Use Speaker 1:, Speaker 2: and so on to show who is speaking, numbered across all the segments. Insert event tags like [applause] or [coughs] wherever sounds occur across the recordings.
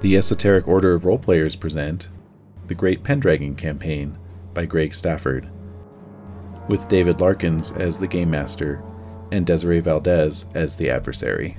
Speaker 1: The Esoteric Order of Roleplayers present The Great Pendragon Campaign by Greg Stafford, with David Larkins as the Game Master and Desiree Valdez as the adversary.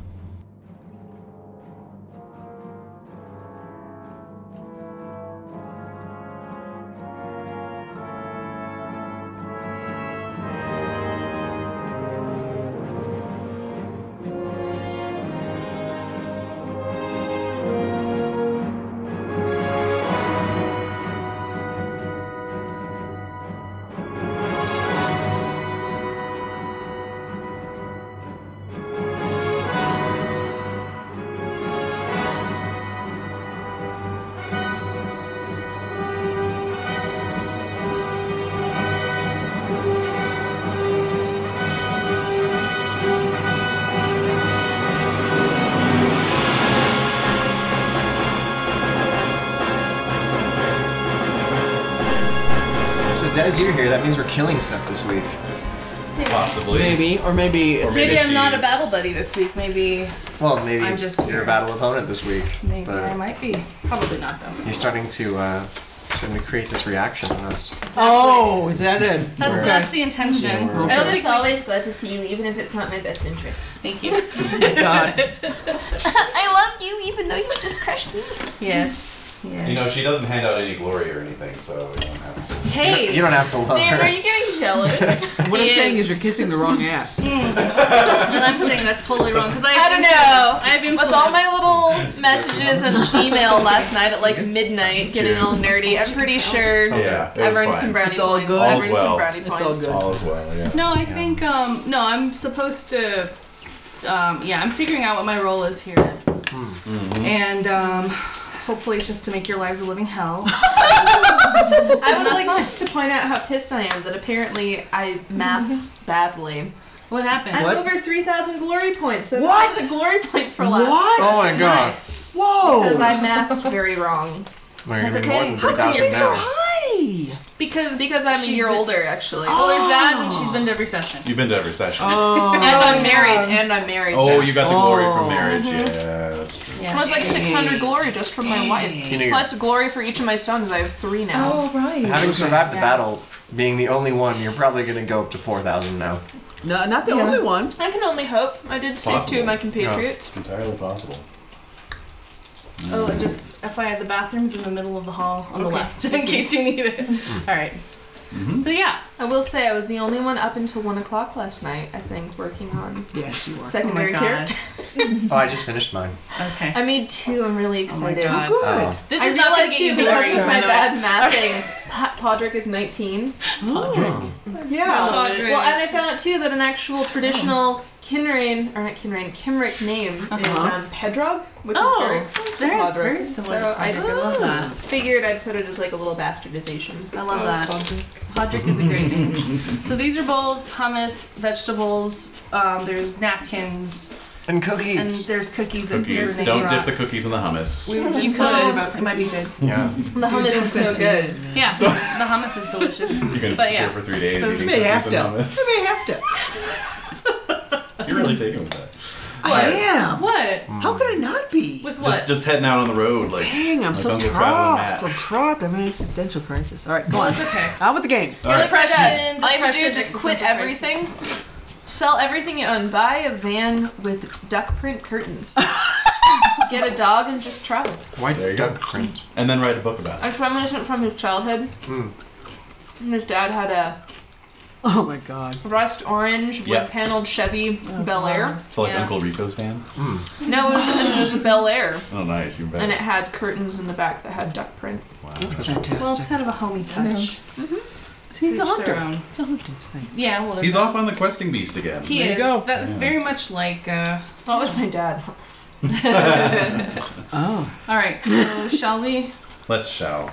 Speaker 2: So Des, you're here. That means we're killing stuff this week.
Speaker 3: Possibly.
Speaker 4: Maybe, or maybe.
Speaker 3: Or
Speaker 4: it's-
Speaker 3: maybe
Speaker 5: Maybe I'm not a
Speaker 3: she's-
Speaker 5: battle buddy this week. Maybe
Speaker 2: Well, maybe
Speaker 5: I'm just
Speaker 2: you're
Speaker 5: here.
Speaker 2: a battle opponent this week,
Speaker 5: maybe
Speaker 2: but
Speaker 5: I might be. Probably not though.
Speaker 2: you're starting to uh, starting to create this reaction on us.
Speaker 4: Oh, is that it?
Speaker 6: That's,
Speaker 4: Okay.
Speaker 6: that's the intention.
Speaker 2: Yeah, we're-
Speaker 6: I
Speaker 7: I'm
Speaker 6: don't
Speaker 7: just
Speaker 6: think
Speaker 7: always glad to see you, even if it's not in my
Speaker 5: [laughs]
Speaker 7: best interest.
Speaker 5: Thank you.
Speaker 4: God.
Speaker 7: I love you, even though you just crushed [laughs] me.
Speaker 5: Yes.
Speaker 3: You
Speaker 5: Yeah.
Speaker 3: know, she doesn't hand out any glory or anything, so we don't have to.
Speaker 6: Hey,
Speaker 2: You don't have to love
Speaker 7: Dan,
Speaker 2: her.
Speaker 7: are you getting [laughs] jealous?
Speaker 4: What I'm
Speaker 6: He
Speaker 4: saying
Speaker 6: is.
Speaker 4: is you're kissing the wrong ass.
Speaker 6: and I'm saying that's totally wrong because I,
Speaker 5: I
Speaker 6: have
Speaker 5: don't
Speaker 6: influence.
Speaker 5: know.
Speaker 6: I have
Speaker 5: With
Speaker 6: influence.
Speaker 5: all my little messages
Speaker 7: [laughs]
Speaker 5: and Gmail last night at like midnight, getting all nerdy, I'm pretty sure
Speaker 3: Yeah, it
Speaker 5: I've
Speaker 3: was
Speaker 5: earned
Speaker 3: fine.
Speaker 5: some brownie
Speaker 4: It's all
Speaker 5: points.
Speaker 4: good.
Speaker 5: I've
Speaker 3: All's
Speaker 5: earned some
Speaker 3: well.
Speaker 5: brownie
Speaker 4: It's
Speaker 5: points.
Speaker 4: all good.
Speaker 3: All is well, yeah.
Speaker 6: No, I think um no, I'm supposed to um yeah, I'm figuring out what my role is here.
Speaker 2: Hmm.
Speaker 6: And um hopefully it's just to make your lives a living hell.
Speaker 2: [laughs]
Speaker 5: I
Speaker 7: I would like to point out how pissed I am that apparently
Speaker 5: [laughs]
Speaker 7: I math badly.
Speaker 6: what happened?
Speaker 7: I'm
Speaker 4: What?
Speaker 7: over 3,000 glory points, so
Speaker 4: What?
Speaker 7: what? a glory point for
Speaker 2: [laughs]
Speaker 4: What?
Speaker 7: last.
Speaker 2: oh my god.
Speaker 7: Nice. Because
Speaker 4: Whoa!
Speaker 7: I mathed very wrong.
Speaker 2: Well, you're
Speaker 6: That's
Speaker 2: gonna be more
Speaker 6: okay.
Speaker 2: than
Speaker 6: How
Speaker 2: three thousand now.
Speaker 4: Hi.
Speaker 6: Because
Speaker 7: Because I'm a
Speaker 6: she's
Speaker 7: year
Speaker 6: been-
Speaker 7: older, actually.
Speaker 6: Well, there's that and
Speaker 2: [gasps]
Speaker 6: she's been to every session.
Speaker 3: You've been to every session.
Speaker 4: Oh.
Speaker 7: [laughs] and I'm married, and I'm married.
Speaker 3: oh,
Speaker 7: now.
Speaker 3: you got the glory
Speaker 4: Oh.
Speaker 3: from marriage. Yeah, that's true.
Speaker 7: I was like 600 glory just from my
Speaker 2: You
Speaker 7: wife.
Speaker 2: know, you're-
Speaker 7: Plus glory for each of my sons. I have three now.
Speaker 4: right.
Speaker 2: having survived the
Speaker 5: Yeah.
Speaker 2: battle, being the only one, you're probably gonna go up to four thousand now.
Speaker 4: No, not the only one.
Speaker 7: I can only hope. I did save two
Speaker 3: possible.
Speaker 7: of my compatriots.
Speaker 3: It's entirely possible.
Speaker 6: Oh, it just FYI, the bathroom's in the middle of the hall on the left, [laughs] in case you Mm-hmm. need it. All right.
Speaker 3: Mm-hmm.
Speaker 6: So yeah,
Speaker 7: I will say I was the only one up until one o'clock last night. I think working on
Speaker 4: Yes, you are.
Speaker 7: secondary
Speaker 6: God.
Speaker 7: [laughs] character.
Speaker 2: Oh, I just finished mine.
Speaker 6: okay.
Speaker 7: I made two. I'm really
Speaker 6: oh my
Speaker 7: excited.
Speaker 6: god.
Speaker 4: Good.
Speaker 2: Oh.
Speaker 6: This
Speaker 7: I
Speaker 6: is not gonna
Speaker 7: realized
Speaker 6: get
Speaker 7: too
Speaker 6: you
Speaker 7: because
Speaker 6: glory.
Speaker 7: of [laughs] my
Speaker 6: by the way.
Speaker 7: bad mathing. Pa- Podrick is 19.
Speaker 2: Oh.
Speaker 6: Oh,
Speaker 7: Well,
Speaker 6: Podrick.
Speaker 7: and I found out too that an actual traditional Kinrain or not Kinrain, Kimric name is um, Pedrog, which
Speaker 6: Oh,
Speaker 7: is very close to
Speaker 6: That's
Speaker 7: Podrick.
Speaker 6: very similar.
Speaker 7: So
Speaker 6: to
Speaker 7: I
Speaker 6: Podrick. Oh. I love that.
Speaker 7: figured I'd put it as like a little bastardization.
Speaker 6: I love that. Podrick is a [laughs] great name. So these are bowls, hummus, vegetables. Um, there's napkins
Speaker 2: And
Speaker 6: and
Speaker 2: cookies.
Speaker 6: there's cookies, and
Speaker 3: Cookies.
Speaker 6: everything.
Speaker 3: Don't dip the cookies in the hummus.
Speaker 7: We were just
Speaker 6: You
Speaker 7: talking
Speaker 6: could.
Speaker 7: about
Speaker 6: It might be good.
Speaker 2: yeah.
Speaker 7: The hummus is so good.
Speaker 3: [laughs]
Speaker 6: Yeah, the hummus is delicious.
Speaker 3: You're gonna
Speaker 6: But
Speaker 3: disappear
Speaker 6: yeah.
Speaker 3: for three days
Speaker 6: So
Speaker 4: You
Speaker 3: eating
Speaker 4: may
Speaker 3: cookies
Speaker 4: have
Speaker 3: and
Speaker 4: to.
Speaker 3: hummus.
Speaker 4: You may have to.
Speaker 3: [laughs] You're really taken with that.
Speaker 4: I am.
Speaker 6: What?
Speaker 4: How could I not be?
Speaker 6: With what?
Speaker 3: Just, just heading out on the road, like.
Speaker 4: Dang, I'm so
Speaker 3: Uncle Travel Matt.
Speaker 4: trapped. I'm trapped. I'm in an existential crisis. All right, go on.
Speaker 6: It's okay.
Speaker 4: Out with the game.
Speaker 3: All right.
Speaker 7: Depression. All you have to do
Speaker 6: depression,
Speaker 7: is just quit
Speaker 6: existential crisis.
Speaker 7: everything, sell everything you own, buy a van with duck print curtains, get a dog, and just travel.
Speaker 2: White
Speaker 3: There you go.
Speaker 2: duck print.
Speaker 3: And then write a book about it.
Speaker 7: It's reminiscent from his childhood.
Speaker 3: Hmm.
Speaker 2: Mm.
Speaker 7: And His dad had a
Speaker 4: Oh my god.
Speaker 7: rust orange
Speaker 3: Yeah.
Speaker 7: wood paneled Chevy Bel Air.
Speaker 3: So like
Speaker 6: Yeah.
Speaker 3: Uncle Rico's fan.
Speaker 7: No, it was, it was a Bel Air,
Speaker 3: Oh, nice. Even better.
Speaker 7: and it had curtains in the back that had duck print.
Speaker 4: That's
Speaker 6: Well, it's
Speaker 4: fantastic.
Speaker 6: kind of a homey touch.
Speaker 4: See, he's a
Speaker 6: Each their
Speaker 4: hunter.
Speaker 6: own.
Speaker 4: It's a hunting thing.
Speaker 6: Yeah, well,
Speaker 3: He's off on the questing beast again.
Speaker 6: He
Speaker 4: There you
Speaker 6: is.
Speaker 4: go.
Speaker 6: That, Very much like. Uh... [laughs]
Speaker 7: That was my dad.
Speaker 4: Oh.
Speaker 6: All right, so shall we?
Speaker 3: Let's shall.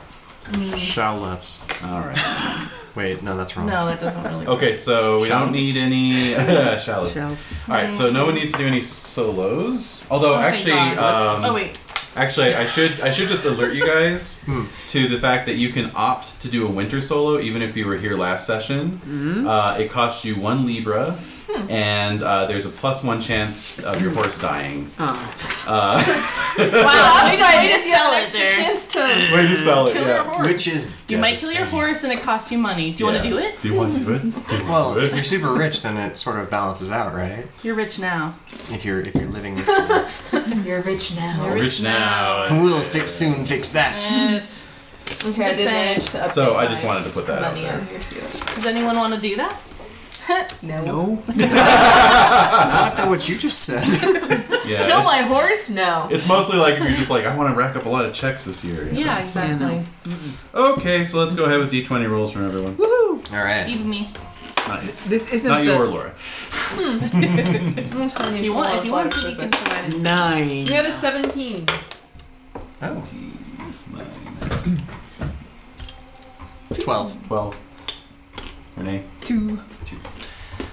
Speaker 2: Shall let's.
Speaker 3: All right.
Speaker 2: Wait, no, that's wrong.
Speaker 6: No, that doesn't really.
Speaker 3: Okay, so we
Speaker 2: Shallots.
Speaker 3: don't need
Speaker 8: [laughs]
Speaker 3: any uh, shallots.
Speaker 4: Shouts.
Speaker 3: All right, so no one needs to do any solos. Although,
Speaker 6: Oh, thank
Speaker 3: actually,
Speaker 6: God.
Speaker 3: um,
Speaker 6: oh wait.
Speaker 8: Actually, I should I should just alert you [laughs] guys to the fact that you can opt to do a winter solo even if you were here last session. Uh, it costs you one libra,
Speaker 6: Hmm.
Speaker 8: and uh, there's a plus one chance of your horse dying.
Speaker 4: Oh.
Speaker 6: Oh,
Speaker 8: Uh,
Speaker 5: Wow,
Speaker 7: Maybe
Speaker 5: upside
Speaker 7: you just got an
Speaker 5: it
Speaker 7: extra
Speaker 5: there.
Speaker 7: chance to
Speaker 8: way to sell it, yeah.
Speaker 2: Which is
Speaker 6: You might kill your
Speaker 2: devastating.
Speaker 6: horse and it costs you money. Do you want to
Speaker 8: Yeah.
Speaker 6: do it?
Speaker 8: Do you want to do it? Do you want
Speaker 2: Well,
Speaker 8: to
Speaker 2: if
Speaker 8: do
Speaker 2: you're
Speaker 8: it?
Speaker 2: super rich, then it sort of balances out, right?
Speaker 6: You're rich now.
Speaker 2: If you're if you're living, richly.
Speaker 4: You're rich now.
Speaker 8: We're rich
Speaker 2: [laughs]
Speaker 8: now.
Speaker 2: we'll fix soon fix that.
Speaker 6: Yes.
Speaker 7: Okay, I
Speaker 6: Just saying.
Speaker 7: did manage to update
Speaker 8: So I just
Speaker 7: my
Speaker 8: wanted to put that out
Speaker 7: money on
Speaker 8: there.
Speaker 7: here too.
Speaker 6: [laughs] Does anyone want to do that?
Speaker 7: No.
Speaker 4: No.
Speaker 2: Not after what you just said.
Speaker 8: Yeah,
Speaker 7: Kill
Speaker 8: it's-
Speaker 7: my horse? No.
Speaker 8: It's mostly like if you're just like, I want to rack up a lot of checks this year. you know?
Speaker 6: Yeah, exactly.
Speaker 4: no.
Speaker 8: Okay, so let's go ahead with D20 rolls from everyone.
Speaker 4: Woohoo!
Speaker 2: All right.
Speaker 6: Even me.
Speaker 8: Not,
Speaker 4: This isn't
Speaker 8: not
Speaker 4: the
Speaker 8: you or Laura.
Speaker 6: If you want, if you want, to, you can provide it.
Speaker 4: nine.
Speaker 5: You got a 17.
Speaker 2: Oh,
Speaker 8: Mine.
Speaker 2: 12.
Speaker 8: 12. Renee.
Speaker 4: Two.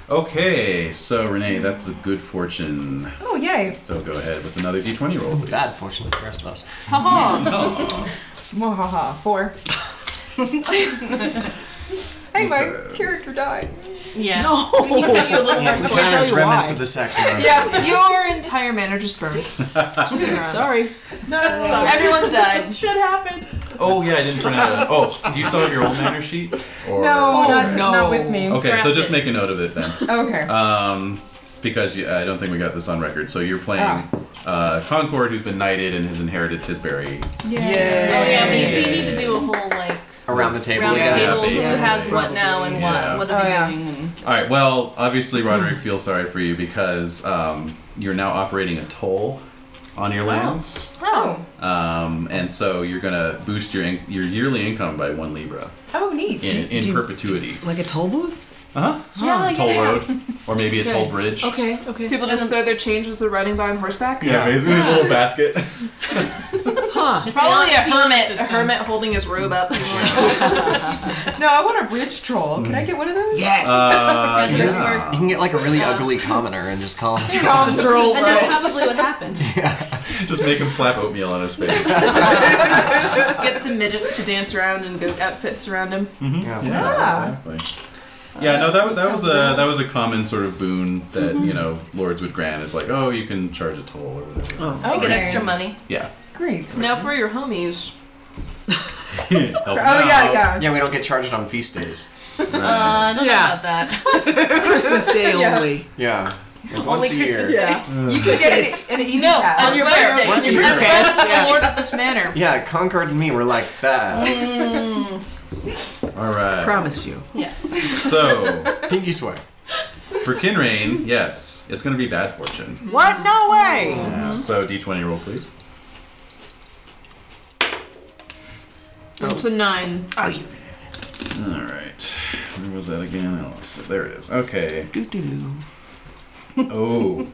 Speaker 8: Okay, so Renee, that's a good fortune.
Speaker 7: Oh yay.
Speaker 8: So go ahead with another D20 roll, please.
Speaker 2: Bad fortune for the rest of us.
Speaker 7: Haha.
Speaker 8: Oh,
Speaker 7: Mwahaha. Four. hey, my
Speaker 8: Okay.
Speaker 7: character died.
Speaker 6: Yeah.
Speaker 4: [laughs] No.
Speaker 6: [laughs] You a little more
Speaker 2: We
Speaker 6: sword.
Speaker 2: count as
Speaker 4: you
Speaker 2: remnants
Speaker 4: why.
Speaker 2: of the sex. in our-
Speaker 7: Yeah, [laughs] your entire manager's
Speaker 4: [laughs]
Speaker 7: burned.
Speaker 4: Sorry.
Speaker 7: Everyone died.
Speaker 6: Should happen.
Speaker 8: oh yeah, I didn't print [laughs] out. a- Oh, do you still have your old manner sheet?
Speaker 4: Oh,
Speaker 8: Or...
Speaker 7: No, not,
Speaker 8: Okay.
Speaker 4: no.
Speaker 7: not with me.
Speaker 8: Okay, so
Speaker 6: Scrapped
Speaker 8: just
Speaker 6: it.
Speaker 8: make a note of it then.
Speaker 7: Okay.
Speaker 8: Um, because you, I don't think we got this on record. So you're playing uh, Concord, who's been knighted and has inherited Tisbury.
Speaker 7: Yay.
Speaker 6: Oh yeah, we, we
Speaker 8: Yeah.
Speaker 6: need to do a whole like
Speaker 2: Around the table.
Speaker 6: round
Speaker 2: yeah.
Speaker 6: of tables.
Speaker 8: basically.
Speaker 6: Who has what now and
Speaker 8: Yeah.
Speaker 6: what? What
Speaker 7: Oh,
Speaker 6: are
Speaker 7: yeah.
Speaker 6: we doing? And...
Speaker 8: All right. Well, obviously, Roderick feels sorry for you because um, you're now operating a toll on your lands,
Speaker 7: Oh.
Speaker 8: um, and so you're gonna boost your in- your yearly income by one libra
Speaker 7: Oh, neat.
Speaker 8: in, in
Speaker 4: do-
Speaker 8: perpetuity.
Speaker 4: Like a toll booth?
Speaker 8: Uh huh.
Speaker 6: Yeah,
Speaker 8: Toll
Speaker 6: yeah.
Speaker 8: road, or maybe a toll bridge.
Speaker 4: Okay. Okay.
Speaker 7: People just throw their change as they're riding by on horseback?
Speaker 8: Yeah, basically, there's a little basket. [laughs]
Speaker 4: Huh.
Speaker 7: Probably a
Speaker 6: Yeah, feeling
Speaker 7: hermit. A
Speaker 6: system.
Speaker 7: hermit holding his robe
Speaker 8: [laughs]
Speaker 7: up. no, I want a bridge troll. Can I get one of those?
Speaker 4: Yes.
Speaker 8: Uh,
Speaker 6: That doesn't
Speaker 8: yeah.
Speaker 2: You can get like a really ugly commoner and just call him.
Speaker 7: Tom trolls.
Speaker 6: And that's probably what
Speaker 8: [laughs]
Speaker 6: happened.
Speaker 8: Just make him slap oatmeal on his face.
Speaker 7: Get some midgets to dance around and go outfits around him.
Speaker 8: Hmm. Yeah, exactly. Yeah, no, that, that was a that was a common sort of boon that you know lords would grant is like, oh, you can charge a toll or whatever.
Speaker 4: oh.
Speaker 6: To get extra money.
Speaker 8: Yeah. [laughs]
Speaker 7: Great. Now for your homies.
Speaker 8: oh
Speaker 7: yeah.
Speaker 2: Yeah, we don't get charged on feast days.
Speaker 6: Uh, I don't
Speaker 4: Yeah.
Speaker 6: know about that.
Speaker 4: Christmas Day
Speaker 7: Yeah.
Speaker 4: only.
Speaker 2: Yeah. Like once a year.
Speaker 7: Yeah. You could get it an easy
Speaker 5: No,
Speaker 7: pass.
Speaker 5: on your birthday.
Speaker 2: Once a
Speaker 4: [laughs]
Speaker 7: You're
Speaker 2: year.
Speaker 7: impressed with the lord of this manor.
Speaker 2: Yeah, Concord and me were like that.
Speaker 8: All right.
Speaker 4: Promise you.
Speaker 6: yes.
Speaker 8: So
Speaker 2: Pinky swear.
Speaker 8: for Kinrain, yes, it's gonna be bad fortune.
Speaker 4: What? No way.
Speaker 8: Yeah, So d20 roll, please.
Speaker 7: It's a nine.
Speaker 4: Oh, you.
Speaker 8: All right. Where was that again? I lost it. There it is. Okay.
Speaker 4: Do do do.
Speaker 8: Oh.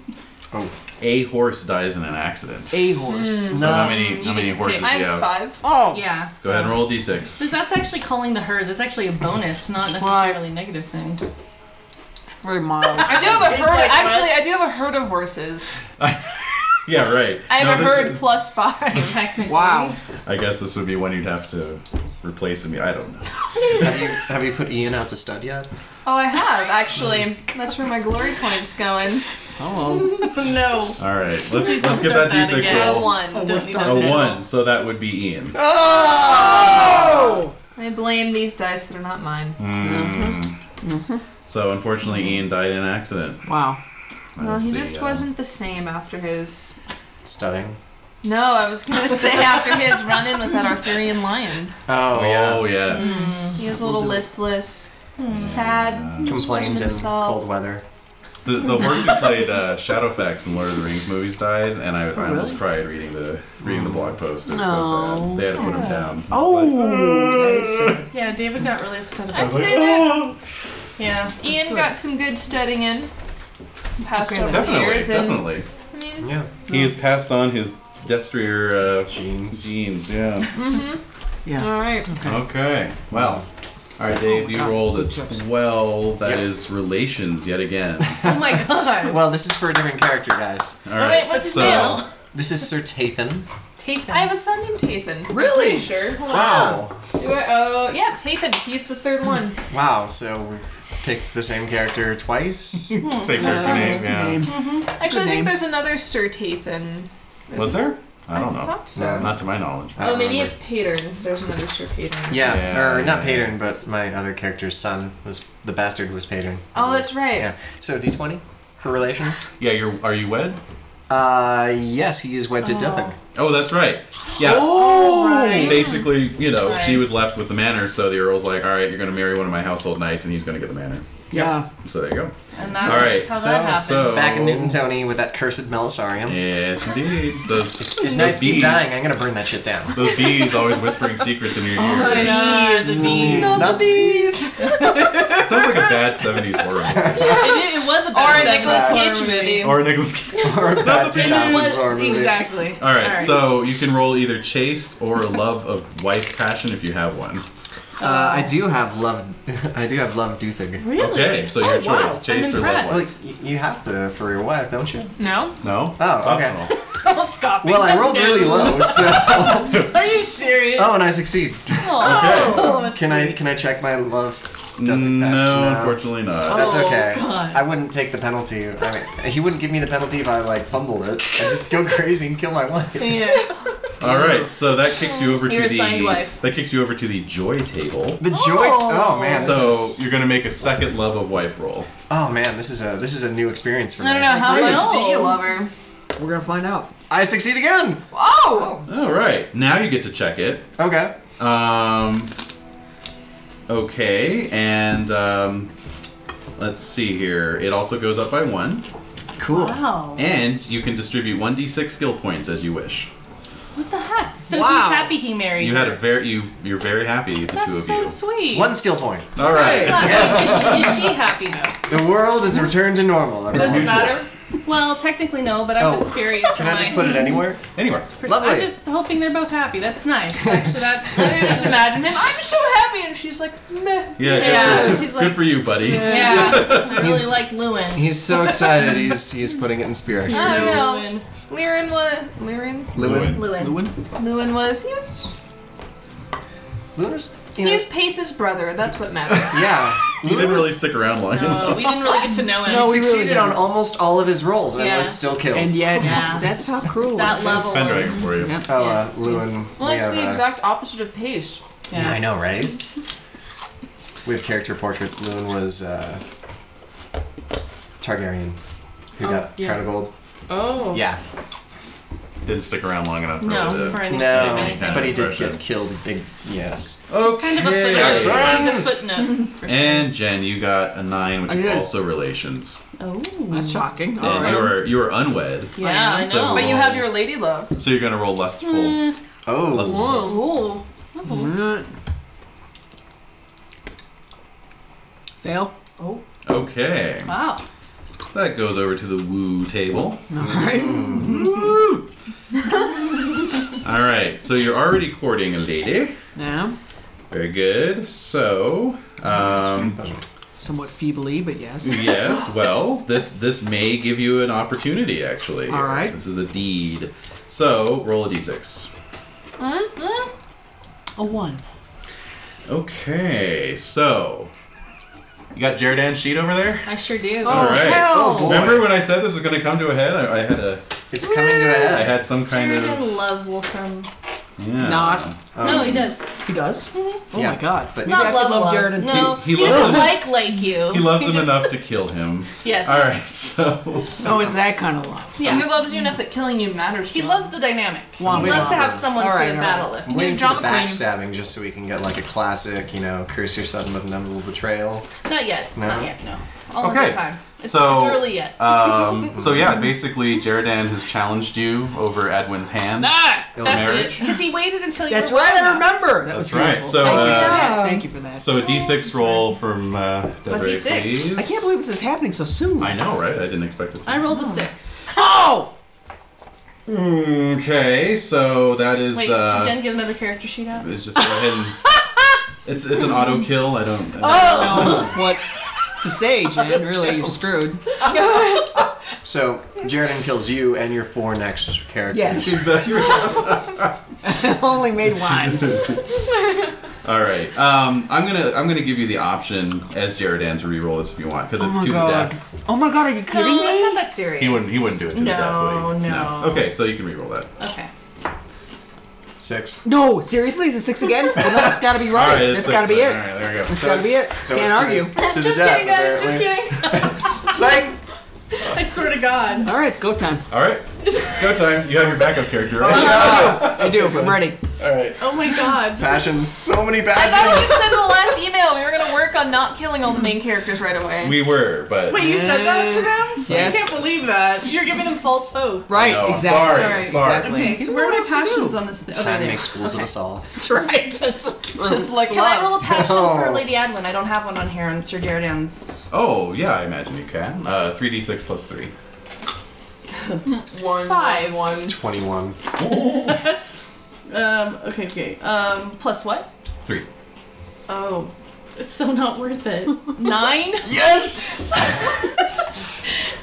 Speaker 2: Oh.
Speaker 8: A horse dies in an accident.
Speaker 4: A horse.
Speaker 8: So how
Speaker 2: No.
Speaker 8: many how
Speaker 6: you
Speaker 8: many
Speaker 6: get to
Speaker 8: horses do
Speaker 6: pick.
Speaker 8: you
Speaker 7: I'm
Speaker 8: have?
Speaker 7: five.
Speaker 4: Mm. Oh.
Speaker 6: Yeah.
Speaker 8: Go ahead and
Speaker 6: so-
Speaker 8: roll a
Speaker 6: [laughs] So
Speaker 8: d6.
Speaker 6: that's actually calling the herd. That's actually a bonus, not necessarily a negative thing.
Speaker 4: Very mild.
Speaker 7: I do have a herd. Actually, I do have a herd of horses.
Speaker 8: yeah, right.
Speaker 7: I have
Speaker 8: No,
Speaker 7: a
Speaker 8: this-
Speaker 7: herd plus five.
Speaker 8: [laughs]
Speaker 6: Technically.
Speaker 4: Wow.
Speaker 8: I guess this would be one you'd have to replace me. I don't know.
Speaker 2: Have you have you put Ian out to stud yet?
Speaker 7: Oh, I have actually. That's where my glory point's going.
Speaker 4: Hello.
Speaker 6: No.
Speaker 8: All right, let's let's get
Speaker 6: start
Speaker 8: that
Speaker 6: that
Speaker 8: d6
Speaker 6: again.
Speaker 7: Got a
Speaker 8: roll.
Speaker 7: one. Don't need
Speaker 8: A
Speaker 7: a
Speaker 8: Oh, one, so that would be Ian.
Speaker 4: Oh.
Speaker 7: I blame these dice that are not mine.
Speaker 8: Mm. So unfortunately, Ian died in an accident.
Speaker 4: Wow.
Speaker 7: Well, he
Speaker 8: Let's see,
Speaker 7: just
Speaker 8: uh,
Speaker 7: wasn't the same after his.
Speaker 2: Studying.
Speaker 7: No, I was [laughs] gonna say after his run-in with that Arthurian lion.
Speaker 2: Oh,
Speaker 8: Oh
Speaker 2: yeah.
Speaker 8: yes.
Speaker 7: He was a little listless, sad.
Speaker 2: Complained in
Speaker 7: himself.
Speaker 2: cold weather.
Speaker 8: The, the horse who played uh, Shadowfax in Lord of the Rings movies died, and I, I almost
Speaker 4: really?
Speaker 8: cried reading the reading the blog post. It was so
Speaker 4: No.
Speaker 8: sad. They had to put him down.
Speaker 4: Oh. That is sad.
Speaker 6: Yeah, David got really upset
Speaker 7: I'd
Speaker 6: about it.
Speaker 7: say that
Speaker 6: Yeah.
Speaker 7: Ian got some good studying in. the Past
Speaker 4: Okay.
Speaker 7: several
Speaker 8: [gasps] Definitely,
Speaker 7: years,
Speaker 8: definitely.
Speaker 7: and I mean,
Speaker 2: Yeah.
Speaker 8: He has passed on his destrier uh,
Speaker 2: Jeans.
Speaker 8: genes. Yeah.
Speaker 4: Yeah.
Speaker 7: all right.
Speaker 8: Okay. Well. All right, Dave. you
Speaker 4: God,
Speaker 8: rolled a
Speaker 4: scoop chips.
Speaker 8: twelve. That is
Speaker 2: Yep.
Speaker 8: relations yet again.
Speaker 6: Oh my god.
Speaker 2: Well, this is for a different character, guys.
Speaker 8: All right.
Speaker 5: what's his
Speaker 8: so,
Speaker 5: name?
Speaker 2: This is Sir Tathan.
Speaker 6: Tathan.
Speaker 5: I have a son named Tathan.
Speaker 4: Really?
Speaker 5: Sure. Hold on.
Speaker 2: Wow.
Speaker 5: Do I? Oh, yeah, Tathan. He's the third one.
Speaker 2: Wow. So we picked the same character [laughs] twice.
Speaker 8: [laughs] Take care of your name. Yeah.
Speaker 4: Name.
Speaker 5: Actually, I
Speaker 4: name.
Speaker 5: think there's another Sir Tathan.
Speaker 8: Was there? I don't know.
Speaker 5: thought so.
Speaker 8: Oh, Not to my knowledge.
Speaker 2: I
Speaker 5: Oh,
Speaker 2: don't
Speaker 5: maybe
Speaker 2: remember.
Speaker 5: it's Patern. There's another Sir Patern.
Speaker 2: Yeah,
Speaker 8: Yeah,
Speaker 2: or not
Speaker 8: yeah, yeah.
Speaker 2: Patern, but my other character's son was the bastard who was Patern.
Speaker 5: Oh, that's right.
Speaker 2: Yeah. So D twenty for relations.
Speaker 8: Yeah, you're. Are you wed?
Speaker 2: Uh, yes, he is wed to Duthic.
Speaker 8: Oh, that's right. Yeah.
Speaker 4: Oh,
Speaker 8: Basically, you know, she
Speaker 6: Right.
Speaker 8: was left with the manor, so the earl's like, "All right, you're going to marry one of my household knights, and he's going to get the manor."
Speaker 4: yeah.
Speaker 8: So there you go.
Speaker 6: and that's
Speaker 8: All right,
Speaker 6: how
Speaker 2: so-
Speaker 6: that happened.
Speaker 8: So
Speaker 2: Back in Newton Tony with that cursed Melisarium.
Speaker 8: Yes, indeed. Those,
Speaker 2: If
Speaker 8: those
Speaker 2: knights keep
Speaker 8: bees-
Speaker 2: dying, I'm gonna burn that shit down.
Speaker 8: Those bees always whispering secrets in your
Speaker 6: Oh,
Speaker 8: ear.
Speaker 6: God, the bees.
Speaker 2: Not the bees.
Speaker 8: It sounds like a bad '70s horror movie.
Speaker 6: It, it was a
Speaker 5: Or a
Speaker 6: bad
Speaker 5: Nicolas
Speaker 6: horror
Speaker 5: Cage movie.
Speaker 8: or a Nicholas.
Speaker 2: [laughs]
Speaker 8: Cage.
Speaker 2: or a bad 2000s horror movie.
Speaker 6: Exactly.
Speaker 8: All right, so you can roll either chaste or love of wife passion if you have one.
Speaker 2: Uh, I do have love. [laughs] I do have love Duthic.
Speaker 6: Really?
Speaker 8: Okay, so your
Speaker 6: Oh,
Speaker 8: choice,
Speaker 6: wow.
Speaker 8: chaste
Speaker 6: I'm
Speaker 8: or love
Speaker 6: impressed.
Speaker 2: Well, y- you have to for your wife, don't you?
Speaker 6: Mm-hmm.
Speaker 5: No?
Speaker 8: No.
Speaker 2: Oh,
Speaker 8: It's
Speaker 2: okay.
Speaker 8: optional.
Speaker 6: Don't stop it.
Speaker 2: Well, I rolled really low, so.
Speaker 6: [laughs]
Speaker 2: [laughs]
Speaker 6: Are you serious?
Speaker 2: Oh, and I succeed.
Speaker 6: Oh, that's
Speaker 2: Can I
Speaker 6: sweet.
Speaker 2: can I check my love? Duthic
Speaker 8: No,
Speaker 2: patch now?
Speaker 8: unfortunately not.
Speaker 2: That's
Speaker 6: Oh,
Speaker 2: okay.
Speaker 6: God.
Speaker 2: I wouldn't take the penalty. I mean, he wouldn't give me the penalty if I like fumbled it. I just go [laughs] crazy and kill my wife.
Speaker 6: Yes.
Speaker 8: All right, so that kicks you over to
Speaker 6: Your
Speaker 8: the
Speaker 6: assigned wife.
Speaker 8: that kicks you over to the joy table.
Speaker 2: The joy. Oh, man, this
Speaker 8: So
Speaker 2: is.
Speaker 8: you're gonna make a second love of wife roll.
Speaker 2: Oh man, this is a this is a new experience for me.
Speaker 5: I don't know. How
Speaker 4: Great.
Speaker 5: much do you love her?
Speaker 4: We're gonna find out.
Speaker 2: I succeed again.
Speaker 5: Oh!
Speaker 8: All right, now you get to check it.
Speaker 2: Okay.
Speaker 8: Um, okay, and um, let's see here. It also goes up by one,
Speaker 2: Cool.
Speaker 6: Wow.
Speaker 8: and you can distribute one d6 skill points as you wish.
Speaker 6: What the heck? So
Speaker 4: Wow.
Speaker 6: he's happy he married.
Speaker 8: You had a very you you're very happy the two
Speaker 6: That's
Speaker 8: of
Speaker 6: so
Speaker 8: you.
Speaker 6: sweet.
Speaker 2: One skill point.
Speaker 8: All right.
Speaker 6: Look,
Speaker 2: Yes.
Speaker 6: Is, is she happy though?
Speaker 2: The world is returned to normal.
Speaker 5: Does
Speaker 2: everyone.
Speaker 5: it matter?
Speaker 6: Well, technically no, but I'm
Speaker 2: Oh.
Speaker 6: just curious.
Speaker 2: Can I just put it anywhere?
Speaker 8: Anyway,
Speaker 2: Lovely.
Speaker 6: I'm just hoping they're both happy. That's nice.
Speaker 2: [laughs]
Speaker 6: Actually, that's
Speaker 5: I just imagine him. I'm so happy. And she's like, meh.
Speaker 8: yeah,
Speaker 6: Yeah,
Speaker 8: good, for,
Speaker 6: she's
Speaker 8: good
Speaker 6: like-
Speaker 8: for you,
Speaker 2: [laughs]
Speaker 8: buddy.
Speaker 6: yeah. I really
Speaker 2: He's-
Speaker 6: like Lewin.
Speaker 2: He's so excited. He's he's putting it in spear
Speaker 5: I don't
Speaker 2: expertise.
Speaker 5: know.
Speaker 6: Lewin.
Speaker 5: Liren was. Liren?
Speaker 2: Lewin.
Speaker 6: Lewin.
Speaker 4: Lewin?
Speaker 5: Lewin was. He was.
Speaker 2: Lewin's. You know,
Speaker 5: He was Pace's brother. That's what mattered.
Speaker 2: [laughs] yeah.
Speaker 8: You didn't
Speaker 2: Lewin's-
Speaker 8: really stick around long
Speaker 6: No,
Speaker 8: enough.
Speaker 6: we didn't really get to know him.
Speaker 4: No, we-
Speaker 2: succeeded
Speaker 4: really
Speaker 2: on
Speaker 4: didn't.
Speaker 2: almost all of his roles and
Speaker 6: Yeah.
Speaker 2: was still killed.
Speaker 4: And yet,
Speaker 6: Yeah.
Speaker 4: that's how cruel.
Speaker 6: that
Speaker 4: it
Speaker 6: level.
Speaker 8: Pendragon for you.
Speaker 4: Yeah.
Speaker 2: oh,
Speaker 6: Yes,
Speaker 2: uh, Lewin.
Speaker 5: Well,
Speaker 2: we
Speaker 5: it's
Speaker 2: have,
Speaker 5: the
Speaker 2: uh,
Speaker 5: exact opposite of Pace.
Speaker 2: Yeah,
Speaker 6: Yeah.
Speaker 2: I know, right? We have character portraits. Lewin was uh, Targaryen, who got
Speaker 4: yeah.
Speaker 2: Crown of Gold.
Speaker 5: Oh.
Speaker 2: Yeah,
Speaker 8: Didn't stick around long enough.
Speaker 6: No,
Speaker 8: really to-
Speaker 6: for anything.
Speaker 2: no,
Speaker 8: anything.
Speaker 2: but he did
Speaker 8: Impression.
Speaker 2: get killed. Big yes.
Speaker 8: Okay.
Speaker 6: Kind of a footnote.
Speaker 2: Sure.
Speaker 6: That was a footnote. for sure.
Speaker 8: And Jen, you got a nine, which
Speaker 4: I
Speaker 8: is
Speaker 4: did.
Speaker 8: also relations.
Speaker 6: Oh.
Speaker 4: That's shocking. All
Speaker 8: And
Speaker 4: right.
Speaker 8: you were you were unwed,
Speaker 6: Yeah, I know.
Speaker 8: So-
Speaker 5: But you have your lady love.
Speaker 8: so you're gonna roll lustful.
Speaker 6: Mm.
Speaker 2: Oh,
Speaker 8: Lustful.
Speaker 6: Ooh.
Speaker 4: Mm. Fail.
Speaker 8: Okay.
Speaker 6: Wow.
Speaker 8: That goes over to the woo table.
Speaker 4: All right.
Speaker 8: All right. So you're already courting a lady.
Speaker 4: Yeah.
Speaker 8: Very good. So, um,
Speaker 4: Somewhat feebly, but yes.
Speaker 8: yes. Well, this this may give you an opportunity actually.
Speaker 4: All right.
Speaker 8: This is a deed. So roll a d6.
Speaker 4: A one.
Speaker 8: Okay. So. You got Jared and Sheet over there?
Speaker 6: I sure do.
Speaker 8: All right.
Speaker 2: oh boy,
Speaker 8: Remember when I said this was going to come to a head? I, I had a,
Speaker 2: it's coming to a
Speaker 8: I
Speaker 2: head.
Speaker 8: had some kind
Speaker 6: Sheridan
Speaker 8: of Um,
Speaker 6: loves Wolfram.
Speaker 4: Oh.
Speaker 8: yeah.
Speaker 4: Not.
Speaker 2: Oh,
Speaker 6: no, he does.
Speaker 4: He does. Oh
Speaker 2: Yeah,
Speaker 4: my god.
Speaker 2: but-
Speaker 4: Maybe
Speaker 6: Not
Speaker 4: I should
Speaker 6: love,
Speaker 4: love
Speaker 6: love.
Speaker 4: Jared and
Speaker 6: no,
Speaker 8: He- he
Speaker 6: he, doesn't
Speaker 8: loves-
Speaker 6: like like you.
Speaker 8: He loves
Speaker 6: He
Speaker 8: him
Speaker 6: just-
Speaker 8: enough to kill him.
Speaker 6: Yes.
Speaker 8: All right. [laughs] So.
Speaker 4: Oh, it's that kind of love.
Speaker 6: Yeah.
Speaker 5: He loves you enough that killing you matters. to
Speaker 6: He
Speaker 5: him.
Speaker 6: loves the dynamic.
Speaker 4: Wow.
Speaker 6: He loves to have someone
Speaker 4: All right,
Speaker 6: to
Speaker 4: all
Speaker 6: battle
Speaker 2: I'm
Speaker 6: with.
Speaker 2: waiting
Speaker 5: He's
Speaker 2: for the
Speaker 5: drama queen.
Speaker 2: backstabbing just so we can get like a classic, you know, curse your son with an unable betrayal.
Speaker 6: Not yet.
Speaker 2: No?
Speaker 6: Not yet. No. All in
Speaker 8: Okay.
Speaker 6: good time. It's,
Speaker 8: So-
Speaker 6: it's early yet.
Speaker 4: [laughs]
Speaker 8: Um, so yeah, basically, Jaredan has challenged you over Edwin's hand.
Speaker 4: Ah,
Speaker 2: Ill
Speaker 8: That's
Speaker 2: marriage.
Speaker 8: marriage.
Speaker 6: Because he waited until you.
Speaker 4: that's
Speaker 6: were
Speaker 4: right. I
Speaker 6: well enough.
Speaker 4: remember. That was
Speaker 8: That's right.
Speaker 4: beautiful.
Speaker 8: So,
Speaker 4: thank, you for
Speaker 8: uh,
Speaker 4: that. thank you for that.
Speaker 8: So a D6 roll from uh, Desiree,
Speaker 6: D6?
Speaker 8: please.
Speaker 4: I can't believe this is happening so soon.
Speaker 8: I know, right? I didn't expect it.
Speaker 6: I rolled a six.
Speaker 4: Oh,
Speaker 8: Okay, so that is.
Speaker 6: Wait,
Speaker 8: uh,
Speaker 6: did Jen get another character sheet out? [laughs]
Speaker 8: it's just go ahead
Speaker 4: [laughs]
Speaker 8: and. It's it's an auto kill. I don't.
Speaker 4: Oh. [laughs]
Speaker 8: [laughs] I don't
Speaker 4: I don't know what to say, Jen. Really, you're screwed.
Speaker 2: So Jaredin kills you and your four next characters.
Speaker 4: [laughs] Yes.
Speaker 8: Exactly.
Speaker 4: Only made
Speaker 8: [laughs]
Speaker 4: one. Oh
Speaker 8: All right. Um, I'm gonna I'm gonna give you the option as Jaredan to reroll this if you want because
Speaker 4: Oh
Speaker 8: it's
Speaker 4: my
Speaker 8: to the
Speaker 4: god.
Speaker 8: death.
Speaker 4: Oh my god, are you kidding
Speaker 6: no, it's not
Speaker 4: me?
Speaker 6: that serious.
Speaker 8: He wouldn't he wouldn't do it to the death.
Speaker 6: No,
Speaker 8: Would he?
Speaker 6: no.
Speaker 8: Okay, so you can reroll that.
Speaker 6: Okay.
Speaker 2: Six.
Speaker 4: No, seriously? Is it six [laughs] again? Well, no, that's gotta be
Speaker 8: All
Speaker 4: right.
Speaker 8: right,
Speaker 4: that's gotta be
Speaker 8: All
Speaker 4: it.
Speaker 8: right, there we go.
Speaker 4: That's gotta be it.
Speaker 2: it's- so
Speaker 4: Can't
Speaker 2: it's to the-
Speaker 4: argue.
Speaker 2: To the,
Speaker 5: just
Speaker 2: death,
Speaker 5: kidding, guys.
Speaker 2: apparently.
Speaker 5: Just kidding.
Speaker 2: [laughs] Psych!
Speaker 6: [laughs] I swear to God.
Speaker 4: All right, it's go time.
Speaker 8: All right, it's go time. You have your backup character, right?
Speaker 4: I do. I'm ready.
Speaker 8: All right.
Speaker 6: Oh my God.
Speaker 2: Passions. So many
Speaker 5: I thought you
Speaker 2: passions.
Speaker 5: said in the last email we were gonna work on not killing all the main characters right away.
Speaker 8: We were, but
Speaker 6: Wait, you said that to them?
Speaker 4: Yes.
Speaker 6: I can't believe that. You're giving them false hope.
Speaker 4: Right,
Speaker 8: No, I'm
Speaker 4: exactly.
Speaker 8: sorry, I'm
Speaker 4: Right,
Speaker 8: sorry.
Speaker 4: Exactly.
Speaker 6: Okay, so where are my passions on
Speaker 2: [laughs]
Speaker 6: this? Oh, there
Speaker 2: Time
Speaker 6: they are.
Speaker 2: makes fools of us all.
Speaker 4: That's right. That's so true.
Speaker 6: Just like
Speaker 5: Can
Speaker 6: love.
Speaker 5: I roll a passion
Speaker 2: No.
Speaker 5: for Lady
Speaker 6: Adlin, I don't have one on here on Sir Jaredan's.
Speaker 8: oh yeah, I imagine you can. Uh, 3d6 plus three.
Speaker 5: One?
Speaker 6: Five.
Speaker 5: One.
Speaker 2: 21.
Speaker 6: Um, okay, okay. Um, plus what?
Speaker 8: Three.
Speaker 6: Oh, it's so not worth [laughs] it. Nine?
Speaker 2: Yes!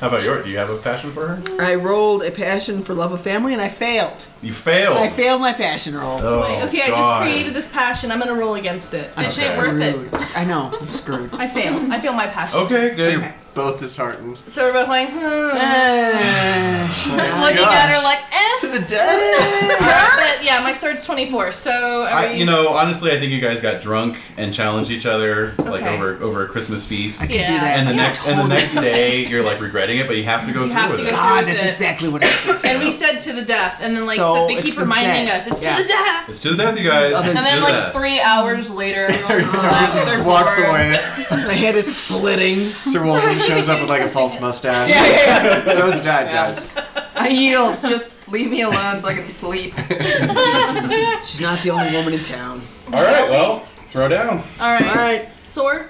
Speaker 8: How about yours? Do you have a passion for her?
Speaker 4: I rolled a passion for love of family and I failed.
Speaker 8: You failed.
Speaker 4: I failed my passion roll.
Speaker 8: Oh,
Speaker 6: Wait, okay,
Speaker 8: God.
Speaker 6: I just created this passion. I'm gonna roll against it.
Speaker 4: I'm
Speaker 5: Bitch, ain't worth it.
Speaker 4: screwed. I know. I'm screwed.
Speaker 6: I failed. I fail my passion.
Speaker 8: Okay,
Speaker 2: So
Speaker 8: good.
Speaker 2: you're both disheartened.
Speaker 6: So we're both like, hmm.
Speaker 4: Eh,
Speaker 2: Oh
Speaker 5: I'm
Speaker 2: my
Speaker 5: looking
Speaker 2: gosh.
Speaker 5: at her like,
Speaker 2: To
Speaker 5: eh.
Speaker 2: the death!
Speaker 6: But yeah, my sword's 24. So are
Speaker 8: I,
Speaker 6: we-
Speaker 8: you know, honestly, I think you guys got drunk and challenged each other like
Speaker 6: Okay.
Speaker 8: over over a Christmas feast.
Speaker 4: I can
Speaker 6: Yeah.
Speaker 4: do that.
Speaker 8: And the
Speaker 4: Yeah,
Speaker 8: next and the
Speaker 4: totally.
Speaker 8: next day, you're like regretting it, but you have to go
Speaker 6: You
Speaker 8: through
Speaker 6: have
Speaker 8: with
Speaker 6: to
Speaker 8: it.
Speaker 6: go
Speaker 4: God,
Speaker 6: through [laughs]
Speaker 4: that's
Speaker 6: it.
Speaker 4: exactly what I
Speaker 6: [laughs]
Speaker 4: did.
Speaker 6: And we said to the death, and then like
Speaker 4: So,
Speaker 6: so they
Speaker 4: it's
Speaker 6: keep
Speaker 4: been
Speaker 6: reminding
Speaker 4: said.
Speaker 6: us it's
Speaker 4: Yeah.
Speaker 6: to the death.
Speaker 8: It's to the death, you guys.
Speaker 4: Other-
Speaker 8: It's
Speaker 5: And
Speaker 8: to
Speaker 5: then
Speaker 8: the
Speaker 5: like
Speaker 8: death.
Speaker 5: three hours later,
Speaker 6: Oh,
Speaker 2: [laughs]
Speaker 5: everyone's
Speaker 2: Everyone
Speaker 5: collapsed,
Speaker 2: just
Speaker 5: they're
Speaker 2: walks
Speaker 5: bored.
Speaker 2: away.
Speaker 4: My head is splitting.
Speaker 2: Sir Wolfen shows up with like a false mustache. So it's dad, guys.
Speaker 7: [laughs]
Speaker 2: [laughs]
Speaker 7: I yield. Just leave me alone so I can sleep.
Speaker 4: She's not the only woman in town.
Speaker 8: All right, well, throw down.
Speaker 6: All right.
Speaker 4: All right.
Speaker 6: Sword.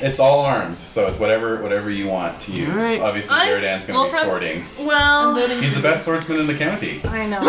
Speaker 8: It's all arms, so it's whatever whatever you want to use.
Speaker 4: All right.
Speaker 8: Obviously,
Speaker 6: I'm-
Speaker 8: Zeradan's gonna be
Speaker 6: Wilfred-
Speaker 8: sorting.
Speaker 6: Well,
Speaker 8: He's the best swordsman in the county.
Speaker 6: I know.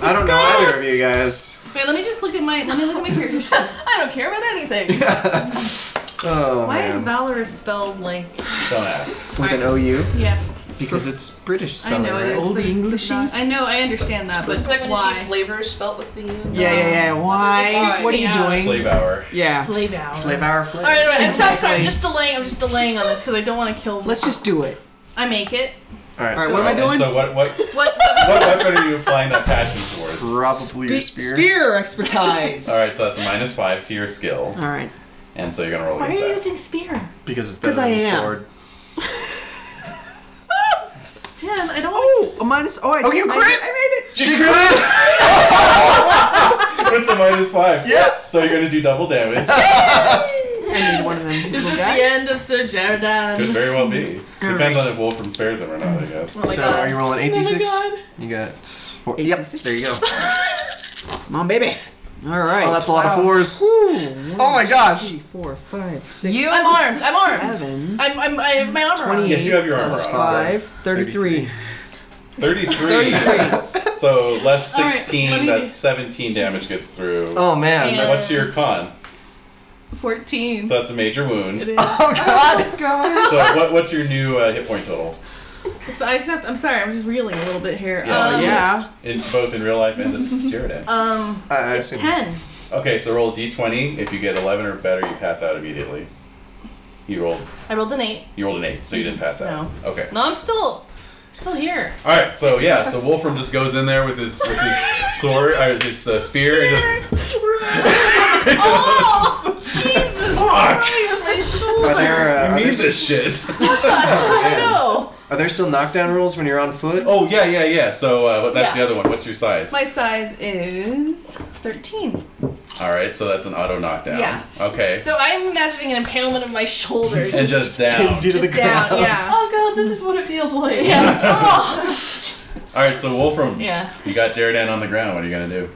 Speaker 2: I don't know either of you guys.
Speaker 6: [laughs] Wait, let me just look at my. Let me [laughs] look at my characters.
Speaker 5: I don't care about anything.
Speaker 2: [laughs] Oh,
Speaker 6: Why is
Speaker 2: man.
Speaker 6: Valorous spelled like?
Speaker 8: Don't ask.
Speaker 2: With an OU?
Speaker 6: Yeah,
Speaker 2: Because it's British
Speaker 6: I
Speaker 2: spelling,
Speaker 6: know it
Speaker 2: right?
Speaker 6: is.
Speaker 4: Old
Speaker 6: but it's
Speaker 4: Englishy?
Speaker 6: not- I know, I understand that, but
Speaker 5: It's like when you see
Speaker 6: why?
Speaker 5: flavors spelled with the U.
Speaker 4: [laughs] Yeah, yeah, yeah. Why?
Speaker 6: Why?
Speaker 4: What are you
Speaker 6: Yeah.
Speaker 4: doing?
Speaker 8: Slave hour.
Speaker 4: Yeah.
Speaker 6: Play Valor.
Speaker 2: Flavor, flavor.
Speaker 6: All right, all right. I'm so sorry.
Speaker 4: Exactly.
Speaker 6: I'm just delaying. I'm just delaying on this because I don't want to kill.
Speaker 4: Let's just do it.
Speaker 6: I make it.
Speaker 2: All right,
Speaker 4: All right,
Speaker 2: so
Speaker 4: what am I
Speaker 8: And
Speaker 4: doing?
Speaker 8: So what what
Speaker 6: What? [laughs]
Speaker 8: what weapon are you applying that passion towards?
Speaker 2: probably your
Speaker 4: Be-
Speaker 2: spear.
Speaker 4: Spear expertise.
Speaker 8: [laughs] All right, so that's a minus five to your skill,
Speaker 4: All right.
Speaker 8: and so you're gonna roll
Speaker 6: Why are
Speaker 8: against
Speaker 6: you
Speaker 8: that.
Speaker 6: using spear?
Speaker 2: Because it's
Speaker 4: 'Cause
Speaker 2: better than
Speaker 4: I am.
Speaker 2: sword.
Speaker 6: Dan, I don't. want
Speaker 4: Oh, a minus. Oh, I
Speaker 2: Oh, you
Speaker 4: I-
Speaker 2: crit?
Speaker 4: I made it.
Speaker 2: She crits!
Speaker 8: With the minus five.
Speaker 2: Yes!
Speaker 8: So you're gonna do
Speaker 2: [laughs]
Speaker 8: double damage.
Speaker 4: I need one of them.
Speaker 6: Is
Speaker 4: little
Speaker 6: this
Speaker 4: guys.
Speaker 6: the end of Sir Jaredan?
Speaker 8: Could very well be. Depends
Speaker 4: Alright.
Speaker 8: on if Wolfram spares him or not, I guess.
Speaker 6: Oh [laughs] my
Speaker 2: So
Speaker 6: God.
Speaker 2: are you rolling 86?
Speaker 6: Oh my God.
Speaker 2: you got four. Yep,
Speaker 4: 86.
Speaker 2: there you go.
Speaker 4: Come on, baby. All right.
Speaker 2: Oh, that's a lot of fours.
Speaker 4: Ooh,
Speaker 2: Oh my gosh.
Speaker 4: Three, four, five, six,
Speaker 7: You-
Speaker 6: I'm armed. I'm armed.
Speaker 4: seven,
Speaker 6: I'm. I'm. I have my armor. on.
Speaker 4: 28
Speaker 8: Yes, you have your armor
Speaker 4: plus
Speaker 8: on.
Speaker 4: five,
Speaker 2: 33.
Speaker 4: 33.
Speaker 8: 33. [laughs] so less
Speaker 6: Alright,
Speaker 8: 16,
Speaker 6: let me do-
Speaker 8: that's 17 damage gets through.
Speaker 2: Oh man.
Speaker 8: And
Speaker 6: Yeah.
Speaker 8: what's your con?
Speaker 6: Fourteen.
Speaker 8: So that's a major wound.
Speaker 6: It is.
Speaker 2: [laughs] Oh god.
Speaker 8: So what, what's your new uh, hit point total?
Speaker 6: So I accept. I'm sorry. I'm just reeling a little bit here.
Speaker 8: Yeah,
Speaker 6: um,
Speaker 4: Oh, Yeah.
Speaker 8: In, both in real life and
Speaker 6: [laughs]
Speaker 8: this is Jaredan.
Speaker 6: Um.
Speaker 2: I, I
Speaker 6: It's
Speaker 2: assume.
Speaker 6: ten.
Speaker 8: Okay, so roll d d20. If you get 11 or better, you pass out immediately. You rolled
Speaker 6: I rolled an eight.
Speaker 8: you rolled an 8, so you didn't pass out. Okay.
Speaker 6: No, I'm still,
Speaker 5: [laughs]
Speaker 6: still here.
Speaker 8: All right, so yeah, so Wolfram just goes in there with his with
Speaker 6: [laughs]
Speaker 8: his sword or his uh, spear and just.
Speaker 6: Oh, Jesus!
Speaker 8: Fuck!
Speaker 6: Oh My
Speaker 2: Are
Speaker 6: shoulder.
Speaker 2: there, uh,
Speaker 8: You
Speaker 2: are,
Speaker 8: need
Speaker 2: there,
Speaker 8: this shit.
Speaker 6: I know.
Speaker 2: are there still knockdown rules when you're on foot?
Speaker 8: [laughs] oh yeah, yeah, yeah. So uh, but that's
Speaker 6: Yeah.
Speaker 8: the other one. What's your size?
Speaker 6: My size is thirteen.
Speaker 8: All right, so that's an auto knockdown.
Speaker 6: Yeah.
Speaker 8: Okay.
Speaker 6: So I'm imagining an impalement of my shoulder.
Speaker 8: and
Speaker 2: [laughs]
Speaker 8: just down.
Speaker 2: Pins you to the
Speaker 6: Oh, just down.
Speaker 2: ground.
Speaker 6: Yeah.
Speaker 5: [laughs] Oh god, this is what it feels like.
Speaker 8: [laughs]
Speaker 6: Yeah. Oh.
Speaker 8: All right, so Wolfram.
Speaker 6: Yeah.
Speaker 8: You got Jaredan on the ground. What are you gonna do?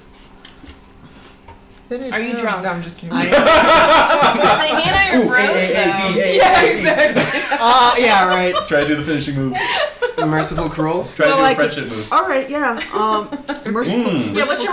Speaker 6: Are you drunk?
Speaker 7: No, I'm just kidding.
Speaker 5: Say, he and I are bros, though.
Speaker 7: yeah, exactly.
Speaker 4: Uh, yeah, right.
Speaker 8: Try to do the finishing move.
Speaker 2: [laughs] Merciful cruel.
Speaker 8: Try to
Speaker 4: Well,
Speaker 8: do a
Speaker 4: like-
Speaker 8: friendship move.
Speaker 4: All right, yeah.
Speaker 8: [laughs]
Speaker 4: Um, merciful.
Speaker 8: Mm.
Speaker 6: Yeah. What's your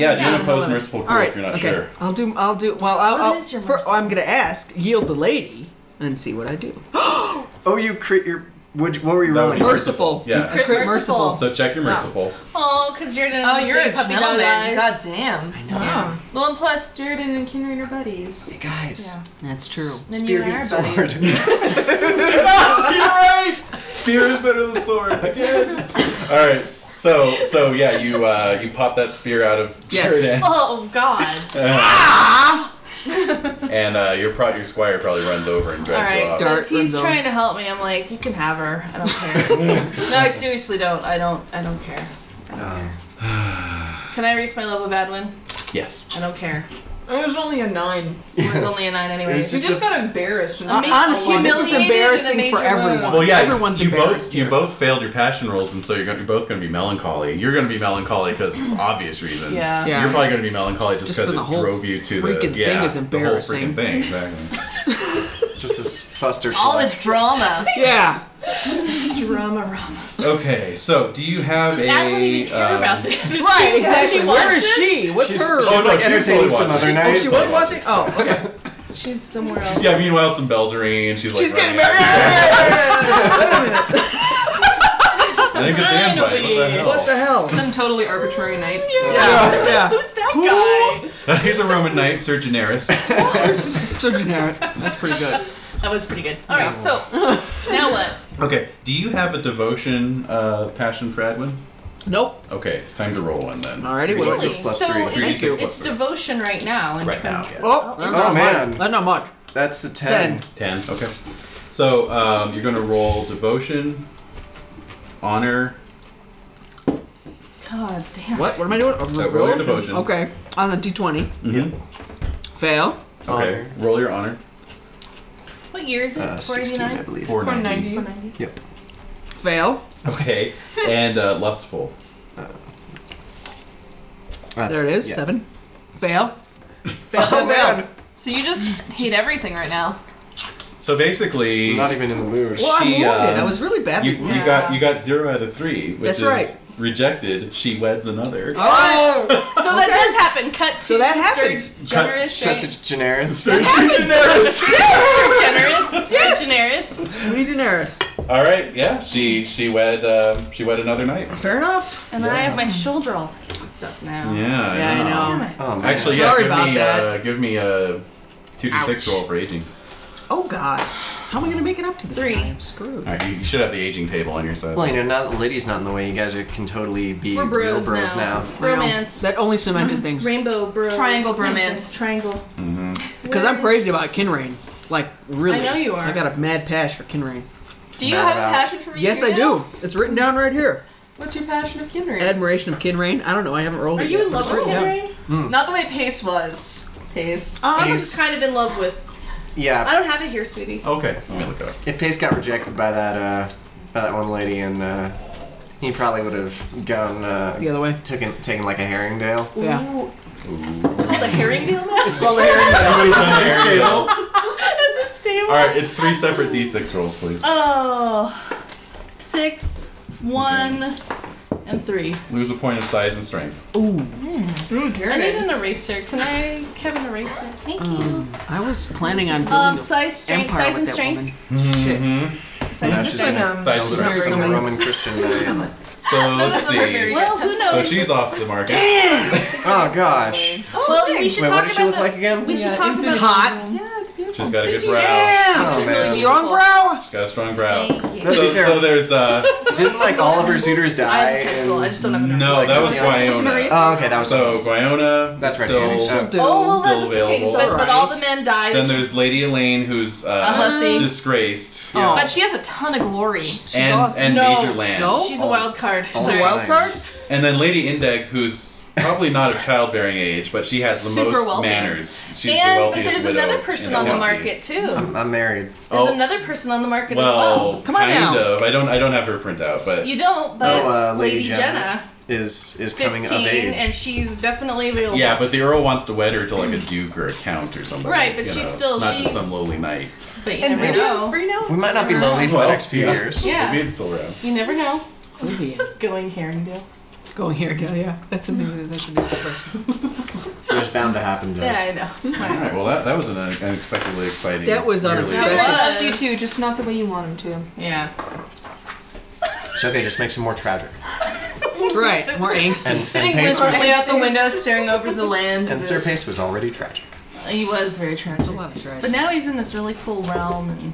Speaker 6: merciful?
Speaker 8: Yeah, do an
Speaker 4: hold
Speaker 8: opposed
Speaker 4: on.
Speaker 8: merciful
Speaker 4: All
Speaker 8: cruel
Speaker 4: right,
Speaker 8: Mm. if you're not
Speaker 4: okay.
Speaker 8: sure.
Speaker 4: I'll do. I'll do. Well, I'll. I'll
Speaker 6: is your
Speaker 4: fir-
Speaker 6: merciful?
Speaker 4: I'm gonna ask. Yield the lady and see what I do. [gasps]
Speaker 2: Oh, you crit your Would, what were you
Speaker 8: That would
Speaker 2: rolling?
Speaker 8: be
Speaker 4: Merciful.
Speaker 8: Yeah.
Speaker 4: Crit
Speaker 5: Crit
Speaker 4: merciful.
Speaker 8: So check your merciful.
Speaker 5: Oh, because Jordan.
Speaker 7: Oh, you're a
Speaker 5: puppy dog
Speaker 7: gentleman.
Speaker 5: eyes.
Speaker 7: God damn. I know.
Speaker 4: Yeah.
Speaker 7: Well, and plus, Jordan and Kinraid are buddies.
Speaker 2: Hey, guys.
Speaker 4: That's true.
Speaker 7: Then you
Speaker 2: Spear
Speaker 7: and I
Speaker 2: beat
Speaker 7: are
Speaker 2: sword.
Speaker 7: buddies.
Speaker 2: [laughs]
Speaker 8: Spear is better
Speaker 4: [laughs]
Speaker 8: than sword again. All right. So so yeah, you uh, you pop that spear out of
Speaker 4: Yes.
Speaker 8: Jordan,
Speaker 5: Oh God.
Speaker 4: [laughs]
Speaker 8: [laughs] and uh, your pro- your squire probably runs over and
Speaker 6: All
Speaker 8: grabs you
Speaker 6: right,
Speaker 8: off.
Speaker 4: Dart
Speaker 6: since he's
Speaker 4: runs over.
Speaker 6: trying to help me, I'm like, you can have her. I don't
Speaker 8: [laughs]
Speaker 6: care. no, I seriously don't. I don't. I don't care.
Speaker 8: [sighs]
Speaker 6: Can I raise my level of Adwin?
Speaker 8: Yes.
Speaker 6: I don't care.
Speaker 7: It was only a nine.
Speaker 6: It was only a nine anyway.
Speaker 2: It's
Speaker 7: You
Speaker 2: just
Speaker 7: just got embarrassed.
Speaker 4: Uh, honestly, this is
Speaker 7: Humiliated in
Speaker 4: embarrassing
Speaker 7: a
Speaker 4: for
Speaker 7: major
Speaker 4: everyone.
Speaker 7: way.
Speaker 8: Well, yeah,
Speaker 4: everyone's
Speaker 8: you
Speaker 4: embarrassed
Speaker 8: both you
Speaker 4: here.
Speaker 8: both failed your passion rolls, and so you're, gonna, you're both going to be melancholy. You're going to be melancholy because
Speaker 4: [clears throat]
Speaker 8: obvious reasons.
Speaker 6: Yeah.
Speaker 4: Yeah.
Speaker 8: You're probably going to be melancholy just
Speaker 4: Just
Speaker 8: because
Speaker 4: for the
Speaker 8: it
Speaker 4: whole
Speaker 8: drove you to
Speaker 4: freaking
Speaker 8: the
Speaker 4: thing
Speaker 8: yeah,
Speaker 4: is
Speaker 8: The whole
Speaker 4: embarrassing.
Speaker 8: freaking thing, exactly.
Speaker 2: just this cluster.
Speaker 5: All this drama.
Speaker 4: Yeah.
Speaker 6: Drama, drama.
Speaker 8: okay, so do you have
Speaker 5: Does
Speaker 8: a?
Speaker 5: Adwin even care
Speaker 8: um,
Speaker 5: about this?
Speaker 4: [laughs] Right, exactly. Where
Speaker 5: watch
Speaker 4: is she? What's
Speaker 2: She's,
Speaker 4: her?
Speaker 2: she's
Speaker 8: Oh, no,
Speaker 2: like
Speaker 8: she was
Speaker 2: entertaining
Speaker 8: totally
Speaker 2: some
Speaker 8: watching.
Speaker 2: other
Speaker 8: She-
Speaker 2: night.
Speaker 4: oh, she was watching? Oh, okay.
Speaker 6: She's somewhere else.
Speaker 8: Yeah, meanwhile, some bells are ringing, and she's like,
Speaker 4: She's getting
Speaker 8: running out.
Speaker 4: married!
Speaker 8: I didn't get the invite. What the hell?
Speaker 4: what
Speaker 8: [laughs]
Speaker 4: the hell?
Speaker 7: Some totally
Speaker 5: [laughs]
Speaker 7: arbitrary night.
Speaker 4: Yeah, yeah.
Speaker 5: Who's that guy?
Speaker 8: He's a Roman knight, Sir
Speaker 4: [laughs]
Speaker 8: Generis.
Speaker 4: So generic. That's pretty good.
Speaker 5: That was pretty good. All right, so now what?
Speaker 8: Okay, do you have a devotion uh, passion for Edwin?
Speaker 4: Nope.
Speaker 8: Okay, it's time to roll one then.
Speaker 4: Alrighty,
Speaker 2: Really?
Speaker 4: well,
Speaker 2: Six plus
Speaker 5: so
Speaker 2: three.
Speaker 5: it's,
Speaker 8: Three, six
Speaker 5: it's
Speaker 8: plus three.
Speaker 5: devotion right now. In
Speaker 8: Right now,
Speaker 5: terms.
Speaker 8: yeah.
Speaker 4: Oh, that's not
Speaker 2: man.
Speaker 4: Much. That's not much.
Speaker 2: That's a ten.
Speaker 8: Ten. Okay. So um, you're going to roll devotion, honor.
Speaker 6: God damn.
Speaker 4: What? What am I doing?
Speaker 8: So roll your devotion.
Speaker 4: Okay. On the d20.
Speaker 8: Mm-hmm.
Speaker 4: Fail.
Speaker 8: Okay,
Speaker 2: Honor.
Speaker 8: roll your honor.
Speaker 5: What year is it?
Speaker 2: Uh, Sixteen,
Speaker 5: 49?
Speaker 2: I believe.
Speaker 8: 490.
Speaker 2: Yep.
Speaker 4: Fail.
Speaker 8: Okay, and uh, lustful.
Speaker 2: That's,
Speaker 4: There it is.
Speaker 2: yeah.
Speaker 4: Seven. Fail. Fail.
Speaker 2: [laughs] Oh
Speaker 4: fail, fail.
Speaker 2: man,
Speaker 7: So you just hate everything right now.
Speaker 8: So basically,
Speaker 2: I'm not even in the mood.
Speaker 4: Well, I
Speaker 8: She,
Speaker 4: moved it.
Speaker 8: um,
Speaker 4: I was really bad.
Speaker 8: you,
Speaker 4: before.
Speaker 8: you got you got zero out of three, which
Speaker 4: That's
Speaker 8: is
Speaker 4: right.
Speaker 8: rejected. She weds another.
Speaker 4: Oh!
Speaker 5: So that does happen. Cut to
Speaker 4: So that happened.
Speaker 5: Sir Generous.
Speaker 2: Such
Speaker 5: right?
Speaker 2: a generis.
Speaker 5: Sir
Speaker 6: [laughs]
Speaker 5: Generous. Yes. Generous.
Speaker 4: Sweet Daenerys.
Speaker 8: All right, yeah, she she wed um, she wed another night.
Speaker 4: Fair enough.
Speaker 6: And I have my shoulder all fucked up now.
Speaker 8: Yeah,
Speaker 4: Yeah, I know.
Speaker 2: Oh, man.
Speaker 8: Actually, yeah,
Speaker 4: Sorry
Speaker 8: give
Speaker 4: about
Speaker 8: me
Speaker 4: that.
Speaker 8: Uh, give me a two to six
Speaker 4: Ouch.
Speaker 8: roll for aging.
Speaker 4: Oh God. How am I gonna make it up to this guy? I'm screwed.
Speaker 8: All right, you, you should have the aging table on your side.
Speaker 2: Well, you know, now that the lady's not in the way, you guys are, can totally be
Speaker 6: We're
Speaker 2: real
Speaker 6: bros,
Speaker 2: bros now.
Speaker 6: now.
Speaker 4: Well,
Speaker 6: Romance.
Speaker 4: That only cemented things.
Speaker 6: Rainbow bro.
Speaker 7: Triangle bromance.
Speaker 6: Triangle.
Speaker 8: hmm
Speaker 4: Because I'm crazy about Kinrain. Like really.
Speaker 6: I know you are.
Speaker 4: I got a mad pash for Kinrain.
Speaker 7: Do you
Speaker 2: Mad
Speaker 7: have
Speaker 2: about-
Speaker 7: a passion for me?
Speaker 4: Yes,
Speaker 7: too
Speaker 4: I
Speaker 7: now?
Speaker 4: do. It's written down right here.
Speaker 7: What's your passion of Kinraid?
Speaker 4: Admiration of Kinrain. I don't know. I haven't rolled
Speaker 6: Are
Speaker 4: it
Speaker 6: you
Speaker 4: yet,
Speaker 6: in
Speaker 4: but
Speaker 6: love
Speaker 4: it's
Speaker 6: with
Speaker 4: written down.
Speaker 6: Henry?
Speaker 7: Not the way Pace was. Pace.
Speaker 6: I was
Speaker 2: He's-
Speaker 6: kind of in love with. I
Speaker 2: Yeah,
Speaker 6: don't have it here, sweetie.
Speaker 8: Okay, let me
Speaker 2: [laughs]
Speaker 8: look it up.
Speaker 2: if Pace got rejected by that uh, by that one lady, and uh, he probably would have gone uh,
Speaker 4: The other way.
Speaker 2: taken taken like a herringdale.
Speaker 4: Yeah.
Speaker 6: It's called a herring deal now?
Speaker 2: It's called a herringdale. It's at [laughs] this table.
Speaker 6: [laughs] At this table.
Speaker 8: All right, it's three separate d6 rolls, please.
Speaker 6: Oh. Six, one, and three.
Speaker 8: Lose a point of size and strength.
Speaker 4: Ooh.
Speaker 6: I
Speaker 7: Ooh,
Speaker 6: need
Speaker 7: Kinraid.
Speaker 6: an eraser. Can I have an eraser? Thank you.
Speaker 4: Um, I was planning on building
Speaker 6: Um,
Speaker 4: a
Speaker 6: size, strength,
Speaker 4: empire
Speaker 6: size,
Speaker 4: with
Speaker 6: and [laughs]
Speaker 4: that
Speaker 6: strength.
Speaker 8: Mhm.
Speaker 6: Size
Speaker 2: Now
Speaker 6: and
Speaker 2: she's
Speaker 6: strength.
Speaker 2: gonna
Speaker 8: Size and
Speaker 2: Build up
Speaker 8: strength.
Speaker 2: some
Speaker 7: Romance.
Speaker 2: Roman Christian name.
Speaker 8: So let's
Speaker 7: doesn't work very
Speaker 8: see.
Speaker 7: good.
Speaker 6: Well, who knows?
Speaker 8: So she's off the market.
Speaker 2: Oh gosh.
Speaker 6: Oh,
Speaker 7: Well,
Speaker 6: shit.
Speaker 7: we should
Speaker 2: Wait, what
Speaker 7: talk
Speaker 2: does
Speaker 7: about
Speaker 2: she look
Speaker 7: the-
Speaker 2: like again?
Speaker 6: we should talk about
Speaker 4: Hot.
Speaker 7: Yeah, it's beautiful.
Speaker 8: She's got a good brow.
Speaker 4: Yeah.
Speaker 2: Oh man.
Speaker 4: Strong brow.
Speaker 8: She's got a strong
Speaker 2: Oh,
Speaker 8: brow.
Speaker 6: Thank you.
Speaker 2: Let's be
Speaker 8: So, so
Speaker 2: careful.
Speaker 8: there's uh
Speaker 2: Didn't like all of her suitors
Speaker 6: I
Speaker 2: die?
Speaker 6: have a pencil. I
Speaker 2: And...
Speaker 6: just don't have an
Speaker 8: no,
Speaker 2: Like
Speaker 8: that
Speaker 2: a-
Speaker 8: was Guiona.
Speaker 2: Oh, okay, that was
Speaker 8: So Guiona.
Speaker 2: That's
Speaker 8: is
Speaker 2: right,
Speaker 8: Still,
Speaker 2: Annie.
Speaker 4: She'll do.
Speaker 6: Oh, well,
Speaker 8: Still
Speaker 6: that's okay.
Speaker 8: available.
Speaker 6: But, but all
Speaker 4: Alright.
Speaker 6: the men died.
Speaker 8: Then there's Lady Elaine, who's uh,
Speaker 6: A
Speaker 5: Uh-huh,
Speaker 6: hussy.
Speaker 8: disgraced,
Speaker 4: Oh.
Speaker 7: But she has a ton of glory.
Speaker 8: and,
Speaker 4: awesome.
Speaker 8: and
Speaker 6: No.
Speaker 8: Major Lance.
Speaker 4: No?
Speaker 6: She's a
Speaker 2: Oh.
Speaker 6: wild card.
Speaker 8: Oh,
Speaker 2: all
Speaker 6: Sorry.
Speaker 2: the
Speaker 4: wild card?
Speaker 2: lines.
Speaker 8: And then Lady Indeg, who's probably not of childbearing age, but she has the
Speaker 7: Super
Speaker 8: most
Speaker 7: wealthy.
Speaker 8: manners. She's the
Speaker 5: And but
Speaker 8: wealthiest
Speaker 5: there's
Speaker 8: widow
Speaker 5: another
Speaker 8: in
Speaker 5: person on the
Speaker 8: county.
Speaker 5: market too. There's
Speaker 2: I'm, I'm married.
Speaker 8: Oh.
Speaker 5: another person on the market as
Speaker 8: Well,
Speaker 5: well.
Speaker 4: Come on
Speaker 8: kind
Speaker 4: now.
Speaker 8: of. I don't. I don't have her printout, but
Speaker 5: You don't, but
Speaker 2: Oh, uh, Lady
Speaker 5: Lady Jenna,
Speaker 2: Jenna. Is is coming of
Speaker 5: 15,
Speaker 2: age.
Speaker 5: and she's definitely available.
Speaker 8: yeah. But the Earl wants to wed her to like a duke or a count or somebody.
Speaker 5: Right, but
Speaker 8: you
Speaker 5: she's
Speaker 8: know,
Speaker 5: still-
Speaker 8: not
Speaker 5: she-
Speaker 8: just some lowly knight.
Speaker 5: but you
Speaker 7: And
Speaker 5: never
Speaker 7: Rubio's
Speaker 5: know.
Speaker 7: free now?
Speaker 2: We might not be lonely for the
Speaker 8: Well,
Speaker 2: next few
Speaker 8: yeah.
Speaker 2: years.
Speaker 5: Yeah.
Speaker 8: Maybe it's still around.
Speaker 6: You never know.
Speaker 4: Vivian.
Speaker 6: Going herringdale.
Speaker 4: Going here, yeah, yeah. That's a new. That's a new phrase.
Speaker 2: It's bound to happen to us.
Speaker 6: Yeah, I know. [laughs]
Speaker 8: All right. Well, that, that was an unexpectedly exciting.
Speaker 4: That was
Speaker 8: yearly-
Speaker 4: unexpected.
Speaker 7: Kinraid loves you too, just not the way you want him to.
Speaker 6: Yeah.
Speaker 2: It's okay, just make some more tragic.
Speaker 4: Right. More angsty.
Speaker 2: And, and
Speaker 5: Sitting
Speaker 2: Pace was
Speaker 5: wistfully out the window, staring over the land.
Speaker 2: and Sir Pace was already tragic.
Speaker 6: He was very
Speaker 4: a
Speaker 6: tragic.
Speaker 4: lot of trash.
Speaker 6: But now he's in this really cool realm and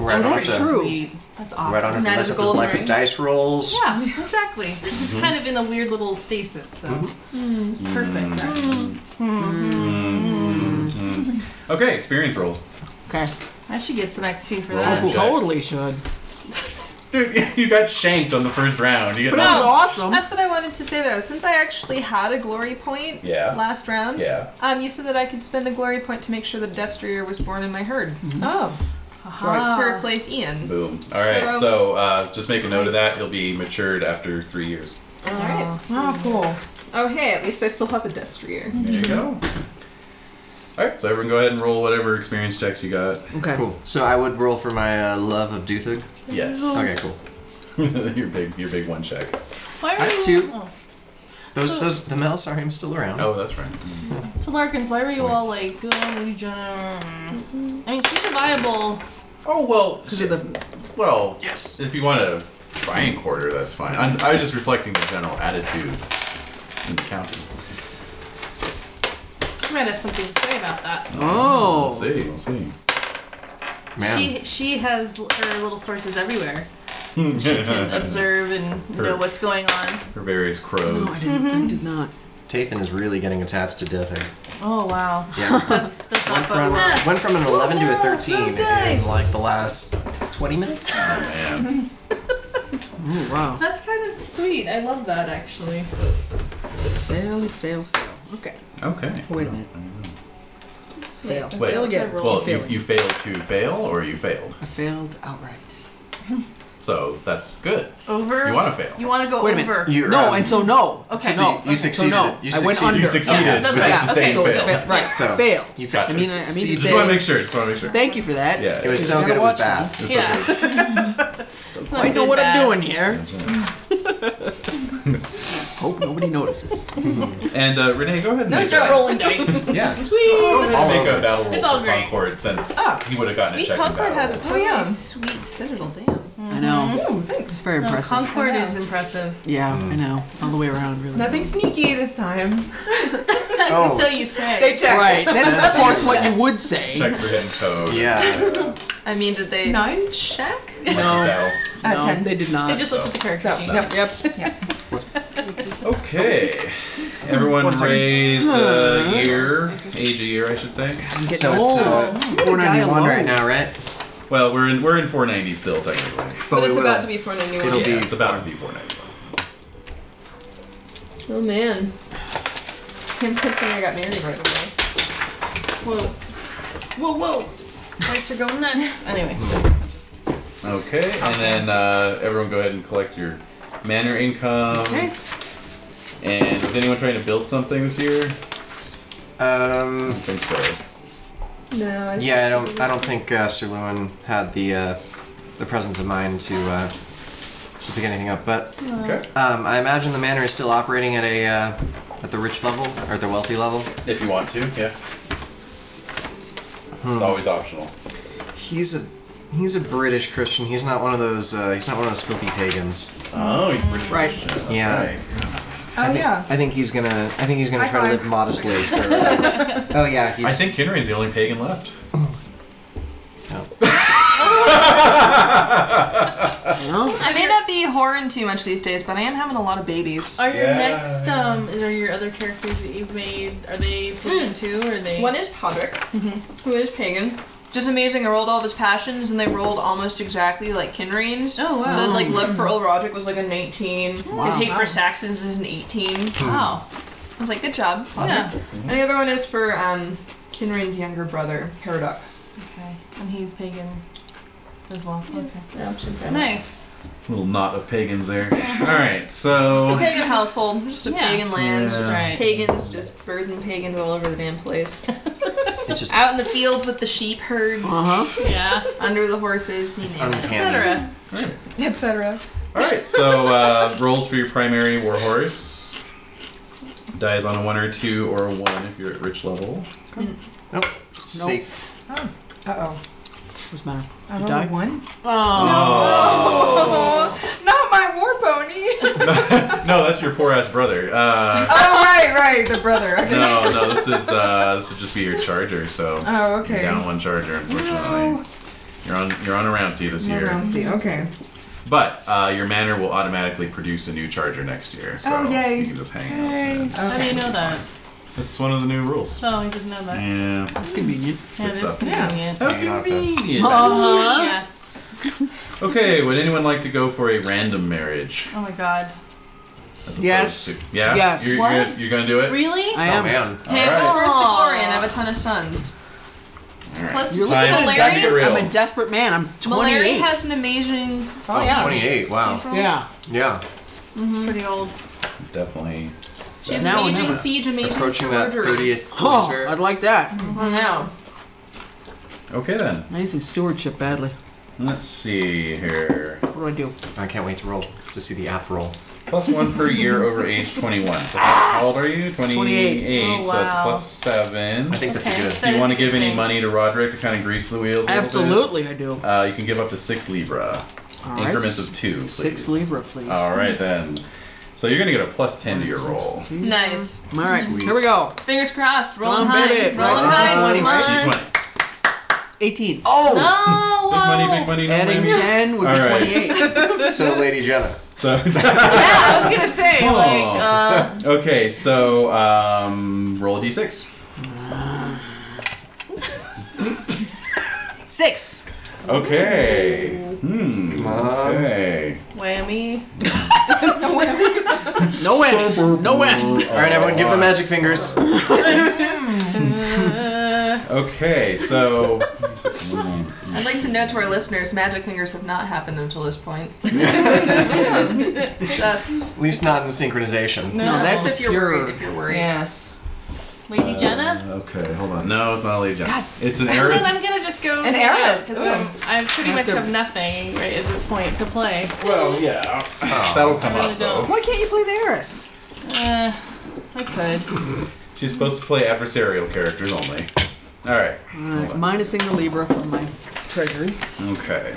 Speaker 6: Oh,
Speaker 2: Right on
Speaker 4: that's
Speaker 2: to-
Speaker 4: true.
Speaker 6: sweet. That's awesome.
Speaker 2: Right on to the
Speaker 5: Knight of
Speaker 2: rest
Speaker 5: the
Speaker 2: of his
Speaker 5: Golden
Speaker 2: life with
Speaker 5: Ring.
Speaker 2: dice rolls.
Speaker 6: Yeah, [laughs] exactly.
Speaker 8: Mm-hmm.
Speaker 6: He's kind of in a weird little stasis, so
Speaker 2: Mm-hmm.
Speaker 6: it's
Speaker 8: Mm-hmm.
Speaker 6: perfect.
Speaker 8: Mm. Okay, experience rolls.
Speaker 4: Okay. Oh,
Speaker 6: I should get some XP for
Speaker 8: Roll
Speaker 6: that.
Speaker 8: Cool.
Speaker 4: Totally should.
Speaker 8: Dude, [laughs] you got shanked on the first round. You
Speaker 4: But
Speaker 8: get
Speaker 4: it was awesome.
Speaker 7: That's what I wanted to say though. Since I actually had a glory point
Speaker 8: Yeah.
Speaker 7: last round,
Speaker 8: Yeah.
Speaker 7: um, you said that I could spend a glory point to make sure the destrier was born in my herd
Speaker 5: Oh.
Speaker 6: Aha.
Speaker 7: to replace Ian.
Speaker 8: Boom. All right.
Speaker 7: So-
Speaker 8: So uh, just make a note of that. He'll be matured after three years.
Speaker 7: All right.
Speaker 4: Oh, cool.
Speaker 7: Oh hey, at least I still have a destrier.
Speaker 8: There you go. All right. So everyone, go ahead and roll whatever experience checks you got.
Speaker 4: Okay.
Speaker 2: Cool. So I would roll for my uh, love of Duthig.
Speaker 8: Yes.
Speaker 2: Okay, cool.
Speaker 8: [laughs] your big, your big one check.
Speaker 6: Why
Speaker 2: I
Speaker 6: were
Speaker 2: have
Speaker 6: you...
Speaker 2: two.
Speaker 6: oh,
Speaker 2: Those, those, the Melisarium's still around.
Speaker 8: Oh, that's right.
Speaker 6: So Larkins, why were you all like, oh, Legion? I mean, she's a viable.
Speaker 8: Oh well.
Speaker 4: Because of the
Speaker 8: Well,
Speaker 2: Yes.
Speaker 8: if you want to try and quarter, that's fine. I'm, I was just reflecting the general attitude in the county.
Speaker 6: She might have something to say about that.
Speaker 4: oh.
Speaker 8: We'll see. We'll see. [laughs]
Speaker 2: Man.
Speaker 6: She she has l- her little sources everywhere. Can
Speaker 8: Her
Speaker 6: observe and know what's going on.
Speaker 8: various
Speaker 4: No, I
Speaker 8: crows.
Speaker 4: didn't. I did not.
Speaker 2: Tathan is really getting attached to Duthig.
Speaker 6: Oh wow.
Speaker 2: Yeah.
Speaker 6: [laughs] That's
Speaker 2: went
Speaker 6: that's not fun.
Speaker 2: from went from an 11 to a 13
Speaker 7: die.
Speaker 2: in like the last 20 minutes.
Speaker 8: Oh man.
Speaker 4: Oh wow.
Speaker 7: That's kind of sweet. I love that actually.
Speaker 4: Fail, fail, fail. Okay.
Speaker 8: Okay.
Speaker 4: Wait a minute. Fail.
Speaker 8: Wait.
Speaker 4: fail again.
Speaker 8: Well, you,
Speaker 4: Failing.
Speaker 8: you failed to fail, or you failed.
Speaker 4: I failed outright.
Speaker 8: So that's good.
Speaker 6: Over.
Speaker 8: You want to fail.
Speaker 6: You want to go
Speaker 4: Wait a minute.
Speaker 6: over.
Speaker 2: You,
Speaker 4: No,
Speaker 2: um,
Speaker 4: and so no.
Speaker 6: Okay.
Speaker 4: So no.
Speaker 2: you succeeded.
Speaker 4: So no.
Speaker 2: You
Speaker 4: I went
Speaker 2: succeeded.
Speaker 4: under.
Speaker 8: You succeeded.
Speaker 4: Yeah.
Speaker 8: so
Speaker 6: okay.
Speaker 8: it's the same
Speaker 4: So it's
Speaker 8: fail.
Speaker 4: fail. Right.
Speaker 2: So-
Speaker 4: failed.
Speaker 2: You
Speaker 8: Gotcha.
Speaker 4: I mean, I, I mean to
Speaker 2: Succeeded.
Speaker 8: Just want to
Speaker 4: say,
Speaker 8: make sure. Just want to make sure.
Speaker 4: thank you for that.
Speaker 8: Yeah.
Speaker 2: it was
Speaker 4: You
Speaker 2: so
Speaker 4: gotta
Speaker 2: good it was
Speaker 4: watch
Speaker 2: bad.
Speaker 6: [laughs]
Speaker 4: [laughs]
Speaker 8: It's
Speaker 6: Yeah.
Speaker 8: okay.
Speaker 4: I know what I'm doing here.
Speaker 8: That's
Speaker 4: [laughs]
Speaker 8: right.
Speaker 4: Hope nobody notices.
Speaker 8: And uh, Renee, go ahead and
Speaker 6: No,
Speaker 8: make
Speaker 6: start
Speaker 8: a,
Speaker 6: rolling dice.
Speaker 2: Yeah.
Speaker 8: Go ahead
Speaker 2: All
Speaker 8: and make
Speaker 2: over.
Speaker 8: a battle roll
Speaker 6: It's all
Speaker 8: for
Speaker 6: great.
Speaker 8: Concord since
Speaker 4: Ah,
Speaker 8: he would have gotten a
Speaker 7: Sweet
Speaker 8: check in
Speaker 7: Concord
Speaker 8: battle.
Speaker 7: has a
Speaker 8: roll.
Speaker 7: totally
Speaker 6: yeah.
Speaker 7: Oh, sweet citadel. Damn.
Speaker 4: I know.
Speaker 7: Ooh, thanks.
Speaker 4: It's very
Speaker 6: No,
Speaker 4: impressive.
Speaker 6: Concord is impressive.
Speaker 4: yeah,
Speaker 2: Mm.
Speaker 4: I know. All the way around, really.
Speaker 7: Nothing sneaky this
Speaker 5: [laughs]
Speaker 7: time.
Speaker 2: Oh.
Speaker 5: so you say.
Speaker 7: They checked.
Speaker 4: Right. That's of course what you would say.
Speaker 8: Check for hidden code.
Speaker 2: [laughs] Yeah.
Speaker 5: I mean, did they?
Speaker 7: Nine check.
Speaker 8: That's
Speaker 4: No.
Speaker 8: a battle.
Speaker 4: No,
Speaker 7: Uh, ten.
Speaker 4: they did not.
Speaker 6: They just looked at the character sheet.
Speaker 4: Yep. Yep.
Speaker 8: Okay. Everyone
Speaker 4: One second.
Speaker 8: raise a year, age a year, I should say.
Speaker 4: I'm getting
Speaker 2: So it's uh,
Speaker 4: old. I'm gonna die
Speaker 2: 491
Speaker 4: alone.
Speaker 2: right now, right?
Speaker 8: Well, we're in we're in 490 still technically.
Speaker 5: But
Speaker 2: we
Speaker 5: it's
Speaker 2: will.
Speaker 5: about to be for a new
Speaker 2: It'll
Speaker 5: one.
Speaker 2: be
Speaker 8: yeah, it's about to be 490.
Speaker 5: Oh man.
Speaker 7: Him good thing I got married right away.
Speaker 6: Whoa. Whoa, whoa. Dice are
Speaker 5: [laughs]
Speaker 6: going nuts. Anyway.
Speaker 8: Okay, and then uh, everyone go ahead and collect your manor income.
Speaker 4: Okay.
Speaker 8: And was anyone trying to build something this year? I
Speaker 2: Um,
Speaker 8: think so.
Speaker 7: No, I
Speaker 2: yeah, I don't. I don't think uh, Sir Lewin had the uh, the presence of mind to uh, to pick anything up. But
Speaker 4: Uh,
Speaker 8: Okay.
Speaker 2: um, I imagine the manor is still operating at a uh, at the rich level or the wealthy level.
Speaker 8: If you want to, yeah. It's always optional.
Speaker 2: He's a he's a British Christian. He's not one of those. Uh, he's not one of those filthy pagans.
Speaker 8: Oh, he's pretty
Speaker 4: Right.
Speaker 8: That's
Speaker 2: Yeah.
Speaker 8: right.
Speaker 2: I
Speaker 7: Oh
Speaker 2: think,
Speaker 7: yeah.
Speaker 2: I think he's gonna. I think he's gonna
Speaker 7: High
Speaker 2: try to
Speaker 7: five.
Speaker 2: live
Speaker 7: [laughs]
Speaker 2: modestly. For, uh, oh yeah, he's.
Speaker 8: I think Kinrain's the only pagan left.
Speaker 2: [laughs]
Speaker 4: Well,
Speaker 7: I may not be whoring too much these days, but I am having a lot of babies.
Speaker 6: Are your
Speaker 8: Yeah.
Speaker 6: next um is are your other characters that you've made are they flipping
Speaker 5: Hmm.
Speaker 6: too or are they
Speaker 7: One is Podrick, who is pagan. Mm-hmm. Just amazing. I rolled all of his passions, and they rolled almost exactly like Kinrain's.
Speaker 6: Oh, wow.
Speaker 7: So his like love for Old Roderick was like a 19. His hate for Saxons is an 18.
Speaker 8: Hmm.
Speaker 6: Wow.
Speaker 7: I was like, good job. Podrick.
Speaker 6: Oh, Yeah.
Speaker 7: And the other one is for um, Kinrain's younger brother, Caradoc.
Speaker 6: Okay. And he's pagan as well. Okay. Nice.
Speaker 8: Little knot of pagans
Speaker 4: [laughs]
Speaker 8: there. All right, so
Speaker 7: Pagan household, just a
Speaker 6: Yeah.
Speaker 7: pagan land,
Speaker 8: Yeah.
Speaker 7: just
Speaker 6: Right.
Speaker 7: pagans, just birthing pagans all over the damn place.
Speaker 2: it's just
Speaker 7: [laughs] Out in the fields with the sheep herds,
Speaker 4: uh-huh.
Speaker 6: Yeah.
Speaker 7: under the horses, you name it,
Speaker 2: uncanny.
Speaker 6: Etc.
Speaker 7: etc.
Speaker 8: all right, so uh, [laughs] rolls for your primary warhorse. Dies on a one or two or a one if you're at rich level.
Speaker 2: Nope. Safe.
Speaker 7: Uh oh.
Speaker 4: What's the matter?
Speaker 7: I
Speaker 4: rolled a
Speaker 7: one.
Speaker 4: Oh.
Speaker 8: Oh.
Speaker 7: Not my
Speaker 8: [laughs] no, that's your poor ass brother. Uh,
Speaker 7: Oh right, right, the
Speaker 8: [laughs]
Speaker 7: brother. Okay.
Speaker 8: no, no, this is uh, this would just be your charger. So
Speaker 7: Oh
Speaker 8: you're
Speaker 7: okay.
Speaker 8: down one charger, unfortunately.
Speaker 7: No.
Speaker 8: You're on you're on a rouncy this year,
Speaker 7: Rouncy, okay.
Speaker 8: but uh, your manor will automatically produce a new charger next year. So
Speaker 7: Oh, yay.
Speaker 8: you can just hang out. Yeah.
Speaker 5: How do you know that?
Speaker 8: That's one of the new rules.
Speaker 5: Oh, I didn't know that.
Speaker 8: Yeah.
Speaker 4: That's convenient.
Speaker 5: Yeah,
Speaker 8: Good
Speaker 5: it is
Speaker 8: stuff.
Speaker 5: convenient.
Speaker 8: How
Speaker 2: You don't have to-
Speaker 5: Yeah.
Speaker 8: [laughs] Okay, would anyone like to go for a random marriage?
Speaker 6: Oh my god.
Speaker 8: As
Speaker 4: Yes.
Speaker 8: opposed To, yeah?
Speaker 4: Yes.
Speaker 8: You're,
Speaker 6: What?
Speaker 8: You're, gonna, you're gonna do it?
Speaker 5: Really?
Speaker 4: I
Speaker 2: Oh
Speaker 4: am.
Speaker 2: man.
Speaker 7: Hey, it was
Speaker 8: Alright.
Speaker 7: worth the glory and
Speaker 5: Aw.
Speaker 7: have a ton of sons.
Speaker 8: All right.
Speaker 7: Plus,
Speaker 4: You're
Speaker 7: look
Speaker 8: Time,
Speaker 7: at
Speaker 4: looking at
Speaker 8: time to get
Speaker 7: Malari.
Speaker 8: real.
Speaker 4: I'm a desperate man. I'm 28.
Speaker 7: Malari has an amazing.
Speaker 2: Oh,
Speaker 7: yeah.
Speaker 2: 28. Wow.
Speaker 4: yeah.
Speaker 2: Yeah.
Speaker 5: Mm,
Speaker 6: Pretty old.
Speaker 8: Definitely.
Speaker 7: She's
Speaker 4: Now or
Speaker 7: amazing
Speaker 4: never.
Speaker 7: siege, amazing
Speaker 2: Approaching that
Speaker 7: forgery.
Speaker 2: 30th
Speaker 4: Oh,
Speaker 2: winter.
Speaker 4: I'd like that.
Speaker 7: Oh, no.
Speaker 8: Okay then.
Speaker 4: I need some stewardship badly.
Speaker 8: Let's see here.
Speaker 4: What do I do?
Speaker 2: I can't wait to roll to see the app roll.
Speaker 8: Plus one per year over age 21. So how old are you? 28.
Speaker 6: Oh,
Speaker 8: So that's
Speaker 6: wow.
Speaker 8: plus seven.
Speaker 2: I think that's
Speaker 5: Okay.
Speaker 2: good.
Speaker 5: That
Speaker 8: Do
Speaker 5: is
Speaker 8: you want
Speaker 5: a
Speaker 8: to give
Speaker 5: good
Speaker 8: any
Speaker 5: thing.
Speaker 8: money to Roderick to kind of grease the wheels? a little bit?
Speaker 4: Absolutely, I do.
Speaker 8: Uh, you can give up to six libra.
Speaker 4: All right.
Speaker 8: Increments of two, please.
Speaker 4: Six Libra, please.
Speaker 8: All right then. So you're gonna get a plus ten to your roll.
Speaker 5: Nice.
Speaker 4: All right, here we go.
Speaker 5: Fingers crossed. Rolling
Speaker 4: Come on,
Speaker 5: high.
Speaker 4: baby.
Speaker 5: Rolling
Speaker 4: Right.
Speaker 5: high.
Speaker 4: Twenty,
Speaker 5: Come
Speaker 4: right?
Speaker 5: on.
Speaker 4: 18. Oh!
Speaker 5: No.
Speaker 8: Big money, big money, no
Speaker 4: Adding
Speaker 8: whammy.
Speaker 4: 10 would be
Speaker 8: All right.
Speaker 4: [laughs] 28.
Speaker 2: So, Lady Jenna.
Speaker 8: So
Speaker 5: Yeah, I was gonna [laughs] say
Speaker 8: Oh. [laughs]
Speaker 5: like. Uh,
Speaker 8: okay, so um, roll a d6.
Speaker 4: Six.
Speaker 8: Okay. Hmm.
Speaker 2: on.
Speaker 8: Okay.
Speaker 5: whammy.
Speaker 4: No whammies. No [laughs] whammies.
Speaker 2: All right, everyone, give the magic fingers.
Speaker 8: [laughs]
Speaker 5: Uh,
Speaker 8: Okay, so
Speaker 7: I'd like to note to our listeners, magic fingers have not happened until this point. just
Speaker 2: At least not in synchronization.
Speaker 6: Oh,
Speaker 4: No, that's just
Speaker 7: just if you're
Speaker 4: pure.
Speaker 7: worried, if you're worried.
Speaker 6: Yes.
Speaker 5: Lady Jenna.
Speaker 8: okay, hold on. No, it's not a Lady Jenna. It's an
Speaker 5: So
Speaker 8: heiress.
Speaker 5: then I'm gonna just go.
Speaker 7: An
Speaker 5: for
Speaker 7: heiress,
Speaker 5: that,
Speaker 7: ooh.
Speaker 5: 'cause I'm- I pretty much
Speaker 4: After-
Speaker 5: have nothing right at this point to play.
Speaker 8: Well, yeah, that'll come
Speaker 5: I really
Speaker 8: up though.
Speaker 5: don't.
Speaker 4: Why can't you play the heiress?
Speaker 5: Uh, I could.
Speaker 8: She's supposed to play adversarial characters only. All right.
Speaker 4: Uh,
Speaker 8: hold on.
Speaker 4: minusing the Libra from my treasury.
Speaker 8: Okay.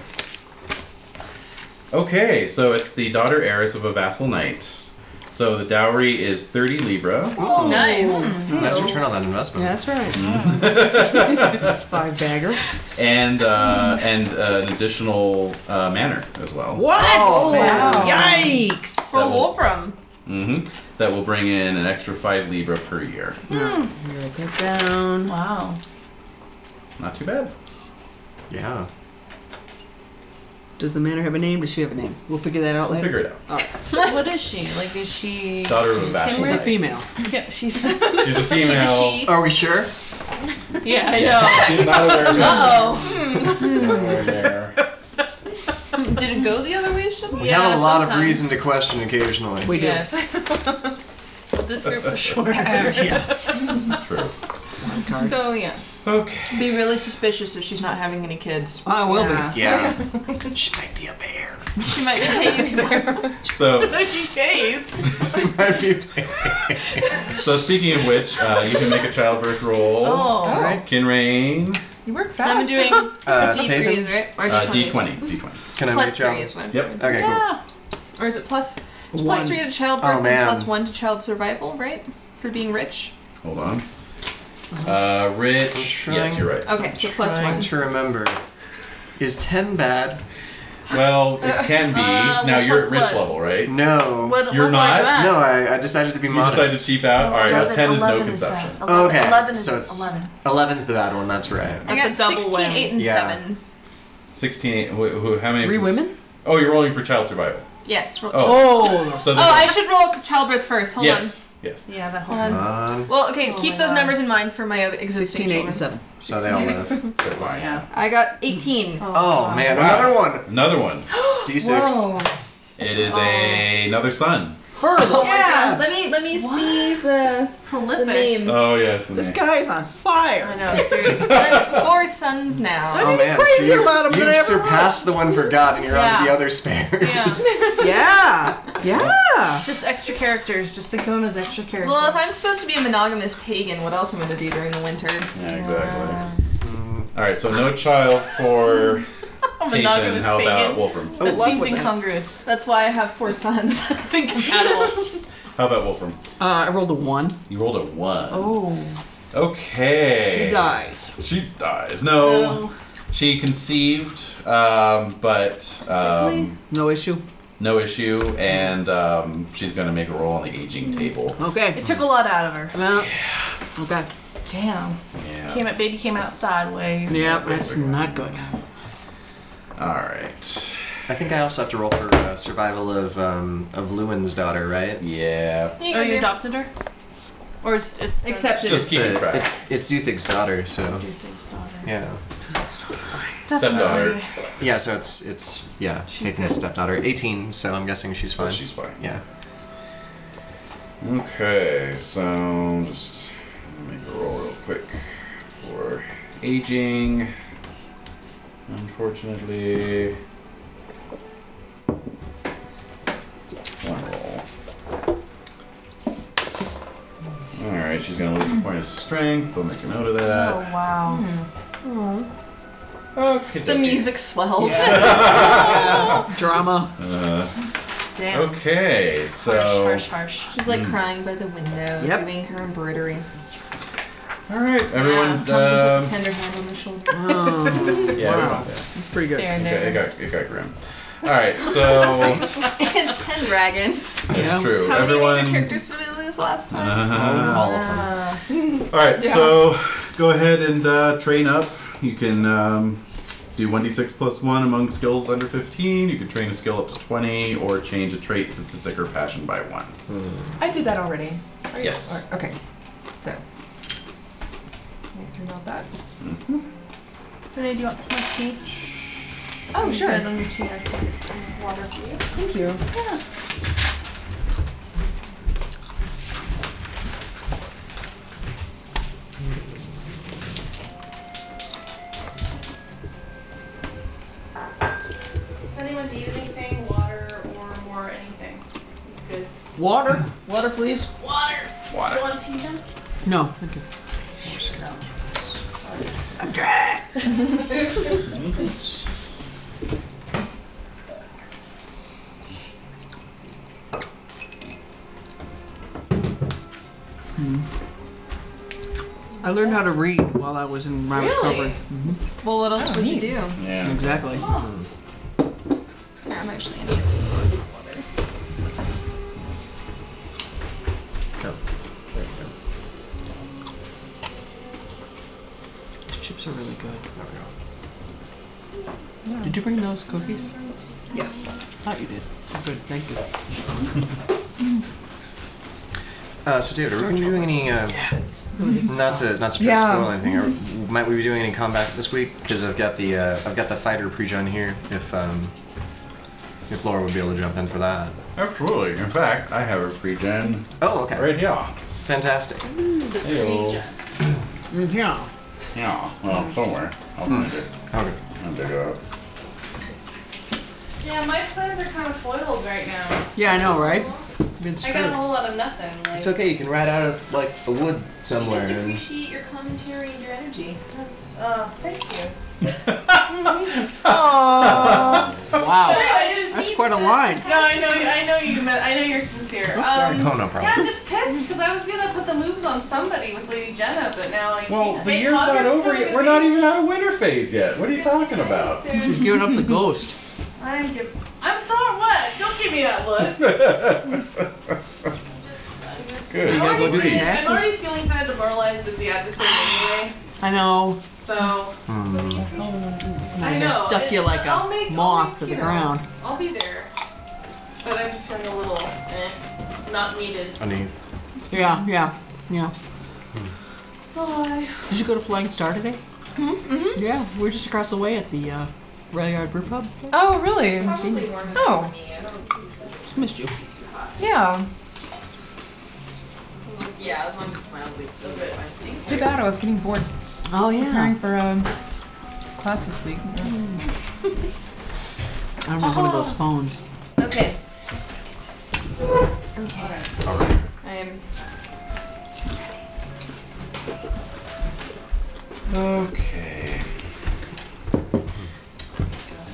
Speaker 8: Okay, so it's the daughter heiress of a vassal knight. So the dowry is 30 libra.
Speaker 7: Nice.
Speaker 8: Hmm.
Speaker 2: Nice return on that investment.
Speaker 4: Yeah, that's right.
Speaker 8: Mm. [laughs]
Speaker 4: Five bagger.
Speaker 8: and uh, and uh, an additional uh, manor as well.
Speaker 4: What? Oh,
Speaker 7: wow.
Speaker 4: Yikes.
Speaker 7: For Wolfram.
Speaker 8: hmm That will bring in an extra 5 libra per year.
Speaker 4: Here, I take down.
Speaker 5: Wow.
Speaker 8: Not too bad.
Speaker 2: Yeah.
Speaker 4: Does the manor have a name? Does she have a name? We'll figure that out
Speaker 8: We'll
Speaker 4: later.
Speaker 8: figure it out.
Speaker 5: what is she? Like, is she?
Speaker 8: Daughter of a vassal
Speaker 4: She's a
Speaker 8: knight.
Speaker 4: female.
Speaker 5: Yeah, she's.
Speaker 8: She's a female. [laughs]
Speaker 5: she.
Speaker 2: Are we sure?
Speaker 5: Yeah, I know.
Speaker 8: She's not a
Speaker 5: Oh.
Speaker 8: werewolf. Nowhere there.
Speaker 7: Did it go the other way? Should
Speaker 2: [laughs] We have a lot of reason to question occasionally.
Speaker 4: We do.
Speaker 5: Yes. this group for [laughs] sure.
Speaker 8: It's true.
Speaker 5: [laughs] so yeah.
Speaker 8: Okay.
Speaker 7: Be really suspicious if she's not having any kids.
Speaker 4: I will
Speaker 6: Yeah.
Speaker 8: [laughs]
Speaker 2: Yeah. she might be a bear. [laughs]
Speaker 7: She might be hazing.
Speaker 8: So,
Speaker 5: Chase.
Speaker 2: might be a bear.
Speaker 8: so speaking of which, uh, you can make a childbirth roll.
Speaker 5: Oh.
Speaker 7: Alright.
Speaker 8: Kinrain.
Speaker 4: Oh,
Speaker 7: You work
Speaker 5: I'm
Speaker 7: fast.
Speaker 5: doing
Speaker 2: Uh,
Speaker 7: D3s,
Speaker 2: Tathan,
Speaker 7: right? Or
Speaker 8: Uh,
Speaker 7: D20s.
Speaker 8: D20. D20.
Speaker 2: can I
Speaker 7: Plus
Speaker 2: make
Speaker 7: three
Speaker 2: out?
Speaker 7: is what I'm trying
Speaker 8: Yep.
Speaker 7: to-
Speaker 2: Okay, cool.
Speaker 5: yeah.
Speaker 7: Or is it plus? It's
Speaker 4: be.
Speaker 7: plus three to childbirth
Speaker 2: Oh, man.
Speaker 7: and plus one to child survival, right? For being rich.
Speaker 8: Hold on. Uh, Rich.
Speaker 2: Sure.
Speaker 8: Yes, you're right.
Speaker 7: Okay, so plus
Speaker 2: Trying
Speaker 7: one.
Speaker 2: to remember. Is 10 bad?
Speaker 8: Well, it can be.
Speaker 5: Uh,
Speaker 8: now
Speaker 5: well,
Speaker 8: you're at
Speaker 5: plus
Speaker 8: rich
Speaker 5: what?
Speaker 8: level, right?
Speaker 2: No.
Speaker 5: What,
Speaker 8: You're
Speaker 5: what
Speaker 8: not?
Speaker 5: Are you at?
Speaker 2: No, I, I decided to be
Speaker 8: You
Speaker 2: modest.
Speaker 8: decided to cheap out. All right, well, ten is no conception.
Speaker 2: okay,
Speaker 9: 11 is
Speaker 2: so it's
Speaker 9: 11.
Speaker 2: 11's the bad one. That's right.
Speaker 7: I got
Speaker 5: That's a double
Speaker 7: 16,
Speaker 5: win.
Speaker 7: 8, and
Speaker 2: Yeah.
Speaker 7: 7.
Speaker 8: Sixteen. Wh- who, how many?
Speaker 4: Three women?
Speaker 8: Oh, you're rolling for child survival.
Speaker 7: Yes. Roll.
Speaker 8: Oh.
Speaker 4: [laughs] Oh,
Speaker 8: So
Speaker 7: Oh,
Speaker 8: this
Speaker 7: I
Speaker 8: is-
Speaker 7: should roll childbirth first. Hold
Speaker 8: Yes. Yes.
Speaker 6: Yeah, that whole
Speaker 7: on. Hold on.
Speaker 2: Um,
Speaker 7: Well, okay, keep
Speaker 6: my
Speaker 7: those
Speaker 6: God.
Speaker 7: numbers in mind for my other existing
Speaker 4: 16, 8,
Speaker 7: children.
Speaker 4: and 7.
Speaker 2: so they all live.
Speaker 8: That's fine.
Speaker 7: I got 18.
Speaker 2: Oh, man, another one.
Speaker 8: Another one.
Speaker 2: D6.
Speaker 8: It
Speaker 5: Oh.
Speaker 8: is a another son.
Speaker 4: [laughs] Further.
Speaker 5: Yeah.
Speaker 2: Oh
Speaker 5: Let me let me see the prolific names.
Speaker 8: Oh yes.
Speaker 4: This guy's on fire.
Speaker 5: I
Speaker 4: [laughs]
Speaker 5: know. Seriously.
Speaker 7: That's
Speaker 8: [laughs]
Speaker 7: four sons now.
Speaker 2: Oh
Speaker 4: I'm
Speaker 2: man,
Speaker 4: crazier
Speaker 2: so you,
Speaker 4: about 'em than
Speaker 2: you've
Speaker 4: I ever
Speaker 2: surpassed the one for God, and you're on to the
Speaker 5: Yeah.
Speaker 2: other spares. [laughs]
Speaker 5: Yeah.
Speaker 4: Yeah. Yeah.
Speaker 6: [laughs] just extra characters. Just think of them as extra characters.
Speaker 7: Well, if I'm supposed to be a monogamous pagan, what else am I going to do during the winter?
Speaker 8: Yeah, exactly. All right, so no child for Caitlin,
Speaker 5: monogamous
Speaker 8: how about
Speaker 5: pagan.
Speaker 8: Wolfram?
Speaker 4: Oh,
Speaker 5: That
Speaker 4: love
Speaker 5: seems
Speaker 4: with it.
Speaker 6: [laughs]
Speaker 5: incongruous.
Speaker 7: That's why I have four [laughs] sons.
Speaker 5: It's incompatible.
Speaker 8: How about Wolfram?
Speaker 4: Uh, I rolled a one.
Speaker 8: You rolled a one.
Speaker 4: Oh.
Speaker 8: Okay.
Speaker 4: She dies.
Speaker 8: She dies. No.
Speaker 5: No.
Speaker 8: She conceived, um, but um,
Speaker 4: No issue.
Speaker 8: no issue, and um, she's gonna make a roll on the aging table.
Speaker 4: Okay.
Speaker 6: It took a lot out of her.
Speaker 4: Well, okay.
Speaker 6: Damn.
Speaker 8: Yeah.
Speaker 6: Came out, baby came out sideways.
Speaker 4: Yep, that's not good. [laughs]
Speaker 8: All right.
Speaker 2: I think I also have to roll for uh, survival of um, of Lewin's daughter, right?
Speaker 8: Yeah.
Speaker 6: Oh, you adopted her? Or it's, it's the-
Speaker 7: Except it-
Speaker 8: Just
Speaker 2: It's
Speaker 8: keeping
Speaker 2: uh,
Speaker 8: track.
Speaker 2: it's it's Duthig's daughter, so
Speaker 6: your James' daughter.
Speaker 2: yeah,
Speaker 8: Stepdaughter.
Speaker 2: yeah. So it's it's yeah,
Speaker 6: She's
Speaker 2: taking
Speaker 6: good.
Speaker 2: stepdaughter, eighteen. So I'm guessing she's fine.
Speaker 8: But Oh, she's fine.
Speaker 2: yeah.
Speaker 8: Okay, so just make a roll real quick for aging. Unfortunately, one roll. All right, she's gonna lose a point of strength. We'll make a note of
Speaker 6: Oh,
Speaker 8: that.
Speaker 6: wow.
Speaker 8: Okay.
Speaker 7: the music swells.
Speaker 4: Drama.
Speaker 8: Uh,
Speaker 6: Damn.
Speaker 8: okay, so.
Speaker 6: Harsh, harsh, harsh.
Speaker 7: [laughs] She's
Speaker 8: Hmm.
Speaker 7: like crying by the window,
Speaker 4: Yep.
Speaker 7: doing her embroidery. Ah,
Speaker 8: All right, [laughs] everyone.
Speaker 7: Comes and puts a
Speaker 8: um,
Speaker 7: tender hand on the shoulder. [laughs]
Speaker 4: Oh,
Speaker 8: yeah, we
Speaker 4: Wow.
Speaker 8: want that.
Speaker 4: that's pretty good.
Speaker 6: There,
Speaker 8: Okay,
Speaker 6: there.
Speaker 8: it got it got grim. All right, so.
Speaker 7: it's Pendragon.
Speaker 8: That's
Speaker 4: Yeah.
Speaker 8: true.
Speaker 7: How
Speaker 8: Everyone.
Speaker 7: many major characters did we lose last time?
Speaker 8: Uh,
Speaker 2: All of them.
Speaker 8: all right, so go ahead and uh, train up. You can um, do 1d6 plus 1 among skills under 15. You can train a skill up to 20 or change a trait, statistic, or passion by 1.
Speaker 9: I did that already.
Speaker 8: Yes.
Speaker 9: Or- okay. So. Anything about that?
Speaker 6: Renee, do you want some more tea?
Speaker 9: Oh,
Speaker 6: Sure. I don't need tea. I can get some water for you.
Speaker 9: Thank you.
Speaker 6: Does anyone need anything? Water or more anything? Good.
Speaker 4: Water. Water, please.
Speaker 6: Water!
Speaker 8: Water.
Speaker 6: want tea now?
Speaker 4: No, thank you. I'm dry. Hmm. I learned how to read while I was in my recovery.
Speaker 7: Well, what else would you do?
Speaker 8: Yeah.
Speaker 4: Exactly.
Speaker 7: Here, I'm actually gonna mix some water.
Speaker 4: These chips are really good. Did you bring those cookies?
Speaker 9: Yes.
Speaker 4: Thought you did. Oh, Good, thank you.
Speaker 2: Uh, so David, are we doing any? Uh, Not to not to try to
Speaker 9: Yeah.
Speaker 2: spoil anything. Are, might we be doing any combat this week? Because I've got the uh, I've got the fighter pre-gen here. If um, if Laura would be able to jump in for that.
Speaker 8: Absolutely. In fact, I have a pre-gen
Speaker 2: Oh, okay.
Speaker 8: right here.
Speaker 2: Fantastic.
Speaker 8: Hey,
Speaker 4: Mm-hmm. Yeah.
Speaker 8: Yeah.
Speaker 6: Mm-hmm.
Speaker 8: Well, somewhere. I'll find it.
Speaker 2: Okay.
Speaker 8: I'll dig it up.
Speaker 6: Yeah, my plans are kind of foiled right now.
Speaker 4: Yeah, I know, right? Been
Speaker 6: I got a
Speaker 4: screwed.
Speaker 6: whole lot of nothing. Like,
Speaker 2: It's okay. You can ride out of like a wood somewhere.
Speaker 7: Just
Speaker 2: and-
Speaker 7: appreciate your commentary and your energy.
Speaker 6: that's, uh, thank you. Oh,
Speaker 4: Wow.
Speaker 5: I
Speaker 9: [laughs]
Speaker 5: didn't
Speaker 4: That's quite a line.
Speaker 6: No, I know, I know you. meant- I know you're sincere.
Speaker 4: sorry.
Speaker 6: Um,
Speaker 2: Oh, no
Speaker 6: yeah, I'm
Speaker 2: problem.
Speaker 6: just pissed because I was gonna put the moves on somebody with Lady Jenna, but now I
Speaker 8: [laughs] Well,
Speaker 6: can't.
Speaker 8: the
Speaker 6: Wait,
Speaker 8: year's not
Speaker 6: August
Speaker 8: over
Speaker 6: is
Speaker 8: yet.
Speaker 6: gonna
Speaker 8: We're
Speaker 6: be-
Speaker 8: not even out of winter phase yet. What are you talking about?
Speaker 4: She's giving up the ghost.
Speaker 6: I'm give. I'm sorry. What? Don't give me that look. [laughs]
Speaker 8: [laughs] Good.
Speaker 6: Just, I'm just.
Speaker 4: You
Speaker 6: I'm
Speaker 4: gotta go
Speaker 6: already
Speaker 4: do the
Speaker 6: feeling-
Speaker 4: taxes.
Speaker 6: I'm already feeling kind of demoralized as the adversary anyway.
Speaker 4: I know.
Speaker 6: So
Speaker 2: Hmm.
Speaker 6: I
Speaker 4: They
Speaker 6: know.
Speaker 4: stuck you
Speaker 6: it-
Speaker 4: like
Speaker 6: I'll
Speaker 4: a
Speaker 6: make- I'll
Speaker 4: moth
Speaker 6: make,
Speaker 4: to the
Speaker 6: you know,
Speaker 4: ground.
Speaker 6: I'll be there, but I'm just feeling a little eh, not needed.
Speaker 2: I need.
Speaker 4: Yeah, yeah, yeah.
Speaker 6: So I.
Speaker 4: Did you go to Flying Star today?
Speaker 7: Hmm?
Speaker 4: Mm-hmm. Yeah, we were just across the way at the uh, Rail Yard Brew Pub.
Speaker 9: Oh, really?
Speaker 7: Probably warm and
Speaker 9: Oh.
Speaker 7: funny, I don't-
Speaker 4: Missed you.
Speaker 9: Yeah.
Speaker 7: Yeah, as long as it's mildly still good. I think.
Speaker 9: Too bad I was getting bored
Speaker 4: Oh
Speaker 9: preparing for um, class this week.
Speaker 6: [laughs]
Speaker 4: I remember Mm.
Speaker 6: Uh-huh.
Speaker 4: one of those phones.
Speaker 7: Okay. Okay. I am.
Speaker 8: Okay. I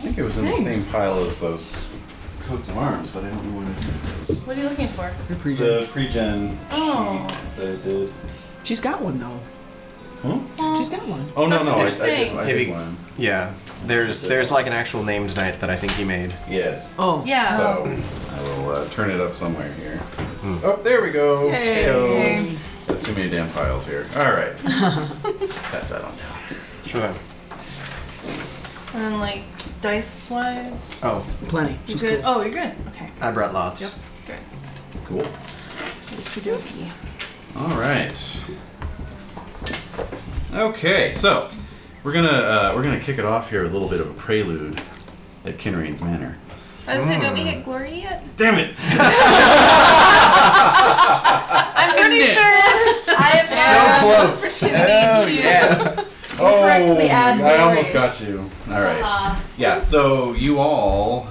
Speaker 8: think was in the
Speaker 9: Thanks.
Speaker 8: same pile as those coats of arms, but I don't know where I put
Speaker 6: What are you looking for?
Speaker 4: Your pregen.
Speaker 8: those. The pre-gen
Speaker 6: Oh.
Speaker 8: sheet that I did.
Speaker 4: She's got one though.
Speaker 8: Huh?
Speaker 4: She's got one.
Speaker 8: Oh no
Speaker 6: That's
Speaker 8: no,
Speaker 6: a
Speaker 8: I,
Speaker 6: good
Speaker 8: I did,
Speaker 6: thing.
Speaker 8: I
Speaker 2: Have
Speaker 8: did
Speaker 2: you-
Speaker 8: one.
Speaker 2: Yeah, there's there's like an actual name tonight that I think he made.
Speaker 8: Yes.
Speaker 4: Oh.
Speaker 6: Yeah.
Speaker 8: So I will uh, turn it up somewhere here. Oh, there we go.
Speaker 4: Yay.
Speaker 8: Heyo. There's too many damn piles here. All right. Pass that on down.
Speaker 2: Sure.
Speaker 6: And then like dice wise.
Speaker 2: Oh,
Speaker 4: Plenty.
Speaker 6: You
Speaker 4: She's
Speaker 6: good?
Speaker 4: cool.
Speaker 6: Oh, you're good. Okay.
Speaker 2: I brought lots.
Speaker 8: Cool. All right. Okay, so we're gonna uh, we're gonna kick it off here with a little bit of a prelude at Kinrain's Manor.
Speaker 7: I was gonna say, don't
Speaker 8: Mm.
Speaker 7: we get glory yet?
Speaker 5: [laughs]
Speaker 8: Damn it!
Speaker 7: I'm pretty
Speaker 8: [laughs]
Speaker 7: sure.
Speaker 5: I have
Speaker 2: So
Speaker 6: [laughs]
Speaker 2: close.
Speaker 5: opportunity to
Speaker 8: Oh,
Speaker 5: Correctly add Uh-huh.
Speaker 8: I almost
Speaker 5: Mary.
Speaker 8: got you. All right.
Speaker 6: Uh,
Speaker 8: Yeah. So you all,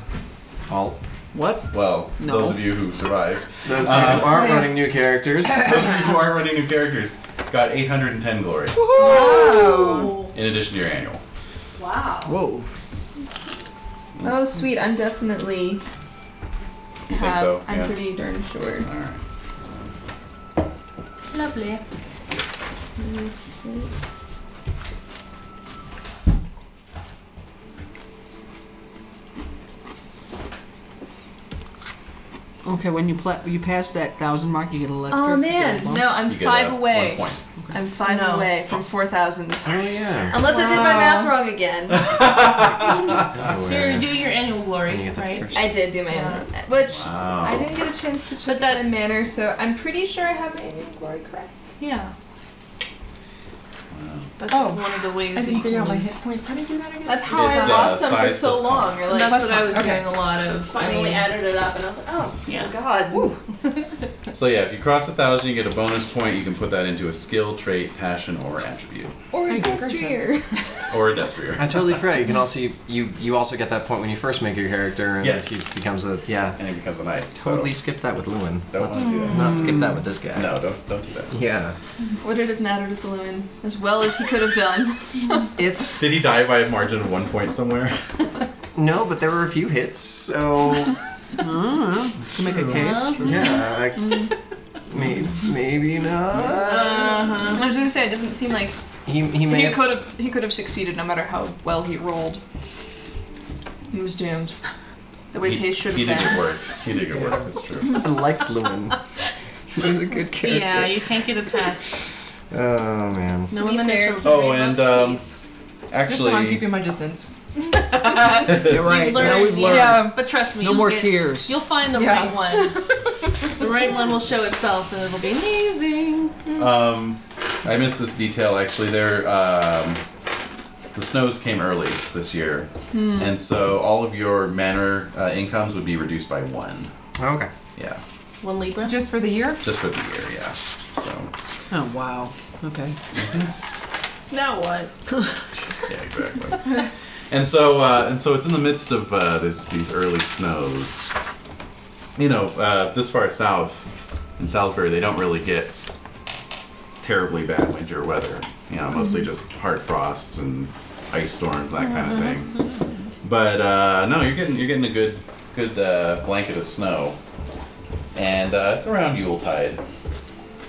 Speaker 2: All
Speaker 4: What?
Speaker 8: well,
Speaker 4: No.
Speaker 8: those of you who survived, [laughs]
Speaker 2: those of you
Speaker 8: Uh,
Speaker 2: who aren't running new
Speaker 6: [laughs]
Speaker 2: characters. Oh,
Speaker 8: those of you who aren't running new characters, got 810 glory in addition to your annual.
Speaker 5: wow.
Speaker 4: Whoa.
Speaker 5: Oh sweet, I'm definitely
Speaker 8: You think so?
Speaker 5: Uh, I'm
Speaker 8: yeah.
Speaker 5: pretty darn sure.
Speaker 8: All right.
Speaker 6: lovely.
Speaker 4: Okay, when you pla you pass that thousand mark, you get a left.
Speaker 7: Oh man, no, I'm
Speaker 8: You get
Speaker 7: five
Speaker 8: a
Speaker 7: away.
Speaker 8: One point.
Speaker 7: I'm five
Speaker 6: No.
Speaker 7: away from four thousand.
Speaker 2: Oh yeah.
Speaker 7: Unless I did my math wrong again.
Speaker 8: [laughs]
Speaker 2: Oh,
Speaker 6: You're
Speaker 2: Nowhere.
Speaker 6: doing your annual glory,
Speaker 2: You get that
Speaker 6: right?
Speaker 2: first.
Speaker 7: I did do my own, which
Speaker 8: Wow.
Speaker 7: I didn't get a chance to check
Speaker 6: But that-
Speaker 7: that in manner, so I'm pretty sure I have my annual glory correct.
Speaker 6: Yeah. That's
Speaker 9: Oh.
Speaker 6: just one of the ways.
Speaker 9: I
Speaker 6: that
Speaker 9: didn't
Speaker 6: you
Speaker 9: figure
Speaker 6: can
Speaker 9: out my
Speaker 6: use-
Speaker 9: hit points. How do you do that again?
Speaker 7: That's how
Speaker 8: It's,
Speaker 7: I
Speaker 8: uh,
Speaker 7: lost them for
Speaker 8: size
Speaker 7: so
Speaker 8: plus
Speaker 7: long. Or like,
Speaker 6: That's what I was
Speaker 9: Okay.
Speaker 6: doing a lot of.
Speaker 7: finally
Speaker 6: I mean,
Speaker 7: added it up, and I was like, oh,
Speaker 6: Yeah.
Speaker 7: God.
Speaker 8: So yeah, if you cross a thousand, you get a bonus point. You can put that into a skill, trait, passion, or attribute,
Speaker 7: or a
Speaker 4: Thanks,
Speaker 7: destrier.
Speaker 8: or a destrier.
Speaker 2: I totally forgot. You can also you, you also get that point when you first make your character and
Speaker 8: Yes.
Speaker 2: he becomes a yeah.
Speaker 8: And it becomes a knight. so-
Speaker 2: Totally skip that with Lewin.
Speaker 8: Don't
Speaker 2: Let's
Speaker 8: wanna do that.
Speaker 2: not
Speaker 6: Hmm.
Speaker 2: skip that with this guy.
Speaker 8: no, don't don't do that.
Speaker 2: Yeah.
Speaker 7: Would it have mattered to Lewin as well as he could have done?
Speaker 2: If
Speaker 8: Did he die by a margin of one point somewhere?
Speaker 2: no, but there were a few hits, so
Speaker 4: Oh, to make a case.
Speaker 2: [laughs] yeah. I, may, maybe not.
Speaker 7: [laughs] I was gonna say it doesn't seem like
Speaker 2: He he may
Speaker 7: he
Speaker 2: have,
Speaker 7: could have he could have succeeded no matter how well he rolled. He was doomed. The way
Speaker 8: he,
Speaker 7: Pace should
Speaker 8: he
Speaker 7: have
Speaker 8: did
Speaker 7: been.
Speaker 8: get worked. He did get worked. That's true.
Speaker 2: I liked Lewin. He was a good character.
Speaker 6: yeah, you can't get attached.
Speaker 2: Oh man.
Speaker 6: No
Speaker 7: To be
Speaker 6: one
Speaker 7: fair,
Speaker 6: there.
Speaker 8: Oh, and um,
Speaker 9: This time I'm
Speaker 8: actually,
Speaker 9: keeping my distance.
Speaker 4: You're right. Now we've learned.
Speaker 6: Yeah, but trust me.
Speaker 4: No
Speaker 6: you'll
Speaker 4: more
Speaker 6: get-
Speaker 4: tears.
Speaker 6: You'll find the
Speaker 9: Yeah.
Speaker 6: right one. the right one will show itself, and it'll be amazing.
Speaker 8: um, I missed this detail. Actually, there, um, the snows came early this year, and so all of your manor uh, incomes would be reduced by one.
Speaker 2: Okay.
Speaker 8: Yeah,
Speaker 6: One Libra.
Speaker 9: Just for the year?
Speaker 8: just for the year. Yeah. So
Speaker 4: Oh wow. Okay.
Speaker 6: Now what?
Speaker 8: Yeah, exactly. and so, uh, and so, it's in the midst of uh, this, these early snows. You know, uh, this far south in Salisbury, they don't really get terribly bad winter weather. You know, mostly just hard frosts and ice storms, that kind of thing. But uh, no, you're getting you're getting a good good uh, blanket of snow, and uh, it's around Yuletide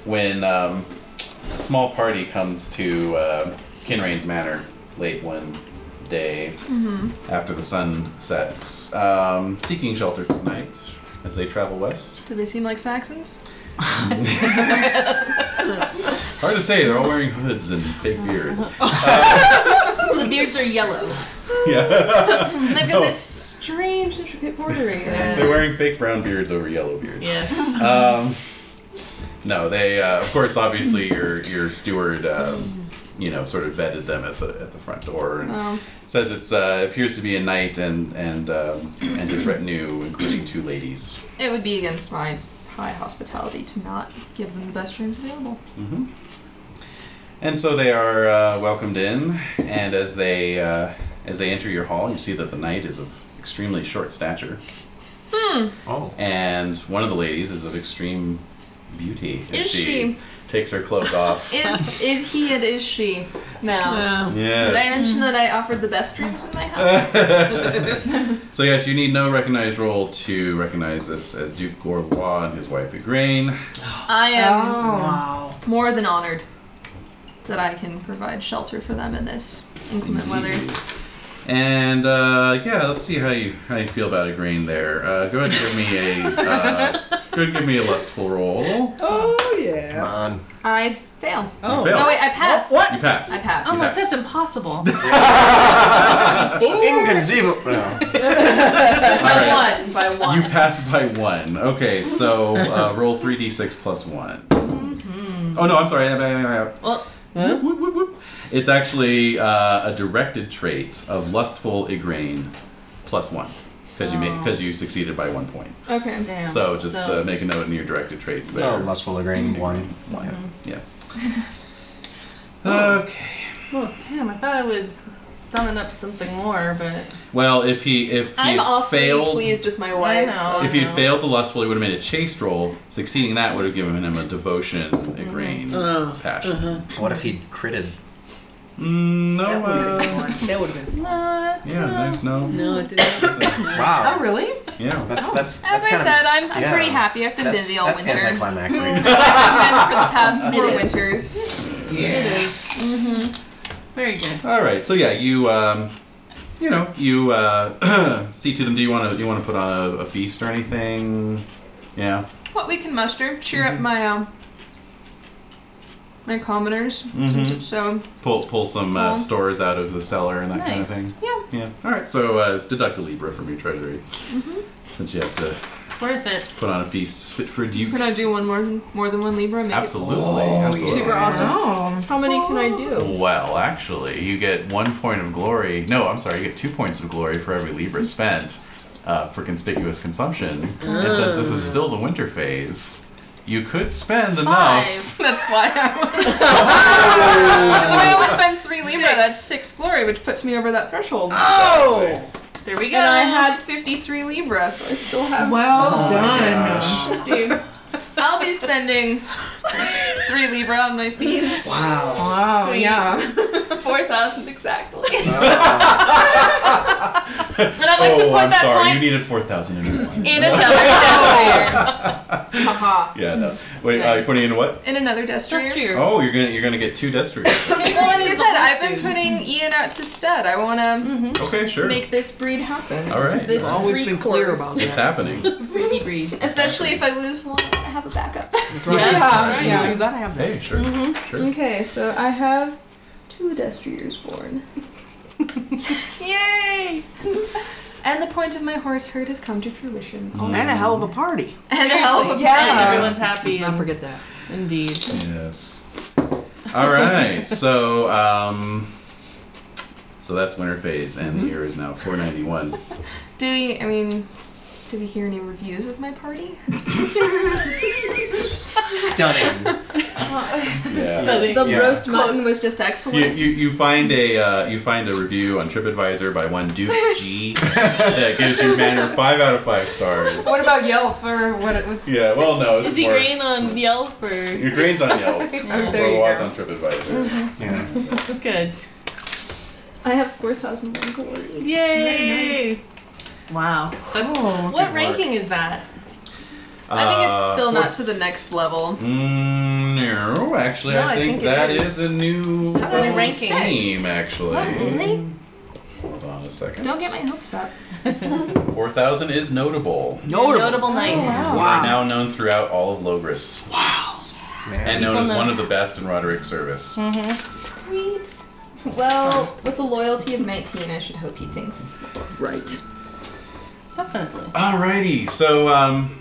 Speaker 8: when um, a small party comes to uh, Kinrain's Manor late one day after the sun sets, um, seeking shelter for the night as they travel west.
Speaker 7: Do they seem like Saxons?
Speaker 8: Hard to say, they're all wearing hoods and big beards.
Speaker 6: The beards are yellow.
Speaker 8: Yeah.
Speaker 7: They've got
Speaker 8: No.
Speaker 7: this strange intricate [laughs] bordering.
Speaker 8: they're wearing fake brown beards over yellow beards.
Speaker 6: Yeah.
Speaker 8: Um, no, they, uh, of course, obviously, your, your steward. Um, you know, sort of vetted them at the at the front door and
Speaker 7: Um,
Speaker 8: says it's uh, appears to be a knight and and um, and his retinue, including two ladies.
Speaker 7: it would be against my high hospitality to not give them the best rooms available.
Speaker 8: hmm And so they are uh, welcomed in, and as they uh, as they enter your hall, you see that the knight is of extremely short stature,
Speaker 2: Oh.
Speaker 8: and one of the ladies is of extreme beauty. as
Speaker 7: Is she?
Speaker 8: takes her cloak
Speaker 7: [laughs]
Speaker 8: off.
Speaker 7: Is is he and is she now?
Speaker 4: No.
Speaker 7: Did I
Speaker 8: Yes.
Speaker 7: mention that I offered the best rooms in my
Speaker 8: [laughs]
Speaker 7: house?
Speaker 8: so yes, you need no recognized roll to recognize this as Duke Gorlois and his wife Igraine.
Speaker 7: I am
Speaker 6: Oh.
Speaker 4: Wow.
Speaker 7: more than honored that I can provide shelter for them in this inclement weather.
Speaker 2: Mm-hmm.
Speaker 8: And uh, yeah, let's see how you how you feel about Igraine there. Uh, go ahead and give me a uh, go ahead and give me a lustful roll.
Speaker 10: Oh yeah.
Speaker 2: on.
Speaker 7: I fail.
Speaker 10: Oh.
Speaker 8: failed.
Speaker 7: No wait, I pass.
Speaker 10: What?
Speaker 8: You pass.
Speaker 7: I pass.
Speaker 6: I'm like, that's impossible.
Speaker 2: Inconceivable. No.
Speaker 8: All right.
Speaker 5: By one. By one.
Speaker 8: You pass by one. Okay, so uh, roll 3d6 plus one. Oh no, I'm sorry. Uh, uh, uh,
Speaker 6: well,
Speaker 8: whoop, whoop, whoop, whoop. It's actually uh, a directed trait of lustful Igraine plus one. Because you made, because you succeeded by one point.
Speaker 7: Okay. [laughs]
Speaker 6: damn.
Speaker 8: So just
Speaker 6: Oh, So-
Speaker 8: uh, make a note in your directed traits there.
Speaker 2: [laughs] Oh, lustful agreeing one.
Speaker 8: Yeah. Okay.
Speaker 6: oh, Damn, I thought I would summon up something more, but
Speaker 8: Well, if he if he
Speaker 7: I'm
Speaker 8: had
Speaker 7: awfully
Speaker 8: failed,
Speaker 7: pleased with my
Speaker 6: I
Speaker 7: wife.
Speaker 6: know.
Speaker 8: if he had failed the lustful, he would have made a chaste roll. Succeeding that would have given him a devotion, Igraine
Speaker 10: Oh,
Speaker 8: passion.
Speaker 2: What if he critted?
Speaker 8: Mm, no,
Speaker 10: That would have been
Speaker 8: uh,
Speaker 10: fun. That would have been fun.
Speaker 8: yeah, there's no.
Speaker 10: No, it didn't.
Speaker 2: Wow.
Speaker 7: Oh really? Oh.
Speaker 8: Yeah.
Speaker 2: That's that's
Speaker 7: As
Speaker 2: that's
Speaker 7: I
Speaker 2: kind
Speaker 7: said,
Speaker 2: of
Speaker 7: I'm, I'm
Speaker 2: yeah.
Speaker 7: pretty happy. I've been
Speaker 2: that's,
Speaker 7: busy all
Speaker 2: that's
Speaker 7: winter. [laughs]
Speaker 2: anticlimactic.
Speaker 7: I've
Speaker 2: [laughs]
Speaker 7: been for the past four winters.
Speaker 10: Yeah.
Speaker 6: very good.
Speaker 8: All right. So yeah, you um, you know, you uh, [clears throat] see to them. Do you want to you want to put on a, a feast or anything? Yeah.
Speaker 7: What we can muster, cheer
Speaker 2: Mm-hmm.
Speaker 7: up my um, my commoners.
Speaker 2: Mm-hmm.
Speaker 8: Mhm.
Speaker 7: So
Speaker 8: Pull pull some uh,
Speaker 7: Cool.
Speaker 8: stores out of the cellar and that kind
Speaker 6: Nice.
Speaker 8: of thing.
Speaker 7: yeah,
Speaker 8: Yeah. All right. So uh, deduct a libra from your treasury,
Speaker 10: Mm-hmm.
Speaker 8: since you have to
Speaker 6: It's worth it.
Speaker 8: put on a feast fit for Duke.
Speaker 7: can I do one more than more than one libra? Make it-
Speaker 8: Absolutely. absolutely.
Speaker 4: Super awesome.
Speaker 6: Oh.
Speaker 4: How many can I do?
Speaker 8: Well, actually, you get one point of glory. No, I'm sorry, you get two points of glory for every Libra spent uh, for conspicuous consumption. And since this is still the winter phase, you could spend enough.
Speaker 6: Five.
Speaker 7: That's why I. Was... That's why I only spend three libra.
Speaker 6: Six.
Speaker 7: That's six glory, which puts me over that threshold.
Speaker 10: Oh.
Speaker 6: There we go.
Speaker 7: And I had 53 libra, so I still have.
Speaker 4: Well done.
Speaker 7: Dude, I'll be spending three libra on my feast.
Speaker 10: Wow.
Speaker 4: Wow.
Speaker 6: Oh,
Speaker 7: yeah, [laughs] four thousand exactly.
Speaker 8: and
Speaker 7: I'd like to
Speaker 8: oh,
Speaker 7: put
Speaker 8: I'm
Speaker 7: that
Speaker 8: sorry,
Speaker 7: point
Speaker 8: you needed
Speaker 7: [laughs]
Speaker 8: 4,001.
Speaker 6: [laughs]
Speaker 7: In another destrier.
Speaker 4: Haha.
Speaker 8: yeah, no. Wait, uh, you're
Speaker 6: Nice.
Speaker 8: putting in what?
Speaker 7: In another destrier.
Speaker 6: That's true.
Speaker 8: Oh, you're gonna you're gonna get
Speaker 7: [laughs]
Speaker 8: two destriers.
Speaker 7: Well, like I
Speaker 6: He's a
Speaker 7: said,
Speaker 6: horse
Speaker 7: I've been
Speaker 6: dude.
Speaker 7: putting Ian out to stud. I want to
Speaker 8: okay, sure.
Speaker 7: make this breed happen.
Speaker 8: All right.
Speaker 7: This
Speaker 8: Well,
Speaker 4: Always
Speaker 7: free
Speaker 4: been clear
Speaker 7: course.
Speaker 4: about
Speaker 8: It's
Speaker 4: that.
Speaker 8: happening.
Speaker 6: Freaky breed.
Speaker 7: Especially if I lose one, I have a backup. Oh,
Speaker 6: Yeah.
Speaker 4: Yeah. You gotta have that.
Speaker 8: Hey, sure.
Speaker 7: Mm-hmm.
Speaker 8: Sure.
Speaker 7: okay, so I have two Destriers born. [laughs] Yay! and the point of my horse herd has come to fruition.
Speaker 4: And a hell of a party.
Speaker 7: And a hell of a
Speaker 6: And
Speaker 7: yeah.
Speaker 6: everyone's happy.
Speaker 4: Let's not
Speaker 6: and-
Speaker 4: forget that.
Speaker 6: Indeed.
Speaker 8: Yes. All right. So, um, so that's winter phase, and
Speaker 7: Mm-hmm.
Speaker 8: the year is now 491.
Speaker 7: Do we, I mean, do we hear any reviews of my [laughs] party?
Speaker 2: Stunning.
Speaker 8: Yeah.
Speaker 7: The
Speaker 2: Yeah.
Speaker 7: roast mutton was just excellent.
Speaker 8: You, you, you find a uh, you find a review on TripAdvisor by one Duke G that gives you Manor five out of five stars.
Speaker 4: What about Yelp or what? What's
Speaker 8: Yeah. Well, no. It's
Speaker 6: Is he
Speaker 8: more,
Speaker 6: green on Yelp or
Speaker 8: Your grain's on Yelp.
Speaker 4: there you
Speaker 8: Gorlois
Speaker 4: go.
Speaker 8: on
Speaker 2: Yeah.
Speaker 8: TripAdvisor.
Speaker 6: good?
Speaker 7: I have 4,001 glory.
Speaker 6: Yay! Wow. That's, what ranking is that?
Speaker 7: I think it's still
Speaker 8: Uh,
Speaker 7: not to the next level.
Speaker 8: Mm, no, actually,
Speaker 6: No,
Speaker 8: I,
Speaker 6: I
Speaker 8: think,
Speaker 6: think it
Speaker 8: that
Speaker 6: is.
Speaker 8: is. a new
Speaker 7: That's only
Speaker 8: uh,
Speaker 7: rank six.
Speaker 8: team, actually.
Speaker 7: Really?
Speaker 8: Hold on a second.
Speaker 7: Don't get my hopes
Speaker 8: [laughs]
Speaker 7: up.
Speaker 8: 4,000 is notable.
Speaker 4: notable?
Speaker 6: Notable
Speaker 7: Oh,
Speaker 6: night.
Speaker 8: We're now known throughout all of Logris. Wow. And known as
Speaker 6: People know.
Speaker 8: one of the best in Roderick's service.
Speaker 7: Sweet. Well, with the loyalty of 19, I should hope he thinks.
Speaker 4: right?
Speaker 6: Definitely.
Speaker 8: Alrighty, so, um,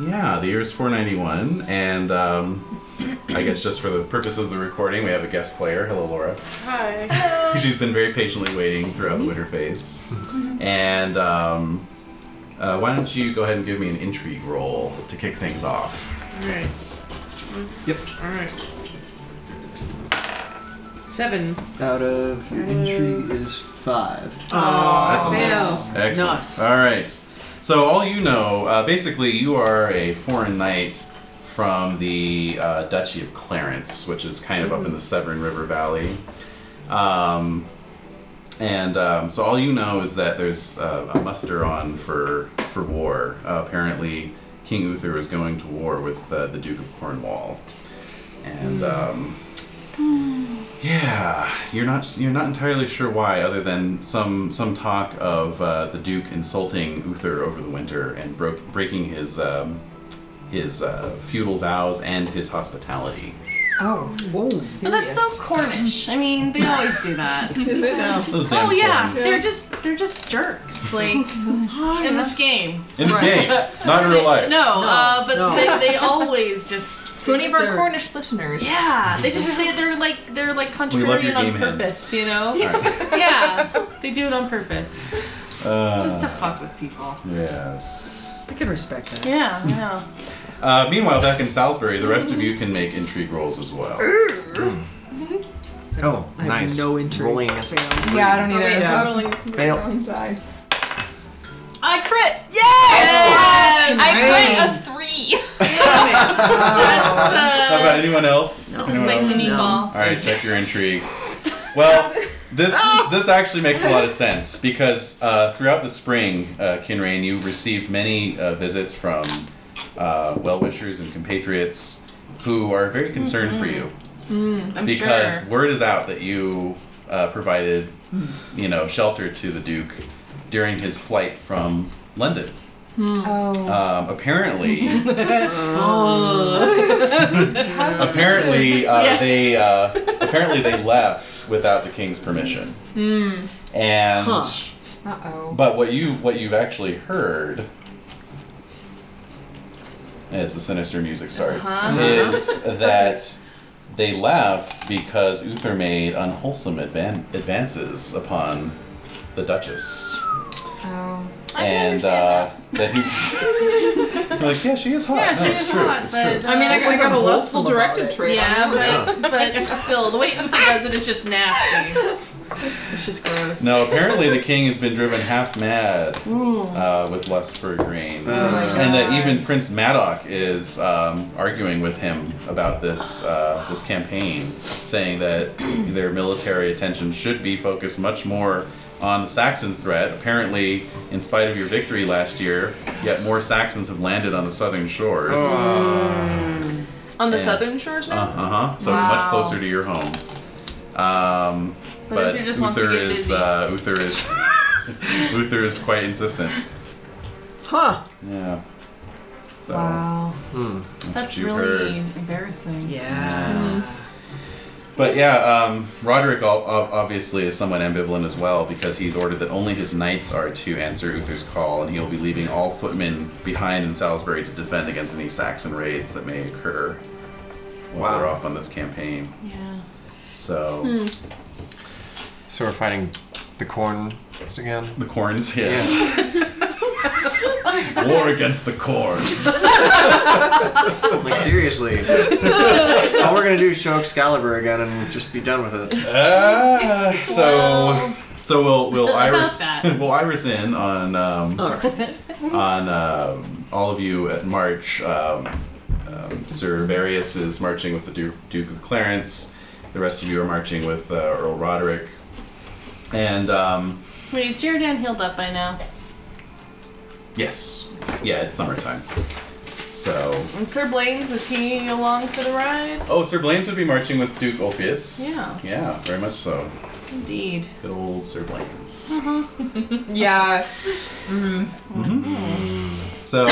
Speaker 8: yeah, the year is 491, and, um, I guess just for the purposes of recording, we have a guest player. Hello, Laura.
Speaker 6: Hi.
Speaker 8: She's been very patiently waiting throughout the winter phase. And um, uh, why don't you go ahead and give me an intrigue roll to kick things off?
Speaker 9: Alright.
Speaker 2: Yep.
Speaker 9: Alright. Seven.
Speaker 2: Out of your intrigue is five.
Speaker 4: Oh,
Speaker 9: Fail.
Speaker 8: Excellent.
Speaker 4: Nuts.
Speaker 8: All right. So all you know, uh, basically, you are a foreign knight from the uh, Duchy of Clarence, which is kind of up in the Severn River Valley. Um, and um, so all you know is that there's uh, a muster on for for war. Uh, apparently, King Uther is going to war with uh, the Duke of Cornwall, and um, yeah, you're not you're not entirely sure why, other than some some talk of uh, the Duke insulting Uther over the winter and broke breaking his um, his uh, feudal vows and his hospitality.
Speaker 4: Oh, whoa.
Speaker 6: But that's so Cornish. I mean, they always do that.
Speaker 4: Is it now?
Speaker 8: Those damn
Speaker 6: Oh yeah,
Speaker 8: Corns.
Speaker 6: they're just they're just [laughs] jerks, like in this game.
Speaker 8: In this game, not
Speaker 6: [laughs]
Speaker 8: in real life.
Speaker 6: No, uh, but
Speaker 4: no.
Speaker 6: They, they [laughs] always just.
Speaker 7: To any of our
Speaker 4: They're-
Speaker 7: Cornish listeners.
Speaker 6: Yeah, they [laughs] just they, they're like they're like
Speaker 8: your
Speaker 6: contrarian on
Speaker 8: game heads.
Speaker 6: purpose, you know.
Speaker 8: All right.
Speaker 6: [laughs] yeah, they do it on purpose,
Speaker 8: Uh,
Speaker 6: just to fuck with people.
Speaker 8: Yes.
Speaker 4: I can respect that.
Speaker 6: Yeah, I know.
Speaker 8: Uh, meanwhile, back in Salisbury, the rest of you can make intrigue rolls
Speaker 6: [laughs]
Speaker 8: as well.
Speaker 2: Oh,
Speaker 4: I have
Speaker 2: nice.
Speaker 4: no intrigue.
Speaker 2: Rolling against
Speaker 9: Yeah, I
Speaker 7: Oh,
Speaker 9: don't either.
Speaker 5: wait,
Speaker 9: Yeah.
Speaker 5: I'm rolling
Speaker 2: Fail.
Speaker 9: Wrong die.
Speaker 5: I crit. Yes! I crit a
Speaker 6: [laughs]
Speaker 5: three.
Speaker 8: How about anyone else?
Speaker 5: This is my semi ball.
Speaker 8: All right, check your intrigue. Well, this this actually makes a lot of sense because uh, throughout the spring, uh, Kinrain, you received many uh, visits from uh, well-wishers and compatriots who are very concerned for you
Speaker 6: I'm
Speaker 8: because
Speaker 6: sure. Hmm.
Speaker 8: word is out that you uh, provided, you know, shelter to the Duke during his flight from London.
Speaker 6: Hmm.
Speaker 9: Oh.
Speaker 8: Um,
Speaker 6: [laughs]
Speaker 8: apparently.
Speaker 9: How's it-
Speaker 8: apparently uh, they uh, apparently they left without the king's permission.
Speaker 6: Hmm.
Speaker 8: And
Speaker 4: Huh.
Speaker 9: Uh-oh.
Speaker 8: but what you what you've actually heard as the sinister music starts
Speaker 6: Uh-huh.
Speaker 8: is that they left because Uther made unwholesome advan- advances upon the Duchess.
Speaker 9: Oh.
Speaker 8: and uh, that he's [laughs] like, yeah, she is hot.
Speaker 6: Yeah,
Speaker 8: no,
Speaker 6: she
Speaker 8: it's
Speaker 6: is
Speaker 8: true.
Speaker 6: hot,
Speaker 8: it's
Speaker 6: but,
Speaker 8: true.
Speaker 7: I mean, I, I got a
Speaker 4: wholesome
Speaker 7: lustful
Speaker 4: about
Speaker 7: directed
Speaker 4: it.
Speaker 7: trait.
Speaker 6: yeah,
Speaker 7: on that.
Speaker 6: but, but still, the way Uther does it is just nasty. It's just gross.
Speaker 8: No, apparently the king has been driven half mad uh, with lust for grain, and that even Prince Madoc is um, arguing with him about this uh, this campaign, saying that [clears throat] their military attention should be focused much more on the Saxon threat. Apparently, in spite of your victory last year, yet more Saxons have landed on the southern shores.
Speaker 7: On the
Speaker 8: Yeah.
Speaker 7: southern shores
Speaker 8: Uh
Speaker 7: now?
Speaker 8: huh. So much
Speaker 6: Wow.
Speaker 8: closer to your home. Um,
Speaker 6: But
Speaker 8: but
Speaker 6: Uther just wants to
Speaker 8: Uther
Speaker 6: get
Speaker 8: is
Speaker 6: busy.
Speaker 8: uh,
Speaker 6: [laughs]
Speaker 8: Uther is [laughs] Uther is quite insistent.
Speaker 4: Huh.
Speaker 8: Yeah. So
Speaker 6: Wow,
Speaker 8: that's,
Speaker 6: that's
Speaker 8: what you
Speaker 6: really
Speaker 8: heard.
Speaker 6: embarrassing.
Speaker 5: [laughs]
Speaker 4: Yeah.
Speaker 8: But yeah, um, Roderick al- ob- obviously is somewhat ambivalent as well because he's ordered that only his knights are to answer Uther's call, and he'll be leaving all footmen behind in Salisbury to defend against any Saxon raids that may occur while
Speaker 2: Wow.
Speaker 8: they're off on this campaign.
Speaker 6: Yeah. Hmm.
Speaker 8: So
Speaker 2: So we're fighting the corns again.
Speaker 8: the corns, yes. War against the corns.
Speaker 2: [laughs] Like [laughs] seriously, all we're gonna do is show Excalibur again and just be done with it.
Speaker 8: Ah, so so we'll we'll
Speaker 6: How about
Speaker 8: iris
Speaker 6: that?
Speaker 8: [laughs] we'll iris in on um,
Speaker 4: All right.
Speaker 8: on um all of you at March. Um, um, Sir Varius is marching with the Duke, Duke of Clarence. The rest of you are marching with uh, Earl Roderick. And um,
Speaker 6: Wait, is Jaredan healed up by now?
Speaker 8: yes, yeah, it's summertime. So
Speaker 6: And Sir Blaine's, is he along for the ride?
Speaker 8: oh, Sir Blaine's would be marching with Duke Ulfius.
Speaker 6: Yeah.
Speaker 8: yeah, very much so.
Speaker 6: Indeed.
Speaker 8: Good old Sir Blaine's.
Speaker 9: Yeah.
Speaker 8: So
Speaker 9: I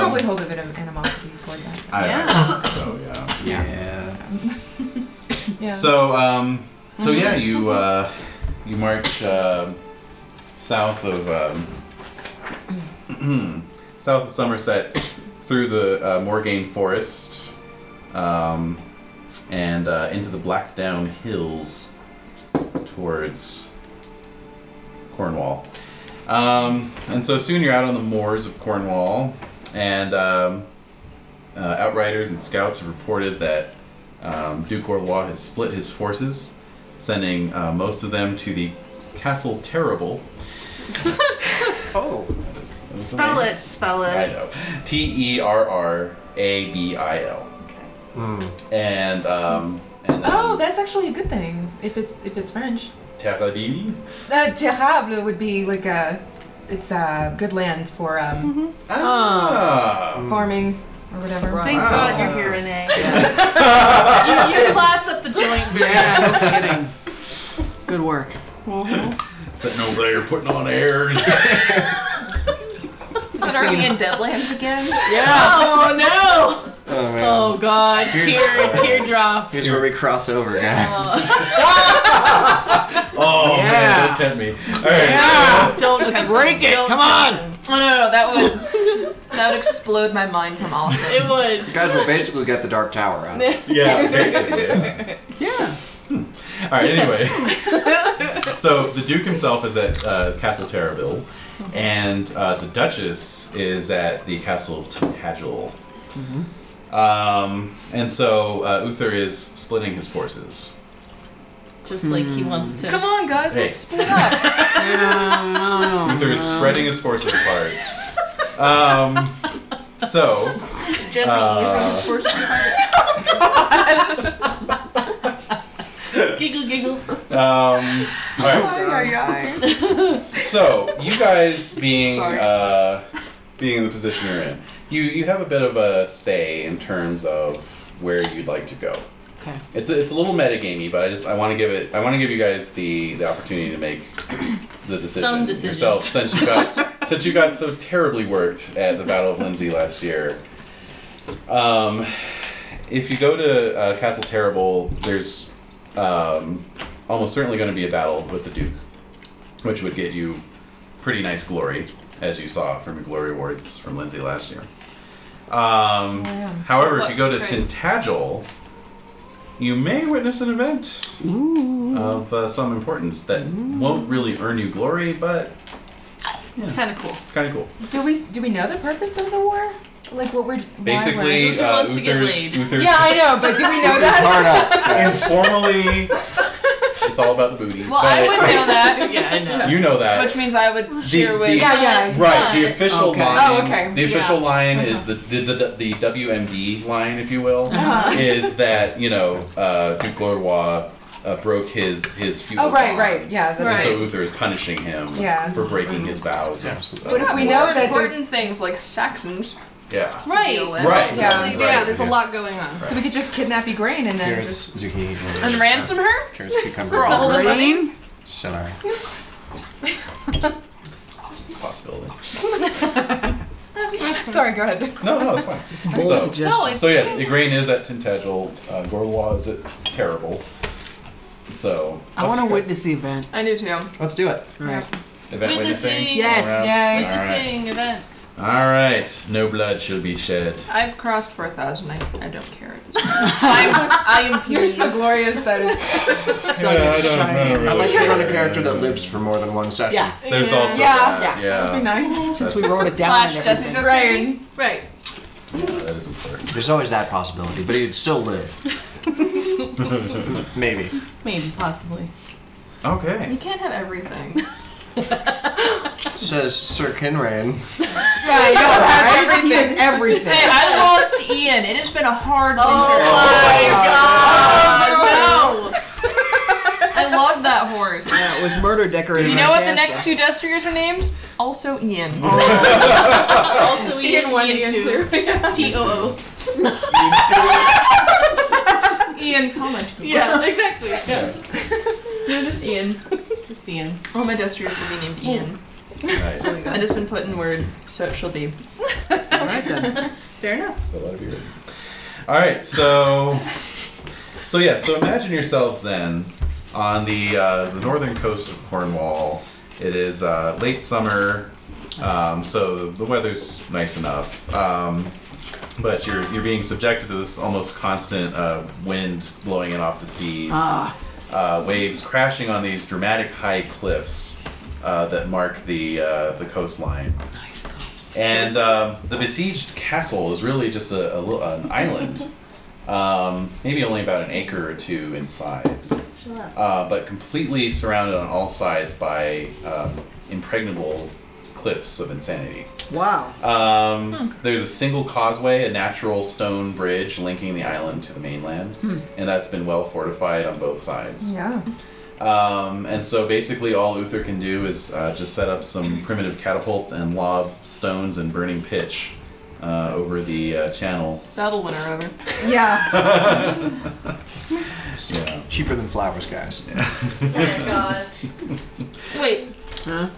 Speaker 6: [laughs]
Speaker 9: probably hold a bit of animosity toward that.
Speaker 8: I
Speaker 6: Yeah.
Speaker 8: so yeah.
Speaker 2: Yeah.
Speaker 9: Yeah.
Speaker 8: So, um, so yeah, you uh, you march uh, south of um, [clears throat] south of Somerset through the uh, Morgaine Forest um, and uh, into the Blackdown Hills towards Cornwall. Um, and so soon you're out on the moors of Cornwall, and um, uh, outriders and scouts have reported that um, Duke Orlois has split his forces, sending uh, most of them to the Castle Terrible.
Speaker 2: Oh. [laughs]
Speaker 8: That is- that is the
Speaker 6: Spell
Speaker 8: name.
Speaker 6: it, spell
Speaker 8: I
Speaker 6: it.
Speaker 8: know. T E R R A B I L.
Speaker 2: Mm.
Speaker 8: And um, and then
Speaker 9: Oh, that's actually a good thing if it's if it's French.
Speaker 8: Terradil.
Speaker 9: Uh, terrible would be like a, it's uh, good land for um,
Speaker 4: Oh.
Speaker 8: Ah.
Speaker 9: farming or whatever.
Speaker 6: Thank
Speaker 8: Wow.
Speaker 6: God you're here, Renee.
Speaker 5: [laughs]
Speaker 8: Ah.
Speaker 5: You, you class up the joint very
Speaker 4: [laughs] Yeah,
Speaker 5: well.
Speaker 4: no kidding. Good work.
Speaker 8: [laughs] Sitting over there putting on
Speaker 4: [laughs]
Speaker 8: airs.
Speaker 2: Oh,
Speaker 5: But are we in Deadlands again?
Speaker 4: Yeah.
Speaker 5: Oh no!
Speaker 2: Oh man.
Speaker 5: Oh god,
Speaker 2: Here's, [laughs]
Speaker 5: tear,
Speaker 2: uh,
Speaker 5: teardrop.
Speaker 2: Here's where we cross over, guys.
Speaker 8: oh
Speaker 4: Yeah.
Speaker 8: man, don't tempt me. All right.
Speaker 4: Yeah.
Speaker 5: Don't attempt
Speaker 4: Let's break it. Come on.
Speaker 5: No, no, no, that would
Speaker 7: That would explode my mind from awesome.
Speaker 5: it would.
Speaker 2: You guys will basically get the Dark Tower out. of it.
Speaker 8: Yeah, basically. yeah. Hmm.
Speaker 4: Yeah.
Speaker 8: All right. Anyway, [laughs] so the Duke himself is at uh, Castle Terraville, and uh, the Duchess is at the Castle of Tadgel. Um, and so uh, Uther is splitting his forces.
Speaker 5: Just like he wants to.
Speaker 7: Come on, guys,
Speaker 8: Hey.
Speaker 7: let's split [laughs] up.
Speaker 4: Yeah,
Speaker 8: Uther is spreading his forces apart. Um, so
Speaker 5: Gently
Speaker 8: Uh,
Speaker 5: ease his forces apart. Giggle, giggle.
Speaker 8: um, all right. So you
Speaker 5: [laughs]
Speaker 8: guys being
Speaker 4: Sorry.
Speaker 8: uh, being in the position you're in, you you have a bit of a say in terms of where you'd like to go.
Speaker 4: Okay.
Speaker 8: It's a, it's a little metagamey, but I just I want to give it I want to give you guys the the opportunity
Speaker 5: [coughs]
Speaker 8: to make the decision
Speaker 5: Some decisions.
Speaker 8: yourself since you
Speaker 5: [laughs]
Speaker 8: got since you got so terribly worked at the Battle of Lindsay last year. Um, if you go to uh, Castle Terrible, there's um, almost certainly going to be a battle with the Duke, which would get you pretty nice glory, as you saw from your glory awards from Lindsay last year. Um, however, if
Speaker 6: What
Speaker 8: you go to
Speaker 6: price?
Speaker 8: Tintagel, you may witness an event of uh, some importance that won't really earn you glory, but
Speaker 6: It's kind of cool.
Speaker 8: kind of cool.
Speaker 9: Do we do we know the purpose of the war? Like what we're Why
Speaker 8: Basically,
Speaker 5: Uther
Speaker 8: uh,
Speaker 5: wants to get
Speaker 8: Uther's,
Speaker 5: laid.
Speaker 9: we're...
Speaker 8: Uther's
Speaker 9: Yeah, I know, but do we know
Speaker 2: [laughs] It's
Speaker 9: that? [laughs]
Speaker 2: hard up. guys.
Speaker 8: informally, it's all about the booty.
Speaker 7: Well, I
Speaker 8: but
Speaker 7: would know that,
Speaker 5: Yeah, I know.
Speaker 8: You know that.
Speaker 7: which means I would cheer
Speaker 8: the-
Speaker 7: with.
Speaker 9: Yeah, yeah.
Speaker 8: Right, the
Speaker 5: But-
Speaker 8: official
Speaker 4: Okay.
Speaker 8: line.
Speaker 9: Oh, okay,
Speaker 8: The
Speaker 9: yeah.
Speaker 8: official line is the the, the the WMD line, if you
Speaker 9: [laughs]
Speaker 8: will,
Speaker 9: Uh-huh.
Speaker 8: is that you know uh, Duke Gordois uh, broke his his feudal
Speaker 9: Oh, right, right,
Speaker 8: bonds.
Speaker 9: yeah, that's
Speaker 8: And So
Speaker 6: right.
Speaker 8: Uther is punishing him
Speaker 9: Yeah.
Speaker 8: for breaking his vows. of-
Speaker 9: But if
Speaker 8: of
Speaker 9: we
Speaker 8: war.
Speaker 9: know
Speaker 7: There's
Speaker 9: that
Speaker 7: important things like Saxons.
Speaker 8: yeah,
Speaker 5: Right.
Speaker 7: deal with.
Speaker 8: right,
Speaker 9: Yeah.
Speaker 8: right,
Speaker 6: Yeah, there's a lot going on.
Speaker 9: So we could just kidnap Grain and then
Speaker 2: Carrots,
Speaker 9: just
Speaker 2: zucchini,
Speaker 7: And
Speaker 2: lettuce,
Speaker 7: ransom her?
Speaker 2: carrots, cucumber,
Speaker 7: For all the money?
Speaker 2: celery.
Speaker 8: It's a possibility.
Speaker 9: [laughs] Sorry, go ahead.
Speaker 8: No, no, it's fine. It's a
Speaker 4: Bold
Speaker 8: so,
Speaker 7: Oh,
Speaker 4: suggestion.
Speaker 8: so yes, Igraine is at Tintagel. Uh, Gordois is at Terrible. So
Speaker 4: I want to
Speaker 8: Okay.
Speaker 4: witness the event.
Speaker 7: I do too.
Speaker 2: Let's do it.
Speaker 4: All right.
Speaker 8: Event
Speaker 5: Witnessing.
Speaker 4: Yes.
Speaker 8: All
Speaker 9: Yay.
Speaker 8: right.
Speaker 5: Witnessing events.
Speaker 8: All right. No blood shall be shed.
Speaker 7: I've crossed 4,000. I, I don't care. at this [laughs] point. I'm, I am
Speaker 9: You're so
Speaker 7: pleased.
Speaker 9: glorious that it's
Speaker 4: Sun
Speaker 8: Yeah,
Speaker 4: is
Speaker 8: I don't
Speaker 4: shining.
Speaker 8: know,
Speaker 2: I like
Speaker 8: really.
Speaker 2: to run a character that lives for more than one session.
Speaker 4: Yeah.
Speaker 8: There's also
Speaker 9: Yeah,
Speaker 8: that.
Speaker 9: yeah. That'd be
Speaker 8: yeah.
Speaker 9: nice.
Speaker 4: Since we wrote it down.
Speaker 7: Slash
Speaker 4: and
Speaker 7: doesn't go
Speaker 4: everything.
Speaker 7: crazy.
Speaker 6: Right.
Speaker 8: Yeah, that is important.
Speaker 2: There's always that possibility, but he'd still [laughs] live. Maybe.
Speaker 5: Maybe, possibly.
Speaker 8: Okay.
Speaker 7: You can't have everything. [laughs]
Speaker 2: Says Sir Kinrain.
Speaker 4: Yeah, I
Speaker 7: [laughs]
Speaker 4: know, right?
Speaker 7: everything.
Speaker 4: He has everything.
Speaker 7: [laughs] Hey, I lost Ian. It has been a hard winter. Oh
Speaker 5: Oh,
Speaker 7: I love that horse.
Speaker 4: Yeah, it was murder decorated.
Speaker 7: You
Speaker 4: by
Speaker 7: know what the
Speaker 4: Tessa.
Speaker 7: next two Destriers are named? [laughs] Also Ian.
Speaker 5: no! Also, we
Speaker 7: Ian
Speaker 5: didn't
Speaker 7: one,
Speaker 5: want
Speaker 7: Ian [laughs]
Speaker 5: to.
Speaker 7: two.
Speaker 5: T O O.
Speaker 7: Ian College.
Speaker 5: Yeah, exactly.
Speaker 7: [laughs]
Speaker 5: No,
Speaker 7: No, just Ian.
Speaker 5: just Ian.
Speaker 7: All my Destriers will be named Ian.
Speaker 8: nice. So
Speaker 7: I just been put in word, so it shall be.
Speaker 4: All right then.
Speaker 7: Fair enough.
Speaker 8: that'll be good. All right. So. So yeah. So imagine yourselves then on the uh, the northern coast of Cornwall. It is uh, late summer, um, so the weather's nice enough. Um, but you're you're being subjected to this almost constant uh, wind blowing in off the seas.
Speaker 4: Ah,
Speaker 8: uh, waves crashing on these dramatic high cliffs uh, that mark the uh, the coastline.
Speaker 4: nice.
Speaker 8: And um, the besieged castle is really just a, a little, an island, um, maybe only about an acre or two in size, uh, but completely surrounded on all sides by um, impregnable cliffs of insanity.
Speaker 11: Wow.
Speaker 8: Um,
Speaker 7: Hmm.
Speaker 8: There's a single causeway, a natural stone bridge linking the island to the mainland,
Speaker 11: Hmm.
Speaker 8: and that's been well fortified on both sides.
Speaker 9: Yeah.
Speaker 8: Um, and so basically, all Uther can do is uh, just set up some primitive catapults and lob stones and burning pitch uh, over the uh, channel.
Speaker 5: That'll win her over.
Speaker 9: Yeah.
Speaker 8: Yeah.
Speaker 2: Cheaper than flowers, guys.
Speaker 5: Oh my god.
Speaker 7: Wait. Huh?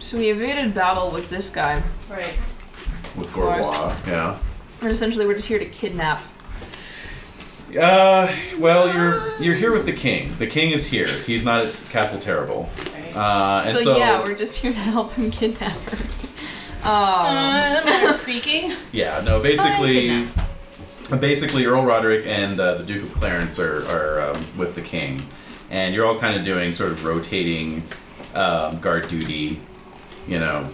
Speaker 7: So we evaded battle with this guy.
Speaker 5: Right.
Speaker 8: With Gorbois, yeah.
Speaker 7: And essentially we're just here to kidnap.
Speaker 8: Uh, well, you're you're here with the king. The king is here. He's not at Castle Terrible. Uh, and
Speaker 7: So,
Speaker 8: so,
Speaker 7: yeah, we're just here to help him kidnap her. Oh. [laughs]
Speaker 5: I'm speaking.
Speaker 8: Yeah, no, basically, basically Earl Roderick and uh, the Duke of Clarence are, are um, with the king, and you're all kind of doing sort of rotating um, guard duty, you know,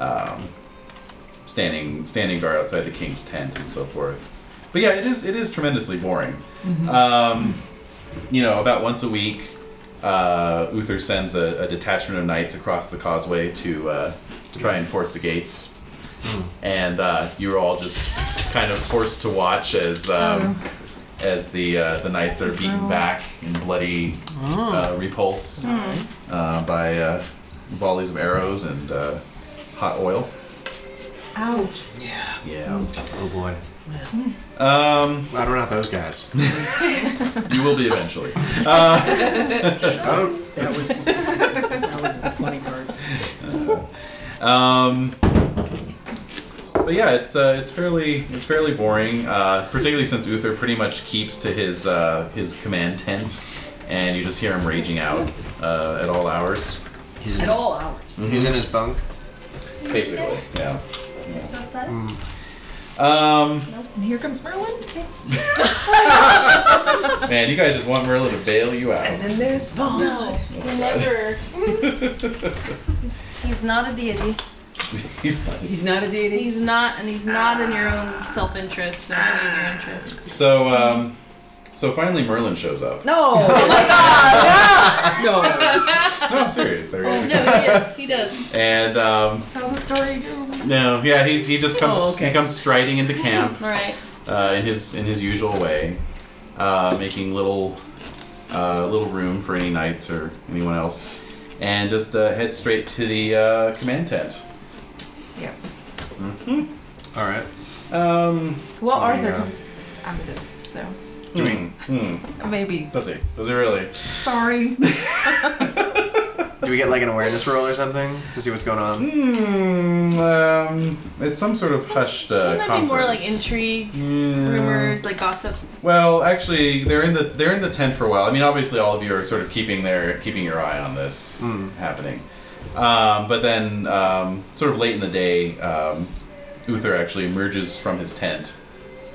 Speaker 8: um, standing standing guard outside the king's tent and so forth. But yeah, it is it is tremendously boring. Um, you know, about once a week, uh, Uther sends a, a detachment of knights across the causeway to uh, try and force the gates. And uh, you're all just kind of forced to watch as um, as the uh, the knights are beaten back in bloody uh, repulse
Speaker 10: Alright.
Speaker 8: uh, by uh, volleys of arrows and uh, hot oil.
Speaker 9: Ouch.
Speaker 8: Yeah.
Speaker 2: Oh boy.
Speaker 8: Um,
Speaker 2: I don't know those guys.
Speaker 8: you will be eventually. Uh,
Speaker 2: [laughs] Oh,
Speaker 4: That was that was the funny part.
Speaker 8: Um, but yeah, it's uh, it's fairly it's fairly boring, uh, particularly since Uther pretty much keeps to his uh, his command tent, and you just hear him raging out uh, at all hours.
Speaker 2: He's
Speaker 11: At all hours.
Speaker 2: He's in his bunk.
Speaker 8: Basically, yeah. yeah.
Speaker 5: Outside.
Speaker 8: Um,
Speaker 9: And here comes Merlin.
Speaker 8: man, you guys just want Merlin to bail you
Speaker 11: [laughs]
Speaker 8: out.
Speaker 11: then there's Vaughn.
Speaker 5: Never. He's not a deity.
Speaker 8: He's like,
Speaker 11: He's not a deity.
Speaker 5: He's not, and he's not in your own self interest or any of your interests.
Speaker 8: [laughs] so um, so finally Merlin shows
Speaker 4: [laughs]
Speaker 8: up.
Speaker 11: No. no.
Speaker 8: No, I'm serious.
Speaker 11: Oh,
Speaker 8: There he is.
Speaker 5: No, he is. He does.
Speaker 8: [laughs] And um,
Speaker 9: Tell the story.
Speaker 8: no, yeah, he's he just comes
Speaker 11: Oh, okay.
Speaker 8: he comes striding into camp.
Speaker 5: Alright.
Speaker 8: uh, in his in his usual way, uh, making little uh, little room for any knights or anyone else, and just uh, head straight to the uh, command tent.
Speaker 9: Yep.
Speaker 8: hmm
Speaker 2: All right.
Speaker 8: Um,
Speaker 9: Well,
Speaker 2: Oh,
Speaker 9: Arthur
Speaker 2: yeah.
Speaker 9: comes out of this, so
Speaker 8: doing. Hmm.
Speaker 9: maybe.
Speaker 8: Does he? Does he really?
Speaker 9: Sorry.
Speaker 2: Do we get like an awareness roll or something to see what's going on?
Speaker 8: Hmm. Um, it's some sort of hushed uh,
Speaker 5: Wouldn't that be more like
Speaker 8: conference.
Speaker 5: intrigue,
Speaker 8: Yeah.
Speaker 5: rumors, like gossip?
Speaker 8: Well, actually, they're in the they're in the tent for a while. I mean, obviously, all of you are sort of keeping their keeping your eye on this
Speaker 2: Mm.
Speaker 8: happening. Um, but then, um, sort of late in the day, um, Uther actually emerges from his tent,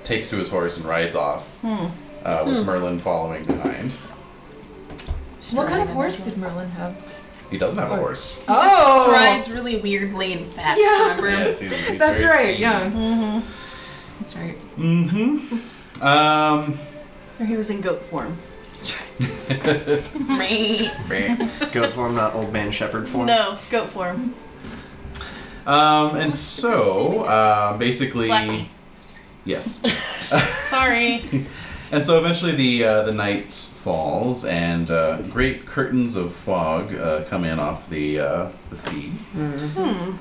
Speaker 8: takes to his horse, and rides off,
Speaker 5: Hmm.
Speaker 8: uh, with Merlin following behind.
Speaker 9: what kind of horse did Merlin have?
Speaker 8: He doesn't have a horse.
Speaker 5: He just strides really weirdly and fast,
Speaker 9: Yeah.
Speaker 5: remember?
Speaker 8: Yeah, it's- he's- he's
Speaker 9: That's
Speaker 8: very
Speaker 9: right.
Speaker 8: skinny.
Speaker 9: Yeah.
Speaker 5: Mm-hmm.
Speaker 9: That's right.
Speaker 8: Mm-hmm. Um.
Speaker 6: Or he was in goat form. [laughs]
Speaker 8: [laughs]
Speaker 2: Goat form, not old man shepherd form.
Speaker 5: no, goat form.
Speaker 8: um. And so, uh, basically,
Speaker 5: Blackie.
Speaker 8: yes.
Speaker 5: Sorry.
Speaker 6: [laughs]
Speaker 8: And so eventually the uh, the night falls, and uh, great curtains of fog uh, come in off the uh, the sea.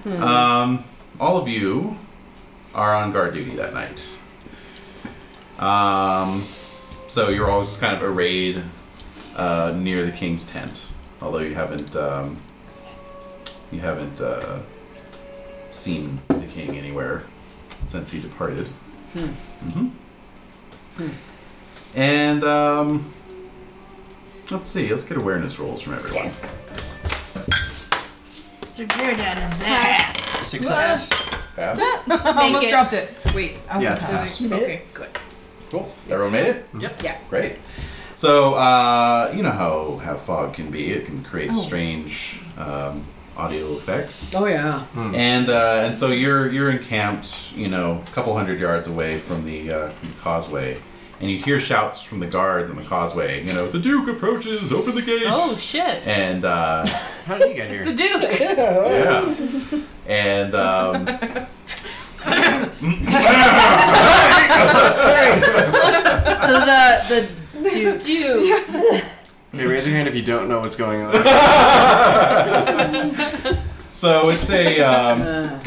Speaker 8: Um, all of you are on guard duty that night. Um, so you're all just kind of arrayed uh, near the king's tent, although you haven't um, you haven't uh, seen the king anywhere since he departed. hmm and um, let's see. Let's get awareness rolls from everyone.
Speaker 5: Sir Jaredan is that.
Speaker 2: Success.
Speaker 8: Pass.
Speaker 9: [laughs] Almost
Speaker 5: it.
Speaker 9: dropped it. Wait. I was
Speaker 2: Yeah,
Speaker 9: a
Speaker 2: it's
Speaker 9: pass.
Speaker 2: pass.
Speaker 9: Okay. Good.
Speaker 8: Cool. Everyone made it.
Speaker 9: Yep. Yeah.
Speaker 8: Great. So uh, you know how how fog can be. It can create
Speaker 9: Oh.
Speaker 8: strange um, audio effects.
Speaker 11: Oh yeah.
Speaker 8: And uh, and so you're you're encamped, you know, a couple hundred yards away from the, uh, from the causeway, and you hear shouts from the guards on the causeway. You know, the Duke approaches, open the gates.
Speaker 6: Oh shit.
Speaker 8: And
Speaker 9: [laughs]
Speaker 8: uh,
Speaker 2: How did he get
Speaker 6: The
Speaker 2: here?
Speaker 6: Duke. [laughs]
Speaker 8: yeah, and um,
Speaker 5: the the dude.
Speaker 2: Hey, raise your hand if you don't know what's going on.
Speaker 8: so it's a um,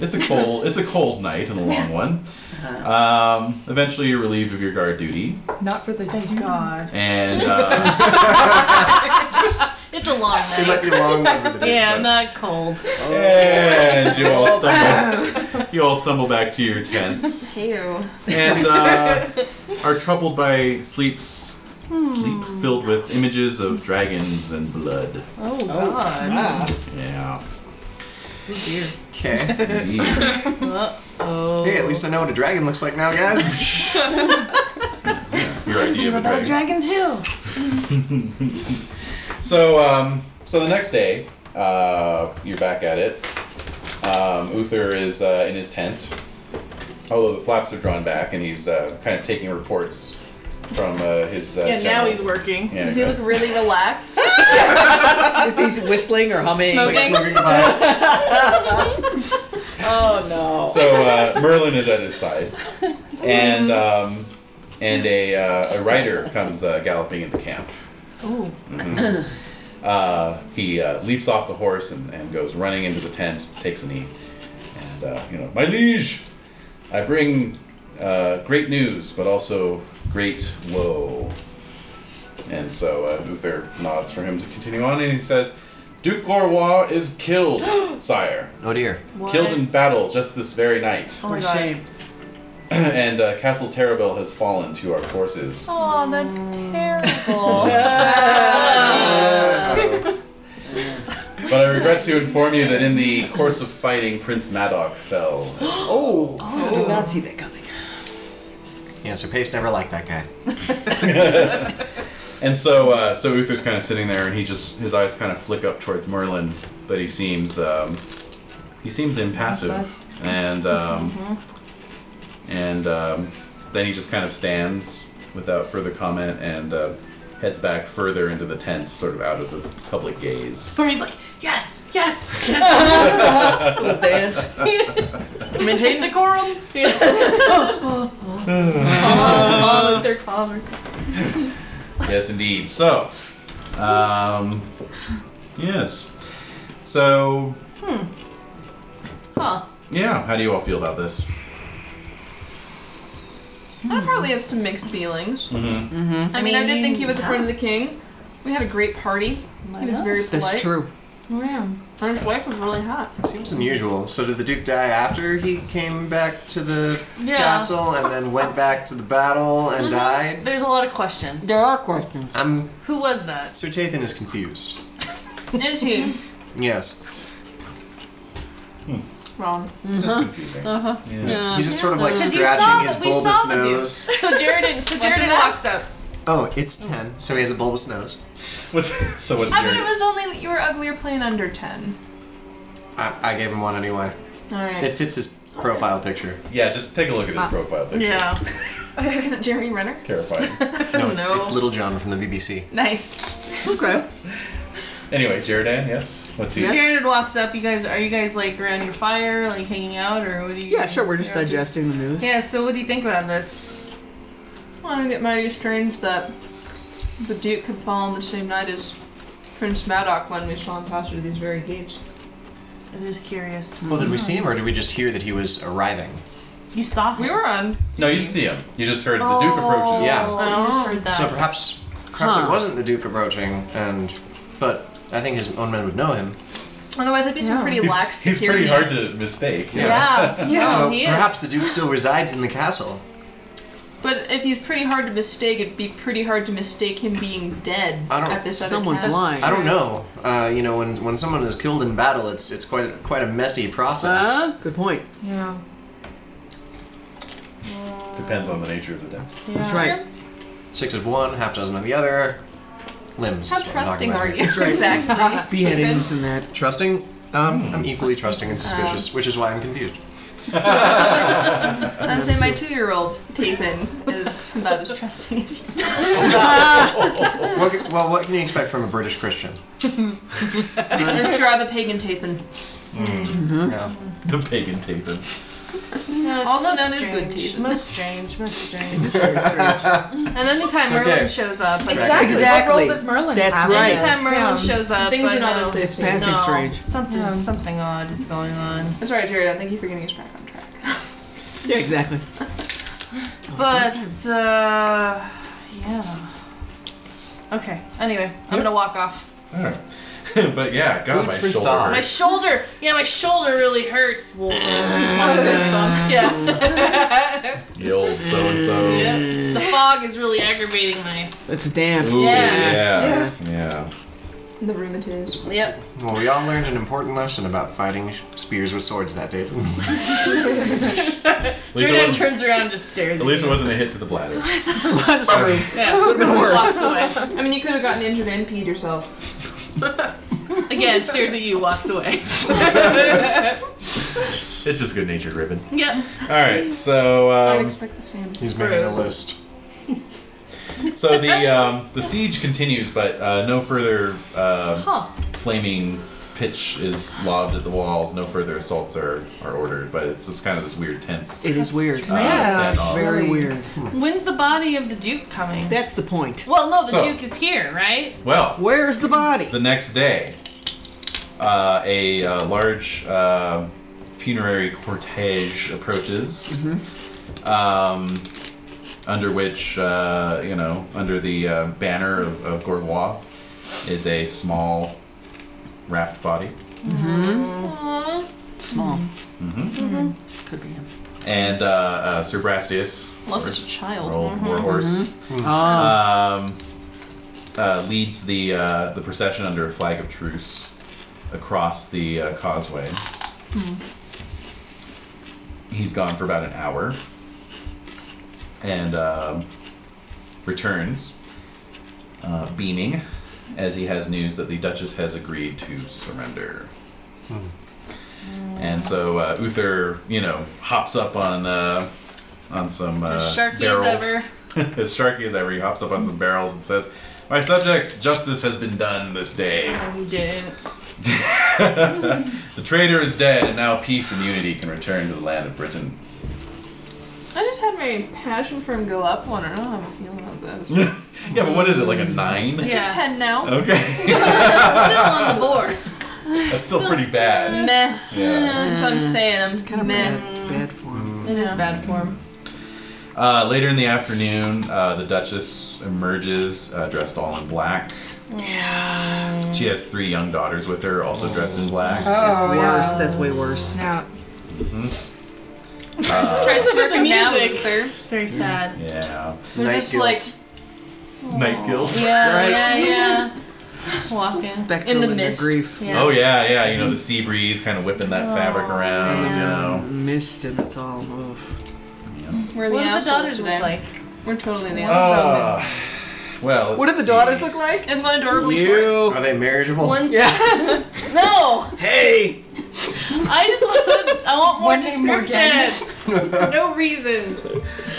Speaker 8: it's a cold it's a cold night and a long one. Um, eventually, you're relieved of your guard duty,
Speaker 9: Not for the
Speaker 6: Thank God.
Speaker 8: and uh,
Speaker 6: It's a long
Speaker 2: It might
Speaker 6: night.
Speaker 2: be a long one
Speaker 6: [laughs]
Speaker 2: for the day,
Speaker 6: Yeah,
Speaker 2: but-
Speaker 6: I'm not cold.
Speaker 8: and you all stumble you all stumble back to your tents.
Speaker 5: Ew.
Speaker 8: and uh, are troubled by sleeps sleep filled with images of dragons and blood.
Speaker 6: Oh God.
Speaker 10: Ah.
Speaker 8: Yeah.
Speaker 2: Okay.
Speaker 8: indeed.
Speaker 6: Uh oh.
Speaker 2: Hey, at least I know what a dragon looks like now, guys.
Speaker 8: Your idea of a dragon.
Speaker 6: Dragon too.
Speaker 8: So um, so the next day, uh, you're back at it. Um, Uther is uh, in his tent, although the flaps are drawn back, and he's uh, kind of taking reports from uh, his. Uh,
Speaker 6: Yeah, now he's
Speaker 8: generals.
Speaker 6: working.
Speaker 8: Yeah,
Speaker 5: Does he
Speaker 8: go-
Speaker 5: look really relaxed?
Speaker 10: Is
Speaker 6: [laughs]
Speaker 10: he whistling or humming?
Speaker 2: Like smoking pot.
Speaker 10: Oh no.
Speaker 8: So uh, Merlin is at his side, and um, and a uh, a rider comes uh, galloping into camp.
Speaker 6: Oh.
Speaker 8: Mhm. Uh, he uh, leaps off the horse and, and goes running into the tent, takes a knee, and uh, you know, my liege, I bring uh, great news, but also great woe. And so uh, Uther nods for him to continue on, and he says, Duke Gorwa is killed, sire.
Speaker 2: Oh dear.
Speaker 6: What?
Speaker 8: Killed in battle just this very night.
Speaker 6: Oh
Speaker 4: For
Speaker 6: my God.
Speaker 4: shame.
Speaker 8: [laughs] and uh, Castle Terabel has fallen to our forces.
Speaker 5: Oh, that's
Speaker 7: [laughs]
Speaker 5: terrible.
Speaker 2: Uh,
Speaker 8: But I regret to inform you that in the course of fighting, Prince Madoc fell.
Speaker 6: [gasps]
Speaker 8: as-
Speaker 10: Oh, I did not see that coming.
Speaker 2: yeah, so Pace never liked that guy.
Speaker 8: and so, uh, so Uther's kind of sitting there, and he just his eyes kind of flick up towards Merlin, but he seems um, he seems impassive,
Speaker 9: Nonplussed.
Speaker 8: and um,
Speaker 6: Mm-hmm.
Speaker 8: and um, then he just kind of stands without further comment and uh, heads back further into the tent, sort of out of the public gaze.
Speaker 6: Where he's like, yes, yes, yes.
Speaker 10: Little dance.
Speaker 6: Maintain decorum. Yeah. oh, oh, they're calmer.
Speaker 8: Yes, indeed. So, um, yes. So,
Speaker 6: Huh.
Speaker 8: yeah. How do you all feel about this?
Speaker 7: I probably have some mixed feelings.
Speaker 8: Mm-hmm.
Speaker 7: I mean, I did think he was a friend of the king. We had a great party. He was very polite.
Speaker 4: That's true.
Speaker 7: And his wife was really hot.
Speaker 2: Seems unusual. So did the Duke die after he came back to the
Speaker 6: Yeah.
Speaker 2: castle and then went back to the battle and
Speaker 7: Mm-hmm.
Speaker 2: died?
Speaker 6: There's a lot of questions.
Speaker 4: There are questions.
Speaker 2: I'm
Speaker 6: Who was that?
Speaker 2: Sir Tathan is confused.
Speaker 7: Is he?
Speaker 2: Yes.
Speaker 7: Wrong.
Speaker 8: That's confusing.
Speaker 4: Uh-huh.
Speaker 8: Yeah.
Speaker 2: He's, he's just sort of like
Speaker 7: Because you saw
Speaker 2: scratching his
Speaker 7: that- we saw
Speaker 2: bulbous
Speaker 7: the Duke.
Speaker 2: nose.
Speaker 7: So Jared, so
Speaker 6: What's
Speaker 7: Jared
Speaker 6: that?
Speaker 7: walks up.
Speaker 2: Oh, it's 10, so he has a bulbous nose.
Speaker 8: What's, so what's
Speaker 7: I
Speaker 8: your?
Speaker 7: mean, it was only that you were uglier playing under 10.
Speaker 2: I, I gave him one anyway.
Speaker 7: Alright.
Speaker 2: It fits his profile picture.
Speaker 8: yeah, just take a look at his profile picture.
Speaker 6: Yeah.
Speaker 7: Is it Jeremy Renner?
Speaker 8: Terrifying.
Speaker 2: No,
Speaker 6: [laughs]
Speaker 2: it's, it's Little John from the BBC.
Speaker 7: Nice.
Speaker 4: Okay.
Speaker 8: anyway, Jaredan, yes. What's he?
Speaker 4: Yeah.
Speaker 6: Jared walks up. You guys, are you guys like around your fire, like hanging out, or what do you?
Speaker 4: Yeah, sure. We're just
Speaker 6: you're up to?
Speaker 4: digesting the news.
Speaker 6: Yeah. So what do you think about this?
Speaker 7: Well, I find it mighty strange that the Duke had fallen the same night as Prince Madoc when we saw him pass through these very gates.
Speaker 6: It is curious.
Speaker 2: Well, did we see him or did we just hear that he was arriving?
Speaker 6: You saw
Speaker 7: We were on.
Speaker 8: No, you didn't see him. You just heard the Duke approaches.
Speaker 2: Yeah.
Speaker 6: Oh, I just heard that.
Speaker 2: So perhaps, perhaps
Speaker 4: Huh.
Speaker 2: it wasn't the Duke approaching, and but I think his own men would know him.
Speaker 7: Otherwise, I'd be some pretty
Speaker 8: He's,
Speaker 7: lax
Speaker 8: he's
Speaker 7: security.
Speaker 8: pretty hard to mistake.
Speaker 6: yeah.
Speaker 7: Yeah.
Speaker 2: so
Speaker 6: he is.
Speaker 2: perhaps the Duke still resides in the castle.
Speaker 7: But if he's pretty hard to mistake, it'd be pretty hard to mistake him being dead
Speaker 2: I don't-
Speaker 7: at this other
Speaker 4: Someone's
Speaker 7: camp.
Speaker 4: lying.
Speaker 2: I don't know. Uh, you know, when when someone is killed in battle, it's it's quite quite a messy process.
Speaker 4: Uh, good point.
Speaker 7: Yeah.
Speaker 8: Depends on the nature of the death.
Speaker 4: That's right.
Speaker 2: Six of one, half dozen of the other. Limbs.
Speaker 7: How
Speaker 2: is what I'm talking
Speaker 7: trusting
Speaker 2: about
Speaker 7: are
Speaker 2: here.
Speaker 7: you?
Speaker 4: right.
Speaker 2: [laughs]
Speaker 7: exactly.
Speaker 4: Beheadings and that.
Speaker 7: Uh.
Speaker 2: Trusting. Um, I'm equally trusting and suspicious, which is why I'm confused.
Speaker 7: I'd say my two-year-old Tathan is about as trusting as you.
Speaker 2: What, ca- well, what can you expect from a British Christian?
Speaker 5: Just drive a pagan Tathan.
Speaker 7: Hmm?
Speaker 2: Yeah.
Speaker 8: The pagan Tathan.
Speaker 5: Also known as good Tathan.
Speaker 6: Most strange, most strange.
Speaker 5: Anytime
Speaker 6: and anytime
Speaker 2: It's okay.
Speaker 6: Merlin shows up, like,
Speaker 5: Exactly.
Speaker 9: What
Speaker 4: Exactly.
Speaker 9: role does Merlin
Speaker 4: That's
Speaker 9: have? in
Speaker 4: right.
Speaker 9: this?
Speaker 5: Merlin
Speaker 9: Yeah.
Speaker 5: shows up,
Speaker 6: Things
Speaker 5: I
Speaker 6: are not
Speaker 5: know
Speaker 6: as they
Speaker 4: It's
Speaker 6: seem.
Speaker 4: passing
Speaker 6: No.
Speaker 4: strange.
Speaker 6: Something,
Speaker 9: Yeah.
Speaker 6: something odd is going on.
Speaker 7: That's right, Jared. I think you're forgetting us back on track.
Speaker 4: Yeah, exactly.
Speaker 6: But uh, yeah. Okay. Anyway, I'm gonna walk off.
Speaker 8: Alright. [laughs] but yeah, God,
Speaker 2: Food
Speaker 8: my
Speaker 2: for
Speaker 8: shoulder.
Speaker 2: thought.
Speaker 6: My
Speaker 8: hurts.
Speaker 6: shoulder. Yeah, my shoulder really hurts. Wolf.
Speaker 8: Mm.
Speaker 6: yeah. [laughs]
Speaker 8: The old so and so.
Speaker 6: The fog is really aggravating my.
Speaker 4: It's damp.
Speaker 8: Ooh,
Speaker 6: Yeah.
Speaker 8: yeah. Yeah.
Speaker 7: The rheumatiz.
Speaker 6: Yep.
Speaker 2: Well, we all learned an important lesson about fighting sh- spears with swords that day. [laughs]
Speaker 8: At least, it
Speaker 6: Jordan
Speaker 8: wasn't,
Speaker 6: turns around and just stares. At
Speaker 8: at least it wasn't a hit to the bladder.
Speaker 4: [laughs] That's right.
Speaker 6: Yeah. walks away.
Speaker 7: I mean, you could have gotten injured and peed yourself.
Speaker 6: Again, stares at you, walks away. [laughs]
Speaker 8: It's just good natured ribbon.
Speaker 6: yep.
Speaker 8: Alright, so
Speaker 7: I'd
Speaker 8: um,
Speaker 7: expect the same.
Speaker 2: He's making a
Speaker 6: Gross.
Speaker 2: list.
Speaker 8: [laughs] so the um, the siege continues, but uh, no further uh,
Speaker 6: Huh.
Speaker 8: flaming pitch is lobbed at the walls. No further assaults are, are ordered, but it's just kind of this weird tense.
Speaker 4: It is weird.
Speaker 8: Uh,
Speaker 6: Yeah,
Speaker 8: standoff.
Speaker 6: it's
Speaker 4: Very
Speaker 9: Really?
Speaker 4: weird.
Speaker 6: When's the body of the Duke coming?
Speaker 4: That's the point.
Speaker 6: Well, no, the
Speaker 8: So-
Speaker 6: Duke is here, right?
Speaker 8: Well,
Speaker 4: Where's the body?
Speaker 8: The next day, uh, a uh, large uh, funerary cortege approaches, um, under which, uh, you know, under the uh, banner of, of Gorlois is a small wrapped body.
Speaker 4: Small.
Speaker 8: Mm-hmm.
Speaker 4: Could be him.
Speaker 8: And uh, uh, Sir Brastius,
Speaker 7: Unless it's a child. Mm-hmm.
Speaker 8: or war horse,
Speaker 4: Oh.
Speaker 8: um, uh, leads the uh, the procession under a flag of truce across the uh, causeway. He's gone for about an hour and um, returns uh, beaming as he has news that the Duchess has agreed to surrender. And so uh, Uther, you know, hops up on uh, on some uh,
Speaker 6: As sharky as
Speaker 8: barrels
Speaker 6: ever.
Speaker 8: as sharky as ever, he hops up on some barrels and says, "My subjects, justice has been done this day. [laughs]
Speaker 6: No, Oh, he didn't.
Speaker 8: the traitor is dead, and now peace and unity can return to the land of Britain." [laughs]
Speaker 7: I just had my passion for him go up one. I don't have a feeling about this.
Speaker 8: yeah, but what is it like a nine?
Speaker 7: It's a
Speaker 6: Yeah.
Speaker 7: ten now.
Speaker 8: Okay, [laughs]
Speaker 6: Still on the board.
Speaker 8: that's still pretty
Speaker 7: [laughs]
Speaker 8: bad.
Speaker 7: Meh.
Speaker 8: Yeah.
Speaker 7: That's what I'm saying. I'm
Speaker 4: Kind of
Speaker 7: meh.
Speaker 4: Uh, bad, bad form.
Speaker 8: Mm.
Speaker 6: It is bad form.
Speaker 8: Uh, later in the afternoon, uh, the Duchess emerges uh, dressed all in black. She has three young daughters with her, also dressed in black.
Speaker 4: That's
Speaker 9: Oh,
Speaker 4: worse.
Speaker 9: yeah.
Speaker 4: That's way worse.
Speaker 9: Yeah.
Speaker 7: [laughs]
Speaker 8: Uh,
Speaker 7: Smirk
Speaker 6: The
Speaker 7: him now,
Speaker 6: music.
Speaker 7: Luther.
Speaker 6: It's very sad.
Speaker 8: yeah.
Speaker 6: They're
Speaker 2: Night
Speaker 6: just
Speaker 2: guilt.
Speaker 6: like,
Speaker 8: Night guilt.
Speaker 6: yeah,
Speaker 4: Right.
Speaker 6: yeah, yeah. Walking.
Speaker 4: Spectral
Speaker 6: in
Speaker 4: in
Speaker 6: the
Speaker 4: the
Speaker 6: mist.
Speaker 4: grief.
Speaker 6: Yeah.
Speaker 8: Oh yeah, yeah. You know the sea breeze kind of whipping that fabric around. You
Speaker 4: Mist and it's all oof.
Speaker 6: What
Speaker 7: We're the
Speaker 6: do the
Speaker 7: assholes
Speaker 6: daughters
Speaker 7: today.
Speaker 6: look like?
Speaker 7: We're totally the
Speaker 8: know.
Speaker 7: assholes.
Speaker 8: Uh, well.
Speaker 4: What do
Speaker 8: let's
Speaker 4: the daughters
Speaker 8: see.
Speaker 4: look like?
Speaker 7: Is one adorably short?
Speaker 4: You.
Speaker 2: Are they marriageable?
Speaker 4: Yeah. [laughs]
Speaker 6: No,
Speaker 4: hey.
Speaker 6: I just want. To, I want more
Speaker 9: One name,
Speaker 6: [laughs]
Speaker 9: more
Speaker 6: description. No reasons.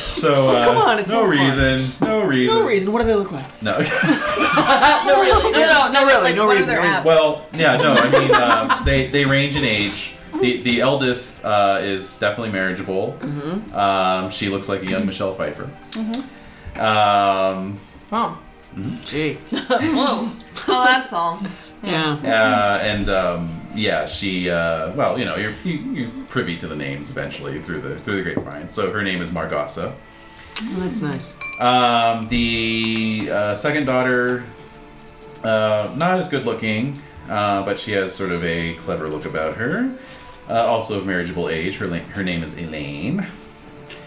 Speaker 8: So uh,
Speaker 4: Oh, come on, it's
Speaker 8: no
Speaker 4: more fun.
Speaker 8: reason, no reason.
Speaker 4: No reason. What do they look like? [laughs]
Speaker 8: No. [laughs]
Speaker 6: No, Oh, really.
Speaker 7: No, no, no,
Speaker 4: really,
Speaker 7: like,
Speaker 4: no
Speaker 7: what are
Speaker 4: reason,
Speaker 7: their
Speaker 4: no reason.
Speaker 7: apps?
Speaker 8: well, yeah, no. I mean, um, they they range in age.
Speaker 4: Mm-hmm.
Speaker 8: The the eldest uh, is definitely marriageable.
Speaker 4: Mm-hmm.
Speaker 8: Um, she looks like a young Michelle Pfeiffer.
Speaker 4: Mm-hmm.
Speaker 8: Um,
Speaker 4: Oh. Gee.
Speaker 6: Whoa.
Speaker 7: Well, that's all.
Speaker 4: Yeah.
Speaker 8: Uh, and um, yeah, she. Uh, well, you know, you're you, you're privy to the names eventually through the through the grapevine. So her name is Margasa.
Speaker 4: Well, that's nice.
Speaker 8: Um, the uh, second daughter, uh, not as good looking, uh, but she has sort of a clever look about her. Uh, also of marriageable age. Her la- her name is Elaine.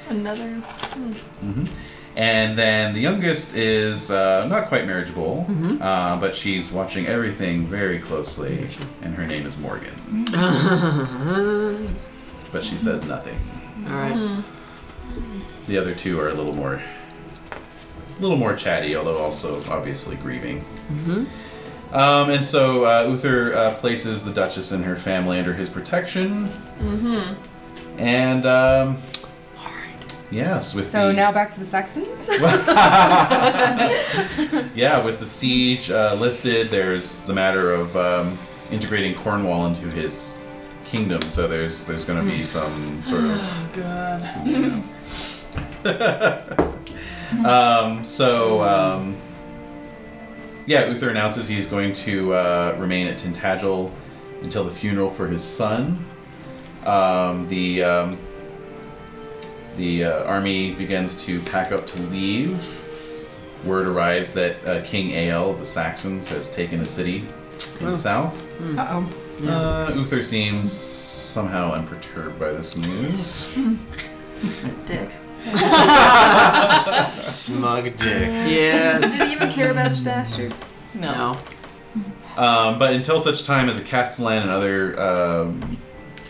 Speaker 8: Mm-hmm.
Speaker 7: Another.
Speaker 8: And then the youngest is uh, not quite marriageable, uh, but she's watching everything very closely, and her name is Morgan.
Speaker 4: all
Speaker 8: But she says nothing.
Speaker 4: right.
Speaker 8: The other two are a little more, a little more chatty, although also obviously grieving.
Speaker 9: Mm-hmm.
Speaker 8: Um, and so uh, Uther uh, places the Duchess and her family under his protection.
Speaker 9: Mm-hmm.
Speaker 8: And um, yes, with
Speaker 9: So
Speaker 8: the,
Speaker 9: now back to the Saxons. [laughs]
Speaker 8: yeah, with the siege uh, lifted, there's the matter of um, integrating Cornwall into his kingdom. So there's there's going to be some sort of
Speaker 6: Oh god.
Speaker 8: [laughs] um, so, um, yeah, Uther announces he's going to uh, remain at Tintagel until the funeral for his son. Um, the um, the uh, army begins to pack up to leave. Word arrives that uh, King Ael of the Saxons has taken a city in the south.
Speaker 9: Uh oh.
Speaker 8: Uh, Uther seems somehow unperturbed by this news.
Speaker 6: Dick.
Speaker 2: Smug dick.
Speaker 10: Yes.
Speaker 7: Did he even care about this bastard?
Speaker 10: No.
Speaker 8: Um, but until such time as a castellan and other um,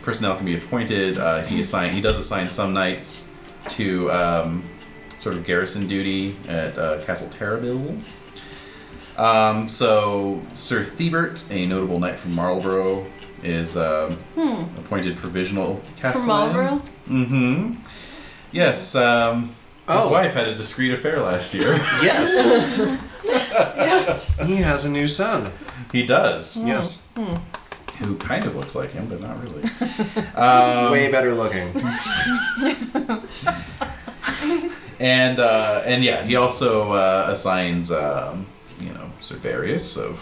Speaker 8: personnel can be appointed, uh,
Speaker 6: Hmm.
Speaker 8: he assign he does assign some knights to um, sort of garrison duty at uh, Castle Terrabil. Um, so Sir Thebert, a notable knight from Marlborough, is um, appointed provisional castellan.
Speaker 6: Hmm. From Marlborough?
Speaker 8: Mm-hmm. Yes. Um,
Speaker 2: Oh.
Speaker 8: His wife had a discreet affair last year.
Speaker 2: Yes.
Speaker 4: [laughs]
Speaker 2: He has a new son.
Speaker 8: he does.
Speaker 2: Yes.
Speaker 8: Who kind of looks like him, but not really. Um,
Speaker 2: Way better looking.
Speaker 8: and uh, and yeah, he also uh, assigns um, you know Sir Varius of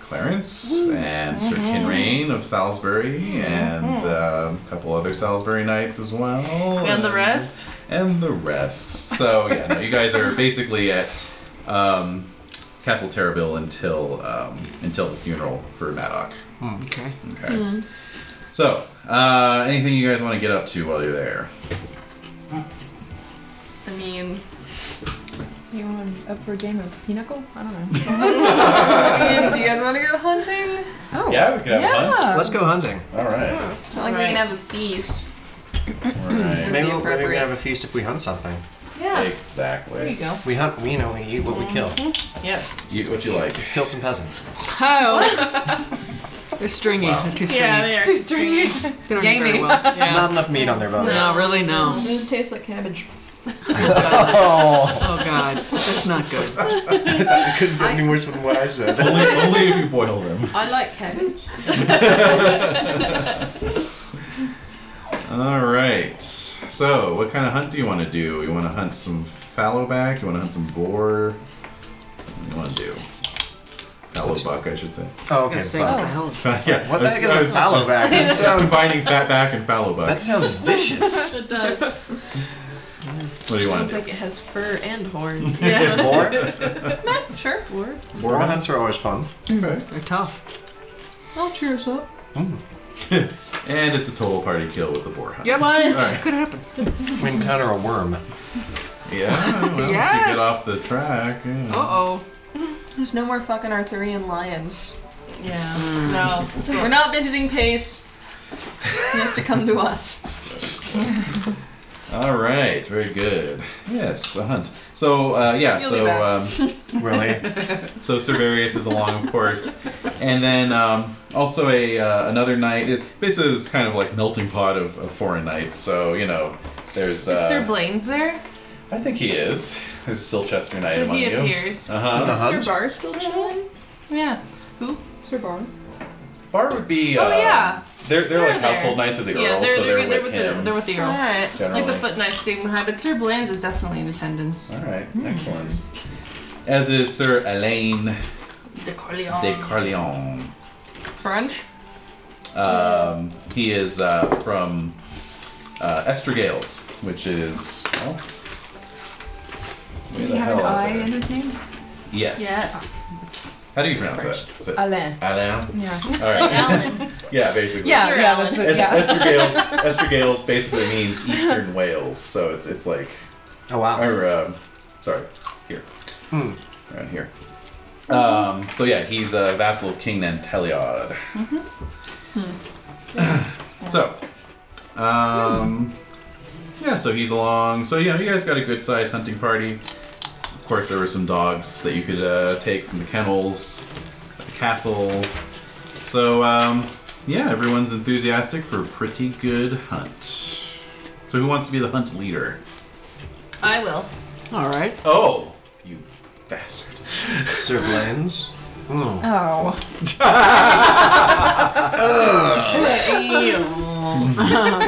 Speaker 8: Clarence and
Speaker 6: Mm-hmm.
Speaker 8: Sir Kinrain of Salisbury and uh, a couple other Salisbury knights as well,
Speaker 6: And the rest?
Speaker 8: and the rest. So yeah, no, you
Speaker 6: [laughs]
Speaker 8: guys are basically at um, Castle Terrabil until um, until the funeral for Madoc.
Speaker 4: Okay.
Speaker 8: Okay.
Speaker 6: Hmm.
Speaker 8: So uh, anything you guys want to get up to while you're there?
Speaker 6: I mean,
Speaker 9: Anyone up for a game of pinochle? I don't know.
Speaker 7: I mean, do you guys want to go hunting?
Speaker 9: [laughs] Oh.
Speaker 8: Yeah, we could have
Speaker 9: yeah.
Speaker 8: a hunt.
Speaker 2: Let's go hunting.
Speaker 8: All right.
Speaker 7: It's not like we can have a feast.
Speaker 8: All right.
Speaker 2: Maybe we'll, maybe we
Speaker 6: appropriate.
Speaker 2: can have a feast if we hunt something.
Speaker 6: yeah.
Speaker 8: Exactly.
Speaker 7: There you go.
Speaker 2: We hunt, we you know, we eat what we kill.
Speaker 4: Mm-hmm.
Speaker 10: Yes.
Speaker 8: Eat what you like.
Speaker 2: Let's kill some peasants.
Speaker 4: Oh. They're stringy. They're too stringy.
Speaker 6: Yeah, they are.
Speaker 9: Too stringy.
Speaker 4: They don't eat very
Speaker 9: Gamey.
Speaker 4: well.
Speaker 2: Not
Speaker 4: [laughs] Yeah.
Speaker 2: enough meat on their bones.
Speaker 4: No, really, no.
Speaker 7: It just tastes like cabbage.
Speaker 2: Oh,
Speaker 4: Oh God, that's not good.
Speaker 2: [laughs] it couldn't get any worse than what I said.
Speaker 8: only, only if you boil them.
Speaker 5: I like cabbage.
Speaker 8: All right. So, what kind of hunt do you want to do? You want to hunt some fallowback? You want to hunt some boar? What do you want to do? Fallowbuck, I should say.
Speaker 2: Oh,
Speaker 4: I
Speaker 2: okay.
Speaker 4: was gonna say,
Speaker 2: fuck.
Speaker 4: what the hell?
Speaker 8: [laughs] yeah.
Speaker 2: What
Speaker 8: I
Speaker 2: the
Speaker 8: was-
Speaker 2: heck is
Speaker 8: I
Speaker 2: a
Speaker 8: was-
Speaker 2: fallowback? That
Speaker 8: I was
Speaker 2: sounds
Speaker 8: [laughs] combining fatback and fallowbuck.
Speaker 2: that sounds
Speaker 4: [laughs]
Speaker 2: vicious.
Speaker 6: It does.
Speaker 8: what do you want
Speaker 5: Sounds
Speaker 8: to do?
Speaker 5: like it has fur and horns.
Speaker 2: [laughs]
Speaker 6: Yeah.
Speaker 2: Boar,
Speaker 5: sure. Boar.
Speaker 2: boar hunts are always fun.
Speaker 8: Okay.
Speaker 4: They're tough.
Speaker 7: I'll cheer us Oh, up.
Speaker 8: and it's a total party kill with the boar hunt.
Speaker 4: Yep.
Speaker 8: All
Speaker 4: What?
Speaker 8: right.
Speaker 4: Could happen.
Speaker 2: We encounter a worm.
Speaker 8: Yeah.
Speaker 7: [laughs]
Speaker 8: Well, if you
Speaker 4: Yes.
Speaker 8: get off the track. Yeah.
Speaker 4: Uh oh.
Speaker 7: There's no more fucking Arthurian lions.
Speaker 2: Mm.
Speaker 6: Yeah. No.
Speaker 7: [laughs] We're not visiting Pace. He has to come to us. Oh.
Speaker 8: All right, very good. Yes, the hunt. So uh, yeah,
Speaker 7: You'll be
Speaker 8: so um,
Speaker 4: [laughs]
Speaker 7: back.
Speaker 2: Really?
Speaker 8: so Sir Varius is along, of course, and then um, also a uh, another knight. It, basically, it's kind of like melting pot of, of foreign knights. So you know, there's.
Speaker 6: Is Sir
Speaker 8: Uh,
Speaker 6: Blaine's there?
Speaker 8: I think he is. There's a Silchester knight
Speaker 6: So
Speaker 8: among
Speaker 6: he
Speaker 8: you.
Speaker 6: appears.
Speaker 8: Uh
Speaker 2: In the
Speaker 8: huh.
Speaker 7: Sir
Speaker 2: hunt?
Speaker 7: Bar still chilling?
Speaker 6: Yeah.
Speaker 7: Sir Bar.
Speaker 8: Bar would be. Uh,
Speaker 6: Oh yeah.
Speaker 8: They're they're,
Speaker 6: They're
Speaker 8: like
Speaker 6: there.
Speaker 8: household knights of the
Speaker 6: yeah,
Speaker 8: Earl,
Speaker 6: they're,
Speaker 8: so
Speaker 6: they're,
Speaker 8: they're,
Speaker 6: they're
Speaker 8: with
Speaker 6: with,
Speaker 8: him.
Speaker 6: the, they're with the Earl.
Speaker 7: Alright.
Speaker 8: generally.
Speaker 6: Like the foot knights do have, but Sir Blaine's is definitely in attendance.
Speaker 8: All right, excellent. As is Sir Alain
Speaker 6: De Corleone.
Speaker 8: de Carleon.
Speaker 7: French?
Speaker 8: Um, he is uh, from uh, Estragales, which is. Well, where
Speaker 9: Does
Speaker 8: the
Speaker 9: he have an
Speaker 8: hell
Speaker 9: I
Speaker 8: is it?
Speaker 9: in his name?
Speaker 8: Yes.
Speaker 6: Yes.
Speaker 8: How do you pronounce that? Is it
Speaker 9: Alain. [laughs]
Speaker 8: Alain?
Speaker 9: Yeah.
Speaker 8: All right.
Speaker 6: [laughs]
Speaker 8: yeah, basically.
Speaker 9: Yeah,
Speaker 5: Sir
Speaker 9: yeah,
Speaker 5: Alan.
Speaker 9: that's
Speaker 8: Es-
Speaker 9: it. Yeah. [laughs]
Speaker 8: Estragales, Estragales basically means Eastern Wales, so it's it's like
Speaker 2: Oh wow.
Speaker 8: or um, sorry, here,
Speaker 2: Hmm.
Speaker 8: around here. Um, so yeah, he's a vassal of King Nanteliod. so, um, yeah, so he's along. So you know, you guys got a good sized hunting party. Of course, there were some dogs that you could uh, take from the kennels, at the castle. So um, yeah, everyone's enthusiastic for a pretty good hunt. So who wants to be the hunt leader?
Speaker 6: I will.
Speaker 4: All right.
Speaker 8: Oh, you bastard.
Speaker 2: Sir Blends. Mm.
Speaker 9: Oh.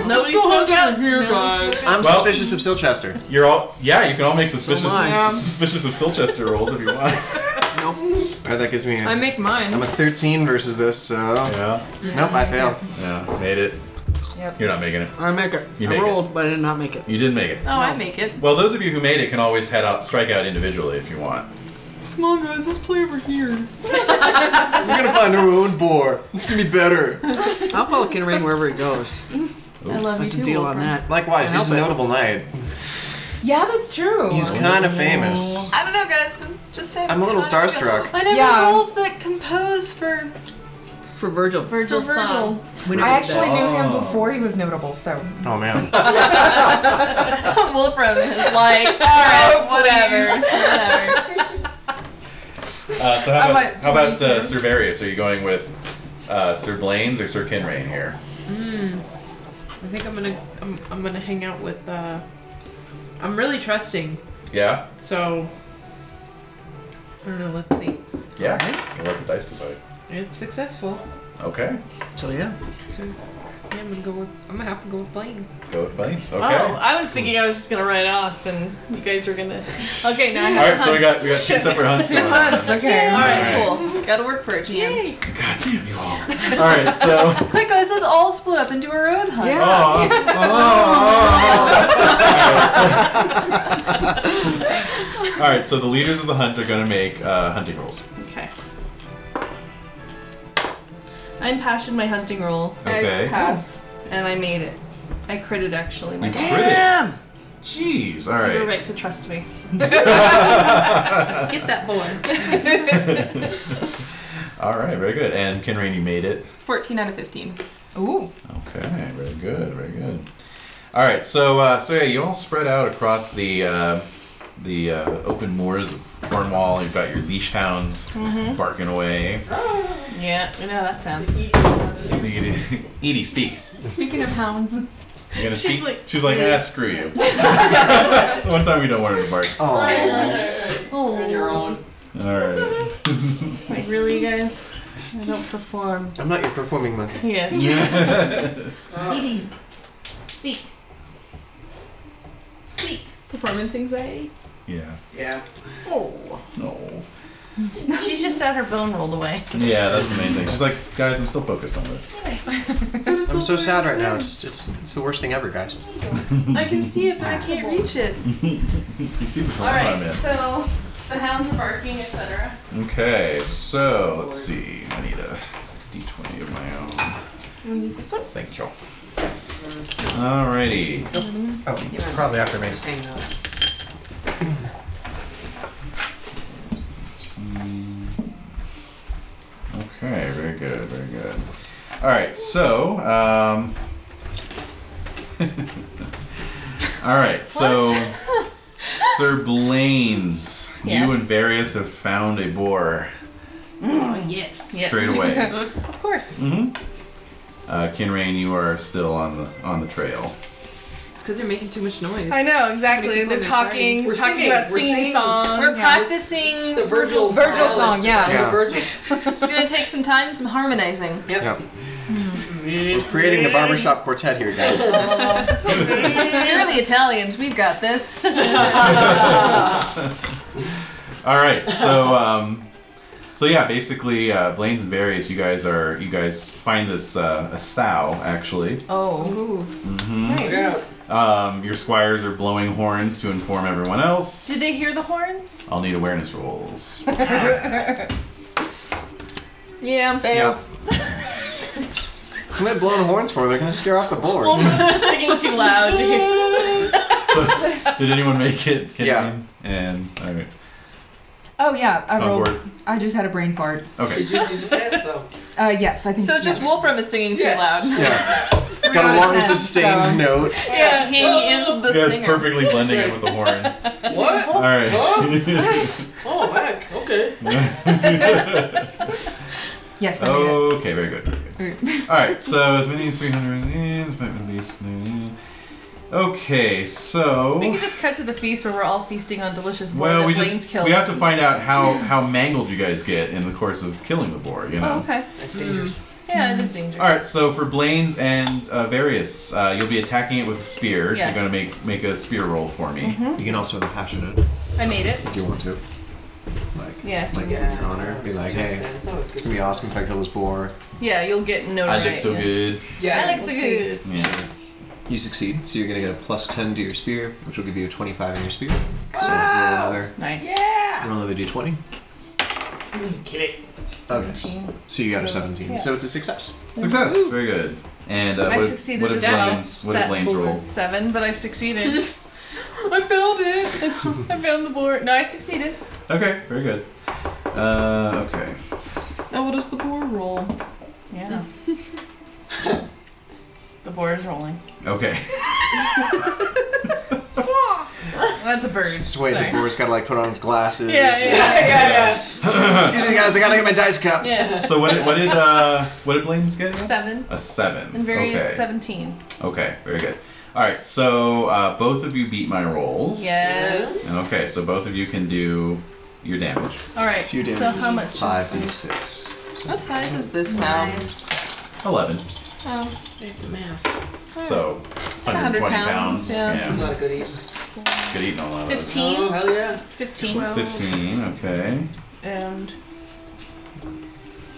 Speaker 4: [laughs]
Speaker 6: Nobody's hooked up here, guys.
Speaker 2: I'm
Speaker 8: Well-
Speaker 2: suspicious of Silchester.
Speaker 8: You're all yeah. You can all make suspicious
Speaker 4: Oh my.
Speaker 6: Yeah.
Speaker 8: [laughs] suspicious of Silchester rolls if you want.
Speaker 2: Alright, Uh, that gives me a,
Speaker 7: I make mine.
Speaker 2: I'm a 13 versus this, so.
Speaker 8: [laughs] yeah,
Speaker 2: Nope, I fail.
Speaker 7: [laughs]
Speaker 8: yeah. Made it.
Speaker 9: Yep.
Speaker 8: You're not making it.
Speaker 4: I make it.
Speaker 8: You
Speaker 4: I
Speaker 8: make it.
Speaker 4: rolled, but I did not make it.
Speaker 8: You did make it.
Speaker 7: Oh, I make it.
Speaker 8: Well, those of you who made it can always head out, strike out individually if you want.
Speaker 4: Come on, guys, let's play over here.
Speaker 2: We're gonna find our own boar. It's gonna be better.
Speaker 4: I'll follow Kinraid wherever he goes.
Speaker 8: Mm.
Speaker 7: I love
Speaker 4: That's
Speaker 7: you
Speaker 4: a
Speaker 7: too.
Speaker 4: deal on
Speaker 7: Wolfram.
Speaker 4: that.
Speaker 2: Likewise, he's a
Speaker 4: Help it.
Speaker 2: notable knight.
Speaker 9: Yeah, that's true.
Speaker 2: He's kind of famous.
Speaker 5: I don't know, guys. I'm just saying.
Speaker 2: I'm a little
Speaker 5: kinda-
Speaker 2: starstruck.
Speaker 5: I never
Speaker 9: Yeah.
Speaker 5: rolled that compose for
Speaker 4: For Virgil.
Speaker 6: Virgil's
Speaker 5: For Virgil.
Speaker 6: song.
Speaker 4: We
Speaker 9: I actually
Speaker 4: that.
Speaker 9: knew him before he was notable, so
Speaker 2: Oh [laughs] man.
Speaker 5: Wolfram.
Speaker 7: [laughs]
Speaker 5: Is like, all
Speaker 7: Oh,
Speaker 5: right, whatever.
Speaker 8: Uh, so how
Speaker 9: I'm
Speaker 8: about
Speaker 9: at
Speaker 8: how about uh,
Speaker 9: 22.
Speaker 8: Sir Varius? Are you going with uh, Sir Blaine's or Sir Kinrain here?
Speaker 11: I think I'm gonna I'm, I'm gonna hang out with uh I'm really trusting,
Speaker 8: Yeah,
Speaker 11: so I don't know, let's see.
Speaker 8: yeah. We'll let the dice decide.
Speaker 11: It's successful.
Speaker 8: Okay,
Speaker 4: So yeah.
Speaker 11: So yeah, I'm gonna go with I'm gonna have to go with Blaine.
Speaker 8: go with Blaine's. Okay.
Speaker 6: Oh, I was thinking I was just gonna write off, and you guys were gonna. Okay, now I
Speaker 8: All
Speaker 6: have
Speaker 8: right, so we got we got two separate hunts. Two hunts.
Speaker 9: okay.
Speaker 5: All right,
Speaker 8: All
Speaker 5: cool. Gotta work for it, GM.
Speaker 6: Yay.
Speaker 8: God damn you all. [laughs] All right, so.
Speaker 5: Quick, guys, let's all split up and do our own hunt.
Speaker 4: Yeah.
Speaker 8: Oh, oh, All right, so the leaders of the hunt are going to make uh, hunting rolls.
Speaker 6: Okay. I'm passion my hunting roll,
Speaker 8: Okay.
Speaker 7: Pass.
Speaker 6: and I made it. I critted actually. My
Speaker 8: You
Speaker 6: dice.
Speaker 8: crit it. Jeez. All
Speaker 6: You're
Speaker 8: right.
Speaker 6: right to trust me.
Speaker 11: Get that boy.
Speaker 8: all right. Very good. And Kinrain, you made it.
Speaker 5: 14 out of 15.
Speaker 9: Ooh.
Speaker 8: Okay, very good, very good. All right, so uh, so yeah, you all spread out across the uh, the uh, open moors of Cornwall. You've got your leash hounds barking away,
Speaker 6: Mm-hmm. Yeah, I know that sounds.
Speaker 8: Edie Steak.
Speaker 9: Speaking of hounds,
Speaker 8: You're gonna
Speaker 6: She's
Speaker 8: speak.
Speaker 6: like,
Speaker 8: She's like, ah, screw you.
Speaker 6: [laughs]
Speaker 8: [laughs] One time we don't want her to bark.
Speaker 2: Oh.
Speaker 8: All right.
Speaker 6: Like really, you guys? I don't perform.
Speaker 2: I'm not your performing monkey.
Speaker 6: Yes.
Speaker 11: Eating. Speak. Speak. Performance anxiety.
Speaker 8: yeah.
Speaker 10: Yeah.
Speaker 11: Oh.
Speaker 8: No.
Speaker 6: She's just sad her bone rolled away.
Speaker 8: Yeah, that's the main thing. She's like, guys, I'm still focused on this.
Speaker 2: I'm so sad right now. It's it's it's the worst thing ever, guys.
Speaker 5: I can see it, but I can't reach it.
Speaker 8: You see the
Speaker 6: All
Speaker 8: dilemma I'm
Speaker 6: right.
Speaker 8: in.
Speaker 6: So the hounds are barking, etc.
Speaker 8: Okay, so let's see. I need a d20 of my own.
Speaker 11: use this one?
Speaker 8: Thank you. Alrighty.
Speaker 2: Oh, it's probably after me.
Speaker 8: Mm. Okay, very good, very good. Alright, so. Um, [laughs] Alright, so. [laughs] Sir Blaine's, you and
Speaker 6: Yes.
Speaker 8: Various have found a boar
Speaker 11: Oh, yes.
Speaker 8: straight away.
Speaker 11: [laughs]
Speaker 6: Of course.
Speaker 8: hmm Uh, Kinrain, you are still on the on the trail.
Speaker 11: It's because they're making too much noise.
Speaker 6: I know exactly.
Speaker 11: people
Speaker 6: They're
Speaker 11: in their
Speaker 6: talking. We're
Speaker 4: We're
Speaker 6: talking
Speaker 4: singing,
Speaker 6: about
Speaker 4: we're
Speaker 6: singing,
Speaker 4: singing.
Speaker 6: songs.
Speaker 5: We're practicing.
Speaker 4: The Virgil song.
Speaker 9: Virgil song, yeah.
Speaker 2: Yeah.
Speaker 4: The Virgil.
Speaker 5: It's gonna take some time, some harmonizing.
Speaker 2: Yep. We're creating the barbershop quartet here, guys. [laughs]
Speaker 5: Scare the Italians, we've got this.
Speaker 8: All right, so um, so yeah, basically, uh, Blaine's and Various, you guys are you guys find this uh, a sow actually.
Speaker 6: Oh.
Speaker 11: Ooh.
Speaker 9: Nice.
Speaker 8: Um, your squires are blowing horns to inform everyone else.
Speaker 6: Did they hear the horns?
Speaker 8: I'll need awareness rolls.
Speaker 5: Yeah,
Speaker 2: Yep. Quit blowing horns for. They're gonna scare off the [laughs] boars.
Speaker 6: just singing too loud.
Speaker 8: so, did anyone make it? Kinrain?
Speaker 2: Yeah.
Speaker 8: And all right,
Speaker 9: Oh yeah, I
Speaker 8: On
Speaker 9: rolled.
Speaker 8: board.
Speaker 9: I just had a brain fart.
Speaker 8: okay.
Speaker 4: Did you, did you pass though?
Speaker 9: Uh, yes, I think.
Speaker 5: So just Wolfram is singing too
Speaker 4: Yes.
Speaker 5: loud.
Speaker 2: Yeah. It's got a
Speaker 9: Three out of
Speaker 2: long
Speaker 9: ten,
Speaker 2: sustained
Speaker 9: so-
Speaker 2: note.
Speaker 5: Yeah, he is the
Speaker 8: Yeah, it's
Speaker 5: singer.
Speaker 8: perfectly blending it with the horn.
Speaker 4: What?
Speaker 8: All right.
Speaker 4: Oh, heck. Okay.
Speaker 9: Yes, I made
Speaker 8: Okay, very good. Very good.
Speaker 9: it.
Speaker 8: All right, so as many as 300 in, five at least. mm. Okay, so.
Speaker 6: We can just cut to the feast where we're all feasting on delicious boar
Speaker 8: Well,
Speaker 6: that
Speaker 8: we
Speaker 6: Blaine's
Speaker 8: just
Speaker 6: killed.
Speaker 8: we have to find out how how mangled you guys get in the course of killing the boar. You know.
Speaker 6: Oh, okay.
Speaker 10: That's
Speaker 6: dangerous. Yeah, it is dangerous.
Speaker 8: All right. So for Blaine's and uh, Various, uh, you'll be attacking it with a spear. So
Speaker 6: Yes.
Speaker 8: you're gonna make make a spear roll for me.
Speaker 6: Mhm.
Speaker 2: You can also passion it
Speaker 6: I made it.
Speaker 2: if you want to. Like,
Speaker 6: Yeah.
Speaker 2: like
Speaker 10: Yeah,
Speaker 2: your honor, be like,
Speaker 10: suggest
Speaker 2: hey,
Speaker 10: that. It's always good
Speaker 2: it's gonna be awesome if I kill this boar.
Speaker 6: Yeah, you'll get notoriety.
Speaker 8: I look so good.
Speaker 10: Yeah,
Speaker 6: I look so
Speaker 10: let's see.
Speaker 6: good.
Speaker 8: Yeah.
Speaker 2: You succeed, so you're gonna get a plus ten to your spear, which will give you a twenty-five in your spear. So roll
Speaker 6: Wow.
Speaker 2: another,
Speaker 6: Nice.
Speaker 2: roll another d20.
Speaker 10: Get it.
Speaker 2: Okay. So you got a
Speaker 6: So,
Speaker 2: seventeen.
Speaker 6: yeah.
Speaker 2: So it's a success.
Speaker 8: Success. Very good. And uh,
Speaker 6: I
Speaker 8: what if
Speaker 6: succeeded
Speaker 8: what if
Speaker 6: as well.
Speaker 8: Blaine's what if
Speaker 6: Set
Speaker 8: Blaine's
Speaker 6: board.
Speaker 8: roll?
Speaker 6: Seven, but I
Speaker 8: [laughs]
Speaker 6: succeeded. I failed it. I failed the board. No, I succeeded.
Speaker 8: Okay. Very good. Uh, okay.
Speaker 6: Now what does the board roll? Yeah. Mm. [laughs] the board is rolling.
Speaker 8: Okay.
Speaker 6: That's a bird.
Speaker 2: This way the
Speaker 6: Sorry.
Speaker 2: boar's gotta like put on his glasses.
Speaker 6: Yeah, yeah, yeah, yeah,
Speaker 2: Excuse me, guys. I gotta get my dice cup.
Speaker 6: yeah.
Speaker 8: so what did what did uh what did Blaine's get?
Speaker 6: yeah. [laughs] Seven.
Speaker 8: A seven.
Speaker 6: And various
Speaker 8: okay.
Speaker 6: seventeen.
Speaker 8: Okay, very good. All right, so uh, both of you beat my rolls.
Speaker 6: Yes.
Speaker 8: And okay, so both of you can do your damage.
Speaker 6: All right.
Speaker 2: So your damage
Speaker 6: So
Speaker 2: is
Speaker 6: how much?
Speaker 2: Five
Speaker 6: is-
Speaker 2: d six.
Speaker 7: What size is this now?
Speaker 8: Eleven.
Speaker 7: Oh,
Speaker 10: It's a math.
Speaker 8: So 120
Speaker 6: 100 pounds,
Speaker 8: pounds.
Speaker 10: It's not a good eating.
Speaker 8: Good eating all of us.
Speaker 10: Oh,
Speaker 6: Fifteen.
Speaker 10: hell yeah.
Speaker 6: Fifteen.
Speaker 8: Fifteen. Okay.
Speaker 6: And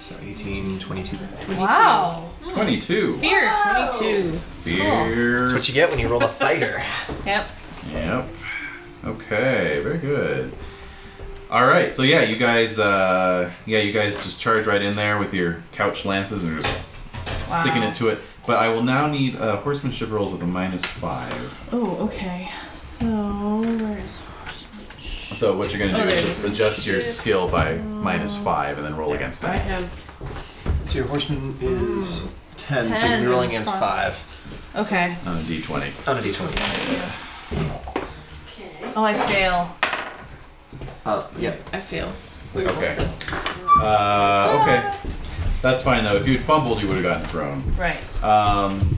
Speaker 2: So 18, 22.
Speaker 6: wow.
Speaker 8: Twenty-two.
Speaker 6: Fierce.
Speaker 11: Two.
Speaker 8: Fierce.
Speaker 2: That's what you get when you roll a fighter.
Speaker 6: Yep.
Speaker 8: Yep. Okay, very good. All right, so yeah, you guys, uh, yeah, you guys just charge right in there with your couch lances and just sticking
Speaker 6: Wow.
Speaker 8: it to it. But I will now need uh, horsemanship rolls with a minus five.
Speaker 6: Oh, okay. So where is
Speaker 8: So what you're gonna do
Speaker 6: Oh,
Speaker 8: is
Speaker 6: there's
Speaker 8: just adjust your skill by minus five and then roll against
Speaker 11: I
Speaker 8: that.
Speaker 11: have.
Speaker 2: So your horseman
Speaker 7: Hmm.
Speaker 2: is 10, so you're
Speaker 6: Ten.
Speaker 2: rolling against
Speaker 6: Five.
Speaker 2: 5
Speaker 6: okay?
Speaker 8: On a d20.
Speaker 2: on a d20.
Speaker 6: Oh, I fail.
Speaker 2: Uh, yep.
Speaker 11: I fail.
Speaker 8: Okay. Uh, okay. That's fine though. If you had fumbled, you would have gotten thrown.
Speaker 6: Right.
Speaker 8: Um,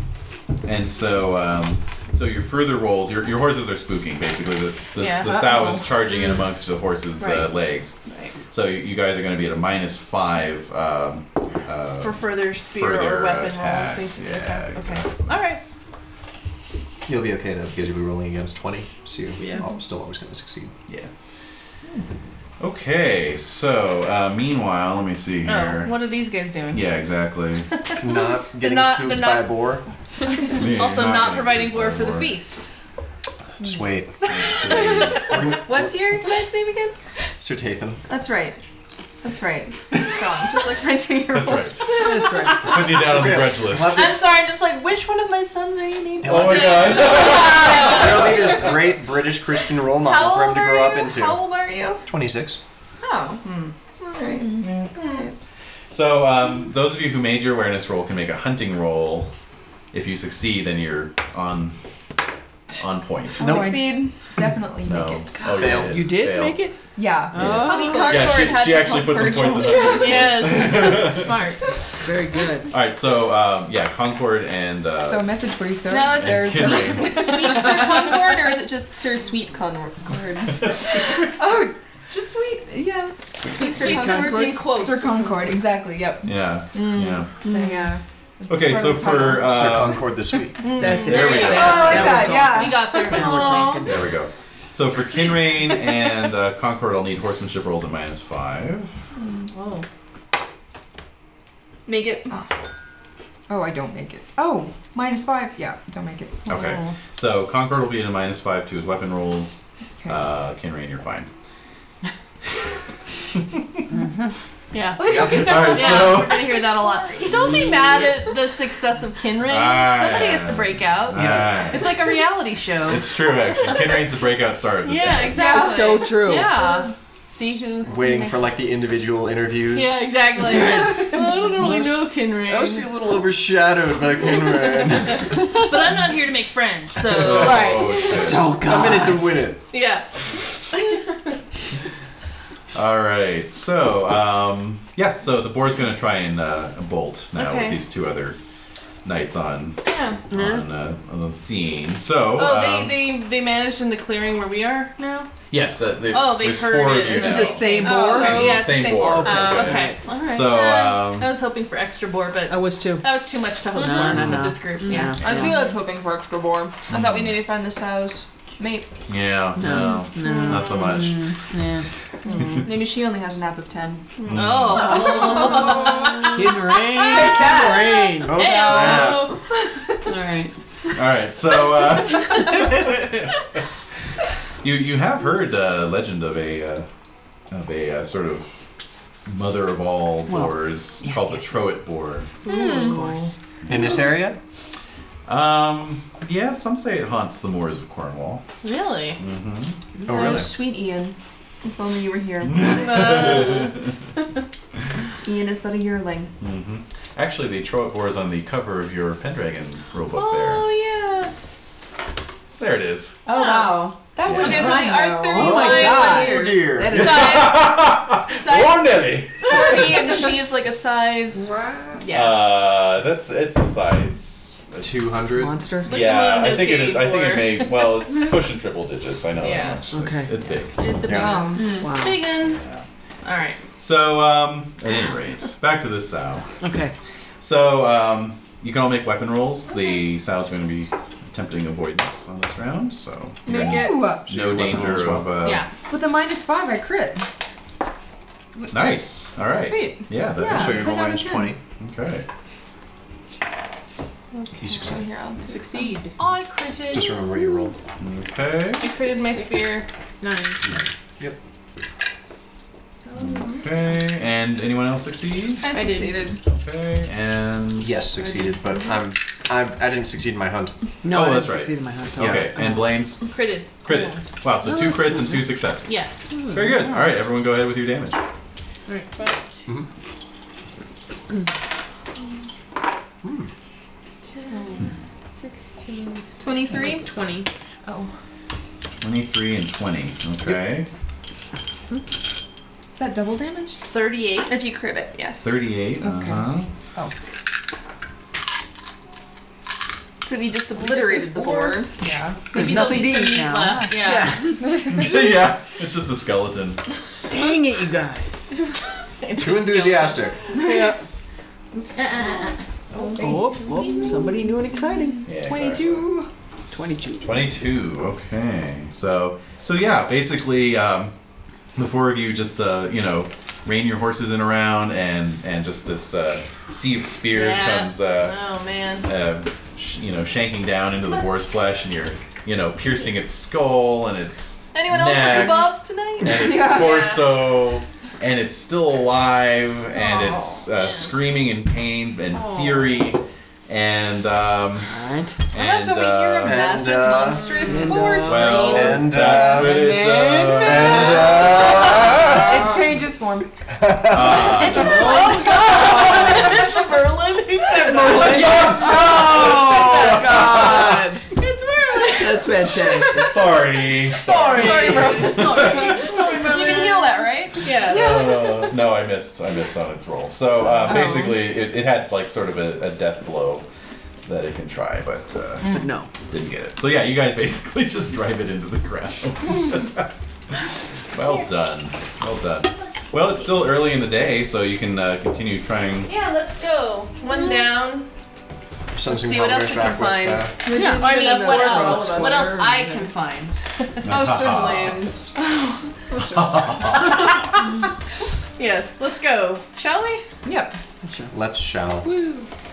Speaker 8: and so, um, so your further rolls, your, your horses are spooking. Basically, the the,
Speaker 6: Yeah.
Speaker 8: the sow
Speaker 6: Uh-oh.
Speaker 8: is charging in amongst the horse's uh,
Speaker 6: Right.
Speaker 8: legs.
Speaker 6: Right.
Speaker 8: So you, you guys are going to be at a minus five. Um, uh,
Speaker 6: For further spear
Speaker 8: Further
Speaker 6: or weapon rolls,
Speaker 8: attacks,
Speaker 6: basically.
Speaker 8: yeah,
Speaker 6: attack. Okay.
Speaker 8: exactly.
Speaker 6: All right.
Speaker 2: You'll be okay though, because you'll be rolling against 20, so you're
Speaker 11: Yeah.
Speaker 2: al- still always going to succeed.
Speaker 8: yeah. Okay. So uh, meanwhile, let me see here.
Speaker 6: Oh, what are these guys doing?
Speaker 8: yeah,
Speaker 6: [laughs]
Speaker 8: exactly.
Speaker 2: Not
Speaker 7: [laughs]
Speaker 2: getting
Speaker 6: not-
Speaker 2: spooked
Speaker 6: they're
Speaker 2: by
Speaker 6: not-
Speaker 2: a boar.
Speaker 8: Yeah,
Speaker 6: Also,
Speaker 8: you're
Speaker 6: not,
Speaker 8: gonna
Speaker 6: providing
Speaker 8: get the
Speaker 6: gore for the
Speaker 8: boar.
Speaker 6: feast.
Speaker 2: Just
Speaker 7: [laughs]
Speaker 2: wait.
Speaker 7: What's your man's name again?
Speaker 2: Sir Tathan.
Speaker 7: That's right. That's right. It's gone, just like my two-year-old.
Speaker 8: That's right.
Speaker 6: [laughs]
Speaker 10: That's right.
Speaker 8: Putting you down on the
Speaker 2: Okay.
Speaker 8: grudge list.
Speaker 2: He'll have
Speaker 7: I'm
Speaker 2: this-
Speaker 7: sorry. I'm just like, which one of my sons are you naming?
Speaker 2: he'll have this- [laughs]
Speaker 8: god.
Speaker 2: There'll be this great British Christian role model
Speaker 7: How
Speaker 2: for him
Speaker 7: old
Speaker 2: to
Speaker 7: are
Speaker 2: grow up
Speaker 7: you?
Speaker 2: into.
Speaker 7: How old are you? Mm-hmm.
Speaker 2: 26.
Speaker 7: Oh. All right.
Speaker 8: So um, those of you who made your awareness roll can make a hunting roll. If you succeed, then you're on on point.
Speaker 2: Nope.
Speaker 4: Mm.
Speaker 7: Succeed.
Speaker 9: Definitely
Speaker 8: No.
Speaker 9: make it.
Speaker 8: Oh,
Speaker 2: Fail.
Speaker 8: did.
Speaker 10: You did
Speaker 8: Fail.
Speaker 10: make it?
Speaker 9: Yeah.
Speaker 4: Oh,
Speaker 8: Yes.
Speaker 7: Honey
Speaker 8: Oh. Yeah,
Speaker 7: Concord had
Speaker 8: she, she
Speaker 7: to
Speaker 8: actually
Speaker 7: help
Speaker 8: put some
Speaker 7: Virgil.
Speaker 8: points in that.
Speaker 6: [laughs] Yes. Smart.
Speaker 10: Very good.
Speaker 8: All right, so um, yeah, Concord and uh,
Speaker 9: So a message for you, sir.
Speaker 7: Now is
Speaker 8: and
Speaker 7: it
Speaker 9: There's-
Speaker 8: Kinray.
Speaker 7: [laughs] sweet, sweet, sweet Sir Concord or is it just Sir Sweet Concord?
Speaker 9: [laughs] oh, just sweet. Yeah.
Speaker 7: Sweet Sir
Speaker 9: Concord.
Speaker 7: Concord in quotes.
Speaker 9: Sir Concord. Exactly. Yep.
Speaker 8: Yeah, yeah.
Speaker 9: So yeah.
Speaker 8: Okay,
Speaker 9: Part
Speaker 8: so
Speaker 9: of the title.
Speaker 8: for uh,
Speaker 2: Sir Concord this
Speaker 7: [laughs]
Speaker 2: week.
Speaker 10: That's it.
Speaker 8: There we go.
Speaker 10: That's, now
Speaker 9: Oh, like
Speaker 10: we're
Speaker 9: that,
Speaker 10: talking.
Speaker 6: [laughs] We got Oh. there.
Speaker 10: Now we're
Speaker 6: Aw.
Speaker 10: talking.
Speaker 8: there we go. So for Kinrain and uh, Concord, I'll need horsemanship rolls at minus five.
Speaker 6: Whoa.
Speaker 7: Make it.
Speaker 9: Oh, I don't make it. Oh, minus five. Yeah, don't make it.
Speaker 8: Okay,
Speaker 6: Oh.
Speaker 8: so Concord will be at a minus five to his weapon rolls.
Speaker 9: Okay.
Speaker 8: Uh, Kinrain, you're fine.
Speaker 6: Yeah.
Speaker 8: All right,
Speaker 6: Yeah,
Speaker 8: so.
Speaker 6: we're gonna hear that a lot. Don't be mad [laughs] at the success of Kinray.
Speaker 8: Ah,
Speaker 6: Somebody
Speaker 8: yeah.
Speaker 6: has to break out.
Speaker 8: Ah.
Speaker 6: It's like a reality show.
Speaker 8: It's true, actually. Kinrain's the breakout star of this
Speaker 6: yeah,
Speaker 8: thing.
Speaker 6: exactly.
Speaker 10: That's so true.
Speaker 6: Yeah. See who. see
Speaker 2: Waiting
Speaker 6: who
Speaker 2: for
Speaker 6: makes-
Speaker 2: like the individual interviews.
Speaker 6: Yeah,
Speaker 8: [laughs]
Speaker 6: exactly. I don't really
Speaker 2: Most-
Speaker 6: know Kinray.
Speaker 2: I always feel a little overshadowed by
Speaker 7: [laughs]
Speaker 2: Kinrain.
Speaker 6: But I'm not here to make friends,
Speaker 8: [laughs]
Speaker 6: so
Speaker 10: Right.
Speaker 8: Okay.
Speaker 10: So good.
Speaker 2: I'm in it to win it.
Speaker 6: yeah.
Speaker 8: Oh, All right. So, um, yeah. So the boar's gonna try and uh, bolt now
Speaker 6: Okay.
Speaker 8: with these two other knights on
Speaker 6: Yeah.
Speaker 8: on, uh, on the scene. So
Speaker 6: Oh,
Speaker 8: um,
Speaker 6: they, they they managed in the clearing where we are now.
Speaker 8: yes, that they,
Speaker 6: Oh, they
Speaker 8: there's
Speaker 6: heard
Speaker 8: four
Speaker 6: it.
Speaker 8: of you
Speaker 6: Is it
Speaker 8: now.
Speaker 6: the same Oh, boar? okay. Yeah, it's the
Speaker 8: same,
Speaker 6: same
Speaker 8: boar.
Speaker 6: boar. Oh, okay. All right.
Speaker 8: So
Speaker 6: Uh,
Speaker 8: um,
Speaker 6: I was hoping for extra board, but I
Speaker 4: was too.
Speaker 6: That was too much to hope
Speaker 4: No,
Speaker 6: for
Speaker 4: no,
Speaker 6: with
Speaker 4: Mm. no.
Speaker 6: this group.
Speaker 4: Yeah.
Speaker 6: Yeah.
Speaker 7: I feel like hoping for extra warm. I thought we needed to find the sow's mate.
Speaker 8: yeah, no, not so much.
Speaker 4: Yeah.
Speaker 7: Maybe she only has an app of ten.
Speaker 8: Mm.
Speaker 6: Oh.
Speaker 4: Kid Rain.
Speaker 7: that.
Speaker 4: Kid Rain.
Speaker 7: Oh, Ayo.
Speaker 4: All right.
Speaker 8: All right, so uh, [laughs] you you have heard uh, legend of a uh, of a uh, sort of mother of all
Speaker 2: Well,
Speaker 8: boars
Speaker 2: yes,
Speaker 8: called
Speaker 2: yes,
Speaker 8: the Troet boar.
Speaker 2: Of course. In this area?
Speaker 8: Um, yeah, some say it haunts the moors of Cornwall.
Speaker 7: Really?
Speaker 8: Mm-hmm.
Speaker 2: Oh,
Speaker 7: Uh, sweet Ian. If only you were
Speaker 2: [laughs]
Speaker 7: here. Ian is but a yearling.
Speaker 8: hmm Actually, the Troit boar is on the cover of your Pendragon rulebook
Speaker 6: Oh yes.
Speaker 8: there. There it is.
Speaker 7: Oh wow.
Speaker 8: That Yeah. wouldn't
Speaker 6: Okay, so
Speaker 8: run,
Speaker 6: the Arthur
Speaker 8: though. Oh my
Speaker 6: Lion-
Speaker 8: God. Oh, dear. That is-
Speaker 6: Size-
Speaker 8: Or Nelly.
Speaker 5: Forty, and she's like a size.
Speaker 6: Yeah.
Speaker 8: Uh, that's it's a size
Speaker 2: two hundred
Speaker 4: monster.
Speaker 5: like
Speaker 8: yeah,
Speaker 5: a
Speaker 8: I think it is. I think it
Speaker 5: mononucleate
Speaker 8: may. Well, it's pushing triple digits. I know
Speaker 6: Yeah.
Speaker 8: that much. It's-
Speaker 4: Okay.
Speaker 8: It's, big.
Speaker 6: It's a
Speaker 8: Yeah.
Speaker 6: bomb.
Speaker 4: Wow.
Speaker 6: Vegan. All right.
Speaker 8: So, um, at any rate, back to this sow.
Speaker 4: Okay.
Speaker 8: So, um, you can all make weapon rolls. The sow's going to be attempting avoidance on this round, so
Speaker 9: Make
Speaker 8: you're
Speaker 9: it.
Speaker 8: in no danger
Speaker 2: rolls well.
Speaker 8: of. Uh,
Speaker 9: yeah. With a minus five, I crit.
Speaker 8: Nice. All right.
Speaker 9: Sweet.
Speaker 8: Yeah, that
Speaker 9: Yeah,
Speaker 8: is
Speaker 9: So you roll 10 out of minus 10. 20.
Speaker 8: Okay.
Speaker 2: You succeed.
Speaker 6: Succeed.
Speaker 5: I critted.
Speaker 2: Just remember what you rolled.
Speaker 8: Okay.
Speaker 6: I critted my spear. Nine.
Speaker 2: Yep.
Speaker 8: Okay. And anyone else succeed?
Speaker 7: I succeeded.
Speaker 8: Okay. And
Speaker 2: yes, succeeded. But I'm,
Speaker 6: Mm-hmm.
Speaker 2: I'm I didn't succeed in my hunt.
Speaker 4: No,
Speaker 8: oh,
Speaker 4: I
Speaker 8: that's
Speaker 4: didn't
Speaker 8: right.
Speaker 4: succeed in my hunt, so-
Speaker 8: Okay. And Blaine's
Speaker 6: Critted.
Speaker 8: critted. Wow. So two crits and two successes.
Speaker 6: Yes.
Speaker 8: Very good. All right, everyone, go ahead with your damage.
Speaker 6: All right. Five.
Speaker 5: Ten, Sixteen.
Speaker 7: 23?
Speaker 6: 20.
Speaker 5: Oh.
Speaker 8: 23 and 20. Okay.
Speaker 9: Is that double damage?
Speaker 6: 38.
Speaker 5: If you crit it, yes.
Speaker 8: 38. Uh-huh.
Speaker 6: [laughs]
Speaker 8: [laughs]
Speaker 9: Oh.
Speaker 5: So we just obliterated the board.
Speaker 9: Yeah.
Speaker 5: There's
Speaker 4: nothing to eat now.
Speaker 6: Left. Yeah.
Speaker 8: yeah, it's just a skeleton.
Speaker 4: Dang it, you guys.
Speaker 2: Too enthusiastic.
Speaker 4: Yeah.
Speaker 6: Uh-uh.
Speaker 4: Oh, oh, somebody new and exciting.
Speaker 8: Yeah, exactly.
Speaker 4: 22. 22.
Speaker 8: 22. Okay. So, so yeah, basically, um, the four of you just, uh, you know, rein your horses in around, and and just this uh, sea of spears
Speaker 6: Yeah.
Speaker 8: comes, uh,
Speaker 6: Oh man.
Speaker 8: uh, sh- you know, shanking down into the boar's flesh, and you're, you know, piercing its skull and its
Speaker 5: Anyone else with
Speaker 8: neck.
Speaker 5: the bobs tonight? [laughs]
Speaker 8: and its torso, and it's still alive, and
Speaker 5: Oh,
Speaker 8: it's uh, screaming in pain and fury, and um,
Speaker 4: Alright.
Speaker 8: and
Speaker 5: that's what we hear
Speaker 8: uh,
Speaker 5: a massive,
Speaker 2: uh,
Speaker 5: monstrous
Speaker 4: and,
Speaker 5: boar
Speaker 4: uh,
Speaker 8: well,
Speaker 5: scream.
Speaker 2: And,
Speaker 8: that's
Speaker 2: uh,
Speaker 8: what it does.
Speaker 2: And uh,
Speaker 9: It changes form.
Speaker 2: [laughs]
Speaker 8: Uh,
Speaker 5: It's Merlin. Oh god! it's Merlin. Who said Merlin?
Speaker 4: Oh, God.
Speaker 5: It's Merlin.
Speaker 4: That's fantastic.
Speaker 8: [laughs] sorry,
Speaker 5: Sorry. Sorry, Merlin.
Speaker 6: [laughs] Sorry. Sorry, Merlin.
Speaker 5: You can heal that, right?
Speaker 6: Yeah.
Speaker 8: Uh, no, I missed. I missed on its roll. So uh, basically, it, it had like sort of a, a death blow that it can try, but uh,
Speaker 4: But no.
Speaker 8: didn't get it. So yeah, you guys basically [laughs] just drive it into the ground. well done. Well done. Well, it's still early in the day, so you can uh, continue trying.
Speaker 6: Yeah, let's go.
Speaker 7: Mm.
Speaker 6: One down.
Speaker 2: sensing
Speaker 6: see what else
Speaker 2: progress
Speaker 6: we
Speaker 2: back
Speaker 6: can find.
Speaker 2: With, uh,
Speaker 4: Yeah.
Speaker 6: I mean, what
Speaker 7: for all
Speaker 6: else?
Speaker 7: of us.
Speaker 6: What else I can find? yes, let's go. Shall we?
Speaker 9: Yep.
Speaker 2: uh, let's shall.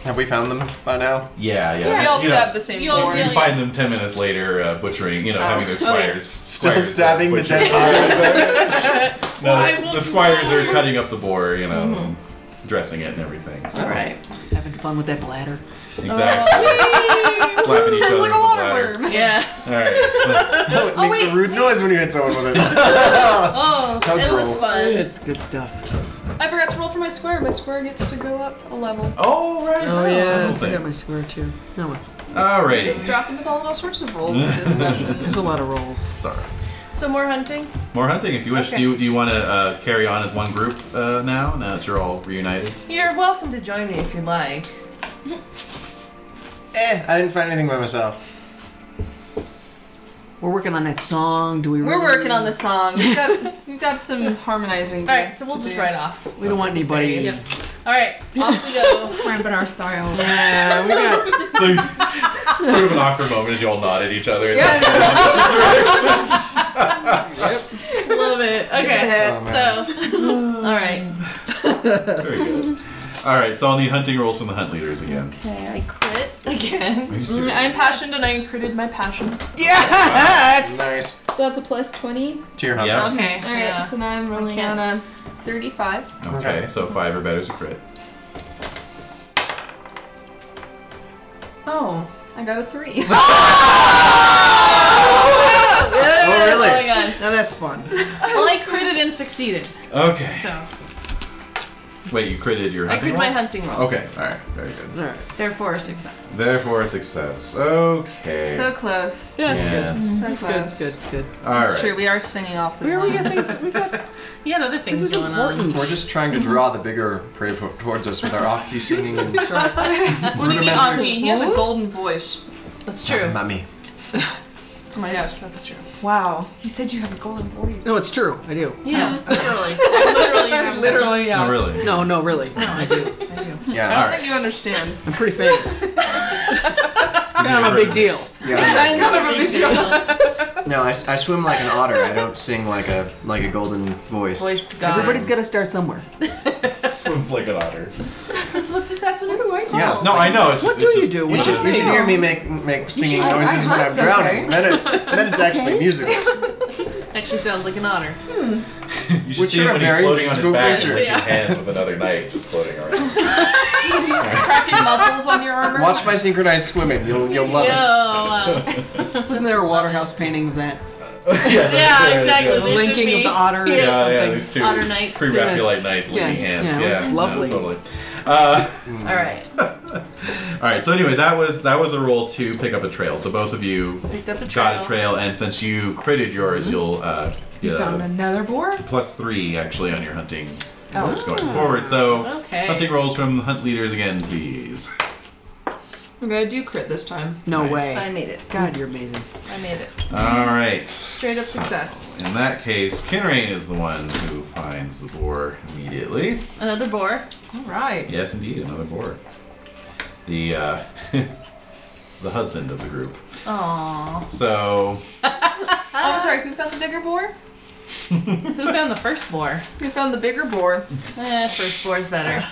Speaker 2: Have we found them by now?
Speaker 8: yeah, yeah.
Speaker 7: We
Speaker 8: You
Speaker 7: all
Speaker 8: know,
Speaker 7: stabbed the same
Speaker 6: You'll
Speaker 7: board.
Speaker 8: you
Speaker 6: really-
Speaker 8: find them ten minutes later, uh, butchering. You know, having their
Speaker 6: Oh, yeah.
Speaker 8: squires.
Speaker 2: [laughs] Still
Speaker 8: squires, uh,
Speaker 2: stabbing the
Speaker 8: butchering. [laughs] no,
Speaker 6: Why
Speaker 8: the-
Speaker 6: won't
Speaker 8: the
Speaker 6: you
Speaker 8: squires are
Speaker 6: learn?
Speaker 8: cutting up the boar. You know, and dressing it and everything. So.
Speaker 6: Mm-hmm. All right. Oh,
Speaker 4: Having fun with that bladder.
Speaker 8: Exactly. Slapping each other with the bladder.
Speaker 6: Yeah.
Speaker 8: All right. so-
Speaker 2: No, it makes a rude noise when you hit someone with it. [laughs]
Speaker 6: [laughs] Oh,
Speaker 2: That was
Speaker 6: it was
Speaker 2: roll.
Speaker 6: fun.
Speaker 4: It's good stuff.
Speaker 7: I forgot to roll for my square. My square gets to go up a level.
Speaker 8: Oh right.
Speaker 4: Oh, yeah. I
Speaker 8: Whole
Speaker 4: forgot
Speaker 8: thing.
Speaker 4: my square, too. No, well,
Speaker 7: Just
Speaker 8: Alrighty.
Speaker 7: dropping the ball in all sorts of rolls
Speaker 8: Mm.
Speaker 7: this session.
Speaker 4: there's a lot of rolls.
Speaker 8: [laughs] It's alright.
Speaker 6: So more hunting.
Speaker 8: More hunting if you wish. Do you, do you want to uh, carry on as one group uh, now? Now that you're all reunited. [laughs]
Speaker 6: You're welcome to join me if you'd like.
Speaker 2: eh, I didn't find anything by myself.
Speaker 4: We're working on that song. Do we?
Speaker 7: We're
Speaker 4: really-
Speaker 7: working on the song. We've got, we've got some harmonizing.
Speaker 6: All right, so we'll just write
Speaker 7: off.
Speaker 6: off.
Speaker 4: We don't want anybody.
Speaker 6: Yep. All right, off we go.
Speaker 9: [laughs]
Speaker 6: Ramping our style.
Speaker 4: Yeah, we got.
Speaker 8: So, sort of an awkward moment as you all nod at each other.
Speaker 6: Love it. Okay,
Speaker 8: Oh,
Speaker 6: so all right.
Speaker 8: [laughs] Very good. All right, so I'll need hunting rolls from the hunt leaders again.
Speaker 6: Okay, I quit again.
Speaker 8: [laughs] Are you
Speaker 7: Mm,
Speaker 8: serious?
Speaker 7: I'm passionate and I included my passion.
Speaker 4: Yes.
Speaker 2: Nice.
Speaker 7: So that's a plus 20.
Speaker 8: To your hunter. Yeah.
Speaker 6: Okay.
Speaker 7: All right,
Speaker 6: yeah.
Speaker 7: so now I'm rolling on a 35.
Speaker 8: Okay, so five or better is a crit.
Speaker 7: Oh, I got a 3.
Speaker 4: Oh,
Speaker 6: really? Going on.
Speaker 4: Now that's fun.
Speaker 6: Well, I critted and succeeded.
Speaker 8: Okay.
Speaker 6: So
Speaker 8: Wait, you critted your
Speaker 6: I
Speaker 8: hunting
Speaker 6: critted
Speaker 8: roll?
Speaker 6: my hunting roll.
Speaker 8: Okay, all right, very good.
Speaker 4: All right.
Speaker 6: Therefore, a success.
Speaker 8: Therefore, a success.
Speaker 7: [laughs]
Speaker 8: Okay.
Speaker 7: so close.
Speaker 4: Yeah, that's
Speaker 8: Yes.
Speaker 4: good.
Speaker 7: So
Speaker 4: That's
Speaker 7: close.
Speaker 4: good. That's good. That's good.
Speaker 8: all
Speaker 7: It's
Speaker 8: right.
Speaker 7: true. We are singing off the
Speaker 4: Where we
Speaker 7: line.
Speaker 4: got things. We got.
Speaker 6: You had other things
Speaker 4: is
Speaker 6: going on.
Speaker 4: important.
Speaker 2: We're just trying to draw the bigger prey to- towards us with our aki singing and
Speaker 7: What do you mean um,
Speaker 2: Rudimentary.
Speaker 7: on me? He has a golden voice.
Speaker 6: That's true.
Speaker 2: mummy.
Speaker 7: Oh my gosh, that's true.
Speaker 9: Wow. He said you have a golden voice.
Speaker 4: No, it's true. I do.
Speaker 6: Yeah, literally. I literally. have-
Speaker 9: Literally, yeah.
Speaker 4: [laughs]
Speaker 8: Oh, really?
Speaker 4: No, no, really. No, I do.
Speaker 6: I do.
Speaker 7: I
Speaker 2: Yeah.
Speaker 7: don't
Speaker 8: All right.
Speaker 7: think you understand.
Speaker 4: I'm pretty [laughs] famous. I'm a big deal.
Speaker 2: Yeah.
Speaker 7: kind of a big deal.
Speaker 2: No, I, s- I swim like an otter. I don't sing like a like a golden voice.
Speaker 6: Voice to God.
Speaker 4: Everybody's got to start somewhere.
Speaker 8: Swims like an otter.
Speaker 6: That's what. That's what, it's called.
Speaker 2: Yeah.
Speaker 8: No, I know. It's
Speaker 4: What
Speaker 8: just,
Speaker 4: do
Speaker 8: it's
Speaker 4: you do?
Speaker 8: Just,
Speaker 4: What
Speaker 2: You
Speaker 4: do
Speaker 2: should,
Speaker 4: you
Speaker 2: you should
Speaker 4: do?
Speaker 2: hear me make make singing
Speaker 4: should- I-
Speaker 2: noises
Speaker 4: I
Speaker 2: when I'm
Speaker 4: hunt,
Speaker 2: drowning.
Speaker 4: okay.
Speaker 2: Then it's then it's actually musical.
Speaker 6: Actually, sounds like an otter.
Speaker 8: you should
Speaker 2: Which
Speaker 8: see
Speaker 2: are a
Speaker 8: him when he's
Speaker 2: very
Speaker 8: floating on his
Speaker 2: musical
Speaker 8: back and
Speaker 2: creature.
Speaker 8: like your
Speaker 6: Yeah.
Speaker 8: hand with another knife just floating around.
Speaker 7: Cracking muscles on
Speaker 8: [laughs]
Speaker 7: your armor.
Speaker 2: Watch my synchronized swimming. You'll you'll love
Speaker 6: Yo,
Speaker 2: it.
Speaker 6: uh,
Speaker 4: Wasn't there a Waterhouse painting of that?
Speaker 8: [laughs] Yes,
Speaker 6: Yeah,
Speaker 8: that's right,
Speaker 6: exactly.
Speaker 8: yes.
Speaker 6: It should
Speaker 4: linking of
Speaker 6: be-
Speaker 4: the otter or
Speaker 8: Yeah, yeah,
Speaker 4: something.
Speaker 8: these two
Speaker 6: Otter Knights.
Speaker 8: pre-Raphaelite knights
Speaker 4: Yeah,
Speaker 8: linking hands.
Speaker 4: yeah, it
Speaker 8: Yeah,
Speaker 4: was lovely. [laughs]
Speaker 8: No, totally. Uh,
Speaker 6: all right.
Speaker 8: [laughs] all right. So anyway, that was that was a roll to pick up a trail. So both of you
Speaker 6: Picked up a
Speaker 8: got
Speaker 6: trail. Mm-hmm.
Speaker 8: a trail, and since you critted yours, you'll uh,
Speaker 9: You
Speaker 8: get
Speaker 9: found
Speaker 8: a
Speaker 9: another boar?
Speaker 8: plus three actually on your hunting
Speaker 9: Oh.
Speaker 8: rolls going forward. So
Speaker 6: Okay.
Speaker 8: hunting rolls from hunt leaders again, please.
Speaker 7: Okay, I do crit this time.
Speaker 4: No
Speaker 8: Nice.
Speaker 6: I
Speaker 4: way.
Speaker 6: made it.
Speaker 4: God, you're amazing.
Speaker 6: I made it.
Speaker 8: All right.
Speaker 6: Straight up success.
Speaker 8: In that case, Kinrain is the one who finds the boar immediately.
Speaker 6: Another boar.
Speaker 9: All right.
Speaker 8: Yes, indeed, another boar. The uh, [laughs] the husband of the group.
Speaker 6: Aww.
Speaker 8: So
Speaker 7: Oh, I'm sorry. Who found the bigger boar?
Speaker 6: Who found the first boar?
Speaker 7: Who found the bigger boar?
Speaker 6: Eh, first boar's better.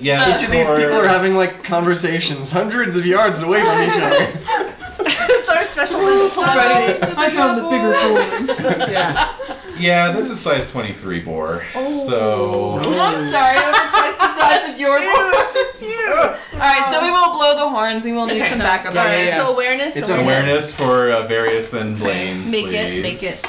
Speaker 8: yeah,
Speaker 2: Each of these people are having like conversations hundreds of yards away from each other.
Speaker 6: it's our special [laughs] little
Speaker 4: I found the bigger fool. yeah.
Speaker 8: yeah. This is size twenty three boar.
Speaker 6: Oh.
Speaker 8: So
Speaker 7: Oh, I'm sorry. I'm twice the size of your boar.
Speaker 4: It's
Speaker 7: [laughs]
Speaker 4: you.
Speaker 7: All right, so we will blow the horns. We will need
Speaker 6: Okay.
Speaker 7: some backup.
Speaker 6: All right.
Speaker 7: ideas.
Speaker 6: So awareness.
Speaker 2: It's
Speaker 8: awareness for uh, various and blames,
Speaker 6: Make
Speaker 8: please.
Speaker 6: it. Make
Speaker 8: [laughs]
Speaker 6: it.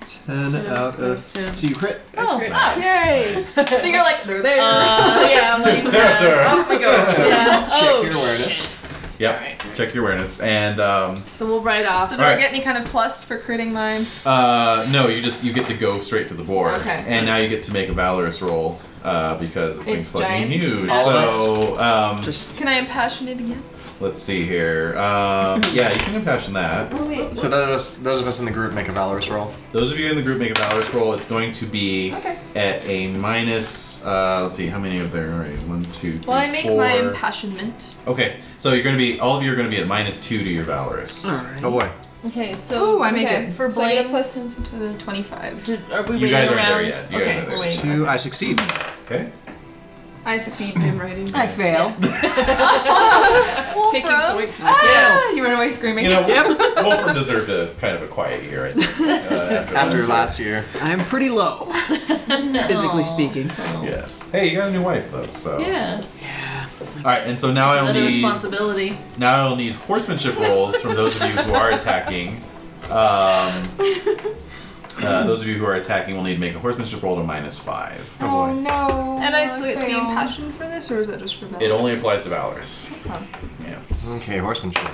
Speaker 2: Ten out of so you crit.
Speaker 6: Oh.
Speaker 8: Nice.
Speaker 7: So you're like, they're there.
Speaker 6: Uh, yeah. I'm like.
Speaker 8: Yes, sir.
Speaker 2: Off we go. So
Speaker 6: Yeah.
Speaker 2: check
Speaker 6: Oh,
Speaker 2: your awareness.
Speaker 6: shit.
Speaker 8: [laughs] Yep.
Speaker 6: Alright.
Speaker 8: Check your awareness and um,
Speaker 6: So we'll write off.
Speaker 7: so do I
Speaker 8: Alright.
Speaker 7: get any kind of plus for critting mine?
Speaker 8: uh, no, you just you get to go straight to the boar,
Speaker 7: Okay.
Speaker 8: and now you get to make a valorous roll uh, because this
Speaker 7: It's
Speaker 8: thing's fucking
Speaker 7: giant.
Speaker 8: huge.
Speaker 2: All of us.
Speaker 8: so um,
Speaker 4: Just
Speaker 7: Can I impassionate again?
Speaker 8: Let's see here. Um, yeah, you can impassion that.
Speaker 7: Oh wait.
Speaker 2: So those of us those of us in the group make a valorous roll.
Speaker 8: Those of you in the group make a valorous roll. It's going to be
Speaker 7: Okay.
Speaker 8: at a minus. Uh, let's see, how many of there are? One, two, three,
Speaker 7: Well, I make
Speaker 8: four.
Speaker 7: my impassionment.
Speaker 8: okay, so you're going to be all of you are going to be at minus two to your valorous.
Speaker 4: all right.
Speaker 2: Oh boy.
Speaker 6: Okay. So.
Speaker 7: Ooh, I make
Speaker 6: okay,
Speaker 7: it
Speaker 6: for
Speaker 7: So I get
Speaker 6: blames.
Speaker 7: a plus to twenty-five.
Speaker 6: Did- are we
Speaker 8: You
Speaker 6: waiting
Speaker 8: guys aren't
Speaker 6: around?
Speaker 8: there yet. You guys
Speaker 6: okay,
Speaker 8: aren't there
Speaker 6: we're
Speaker 8: yet.
Speaker 6: waiting.
Speaker 2: Two. I succeed.
Speaker 8: Okay.
Speaker 7: I succeed in writing.
Speaker 4: I fail.
Speaker 7: Taking
Speaker 6: bro.
Speaker 7: point. Ah, you run away screaming.
Speaker 8: You know,
Speaker 4: Yep.
Speaker 8: Wolfram deserved a kind of a quiet year. I think, uh, after,
Speaker 2: After last year.
Speaker 4: I'm pretty low, physically speaking.
Speaker 8: Yes. Hey, you got a new wife though, so.
Speaker 6: Yeah.
Speaker 8: All right, and so now I will
Speaker 6: Another
Speaker 8: need
Speaker 6: responsibility.
Speaker 8: now I will need horsemanship rolls from those of you who are attacking. Um, Uh, those of you who are attacking will need to make a horsemanship roll to minus five.
Speaker 2: Oh boy.
Speaker 9: no.
Speaker 7: And I still get to be impassioned for this, or is that just for that?
Speaker 8: It only applies to valors.
Speaker 7: Okay.
Speaker 8: Yeah.
Speaker 2: Okay, horsemanship.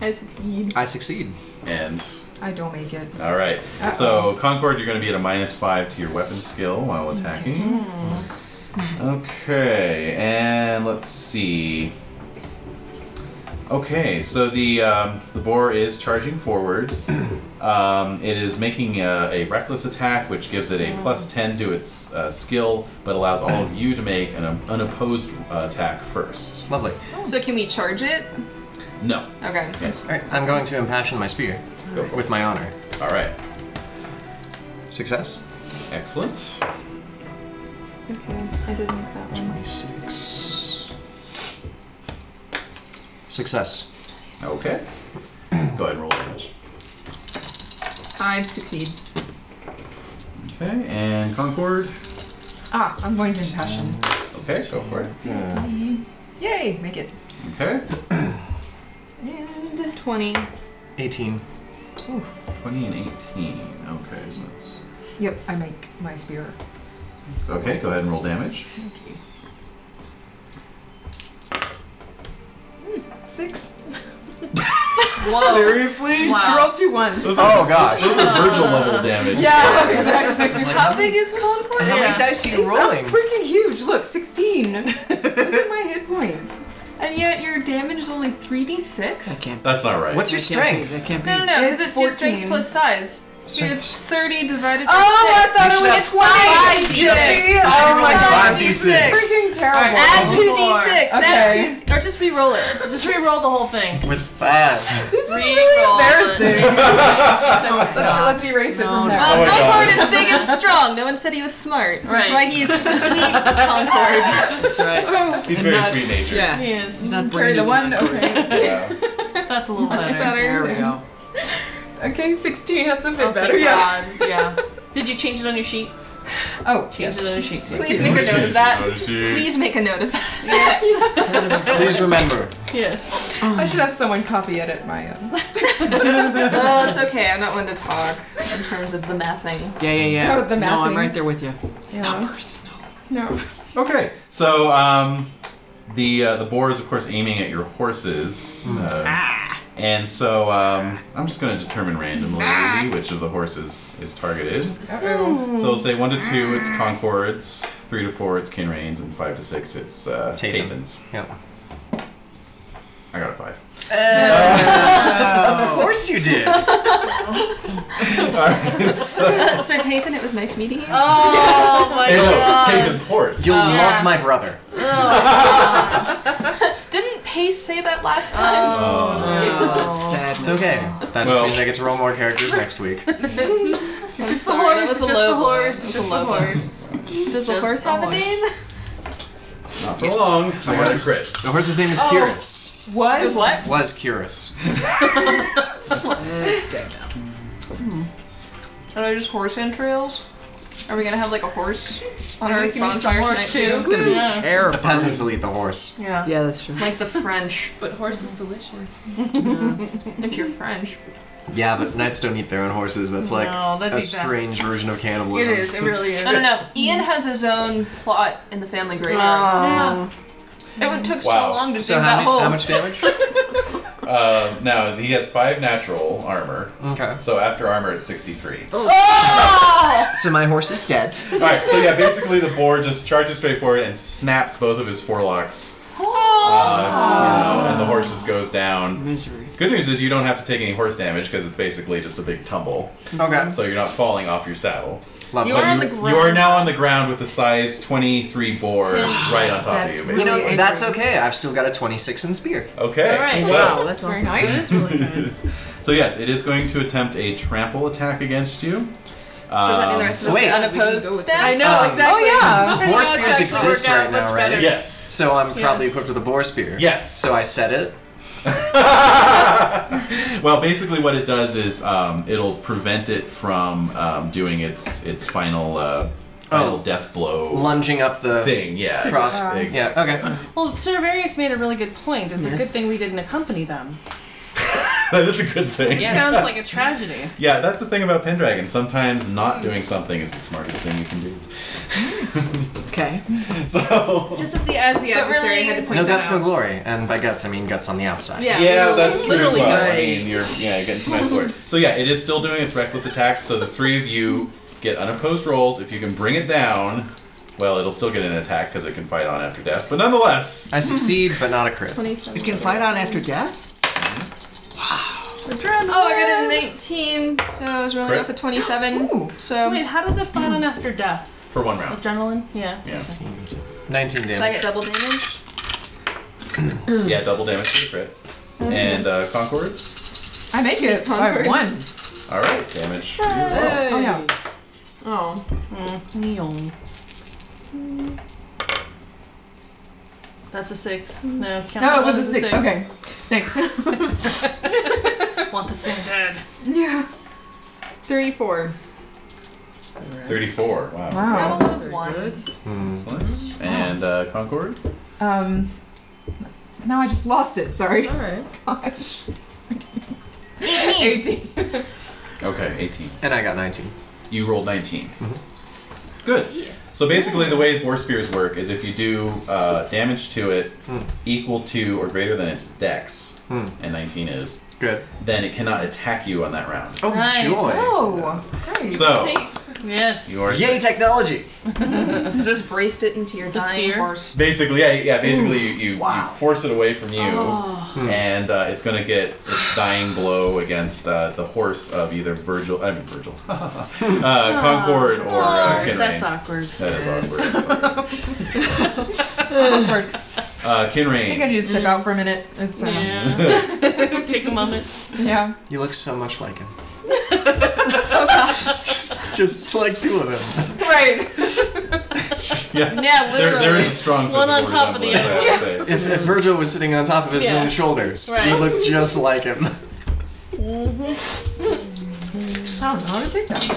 Speaker 7: I succeed.
Speaker 2: I succeed.
Speaker 8: And
Speaker 9: I don't make it.
Speaker 8: all right. So Concord, you're going to be at a minus five to your weapon skill while attacking. Okay, and let's see. Okay, so the um, the boar is charging forwards. um, it is making a, a reckless attack, which gives it a plus ten to its uh, skill, but allows all of you to make an um, unopposed uh, attack first.
Speaker 2: Lovely.
Speaker 7: Oh. So can we charge it?
Speaker 8: No.
Speaker 7: Okay.
Speaker 2: I'm going to impassion my spear
Speaker 8: Go for
Speaker 2: with my honor.
Speaker 8: All right.
Speaker 2: Success.
Speaker 8: Excellent.
Speaker 12: Okay, I did make that one.
Speaker 2: Six. Success.
Speaker 8: Okay. Go ahead and roll damage.
Speaker 12: I succeed.
Speaker 8: Okay, and Concord.
Speaker 9: Ah, I'm going to impassion.
Speaker 8: Okay, go for it.
Speaker 9: Yay, make it.
Speaker 8: Okay.
Speaker 9: And
Speaker 12: 20.
Speaker 2: 18.
Speaker 9: Ooh.
Speaker 8: 20 and 18. Okay, so it's-
Speaker 9: Yep, I make my spear.
Speaker 8: Okay, go ahead and roll damage.
Speaker 9: Thank you. Mm, six.
Speaker 12: Whoa.
Speaker 8: Seriously?
Speaker 12: Wow. You rolled two ones.
Speaker 8: Those are-
Speaker 2: Oh, gosh.
Speaker 8: Those are Virgil level [laughs] damage.
Speaker 9: [laughs] Yeah, exactly.
Speaker 2: It's like,
Speaker 9: how
Speaker 2: how
Speaker 9: big is Concord?
Speaker 2: how many dice are you
Speaker 9: He's so
Speaker 2: rolling?
Speaker 9: freaking huge. Look, [laughs] 16. Look at my hit points.
Speaker 7: And yet your damage is only 3d6?
Speaker 4: can't.
Speaker 8: That's not right.
Speaker 2: What's your
Speaker 4: that can't be-
Speaker 2: strength?
Speaker 4: That can't be.
Speaker 7: No, no, no, because
Speaker 9: It's
Speaker 7: it's, your
Speaker 9: 14.
Speaker 7: strength plus size. So
Speaker 2: Strength.
Speaker 7: it's 30 divided by
Speaker 9: Oh,
Speaker 7: 6.
Speaker 9: I thought
Speaker 2: You
Speaker 9: it was
Speaker 2: should
Speaker 9: 20.
Speaker 7: have five
Speaker 9: Six.
Speaker 7: d6.
Speaker 9: Oh my
Speaker 7: God.
Speaker 9: god.
Speaker 2: Five d6
Speaker 9: Freaking terrible.
Speaker 7: Add 2d6.
Speaker 9: Okay.
Speaker 7: Add two, or just re-roll it.
Speaker 6: Oh
Speaker 7: Just re-roll the whole thing.
Speaker 2: with five.
Speaker 9: [laughs] This is
Speaker 7: Re-roll.
Speaker 9: really embarrassing.
Speaker 7: Re-roll.
Speaker 9: [laughs] Let's, let's erase it from there.
Speaker 7: Well,
Speaker 8: my God.
Speaker 7: Concord Uh, is big and strong. No one said he was smart. That's
Speaker 6: Right.
Speaker 7: why he's
Speaker 9: [laughs]
Speaker 7: sweet, Concord.
Speaker 4: That's right.
Speaker 8: He's very
Speaker 4: not-
Speaker 8: sweet natured.
Speaker 4: Yeah.
Speaker 6: He is.
Speaker 4: He's not
Speaker 9: Sorry,
Speaker 4: Brandon
Speaker 9: the one.
Speaker 4: Concord.
Speaker 9: Okay.
Speaker 8: Yeah.
Speaker 6: That's a little
Speaker 9: That's
Speaker 6: better.
Speaker 9: better.
Speaker 4: There we go.
Speaker 9: [laughs] Okay, 16. That's a bit
Speaker 6: Oh,
Speaker 9: better.
Speaker 6: thank
Speaker 9: Yeah.
Speaker 6: God, yeah. Did you change it on your sheet?
Speaker 9: Oh,
Speaker 6: Change
Speaker 9: yes.
Speaker 6: it on your sheet too.
Speaker 7: Please make a note of that.
Speaker 8: [laughs]
Speaker 7: Please make a note of that.
Speaker 2: [laughs] Please remember.
Speaker 6: Yes.
Speaker 9: I should have someone copy edit my. Uh...
Speaker 7: Oh, it's okay. I'm not one to talk in terms of the mathing.
Speaker 4: Yeah, yeah, yeah.
Speaker 9: Oh, the
Speaker 4: no, I'm
Speaker 9: mapping.
Speaker 4: right there with you.
Speaker 9: [laughs] No.
Speaker 8: Okay, so um, the uh, the boar is of course aiming at your horses,
Speaker 6: Hmm.
Speaker 8: uh,
Speaker 6: Ah.
Speaker 8: and so um, I'm just going to determine randomly
Speaker 6: Ah.
Speaker 8: which of the horses is targeted.
Speaker 9: Uh-oh.
Speaker 8: So
Speaker 6: Hmm.
Speaker 8: we'll say one to two, it's
Speaker 6: Ah.
Speaker 8: Concords. Three to four, it's Kinrains, and five to six, it's uh,
Speaker 2: Tatham.
Speaker 8: Tathans.
Speaker 2: Yep.
Speaker 8: I got a five. [laughs]
Speaker 9: Oh.
Speaker 2: Of course you did.
Speaker 8: All right, so
Speaker 7: Sir Tathan, it was nice meeting you.
Speaker 6: [laughs] Oh my
Speaker 8: Hey, look,
Speaker 6: god.
Speaker 8: Tathan's horse. [laughs]
Speaker 6: Oh,
Speaker 8: Oh,
Speaker 2: You'll love my brother.
Speaker 7: Didn't Pace say that last time?
Speaker 6: Oh.
Speaker 4: Oh, sadness.
Speaker 2: It's okay. That
Speaker 8: Well-
Speaker 2: just means I get to roll more
Speaker 6: [laughs]
Speaker 2: characters next week.
Speaker 6: It's just the
Speaker 7: Sorry, that
Speaker 6: horse.
Speaker 7: was
Speaker 6: It's
Speaker 7: a
Speaker 6: just
Speaker 7: low
Speaker 6: the
Speaker 7: blow.
Speaker 6: horse. It's
Speaker 7: That was
Speaker 6: just
Speaker 7: a
Speaker 6: the
Speaker 7: low blow.
Speaker 6: horse.
Speaker 7: Does the
Speaker 6: just
Speaker 7: horse
Speaker 6: the
Speaker 7: have a
Speaker 6: horse.
Speaker 7: name?
Speaker 8: Not for long. I got a crit.
Speaker 2: The horse's name is
Speaker 6: Oh.
Speaker 2: Curus.
Speaker 9: What?
Speaker 7: It was what?
Speaker 2: Was Curus.
Speaker 4: It's dead.
Speaker 12: Are they just horse entrails? Are we gonna have like a horse on
Speaker 6: Or
Speaker 12: our
Speaker 6: we can eat some
Speaker 12: bonfire
Speaker 6: horse
Speaker 12: tonight
Speaker 4: It's
Speaker 6: too.
Speaker 4: gonna be
Speaker 6: Yeah.
Speaker 2: The
Speaker 4: terrible.
Speaker 2: peasants will eat the horse.
Speaker 12: Yeah.
Speaker 4: Yeah, that's true.
Speaker 7: Like the French.
Speaker 6: But horse is delicious.
Speaker 12: If you're French.
Speaker 2: Yeah, but knights don't eat their own horses. That's like
Speaker 6: No, that'd
Speaker 2: a
Speaker 6: be bad.
Speaker 2: strange version of
Speaker 6: It
Speaker 2: cannibalism.
Speaker 6: is. It really is.
Speaker 7: No, no, no. Ian has his own plot in the Family Graveyard.
Speaker 4: Oh.
Speaker 7: It would- took
Speaker 8: Wow.
Speaker 7: so long
Speaker 2: [laughs]
Speaker 7: to
Speaker 2: So
Speaker 7: dig
Speaker 2: how,
Speaker 7: that
Speaker 2: many-
Speaker 7: hole.
Speaker 2: how much
Speaker 6: [laughs]
Speaker 2: damage?
Speaker 8: Uh, now he has five natural armor,
Speaker 2: okay.
Speaker 8: so after armor it's 63.
Speaker 2: So my horse is dead.
Speaker 8: All right, so yeah, basically the boar just charges straight forward and snaps both of his forelocks, uh, you know, and the horse just goes down.
Speaker 4: Misery.
Speaker 8: Good news is you don't have to take any horse damage because it's basically just a big tumble,
Speaker 2: Okay.
Speaker 8: so you're not falling off your saddle.
Speaker 2: Lovely.
Speaker 8: But
Speaker 7: are on
Speaker 8: you,
Speaker 7: the ground.
Speaker 8: you are now on the ground with a size 23 boar right on top
Speaker 9: That's
Speaker 8: of you.
Speaker 9: really-
Speaker 2: You know,
Speaker 9: angry.
Speaker 2: that's okay. I've still got a 26 in spear.
Speaker 8: basically. Okay.
Speaker 6: All right.
Speaker 8: so-
Speaker 4: Wow, that's awesome.
Speaker 6: That's really
Speaker 9: [laughs]
Speaker 6: good.
Speaker 8: so yes, it is going to attempt a trample attack against you.
Speaker 7: Does that mean
Speaker 8: Um,
Speaker 7: the rest of us
Speaker 2: Wait.
Speaker 7: get
Speaker 9: We can
Speaker 7: unopposed
Speaker 9: go with
Speaker 7: stats?
Speaker 6: I know
Speaker 2: Um,
Speaker 6: exactly.
Speaker 9: oh, yeah.
Speaker 6: Turning
Speaker 2: Boar
Speaker 6: out
Speaker 2: spears
Speaker 6: actually
Speaker 2: exist
Speaker 6: worked out
Speaker 2: right now,
Speaker 6: much
Speaker 2: right?
Speaker 6: better.
Speaker 8: yes.
Speaker 2: So I'm probably
Speaker 6: Yes.
Speaker 2: equipped with a boar spear.
Speaker 8: Yes.
Speaker 2: So I set it.
Speaker 8: [laughs] well, basically, what it does is um, it'll prevent it from um, doing its its final uh, final
Speaker 2: Oh.
Speaker 8: death blow
Speaker 2: lunging up the
Speaker 8: thing.
Speaker 2: [laughs]
Speaker 8: Yeah.
Speaker 2: cross.
Speaker 8: Exactly.
Speaker 2: Yeah, okay.
Speaker 6: Well, Sir Varius made a really good point. It's a good thing we didn't accompany them.
Speaker 8: that is a good thing.
Speaker 6: It sounds
Speaker 8: [laughs]
Speaker 6: like a tragedy.
Speaker 8: Yeah, that's the thing about Pendragon. Sometimes not doing something is the smartest thing you can do.
Speaker 4: Okay.
Speaker 8: [laughs] so.
Speaker 6: Just at the as the adversary
Speaker 7: really-
Speaker 6: had to point
Speaker 2: No
Speaker 6: that
Speaker 2: guts,
Speaker 6: out.
Speaker 2: no glory. And by guts, I mean guts on the outside.
Speaker 6: yeah.
Speaker 8: Yeah, that's true.
Speaker 6: literally
Speaker 8: as well. I
Speaker 6: guts.
Speaker 8: mean, you're yeah, getting some nice work. So yeah, it is still doing its reckless attack. So the three of you get unopposed rolls. If you can bring it down, Well, it'll still get an attack because it can fight on after death, but nonetheless.
Speaker 2: I succeed, but not a crit.
Speaker 4: It can fight on after death?
Speaker 7: Oh, I got a 19, so I was rolling
Speaker 8: Crit.
Speaker 7: off a 27. So
Speaker 6: Wait, how does it fight on after death?
Speaker 8: For one round.
Speaker 6: Adrenaline? Yeah.
Speaker 8: Yeah.
Speaker 2: 19 damage.
Speaker 5: Should I get double damage?
Speaker 8: Yeah, double damage to the crit. And uh, Concord.
Speaker 9: I make it. I have one.
Speaker 8: All right, damage. to you as well.
Speaker 9: Oh yeah.
Speaker 7: Oh.
Speaker 6: Hmm. Neon. That's a six. No, count
Speaker 9: No, it
Speaker 6: that
Speaker 9: was
Speaker 6: as
Speaker 9: a six. Okay. Thanks.
Speaker 6: [laughs] Want this thing dead.
Speaker 9: [laughs] yeah.
Speaker 7: 34.
Speaker 8: 34. Wow.
Speaker 9: Wow.
Speaker 7: Roll with ones.
Speaker 2: Hmm.
Speaker 8: Excellent. And uh, Concord.
Speaker 9: Um. Now I just lost it. Sorry.
Speaker 7: alright.
Speaker 9: [laughs] Gosh.
Speaker 5: 18.
Speaker 9: 18.
Speaker 8: Okay, 18.
Speaker 2: And I got 19.
Speaker 8: You rolled 19. Good. So basically, the way Boar Spears work is if you do uh, damage to it equal to or greater than its dex,
Speaker 2: Hmm.
Speaker 8: and 19 is,
Speaker 2: Good.
Speaker 8: then it cannot attack you on that round.
Speaker 2: Oh,
Speaker 6: Nice.
Speaker 2: joy.
Speaker 9: Oh, great.
Speaker 8: So,
Speaker 6: Yes.
Speaker 8: you are.
Speaker 2: Yay, technology!
Speaker 7: Just braced it into your
Speaker 6: The
Speaker 7: dying
Speaker 6: spear?
Speaker 7: horse.
Speaker 8: Basically, yeah, yeah. Basically, you, you,
Speaker 4: Wow.
Speaker 8: you force it away from you,
Speaker 6: Oh.
Speaker 8: and uh, it's gonna get its dying blow against uh, the horse of either Virgil, I mean Virgil, uh, Concord or uh,
Speaker 6: Oh, That's [laughs]
Speaker 8: Kinrain.
Speaker 6: awkward.
Speaker 8: That is awkward.
Speaker 9: Awkward.
Speaker 8: uh,
Speaker 9: I think I
Speaker 8: Kinrain.
Speaker 9: just took out for a minute. It's uh,
Speaker 6: Yeah. Take [laughs] a moment.
Speaker 9: yeah.
Speaker 2: You look so much like him. [laughs] Just like two of them.
Speaker 9: [laughs] Right.
Speaker 8: yeah.
Speaker 6: Yeah,
Speaker 8: There, there is a
Speaker 6: literally.
Speaker 8: strong
Speaker 6: One on
Speaker 8: physical
Speaker 6: top of the
Speaker 8: resemblance,
Speaker 6: other.
Speaker 8: I would say.
Speaker 2: If, if Virgil was sitting on top of his
Speaker 6: Yeah.
Speaker 2: own shoulders, you
Speaker 6: Right.
Speaker 2: look just like him.
Speaker 9: I don't know how to take that.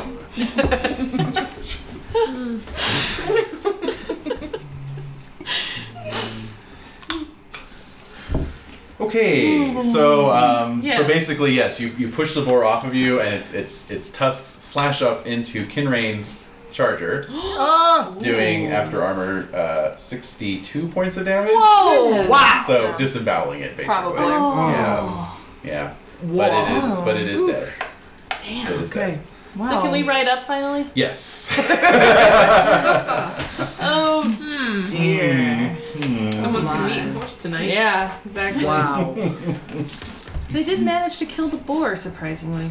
Speaker 8: Okay, so um, so
Speaker 6: Yes.
Speaker 8: basically, yes, you, you push the boar off of you, and its its its tusks slash up into Kinrain's charger, doing after armor uh, sixty two points of damage.
Speaker 9: Oh wow.
Speaker 8: So disemboweling it basically.
Speaker 7: Probably.
Speaker 2: Yeah.
Speaker 8: Yeah, but it is but it is dead. Damn. It is dead.
Speaker 4: Okay.
Speaker 9: Wow.
Speaker 6: So can we ride up finally?
Speaker 8: Yes. [laughs]
Speaker 6: Oh, hmm. dear.
Speaker 11: Someone's
Speaker 4: my.
Speaker 11: gonna be eating horse tonight.
Speaker 6: Yeah, exactly.
Speaker 4: Wow.
Speaker 6: They did manage to kill the boar, surprisingly.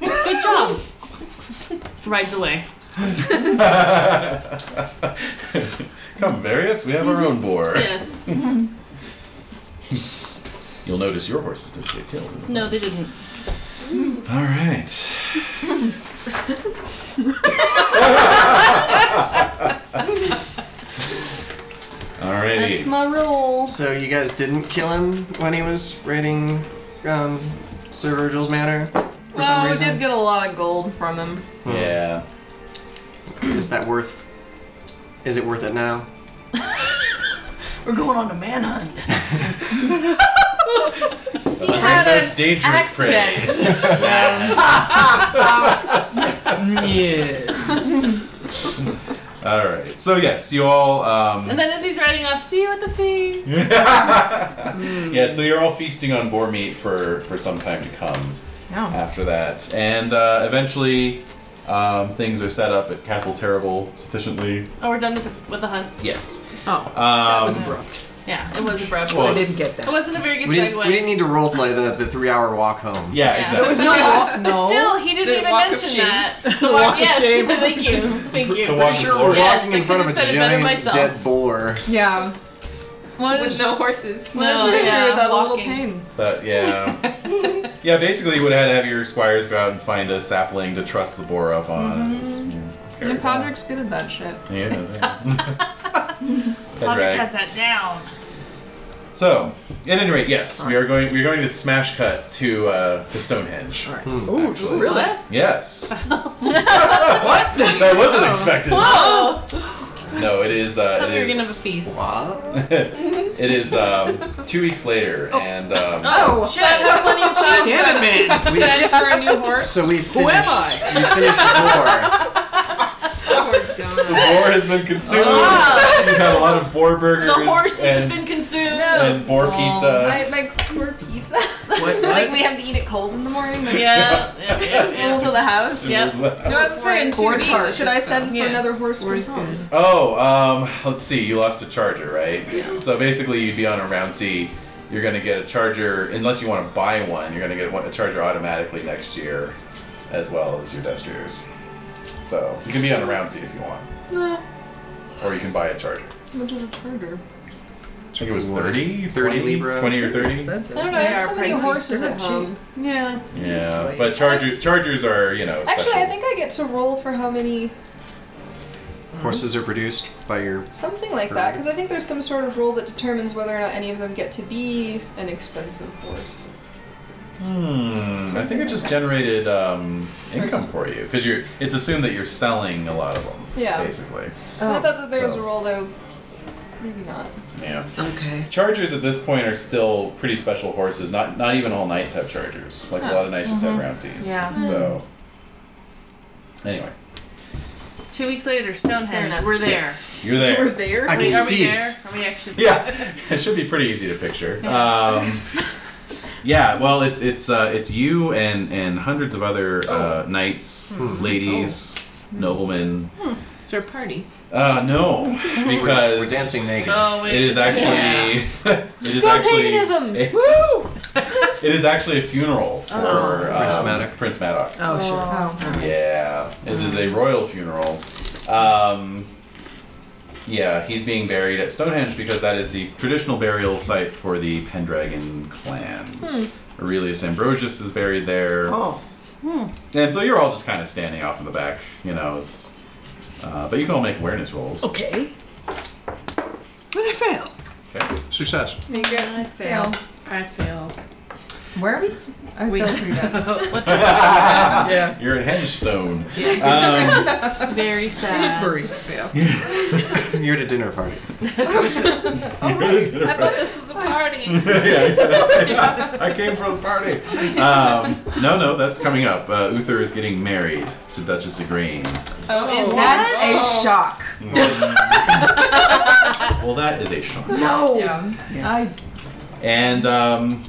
Speaker 6: Good job. Ride's away.
Speaker 8: Come, Various, we have our own boar.
Speaker 6: Yes.
Speaker 8: You'll notice your horses didn't get killed.
Speaker 6: No, they didn't.
Speaker 8: All right.
Speaker 6: That's
Speaker 8: Alrighty.
Speaker 6: my rule.
Speaker 2: So you guys didn't kill him when he was raiding um, Sir Virgil's manor for some
Speaker 7: Well, we
Speaker 2: reason?
Speaker 7: did get a lot of gold from him.
Speaker 8: Yeah.
Speaker 2: Is that worth? Is it worth it now?
Speaker 6: We're going on a manhunt.
Speaker 8: He
Speaker 7: had an
Speaker 8: dangerous
Speaker 7: accident.
Speaker 4: yeah.
Speaker 8: all right. So yes, you all. Um...
Speaker 6: And then as he's riding off, see you at the feast.
Speaker 8: yeah. So you're all feasting on boar meat for for some time to come.
Speaker 9: Yeah.
Speaker 8: after that. And uh, eventually, um, things are set up at Castle Terrible sufficiently.
Speaker 6: Oh, we're done with the, with the hunt.
Speaker 8: Yes.
Speaker 4: Oh. That
Speaker 8: Um,
Speaker 4: was abrupt.
Speaker 6: Yeah, it was abrupt.
Speaker 8: Well,
Speaker 4: I didn't get
Speaker 6: it
Speaker 4: that.
Speaker 6: wasn't a very good
Speaker 2: We didn't,
Speaker 6: segue.
Speaker 2: we didn't need to roleplay the, the three hour walk home.
Speaker 8: yeah,
Speaker 6: Yeah.
Speaker 8: exactly.
Speaker 4: [laughs]
Speaker 6: no, but
Speaker 4: no.
Speaker 6: still, he didn't
Speaker 7: The
Speaker 6: even
Speaker 7: walk of
Speaker 6: mention
Speaker 7: shame.
Speaker 6: that.
Speaker 4: The walk of
Speaker 6: yes,
Speaker 4: shame.
Speaker 6: Thank you, thank you.
Speaker 8: The walk of
Speaker 2: Sure, we're
Speaker 8: glory.
Speaker 6: Yes,
Speaker 2: walking
Speaker 6: I
Speaker 2: in front of a
Speaker 6: could've said it better
Speaker 2: giant
Speaker 6: myself.
Speaker 2: dead boar.
Speaker 9: Yeah.
Speaker 11: With no horses.
Speaker 7: Well,
Speaker 6: No,
Speaker 7: we did
Speaker 6: yeah,
Speaker 7: do without a
Speaker 6: walking.
Speaker 7: little pain.
Speaker 8: [laughs] But,
Speaker 6: [laughs]
Speaker 8: yeah. yeah, basically, you would have had to have your squires go out and find a sapling to truss the boar up on. and just,
Speaker 6: Mm-hmm.
Speaker 8: you know, carry
Speaker 7: And
Speaker 8: it along.
Speaker 7: Podrick's good at that
Speaker 5: [laughs]
Speaker 7: shit.
Speaker 6: [laughs]
Speaker 8: Yeah. Head
Speaker 6: Patrick
Speaker 8: drag.
Speaker 6: has that down.
Speaker 8: So, at any rate, yes, we are going. We're going to smash cut to uh, to Stonehenge.
Speaker 4: All right.
Speaker 2: Hmm.
Speaker 4: Ooh,
Speaker 8: actually.
Speaker 4: really?
Speaker 6: What? [laughs]
Speaker 8: Yes. [laughs] what? That wasn't expected.
Speaker 6: Oh,
Speaker 8: No, it is. Uh,
Speaker 6: thought
Speaker 8: it
Speaker 6: we were
Speaker 8: is-
Speaker 6: gonna have a feast.
Speaker 2: What?
Speaker 8: [laughs] it is um, two weeks later, and um,
Speaker 6: Oh, shit. [laughs]
Speaker 7: Have plenty of cheese.
Speaker 4: Damn it, man.
Speaker 7: Excited for a new horse.
Speaker 2: So we finished.
Speaker 4: am
Speaker 2: We finished the
Speaker 11: Horse
Speaker 8: the
Speaker 11: gone.
Speaker 8: boar has been consumed. You've had a lot of boar burgers
Speaker 6: The horses have
Speaker 8: and,
Speaker 6: been consumed.
Speaker 8: and boar pizza.
Speaker 7: I make more pizza.
Speaker 5: [laughs] like
Speaker 10: What- what?
Speaker 5: we have to eat it cold in the morning. That's
Speaker 10: Yeah,
Speaker 5: the
Speaker 10: yeah, yeah, yeah.
Speaker 5: rules of the house.
Speaker 8: Rules of the house.
Speaker 5: No, I'm saying
Speaker 10: Corn
Speaker 5: two weeks.
Speaker 10: tarts.
Speaker 5: Should I send for
Speaker 10: Yes.
Speaker 5: another horse
Speaker 10: Corn's
Speaker 5: from home?
Speaker 8: Oh, um, let's see. You lost a charger, right? Yeah. So basically, you'd be on a round C. You're gonna get a charger unless you want to buy one. You're gonna get one, a charger automatically next year, as well as your destriers. So you can be on a round C if you want,
Speaker 7: Nah,
Speaker 8: or you can buy a charger.
Speaker 7: how much is a charger?
Speaker 8: I think it was 30,
Speaker 2: 30
Speaker 8: 20,
Speaker 2: Libra.
Speaker 8: 20 or 30.
Speaker 2: Expensive.
Speaker 5: I don't know. I have
Speaker 7: Yeah,
Speaker 5: so many
Speaker 7: pricey.
Speaker 5: horses
Speaker 7: They're
Speaker 5: at
Speaker 7: cheap.
Speaker 5: home.
Speaker 6: Yeah.
Speaker 8: Yeah, but chargers chargers are you know
Speaker 5: Actually, I
Speaker 8: special.
Speaker 5: think I get to roll for how many
Speaker 2: Horses are produced by your.
Speaker 5: Something like that, because I think there's some sort of rule that determines whether or not any of them get to be an expensive horse.
Speaker 8: Hmm. I think it just generated um, income for you because you're. It's assumed that you're selling a lot of them.
Speaker 5: Yeah.
Speaker 8: Basically.
Speaker 7: Oh.
Speaker 5: I thought that there was
Speaker 8: So.
Speaker 5: a rule, though. Maybe not.
Speaker 8: Yeah.
Speaker 10: Okay.
Speaker 8: Chargers at this point are still pretty special horses. Not not even all knights have chargers. Like a lot of knights just have
Speaker 6: Mhm.
Speaker 5: Mm-hmm.
Speaker 8: round C's.
Speaker 6: Yeah.
Speaker 8: So. Anyway.
Speaker 6: Two weeks later, Stonehenge.
Speaker 5: enough.
Speaker 6: We're there.
Speaker 8: Yes, you're there.
Speaker 6: We're there.
Speaker 8: I
Speaker 6: Wait,
Speaker 8: can
Speaker 6: are
Speaker 8: see
Speaker 6: we
Speaker 8: it.
Speaker 6: there? Are we actually?
Speaker 8: Yeah. It should be pretty easy to picture.
Speaker 5: [laughs]
Speaker 8: Um, yeah. Well, it's it's uh, it's you and and hundreds of other
Speaker 5: Oh.
Speaker 8: uh, knights,
Speaker 5: Hmm.
Speaker 8: ladies, noblemen.
Speaker 11: It's our party.
Speaker 8: Uh,
Speaker 5: [laughs]
Speaker 8: no, because we're dancing
Speaker 2: naked.
Speaker 11: Oh, wait.
Speaker 8: It is actually. [laughs] it is
Speaker 5: Go
Speaker 8: actually.
Speaker 5: paganism!
Speaker 8: It,
Speaker 5: Woo!
Speaker 8: [laughs] it is actually a funeral for
Speaker 2: Oh. Prince
Speaker 8: um,
Speaker 2: Madoc.
Speaker 8: Prince Madoc.
Speaker 10: Oh, shit.
Speaker 8: Yeah, this is
Speaker 6: Mm.
Speaker 8: a royal funeral. Um, yeah, he's being buried at Stonehenge because that is the traditional burial site for the Pendragon clan.
Speaker 6: Hmm.
Speaker 8: Aurelius Ambrosius is buried there.
Speaker 10: Oh.
Speaker 8: And so you're all just kind of standing off in the back, you know. It's, uh, but you can all make awareness
Speaker 6: Oh.
Speaker 8: rolls.
Speaker 10: Okay. But I failed.
Speaker 8: Okay.
Speaker 2: Success.
Speaker 6: I fail. I fail.
Speaker 9: Where are we? I was
Speaker 6: We-
Speaker 9: still pretty bad.
Speaker 6: What's
Speaker 10: Yeah.
Speaker 8: You're at Hengestone. Um,
Speaker 6: Very sad.
Speaker 2: [laughs] You're at a dinner party.
Speaker 6: Oh
Speaker 8: [laughs]
Speaker 6: I thought this was a party.
Speaker 8: yeah, exactly. [laughs] I came for the party. Um, no, no, that's coming up. Uh, Uther is getting married to Duchess of Green.
Speaker 6: Oh, is
Speaker 9: That's
Speaker 6: that?
Speaker 9: a shock.
Speaker 8: Well, that is a shock.
Speaker 10: No.
Speaker 9: Yeah.
Speaker 10: Yes.
Speaker 8: And um,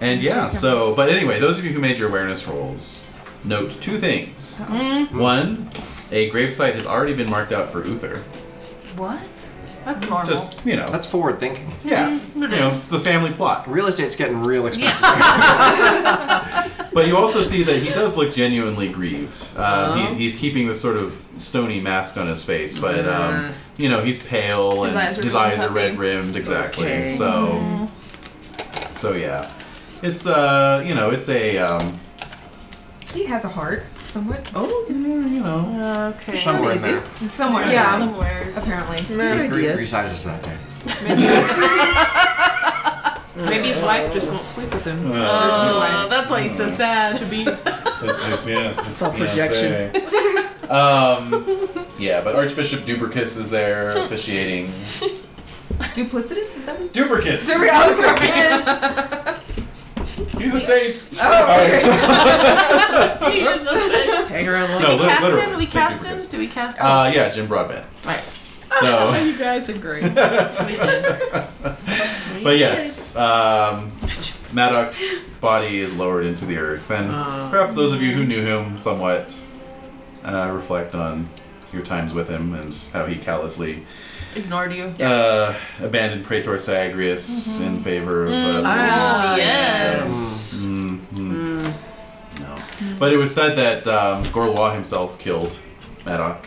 Speaker 8: and yeah. So, but anyway, those of you who made your awareness rolls, note two things.
Speaker 7: Mm-hmm.
Speaker 8: One, a gravesite has already been marked out for Uther.
Speaker 9: What?
Speaker 6: That's
Speaker 7: Uh-huh.
Speaker 6: normal.
Speaker 8: Just you know,
Speaker 2: That's forward thinking.
Speaker 8: yeah, you know, it's a family plot.
Speaker 2: Real estate's getting real expensive.
Speaker 8: But you also see that he does look genuinely grieved. Uh,
Speaker 7: Uh-huh.
Speaker 8: he's, he's keeping this sort of stony mask on his face, but um, you know he's pale
Speaker 7: His
Speaker 8: and
Speaker 7: eyes are
Speaker 8: his
Speaker 7: really
Speaker 8: eyes are
Speaker 7: puffy.
Speaker 8: red rimmed. Exactly.
Speaker 10: Okay.
Speaker 8: So,
Speaker 7: Mm-hmm.
Speaker 8: so yeah, it's uh you know it's a um,
Speaker 9: He has a heart, somewhat.
Speaker 10: Oh,
Speaker 8: mm, you know
Speaker 6: Okay.
Speaker 2: [laughs] Somewhere in there.
Speaker 9: Somewhere,
Speaker 6: Yeah.
Speaker 9: yeah.
Speaker 6: Somewheres.
Speaker 9: Apparently.
Speaker 10: good
Speaker 2: Three, three
Speaker 10: ideas.
Speaker 2: sizes that day.
Speaker 11: Maybe his wife just won't sleep with him.
Speaker 8: Uh,
Speaker 6: Oh, that's why he's so
Speaker 8: Mm-hmm.
Speaker 6: sad. To be.
Speaker 8: It's, it's, yeah, it's, it's
Speaker 10: all projection.
Speaker 8: PSA. [laughs] um, yeah, but Archbishop Dupercus is there officiating.
Speaker 9: Duplicitous? Is that what
Speaker 8: Dupercus! [laughs] He's a saint!
Speaker 6: [laughs] He is a thing.
Speaker 10: Hang around long.
Speaker 8: [laughs] No,
Speaker 6: we
Speaker 8: li-
Speaker 6: cast
Speaker 8: literally,
Speaker 6: him. We
Speaker 8: thank
Speaker 6: cast
Speaker 8: you,
Speaker 6: him.
Speaker 8: Lucas.
Speaker 6: Do we cast him?
Speaker 8: uh, yeah, Jim Broadbent.
Speaker 6: right.
Speaker 8: So.
Speaker 10: [laughs] You guys are
Speaker 4: [laughs]
Speaker 10: great.
Speaker 8: but yes, um, Maddox's body is lowered into the earth, and
Speaker 6: Uh,
Speaker 10: Ah.
Speaker 8: perhaps those of you who knew him somewhat uh, reflect on your times with him and how he callously
Speaker 6: Ignored you.
Speaker 8: uh, abandoned Praetor Sagrius in favor of. Uh,
Speaker 10: Ah,
Speaker 6: yes.
Speaker 8: mm No. But it was said that um, Gorlois himself killed Madoc.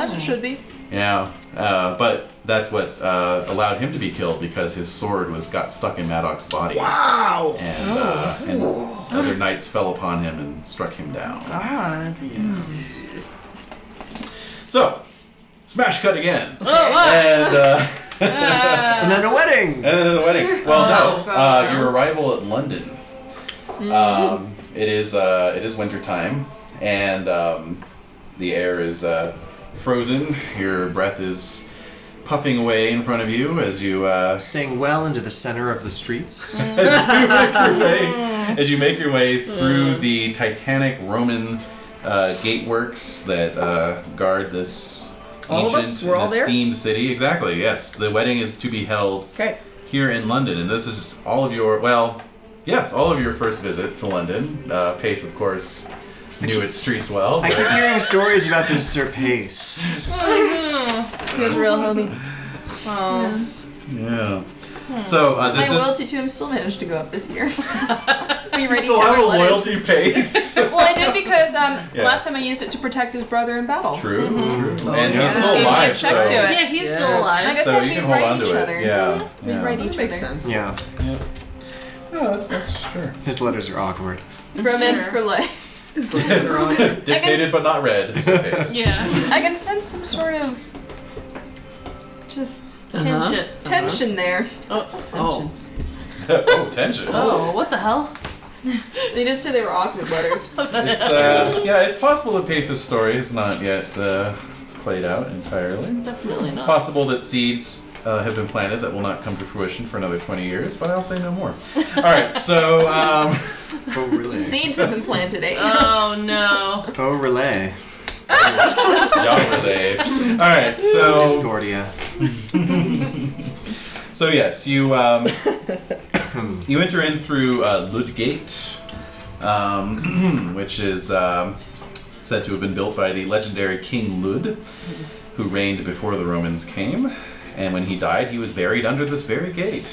Speaker 5: As it should be.
Speaker 8: Yeah, uh, but that's what uh, allowed him to be killed because his sword was got stuck in Madoc's body.
Speaker 10: Wow.
Speaker 8: And, uh, and other knights fell upon him and struck him down.
Speaker 6: God.
Speaker 8: So, smash cut again.
Speaker 6: Oh, what?
Speaker 8: And. Uh,
Speaker 2: And then a wedding.
Speaker 8: And then
Speaker 10: [laughs]
Speaker 8: the wedding.
Speaker 6: Oh,
Speaker 8: Well, no,
Speaker 6: God,
Speaker 8: uh,
Speaker 6: no.
Speaker 8: your arrival at London.
Speaker 10: Mm-hmm.
Speaker 8: Um, it is uh, it is winter time, and um, the air is uh, frozen. Your breath is puffing away in front of you as you uh,
Speaker 2: Staying well into the center of the streets.
Speaker 8: as you make your way
Speaker 10: [laughs]
Speaker 8: as you make your way through the Titanic Roman uh, gateworks that uh, guard this
Speaker 10: All of
Speaker 8: ancient,
Speaker 10: us? We're all there?
Speaker 8: esteemed city. Exactly. Yes, the wedding is to be held
Speaker 10: Okay.
Speaker 8: here in London, and this is all of your well, Yes, all of your first visit to London. Uh, Pace, of course, knew its streets well.
Speaker 2: I keep
Speaker 7: [laughs]
Speaker 8: but-
Speaker 2: hearing stories about this Sir Pace.
Speaker 5: He was real homie.
Speaker 8: Yeah. So uh,
Speaker 7: Hmm.
Speaker 8: this
Speaker 7: My
Speaker 8: is
Speaker 7: loyalty to him still managed to go up [laughs] this year.
Speaker 5: We
Speaker 8: you
Speaker 5: read
Speaker 8: still
Speaker 5: each
Speaker 8: have
Speaker 5: other
Speaker 8: a
Speaker 5: letters.
Speaker 7: [laughs]
Speaker 8: loyalty pace.
Speaker 7: well, I did because
Speaker 8: [laughs]
Speaker 7: um,
Speaker 8: Yeah.
Speaker 7: last time I used it to protect his brother in battle.
Speaker 8: True. True.
Speaker 7: Oh,
Speaker 8: and
Speaker 7: yeah.
Speaker 8: he's
Speaker 7: Just
Speaker 8: still
Speaker 7: gave me a
Speaker 8: alive.
Speaker 7: check
Speaker 8: so
Speaker 7: to it. Yeah,
Speaker 6: he's still Yes. alive.
Speaker 7: Like I
Speaker 8: so
Speaker 7: said,
Speaker 8: you
Speaker 7: we
Speaker 8: can hold
Speaker 7: write
Speaker 8: on to
Speaker 7: each
Speaker 8: it.
Speaker 7: other.
Speaker 8: Yeah.
Speaker 7: We
Speaker 8: yeah.
Speaker 7: write each
Speaker 11: Makes
Speaker 7: other.
Speaker 11: sense.
Speaker 2: Yeah.
Speaker 8: Oh, that's, that's sure.
Speaker 2: His letters are awkward.
Speaker 7: Romance for life.
Speaker 8: [laughs] Dictated but not read.
Speaker 7: [laughs]
Speaker 8: is the
Speaker 6: [laughs]
Speaker 8: pace. [laughs]
Speaker 6: Yeah.
Speaker 7: I can sense some sort of just
Speaker 6: Kinship.
Speaker 7: tension there.
Speaker 6: Oh,
Speaker 4: Oh.
Speaker 8: oh, tension.
Speaker 6: Oh, what the hell?
Speaker 7: They did say they were awkward letters.
Speaker 8: It's, uh, yeah, it's possible that Pace's story is not yet uh, played out entirely.
Speaker 6: Definitely
Speaker 8: It's
Speaker 6: not.
Speaker 8: possible that seeds uh, have been planted that will not come to fruition for another 20 years, but I'll say no more. All right, so um,
Speaker 2: Beau relay.
Speaker 7: Seeds have been planted, eh?
Speaker 6: Oh no.
Speaker 2: Beau relay.
Speaker 8: y'all relay. [laughs] All right, so
Speaker 2: Discordia.
Speaker 8: so yes, you um, you enter in through uh, Ludgate, um, [clears throat] which is um, said to have been built by the legendary King Lud, who reigned before the Romans came. And when he died, he was buried under this very gate.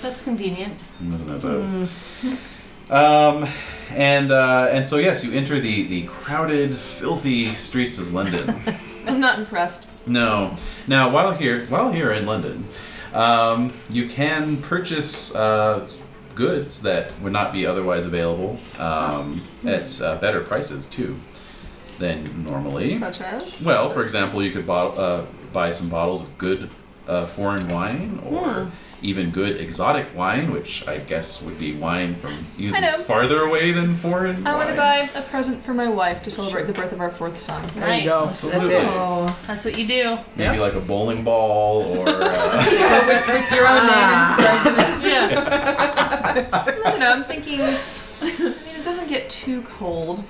Speaker 6: That's convenient.
Speaker 8: Wasn't it though? Um, and uh, and so yes, you enter the the crowded, filthy streets of London.
Speaker 7: [laughs] I'm not impressed.
Speaker 8: no, now while here while here in London, um, you can purchase uh, goods that would not be otherwise available um, at uh, better prices too than normally.
Speaker 7: Such as?
Speaker 8: Well, for example, you could bottle, uh, buy some bottles of good uh, foreign wine or even good exotic wine, which I guess would be wine from
Speaker 7: I know.
Speaker 8: even farther away than foreign.
Speaker 7: I want to
Speaker 8: wine.
Speaker 7: buy a present for my wife to celebrate the birth of our fourth son.
Speaker 4: There you go.
Speaker 6: Nice.
Speaker 8: Oh, Absolutely.
Speaker 6: That's what you do.
Speaker 8: Maybe like a bowling ball or. Uh,
Speaker 7: With your own
Speaker 4: Ah.
Speaker 7: name instead.
Speaker 6: Yeah.
Speaker 7: I don't know. I'm thinking. I mean, it doesn't get too cold.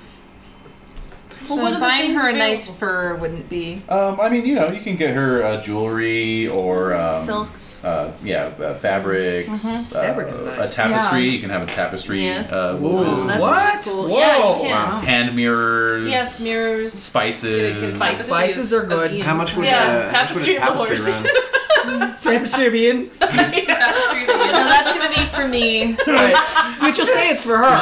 Speaker 7: So
Speaker 6: what are the
Speaker 7: buying
Speaker 6: things
Speaker 7: her a nice
Speaker 6: available?
Speaker 7: [laughs] fur wouldn't be.
Speaker 8: um, I mean, you know, you can get her uh, jewelry or. Um,
Speaker 6: Silks.
Speaker 8: Uh, yeah, uh, fabrics. Uh,
Speaker 4: Fabric is nice.
Speaker 8: A tapestry. You can have a tapestry.
Speaker 6: Yes.
Speaker 8: Uh,
Speaker 4: Ooh,
Speaker 8: woven.
Speaker 6: that's
Speaker 4: what?
Speaker 6: really cool.
Speaker 4: Whoa.
Speaker 6: Yeah, you can.
Speaker 4: Wow.
Speaker 8: Hand mirrors.
Speaker 6: Yes, mirrors.
Speaker 8: Spices.
Speaker 6: Spices.
Speaker 4: Spices are
Speaker 6: of
Speaker 4: good. [laughs]
Speaker 6: Ian.
Speaker 2: How much would,
Speaker 6: Yeah,
Speaker 2: uh, how much would a
Speaker 6: tapestry of the
Speaker 2: tapestry
Speaker 6: horse.
Speaker 2: run?
Speaker 4: Tapestry of Ian.
Speaker 5: No, that's gonna be for me.
Speaker 4: You just say it's for her.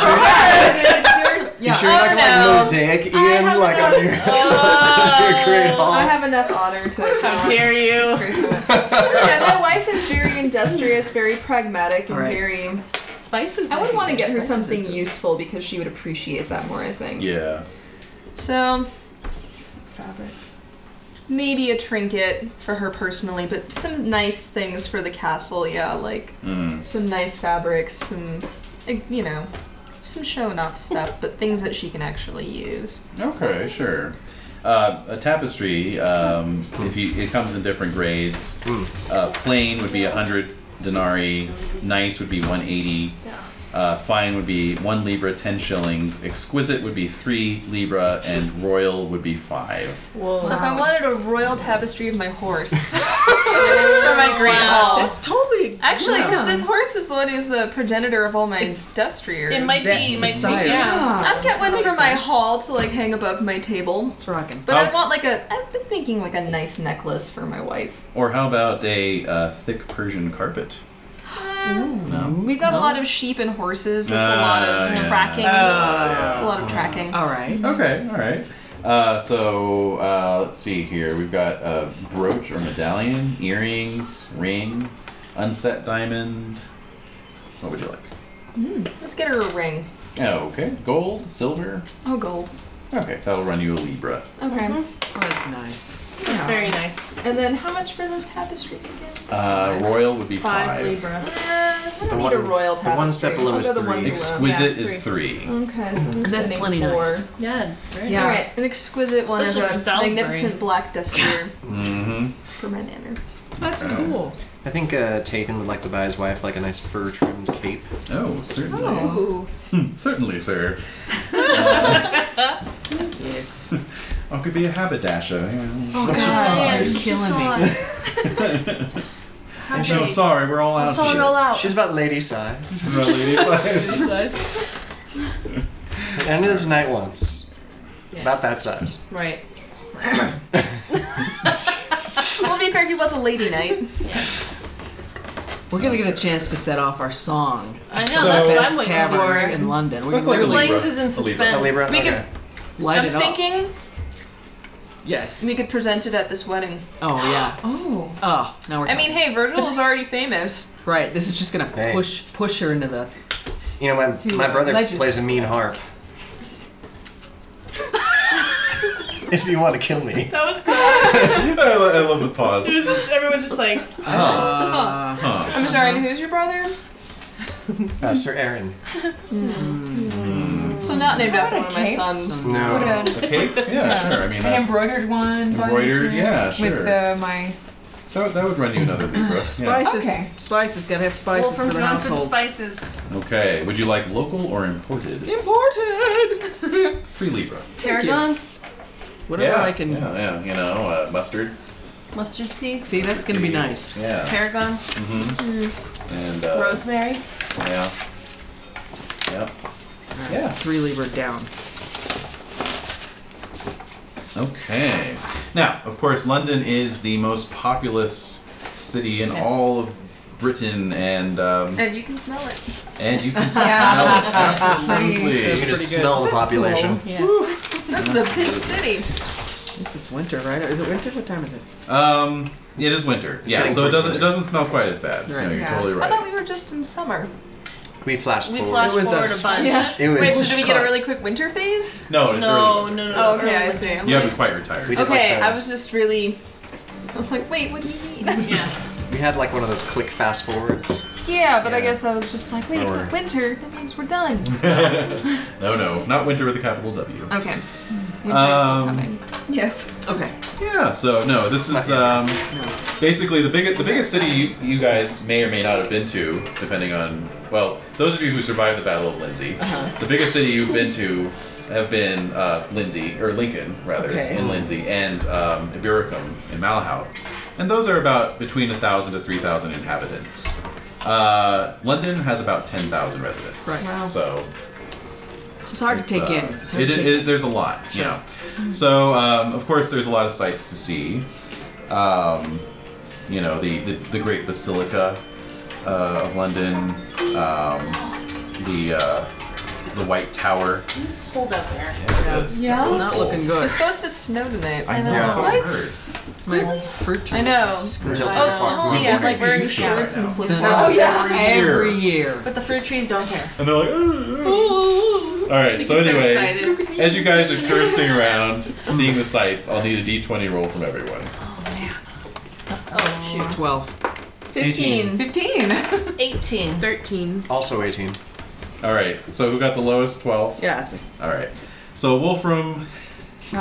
Speaker 2: You sure
Speaker 5: Oh,
Speaker 2: you're not gonna
Speaker 5: no.
Speaker 2: like mosaic Ian like on your, on your great hall?
Speaker 7: I have enough honor to.
Speaker 6: How dare you?
Speaker 7: yeah, my wife is very industrious, very pragmatic, and
Speaker 4: All right.
Speaker 7: very.
Speaker 6: Spices.
Speaker 7: I would want to get her
Speaker 6: Spices is
Speaker 7: something
Speaker 6: good.
Speaker 7: useful because she would appreciate that more. I think.
Speaker 8: Yeah.
Speaker 7: So, fabric. Maybe a trinket for her personally, but some nice things for the castle. Yeah, like
Speaker 8: Mm.
Speaker 7: some nice fabrics, some, uh, you know, some show enough stuff, but things that she can actually use.
Speaker 8: Okay, sure. Uh, a tapestry, um, if you, it comes in different grades. Uh, plain would be 100 denarii, nice would be 180, uh, fine would be 1 libra, 10 shillings, exquisite would be 3 libra, and royal would be 5.
Speaker 4: Oh,
Speaker 6: Whoa.
Speaker 7: So if I wanted a royal tapestry of my
Speaker 4: [laughs]
Speaker 7: horse for my great hall.
Speaker 4: That's totally.
Speaker 7: Actually, because
Speaker 4: yeah.
Speaker 7: this horse is the one who's the progenitor of all my industriers.
Speaker 6: It might
Speaker 4: Zet
Speaker 6: be. Might
Speaker 4: desire.
Speaker 6: be. Yeah.
Speaker 7: I'd get one for
Speaker 4: Makes
Speaker 7: my
Speaker 4: sense.
Speaker 7: hall to like hang above my table.
Speaker 4: It's rocking.
Speaker 7: But
Speaker 8: How-
Speaker 7: I want like a. I'm thinking like a nice necklace for my wife.
Speaker 8: Or how about a uh, thick Persian carpet?
Speaker 7: Uh,
Speaker 8: No.
Speaker 7: We've got a lot of sheep and horses. There's a lot
Speaker 8: Ah,
Speaker 7: of
Speaker 8: yeah.
Speaker 7: tracking. Oh.
Speaker 8: Ah,
Speaker 7: It's a lot of tracking.
Speaker 4: All right.
Speaker 8: Okay, all right. Uh, so uh, let's see here. We've got a brooch or medallion, earrings, ring, unset diamond. What would you like?
Speaker 7: Let's get her a ring.
Speaker 8: Oh, okay. Gold, silver.
Speaker 7: Oh, gold.
Speaker 8: Okay, that'll run you a libra.
Speaker 7: Okay.
Speaker 4: Oh, that's nice.
Speaker 6: That's very nice.
Speaker 7: And then how much for those tapestries again?
Speaker 8: Uh, royal would be
Speaker 6: Five
Speaker 8: five.
Speaker 6: libra.
Speaker 7: Uh, I don't
Speaker 2: The
Speaker 7: need
Speaker 2: one-
Speaker 7: a royal
Speaker 2: the
Speaker 7: tapestry.
Speaker 2: one step below
Speaker 7: I'll
Speaker 2: is
Speaker 7: go the one
Speaker 2: three.
Speaker 7: below.
Speaker 8: Exquisite
Speaker 6: Yeah,
Speaker 8: is three.
Speaker 7: Okay, so I'm
Speaker 4: That's
Speaker 7: spending
Speaker 4: plenty
Speaker 7: four.
Speaker 4: nice.
Speaker 6: Yeah. Very
Speaker 7: All
Speaker 4: Yeah.
Speaker 7: right, an exquisite one of
Speaker 6: Especially for
Speaker 7: a
Speaker 6: Salisbury.
Speaker 7: magnificent black duster
Speaker 8: Mm-hmm.
Speaker 7: for my manor.
Speaker 4: That's
Speaker 6: Oh.
Speaker 4: cool.
Speaker 2: [laughs] I think uh, Tathan would like to buy his wife like a nice fur trimmed cape.
Speaker 8: Oh, certainly. Hmm,
Speaker 7: Ooh.
Speaker 8: certainly, sir. Uh, [laughs]
Speaker 4: Yes.
Speaker 8: I could be a haberdasher. yeah.
Speaker 4: Oh
Speaker 8: What's your
Speaker 4: God,
Speaker 8: size?
Speaker 4: you're killing me.
Speaker 6: How
Speaker 8: I'm
Speaker 6: big?
Speaker 8: so sorry, we're all
Speaker 6: I'm
Speaker 8: out.
Speaker 6: sorry,
Speaker 8: here.
Speaker 6: we're
Speaker 8: [laughs]
Speaker 6: all out.
Speaker 2: She's about lady size.
Speaker 8: About lady size. [laughs]
Speaker 2: Like, I knew this night once. About that size.
Speaker 6: Right.
Speaker 5: well, to be fair, he was a lady knight.
Speaker 4: We're gonna get a chance to set off our song.
Speaker 6: I know,
Speaker 4: at some of
Speaker 6: that's
Speaker 4: the
Speaker 6: what
Speaker 4: best
Speaker 6: I'm waiting
Speaker 4: taverns
Speaker 6: for.
Speaker 4: in London. We're
Speaker 6: That's
Speaker 4: gonna
Speaker 6: like a
Speaker 4: literally
Speaker 6: Libra. Blaze is in A Libra. suspense.
Speaker 2: A Libra?
Speaker 7: We
Speaker 2: okay.
Speaker 7: could-
Speaker 4: light
Speaker 7: I'm
Speaker 4: it up.
Speaker 7: [laughs] thinking
Speaker 4: Yes.
Speaker 7: we could present it at this wedding.
Speaker 4: Oh yeah.
Speaker 7: Oh.
Speaker 4: Oh, now we're.
Speaker 7: I mean, hey, Virgil is already famous.
Speaker 4: Right. This is just gonna
Speaker 2: Hey.
Speaker 4: push push her into the.
Speaker 2: You know, my,
Speaker 4: To,
Speaker 2: my
Speaker 4: uh,
Speaker 2: brother
Speaker 4: legend.
Speaker 2: plays a mean harp. if you want to kill me.
Speaker 11: That was so.
Speaker 8: I, lo- I love the pause.
Speaker 11: it was just, everyone's just like,
Speaker 8: Uh, huh.
Speaker 7: I'm
Speaker 2: Uh-huh.
Speaker 7: sorry, who's your brother?
Speaker 2: Uh, Sir Aaron.
Speaker 7: So not named after one of my
Speaker 9: capes?
Speaker 7: sons.
Speaker 9: Put
Speaker 2: No.
Speaker 9: a,
Speaker 8: Okay. Yeah, sure. I mean,
Speaker 9: an
Speaker 8: that's,
Speaker 9: embroidered one. by
Speaker 8: Embroidered, yeah,
Speaker 9: chance,
Speaker 8: sure.
Speaker 9: With uh, my.
Speaker 8: that, would- that would run you another Libra. Yeah.
Speaker 4: Spices.
Speaker 9: Okay.
Speaker 4: Spices. Gotta have spices
Speaker 6: Well, from
Speaker 4: for the
Speaker 6: Drunken
Speaker 4: household.
Speaker 6: Spices,
Speaker 8: Okay. Would you like local or imported?
Speaker 4: Imported.
Speaker 8: Three Libra.
Speaker 6: tarragon,
Speaker 4: Whatever
Speaker 8: yeah,
Speaker 4: I can.
Speaker 8: Yeah, yeah. You know, uh, mustard.
Speaker 6: mustard seeds,
Speaker 4: See, that's gonna be nice.
Speaker 8: Yeah.
Speaker 6: tarragon,
Speaker 8: Mm-hmm. And uh,
Speaker 6: rosemary.
Speaker 8: Yeah. Yeah. Yeah.
Speaker 4: Three Libra down.
Speaker 8: Okay. Now, of course, London is the most populous city in all of Britain, and um,
Speaker 5: And you can smell it.
Speaker 8: and you can
Speaker 9: Yeah.
Speaker 2: You
Speaker 8: absolutely.
Speaker 2: can just smell the population.
Speaker 7: This is a big city.
Speaker 4: At least it's winter, right? Is it winter? What time is it?
Speaker 8: Um, it is winter. yeah,
Speaker 2: getting
Speaker 8: so it
Speaker 2: towards
Speaker 8: doesn't it
Speaker 2: winter.
Speaker 8: doesn't smell quite as bad.
Speaker 4: Right.
Speaker 8: No, you're
Speaker 9: Yeah.
Speaker 8: totally
Speaker 5: I thought
Speaker 8: right.
Speaker 5: we were just in summer.
Speaker 2: We flashed
Speaker 6: We
Speaker 2: forward.
Speaker 6: flashed
Speaker 4: It was
Speaker 6: forward
Speaker 4: us.
Speaker 6: a bunch.
Speaker 2: It was.
Speaker 5: Wait, so did we get a really quick winter phase?
Speaker 8: No, it's
Speaker 6: No,
Speaker 8: early.
Speaker 6: no, no.
Speaker 7: Oh,
Speaker 6: no,
Speaker 7: okay,
Speaker 6: early
Speaker 7: I see.
Speaker 8: You haven't quite retired.
Speaker 2: We did
Speaker 7: Okay,
Speaker 2: like a-
Speaker 7: I was just really. I was like, wait, what do you mean? [laughs]
Speaker 6: winter. Yeah.
Speaker 2: We had like one of those click fast forwards.
Speaker 7: Yeah, but
Speaker 2: Yeah.
Speaker 7: I
Speaker 2: Mm-hmm.
Speaker 7: guess I was just like, wait,
Speaker 2: Or-
Speaker 7: but winter, that means we're done.
Speaker 8: [laughs] no, no, not winter with a capital W.
Speaker 7: Okay. Winter's
Speaker 8: Um,
Speaker 7: still coming.
Speaker 9: Yes.
Speaker 4: Okay.
Speaker 8: Yeah, so no, this is um, basically the biggest the biggest city you, you guys may or may not have been to, depending on well, those of you who survived the Battle of Lindsay,
Speaker 4: Uh-huh.
Speaker 8: the biggest city you've been to have been uh, Lindsay or Lincoln rather
Speaker 4: Okay.
Speaker 8: in Lindsay and um, Ibericum in Malahout, and those are about between thousand to three thousand inhabitants. Uh, London has about ten thousand residents.
Speaker 4: Right.
Speaker 9: Wow.
Speaker 8: So
Speaker 4: It's hard to
Speaker 8: it's,
Speaker 4: take
Speaker 8: uh,
Speaker 4: in. It's hard
Speaker 8: it-
Speaker 4: to take
Speaker 8: it-
Speaker 4: in.
Speaker 8: there's a lot,
Speaker 4: Sure.
Speaker 8: yeah. So, um, of course, there's a lot of sights to see. Um, you know, the, the, the great basilica uh, of London, um, the uh, the White Tower.
Speaker 6: Just hold up there.
Speaker 8: Yeah, that's-
Speaker 7: Yeah.
Speaker 8: that's
Speaker 7: It's
Speaker 4: not
Speaker 8: cool.
Speaker 4: looking good.
Speaker 7: It's supposed to snow tonight.
Speaker 8: I know.
Speaker 2: Yeah.
Speaker 8: I
Speaker 7: What?
Speaker 8: heard.
Speaker 4: It's my old fruit trees.
Speaker 7: I know.
Speaker 2: Until two
Speaker 7: Oh,
Speaker 2: o'clock tomorrow
Speaker 7: Tony, I'm
Speaker 2: morning.
Speaker 7: like wearing
Speaker 8: Used to
Speaker 7: shorts
Speaker 8: right
Speaker 7: and
Speaker 8: now.
Speaker 7: flip
Speaker 4: Oh
Speaker 7: flops.
Speaker 4: yeah.
Speaker 8: Every
Speaker 4: Every year.
Speaker 6: But the fruit trees don't care.
Speaker 8: And they're like, all right. So
Speaker 6: Because they're
Speaker 8: anyway,
Speaker 6: excited.
Speaker 8: as you guys are coasting around, seeing the sights, I'll need a D20 roll from everyone.
Speaker 6: Oh shoot.
Speaker 4: Twelve.
Speaker 7: 15.
Speaker 9: 15.
Speaker 6: Eighteen. [laughs]
Speaker 11: 13.
Speaker 2: Also 18.
Speaker 8: All right. So who got the lowest? Twelve.
Speaker 4: Yeah, that's me.
Speaker 8: All right. So Wolfram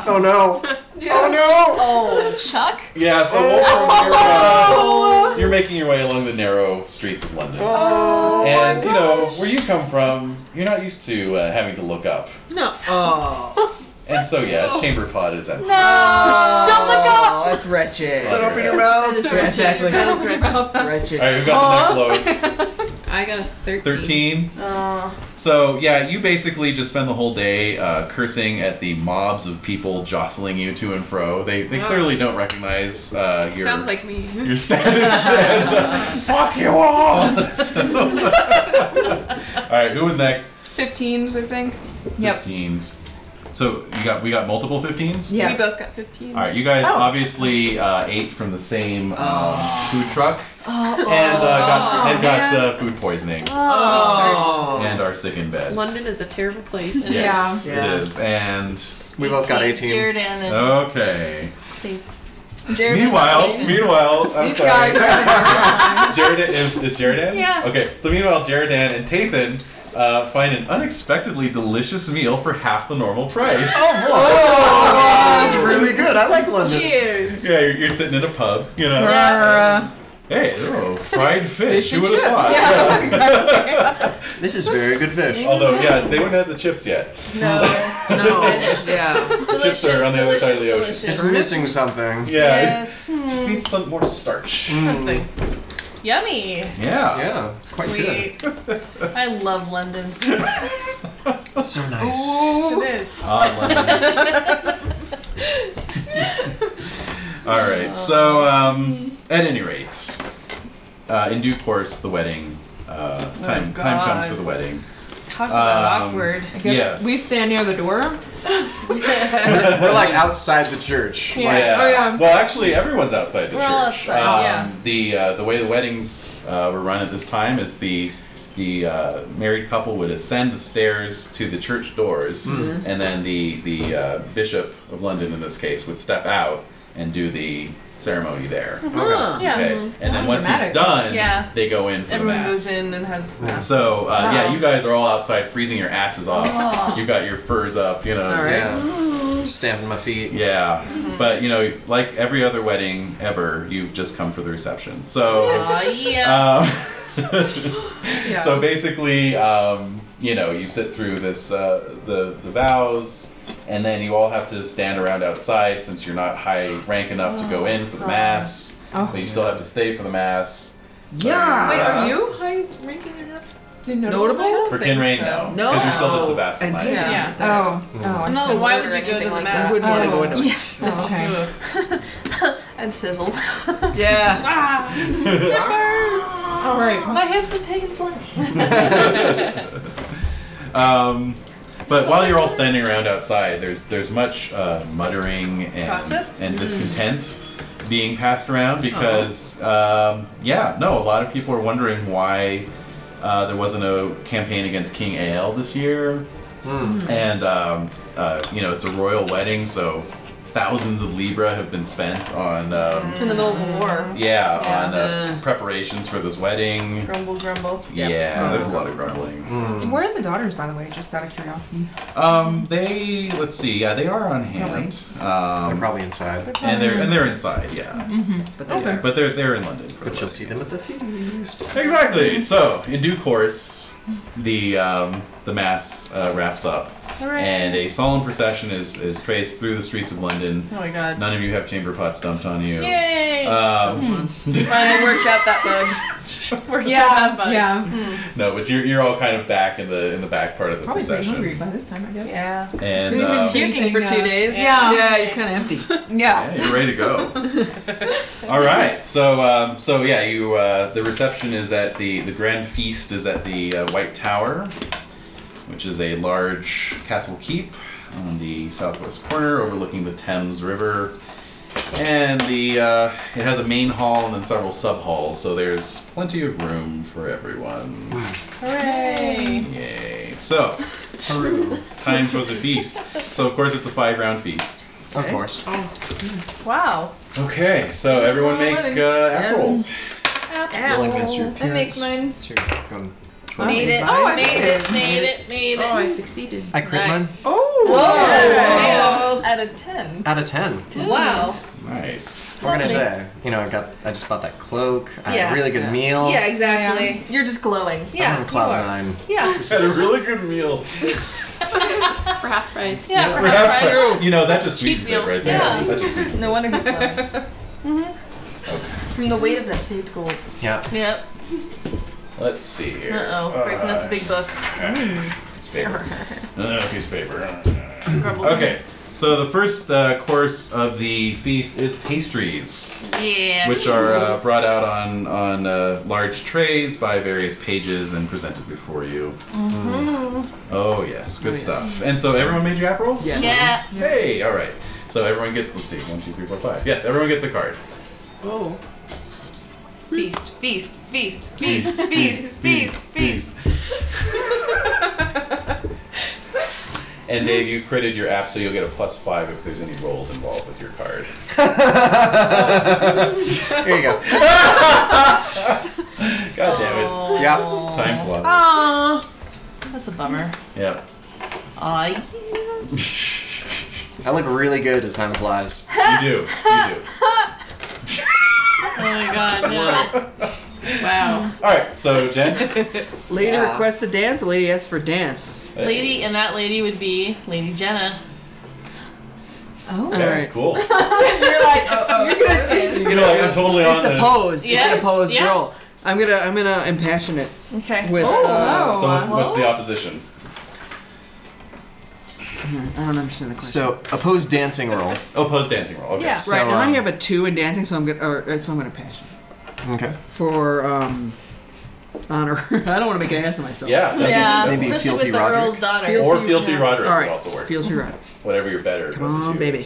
Speaker 2: Oh no! Oh no!
Speaker 7: Oh, Chuck?
Speaker 8: Yeah, so Wolfram, you're, uh, you're making your way along the narrow streets of London.
Speaker 2: Oh
Speaker 8: and, you know, where you come from, you're not used to uh, having to look up.
Speaker 4: No. Oh.
Speaker 8: And so, yeah, chamber pod is empty.
Speaker 4: Don't look up. That's wretched.
Speaker 2: Don't open your mouth!
Speaker 4: Oh That's wretched. Exactly.
Speaker 9: Don't
Speaker 4: wretched. wretched.
Speaker 8: All right, who got the next lowest?
Speaker 11: I got a 13.
Speaker 8: 13.
Speaker 6: Uh,
Speaker 8: So, yeah, you basically just spend the whole day uh, cursing at the mobs of people jostling you to and fro. They, they clearly don't recognize uh, your,
Speaker 11: Oh. Sounds like me.
Speaker 8: your status. and, uh, fuck you all! So- [laughs] all right, who was next?
Speaker 7: 15s, I think.
Speaker 9: Yep.
Speaker 8: 15s. So you got we got multiple 15s.
Speaker 7: We
Speaker 9: Yes.
Speaker 7: both got 15s.
Speaker 8: All right, you guys
Speaker 9: Oh.
Speaker 8: obviously uh, ate from the same um,
Speaker 4: Oh.
Speaker 8: food truck and uh, got and got uh, food poisoning
Speaker 4: Oh.
Speaker 8: and are sick in bed.
Speaker 11: London is a terrible place.
Speaker 8: Yes,
Speaker 4: Yeah.
Speaker 8: it
Speaker 4: Yes.
Speaker 8: is. And
Speaker 2: We both got 18.
Speaker 6: Jared and then
Speaker 8: okay.
Speaker 7: Jared
Speaker 8: Meanwhile, meanwhile, I'm
Speaker 9: These guys are
Speaker 8: sorry.
Speaker 9: gonna-
Speaker 8: [laughs] Jared is, is Jaredan?
Speaker 6: Yeah.
Speaker 8: Okay, so meanwhile, Jaredan and Tathan uh, find an unexpectedly delicious meal for half the normal price.
Speaker 4: Oh,
Speaker 2: Ah, This is really good. I like London.
Speaker 6: Cheers.
Speaker 8: Yeah, you're, you're sitting in a pub, you know.
Speaker 9: Yeah.
Speaker 8: Hey, oh, fried fish. Who would have thought?
Speaker 9: Yeah,
Speaker 2: This is very good fish.
Speaker 8: [laughs] Although, yeah, they wouldn't have the chips yet. [laughs]
Speaker 6: No.
Speaker 8: Oh.
Speaker 4: No. Yeah.
Speaker 8: chips are on the other side of the ocean.
Speaker 6: delicious.
Speaker 2: It's missing something.
Speaker 8: Yeah.
Speaker 6: Yes.
Speaker 8: It just needs some more starch.
Speaker 2: Mm.
Speaker 6: Something. Yummy.
Speaker 8: Yeah.
Speaker 2: Yeah. Quite
Speaker 6: Sweet. I love London.
Speaker 2: good. So nice.
Speaker 6: Ooh. It is.
Speaker 8: Ah, All right. So, um, at any rate, uh, in due course, the wedding uh,
Speaker 4: Oh,
Speaker 8: time time comes
Speaker 4: God.
Speaker 8: for the wedding.
Speaker 6: Talk
Speaker 8: about Um, awkward.
Speaker 4: I guess
Speaker 8: yes.
Speaker 4: we stand near the door.
Speaker 2: We're like outside the church.
Speaker 8: Yeah. Well, actually, everyone's outside the
Speaker 6: Oh, We're
Speaker 8: church.
Speaker 6: all outside,
Speaker 8: um,
Speaker 6: yeah.
Speaker 8: The uh, the way the weddings uh, were run at this time is the the uh, married couple would ascend the stairs to the church doors,
Speaker 2: Mhm.
Speaker 6: Mm-hmm.
Speaker 8: and then the the uh, bishop of London, in this case, would step out and do the ceremony there.
Speaker 6: Uh-huh. Yeah.
Speaker 8: Okay.
Speaker 6: Mhm.
Speaker 8: And then
Speaker 6: How
Speaker 8: once
Speaker 6: dramatic.
Speaker 8: it's done,
Speaker 6: Yeah.
Speaker 8: they go in for
Speaker 6: Everyone
Speaker 8: the mass.
Speaker 6: goes in and has.
Speaker 8: So uh,
Speaker 6: Wow.
Speaker 8: yeah, you guys are all outside, freezing your asses off.
Speaker 6: Oh.
Speaker 8: You got your furs up, you know.
Speaker 6: All right.
Speaker 2: Yeah. Stamping my feet.
Speaker 8: Yeah,
Speaker 4: Mm-hmm.
Speaker 8: but you know, like every other wedding ever, you've just come for the reception. So,
Speaker 5: Uh,
Speaker 6: Aw, yeah.
Speaker 8: um, [laughs] so basically, um, you know, you sit through this uh, the the vows, and then you all have to stand around outside since you're not high rank enough to go in for the mass,
Speaker 9: Oh.
Speaker 8: but you still have to stay for the mass.
Speaker 9: Yeah. Wait,
Speaker 8: Yeah.
Speaker 9: are you high ranking enough? Do
Speaker 4: Notable?
Speaker 8: For Kinraid, no,
Speaker 4: No.
Speaker 8: because you're still just a vassal.
Speaker 4: And
Speaker 8: knight.
Speaker 4: Kinraid.
Speaker 6: Yeah.
Speaker 9: Oh. Oh. I
Speaker 6: No,
Speaker 9: said
Speaker 6: why
Speaker 9: lord
Speaker 6: would
Speaker 9: or
Speaker 6: you go to
Speaker 9: anything
Speaker 6: the
Speaker 9: like
Speaker 6: mass? I
Speaker 9: that.
Speaker 6: wouldn't wanna go into it.
Speaker 9: Yeah. Oh, okay.
Speaker 5: and [laughs] sizzle.
Speaker 4: Yeah.
Speaker 6: Ah, it burns.
Speaker 9: All right.
Speaker 5: My handsome pig in black.
Speaker 8: Um, but while you're all standing around outside, there's there's much uh, muttering and
Speaker 6: Gossip?
Speaker 8: and
Speaker 6: Mm.
Speaker 8: discontent being passed around because um, yeah, no, a lot of people are wondering why uh, there wasn't a campaign against King Ael this year, and um, uh, you know it's a royal wedding, so thousands of libra have been spent on um,
Speaker 6: In the middle of a war.
Speaker 8: yeah,
Speaker 6: Yeah.
Speaker 8: on uh, preparations for this wedding.
Speaker 6: Grumble, grumble.
Speaker 8: Yeah, there's a lot of grumbling.
Speaker 9: Where are the daughters, by the way? Just out of curiosity.
Speaker 8: Um, they let's see. Yeah, they are on hand. Um,
Speaker 2: They're probably inside.
Speaker 8: and they're and they're inside. Yeah,
Speaker 9: Mm-hmm.
Speaker 2: But they
Speaker 9: Okay.
Speaker 8: but they're they're in London. For
Speaker 2: But you'll see them at the feast.
Speaker 8: exactly. So in due course, the um, the mass uh, wraps up,
Speaker 6: Hooray.
Speaker 8: and a solemn procession is is traced through the streets of London.
Speaker 6: Oh my god.
Speaker 8: None of you have chamber pots dumped on you.
Speaker 6: Yay!
Speaker 8: Um,
Speaker 7: Finally worked out that bug.
Speaker 6: We're so
Speaker 9: Yeah.
Speaker 6: bad bugs.
Speaker 9: Yeah.
Speaker 8: no, but you're you're all kind of back in the in the back part of the
Speaker 9: Probably pretty
Speaker 8: procession.
Speaker 9: hungry by this time, I guess.
Speaker 6: Yeah.
Speaker 8: And
Speaker 9: We've been
Speaker 8: um,
Speaker 9: puking
Speaker 6: Puking for
Speaker 9: uh,
Speaker 6: two days.
Speaker 9: Yeah.
Speaker 4: Yeah, you're kind of empty.
Speaker 8: Yeah,
Speaker 9: Yeah.
Speaker 8: you're ready to go. [laughs] All right. So, um, so yeah, you uh, the reception is at the the grand feast is at the uh, White Tower, which is a large castle keep on the southwest corner overlooking the Thames River, and the uh, it has a main hall and then several sub halls. So there's plenty of room for everyone.
Speaker 6: Hooray.
Speaker 8: Yay! So, time for the feast. So of course it's a five round feast.
Speaker 2: Of course.
Speaker 6: Wow.
Speaker 8: Okay, so everyone make uh, app rolls.
Speaker 2: Rolling against your
Speaker 7: I make
Speaker 2: appearance.
Speaker 7: mine.
Speaker 2: Two. Go on.
Speaker 5: Made it.
Speaker 9: Oh, I
Speaker 5: made
Speaker 9: made
Speaker 5: it. Made it. Made it.
Speaker 11: Oh, I succeeded.
Speaker 2: I crit
Speaker 6: Nice.
Speaker 9: Oh.
Speaker 5: Whoa.
Speaker 7: Out of ten.
Speaker 2: mine out of ten.
Speaker 5: Wow.
Speaker 8: Nice.
Speaker 2: What can I
Speaker 5: Lovely.
Speaker 2: say? You know, I got I just bought that cloak. I had
Speaker 5: Yeah.
Speaker 2: a really good meal.
Speaker 5: Yeah, exactly.
Speaker 7: You're just glowing.
Speaker 5: Yeah,
Speaker 2: I'm on
Speaker 5: you
Speaker 2: cloud
Speaker 5: are.
Speaker 2: nine. [laughs]
Speaker 5: Yeah.
Speaker 8: Had a really good meal.
Speaker 11: [laughs] For half price.
Speaker 5: Yeah, for
Speaker 8: Perhaps
Speaker 5: half price.
Speaker 8: that- you know that just sweetens
Speaker 11: deal.
Speaker 8: it right there.
Speaker 5: Yeah.
Speaker 8: That just sweetens
Speaker 7: No
Speaker 8: it.
Speaker 7: wonder he's [laughs] glowing. Mm-hmm.
Speaker 5: From the weight of that saved gold. [laughs]
Speaker 2: Yeah.
Speaker 6: Yep.
Speaker 8: Let's see here.
Speaker 6: Uh oh. Breaking up the big books.
Speaker 8: Okay. Piece of paper. Another piece of paper.
Speaker 6: Grumble.
Speaker 8: Okay. So the first uh, course of the feast is pastries,
Speaker 6: Yeah.
Speaker 8: which are uh, brought out on on uh, large trays by various pages and presented before you.
Speaker 4: Mm-hmm.
Speaker 8: Oh yes, good stuff. And so everyone made your app rolls.
Speaker 4: Yes.
Speaker 6: Yeah.
Speaker 8: Hey, all right. So everyone gets let's see, one, two, three, four, five. Yes, everyone gets a card.
Speaker 11: Oh.
Speaker 6: Feast. Feast. Feast.
Speaker 8: Feast, feast, feast, feast. and Dave, you critted your app, so you'll get a plus five if there's any rolls involved with your card.
Speaker 2: Here you go.
Speaker 8: God damn it.
Speaker 6: Oh,
Speaker 2: Yeah.
Speaker 8: Time flies.
Speaker 6: [laughs] That's a bummer.
Speaker 8: Yeah.
Speaker 6: Aw, yeah.
Speaker 2: I look really good as time flies.
Speaker 8: You do. You do.
Speaker 6: Oh my god. No.
Speaker 11: Wow.
Speaker 8: All right,
Speaker 4: [laughs]
Speaker 8: so Jen.
Speaker 4: Lady
Speaker 2: Yeah.
Speaker 4: requests a dance. Lady asks for dance.
Speaker 6: lady, and that lady would be Lady Jenna.
Speaker 9: Oh.
Speaker 8: Okay,
Speaker 4: Alright.
Speaker 8: cool.
Speaker 7: You're like, oh, oh,
Speaker 4: You're gonna
Speaker 7: okay.
Speaker 8: You're like, I'm totally on
Speaker 4: It's a
Speaker 8: this.
Speaker 4: pose.
Speaker 6: Yeah.
Speaker 4: It's a pose
Speaker 6: Yeah.
Speaker 4: roll. I'm gonna I'm gonna impassion it.
Speaker 6: Okay.
Speaker 4: With
Speaker 6: Oh,
Speaker 4: uh,
Speaker 6: wow. So what's- what's the
Speaker 8: opposition?
Speaker 4: I don't understand the question.
Speaker 2: So opposed dancing roll.
Speaker 8: Opposed dancing roll.
Speaker 4: right, and
Speaker 2: um,
Speaker 4: I have a two in dancing, so I'm gonna or, uh, so I'm gonna passion
Speaker 2: Okay.
Speaker 4: for um honor. [laughs] I don't want to make an ass of myself.
Speaker 8: Yeah, that'd be- Yeah, that'd be especially with
Speaker 4: Fealty
Speaker 8: the Earl's daughter. Or Fealty
Speaker 4: no.
Speaker 8: Roderick
Speaker 4: All
Speaker 8: would
Speaker 4: right,
Speaker 8: also work.
Speaker 4: Fealty Roderick.
Speaker 8: Whatever you're better.
Speaker 4: Come on, baby.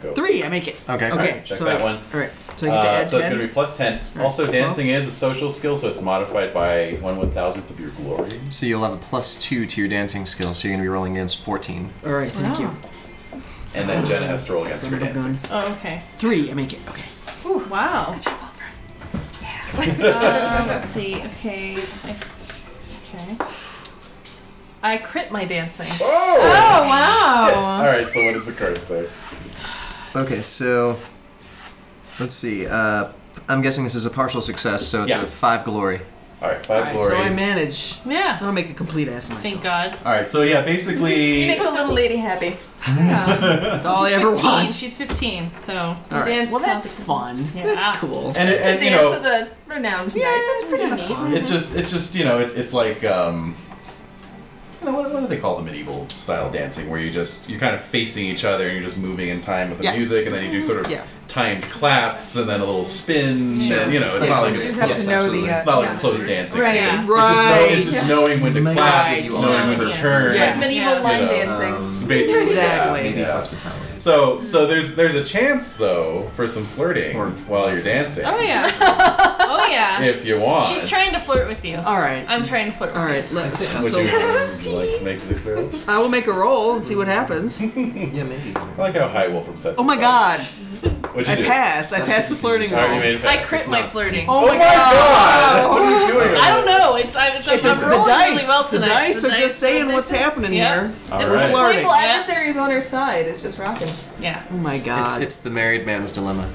Speaker 8: Go.
Speaker 4: Three, I make it.
Speaker 8: Okay.
Speaker 4: Okay.
Speaker 8: Alright, check
Speaker 4: so
Speaker 8: that
Speaker 4: I-
Speaker 8: one.
Speaker 4: All right. So I get to
Speaker 8: Uh,
Speaker 4: add
Speaker 8: so it's
Speaker 4: ten.
Speaker 8: going to be plus 10.
Speaker 4: Alright,
Speaker 8: Also,
Speaker 2: twelve.
Speaker 8: dancing is a social skill, so it's modified by 1 one thousandth of your glory.
Speaker 2: So you'll have a plus two to your dancing skill, so you're gonna be rolling against fourteen.
Speaker 4: All right. Thank you.
Speaker 8: And then Jenna has to roll against her dancing.
Speaker 6: Oh, okay.
Speaker 4: Three, I make it. Okay.
Speaker 6: Ooh, wow. Good job, Wolfram. [laughs] Yeah. um, let's see. Okay. I, okay. I crit my dancing.
Speaker 8: Oh!
Speaker 6: Oh, wow.
Speaker 8: Alright, so what does the card say?
Speaker 2: Okay, so let's see. Uh, I'm guessing this is a partial success, so it's
Speaker 8: Yeah.
Speaker 2: a five glory.
Speaker 8: All right,
Speaker 4: All
Speaker 8: five
Speaker 4: right,
Speaker 8: glory.
Speaker 4: so I manage.
Speaker 6: Yeah.
Speaker 4: I'll make a complete ass of myself.
Speaker 6: Thank God.
Speaker 8: All right, so yeah, basically.
Speaker 5: You make the little lady happy.
Speaker 4: That's all I
Speaker 6: She's
Speaker 4: ever
Speaker 6: 15.
Speaker 4: want.
Speaker 6: She's 15, so.
Speaker 4: All right. Well, that's fun. That's cool.
Speaker 8: And it-
Speaker 7: Just to
Speaker 8: and, you
Speaker 7: dance
Speaker 8: know-
Speaker 7: with a renowned knight. That's pretty neat.
Speaker 8: It's just, it's just, you know, it's, it's like, um, you know, what, what do they call the medieval style dancing, where you just you're kind of facing each other and you're just moving in time with the
Speaker 4: Yeah.
Speaker 8: music, and then you do sort of
Speaker 4: Yeah.
Speaker 8: timed claps and then a little spin,
Speaker 4: Sure.
Speaker 8: and you know, it's
Speaker 4: Yeah.
Speaker 8: not like
Speaker 4: You
Speaker 8: it's
Speaker 4: just have to
Speaker 8: close,
Speaker 4: know the,
Speaker 8: absolutely.
Speaker 4: uh,
Speaker 8: it's not like
Speaker 4: yeah.
Speaker 8: close dancing, or
Speaker 4: Right.
Speaker 8: anything. It's just, know- it's just
Speaker 4: Right.
Speaker 8: knowing when to clap,
Speaker 4: Right.
Speaker 8: knowing when to
Speaker 4: Yeah.
Speaker 8: turn,
Speaker 4: Yeah. Medieval
Speaker 8: you
Speaker 4: line
Speaker 8: know,
Speaker 4: dancing.
Speaker 2: Um,
Speaker 8: basically,
Speaker 4: Exactly.
Speaker 8: yeah,
Speaker 4: Maybe
Speaker 8: yeah. So, so there's there's a chance though for some flirting while you're dancing,
Speaker 6: [laughs] Oh, yeah. oh,
Speaker 4: [laughs]
Speaker 6: yeah.
Speaker 8: if you want.
Speaker 6: She's trying to flirt with you.
Speaker 4: All right.
Speaker 6: I'm trying to flirt with
Speaker 4: All
Speaker 6: you.
Speaker 4: right. Let's.
Speaker 8: Would
Speaker 4: so
Speaker 8: you, would you
Speaker 4: [laughs]
Speaker 8: like to make the clear?
Speaker 4: I will make a roll and see what happens. yeah,
Speaker 2: maybe.
Speaker 8: I like how high Wolfram sets.
Speaker 4: Oh my God.
Speaker 8: God! What'd you
Speaker 4: I
Speaker 8: do?
Speaker 4: passed. I passed the flirting roll.
Speaker 8: Alright, you made it pass.
Speaker 6: I crit my flirting.
Speaker 4: Oh, my
Speaker 8: God! What are you doing?
Speaker 6: I don't know. It's, I, it's,
Speaker 4: It's
Speaker 6: I'm
Speaker 4: the
Speaker 6: rolling
Speaker 4: dice.
Speaker 6: really well
Speaker 4: the
Speaker 6: tonight.
Speaker 4: dice
Speaker 6: The
Speaker 4: are just saying what's happening
Speaker 6: Yeah.
Speaker 4: here.
Speaker 2: All
Speaker 4: We're
Speaker 2: right.
Speaker 4: flirting.
Speaker 7: Political adversaries on her side. It's just rocking.
Speaker 6: Yeah.
Speaker 4: Oh my God.
Speaker 2: It's it's the married man's dilemma.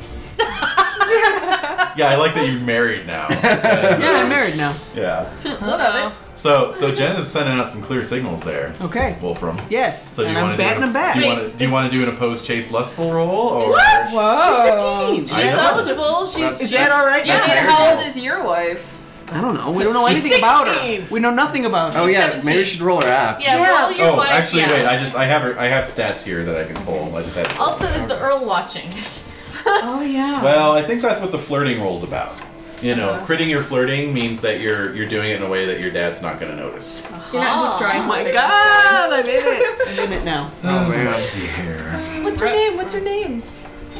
Speaker 8: Yeah, I like that you're
Speaker 4: [laughs]
Speaker 8: married now.
Speaker 4: yeah, I'm married now.
Speaker 8: Yeah.
Speaker 6: Love
Speaker 8: So, so Jen is sending out some clear signals there.
Speaker 4: Okay.
Speaker 8: Wolfram.
Speaker 4: Yes.
Speaker 8: So do
Speaker 4: and
Speaker 8: you
Speaker 4: I'm
Speaker 8: want to
Speaker 4: batting
Speaker 8: do,
Speaker 4: them back.
Speaker 8: Do you, want to, do you want to do an opposed chase lustful roll or
Speaker 4: What?
Speaker 7: Whoa.
Speaker 4: She's 15.
Speaker 8: I
Speaker 4: She's
Speaker 8: know.
Speaker 4: eligible.
Speaker 7: She's-
Speaker 8: That's-
Speaker 4: Is that all right?
Speaker 7: Yeah,
Speaker 4: That's
Speaker 7: and
Speaker 4: fair.
Speaker 7: how old is your wife?
Speaker 4: I don't know. We don't know
Speaker 7: She's
Speaker 4: anything about her.
Speaker 7: 16.
Speaker 4: We know nothing about her.
Speaker 2: Oh yeah, maybe we should roll her app.
Speaker 6: Yeah, roll your
Speaker 8: Oh,
Speaker 6: wife.
Speaker 8: actually,
Speaker 6: yeah.
Speaker 8: wait. I just I have her, I have stats here that I can pull. I just have. to-
Speaker 6: Also, is the Earl watching?
Speaker 9: oh yeah.
Speaker 8: Well, I think that's what the flirting roll's about. You know,
Speaker 6: Uh-huh.
Speaker 8: critting your flirting means that you're you're doing it in a way that your dad's not going to notice.
Speaker 7: You're not
Speaker 6: Ah.
Speaker 7: just
Speaker 4: Oh
Speaker 7: trying.
Speaker 4: my God! I'm in it. I'm in it now.
Speaker 8: Oh
Speaker 4: [laughs]
Speaker 8: man. Let's see here.
Speaker 7: What's her name? What's her name?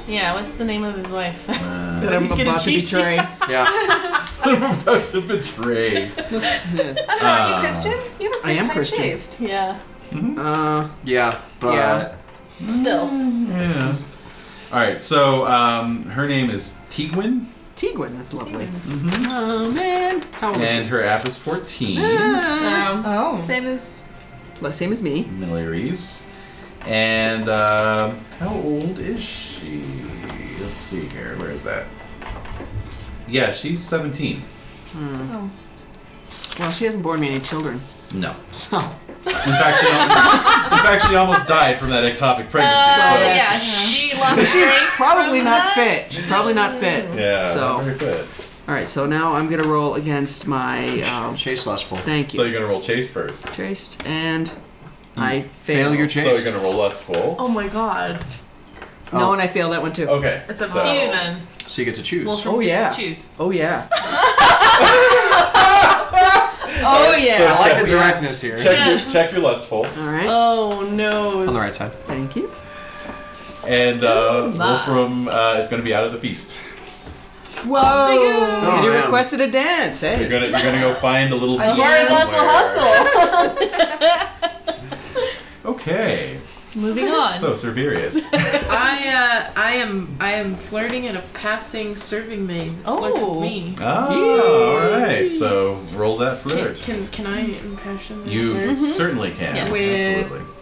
Speaker 6: Yeah, what's the name of his wife?
Speaker 8: Uh,
Speaker 4: That I'm
Speaker 6: He's gonna
Speaker 4: about to
Speaker 6: cheat.
Speaker 4: betray.
Speaker 2: Yeah.
Speaker 8: I'm about to betray.
Speaker 4: yes.
Speaker 7: I don't know. Are
Speaker 8: Uh,
Speaker 7: you Christian? You have a
Speaker 4: I
Speaker 7: pretty
Speaker 4: am
Speaker 7: high
Speaker 4: Christian.
Speaker 7: Chaste.
Speaker 6: [laughs] Yeah.
Speaker 4: Uh,
Speaker 2: Yeah, but
Speaker 4: Yeah.
Speaker 6: Still.
Speaker 8: Yeah. All right. So um, her name is Teguin,
Speaker 4: Teaguin, that's lovely. Oh man, how old is
Speaker 8: and
Speaker 4: she?
Speaker 8: her app is 14.
Speaker 5: Um,
Speaker 4: Ah.
Speaker 9: Oh.
Speaker 7: Same as.
Speaker 4: Well, Uh, Same as me.
Speaker 8: Millie's. And um, how old is she? Let's see here. Where is that? Yeah, she's 17.
Speaker 4: Well, she hasn't borne me any children, [laughs]
Speaker 8: No.
Speaker 4: so.
Speaker 8: In fact, she almost, in fact, she almost died from that ectopic pregnancy.
Speaker 6: Uh,
Speaker 7: Oh,
Speaker 8: so-
Speaker 6: yeah, she
Speaker 7: Uh-huh. [laughs]
Speaker 6: lost
Speaker 4: She's
Speaker 6: strength
Speaker 4: probably
Speaker 6: from
Speaker 4: not
Speaker 6: that.
Speaker 4: fit. She's probably not fit.
Speaker 8: Yeah.
Speaker 4: So-
Speaker 8: not very good.
Speaker 4: All right, so now I'm gonna roll against my. Um,
Speaker 2: Chase lustful.
Speaker 4: thank you.
Speaker 8: So you're gonna roll chase first.
Speaker 4: Chased and
Speaker 13: Hmm.
Speaker 4: I fail.
Speaker 2: Fail your chase.
Speaker 8: So you're gonna roll lustful.
Speaker 6: Oh my god.
Speaker 4: No,
Speaker 2: Oh.
Speaker 4: and I fail that one too.
Speaker 8: Okay.
Speaker 6: It's up
Speaker 8: so-
Speaker 6: to you then.
Speaker 2: So you get to choose.
Speaker 6: Wolfram
Speaker 4: Oh,
Speaker 6: gets to
Speaker 4: yeah.
Speaker 6: choose.
Speaker 4: Oh yeah.
Speaker 7: Oh yeah.
Speaker 8: So
Speaker 2: I like the
Speaker 8: check,
Speaker 2: directness here.
Speaker 8: check your, check your lustful.
Speaker 4: All right.
Speaker 6: Oh no.
Speaker 2: On the right side.
Speaker 4: Thank you.
Speaker 8: And uh,
Speaker 6: my.
Speaker 8: Wolfram uh, is going to be out of the feast.
Speaker 4: Whoa!
Speaker 2: Oh,
Speaker 4: you
Speaker 2: man.
Speaker 4: requested a dance. Hey.
Speaker 8: You're gonna you're gonna go find a little.
Speaker 7: Where
Speaker 8: beach
Speaker 7: is lots of
Speaker 8: somewhere.
Speaker 7: hustle?
Speaker 8: Okay,
Speaker 6: [laughs] Moving on.
Speaker 8: so Serverius.
Speaker 11: I uh, I am I am flirting in a passing serving maid. Flirts
Speaker 6: Oh.
Speaker 11: with me.
Speaker 8: ah, all right. So roll that
Speaker 11: Can,
Speaker 8: flirt.
Speaker 11: can, can I impassion that?
Speaker 8: You certainly can.
Speaker 6: Yes.
Speaker 11: With-
Speaker 8: Absolutely.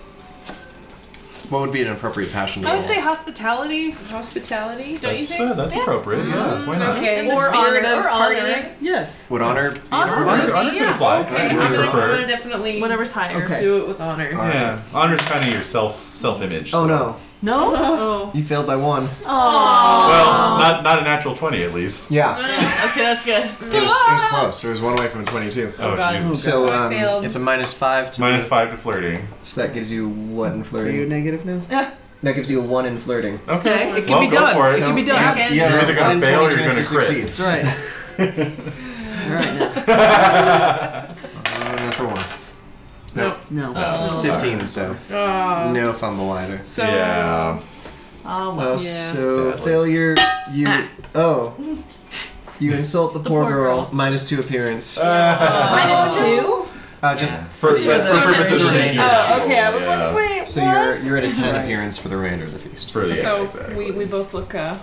Speaker 2: What would be an appropriate passion to
Speaker 6: I
Speaker 2: roll?
Speaker 6: would say hospitality.
Speaker 11: Hospitality?
Speaker 6: Don't you
Speaker 8: That's,
Speaker 6: think?
Speaker 8: uh, that's appropriate. Yeah. Why not?
Speaker 11: Okay.
Speaker 6: In the
Speaker 7: Or
Speaker 6: spirit
Speaker 7: honor-
Speaker 6: of
Speaker 7: or honor.
Speaker 6: partying.
Speaker 4: Yes.
Speaker 2: Would honor be
Speaker 6: Honor.
Speaker 8: Honor, honor could
Speaker 6: Yeah.
Speaker 8: apply.
Speaker 11: Okay, I'm
Speaker 8: Would
Speaker 11: gonna,
Speaker 8: you
Speaker 11: I'm
Speaker 8: prefer?
Speaker 11: gonna definitely
Speaker 6: Whatever's higher.
Speaker 4: Okay.
Speaker 11: do it with honor.
Speaker 8: Yeah. Honor's kind of your self self image.
Speaker 2: Oh no.
Speaker 4: No?
Speaker 11: [laughs]
Speaker 6: Oh.
Speaker 2: You failed by one.
Speaker 8: Well, not not a natural twenty at least.
Speaker 2: Yeah.
Speaker 6: Oh, okay, that's good.
Speaker 2: It was, it was close. It was one away from a 22.
Speaker 8: Oh, God. Jesus.
Speaker 2: So
Speaker 8: So I
Speaker 2: um,
Speaker 8: failed.
Speaker 2: it's a minus five to
Speaker 8: Minus five to flirting.
Speaker 2: So that gives you what in
Speaker 13: Are you
Speaker 2: flirting?
Speaker 13: negative now?
Speaker 2: That gives you a one in flirting.
Speaker 13: Okay, it can Well, be go done. for it. It can be done.
Speaker 2: Yeah,
Speaker 13: You're either
Speaker 2: one
Speaker 13: gonna
Speaker 2: in
Speaker 13: fail
Speaker 2: 20
Speaker 13: or you're
Speaker 2: chance
Speaker 13: gonna
Speaker 2: to
Speaker 13: crit.
Speaker 2: succeed.
Speaker 13: Alright
Speaker 2: Uh,
Speaker 8: [laughs]
Speaker 2: not for one. No.
Speaker 13: No.
Speaker 8: Uh,
Speaker 13: No. Oh.
Speaker 2: 15, so.
Speaker 11: Oh.
Speaker 2: No fumble either.
Speaker 11: So- Yeah.
Speaker 2: Uh,
Speaker 11: well, yeah.
Speaker 2: So,
Speaker 11: Sadly.
Speaker 2: failure, you.
Speaker 13: Ah.
Speaker 2: Oh. You insult the, poor, girl. Minus two appearance.
Speaker 8: Uh,
Speaker 5: Minus
Speaker 6: Oh.
Speaker 5: two?
Speaker 2: Uh, just for,
Speaker 5: Yeah.
Speaker 2: for purposes of making
Speaker 5: Oh, okay, I
Speaker 2: appeals.
Speaker 5: was like, Yeah. wait,
Speaker 2: So you're you're at a ten appearance for the remainder of the feast.
Speaker 8: For
Speaker 11: so we, we
Speaker 6: [laughs]
Speaker 11: both look uh,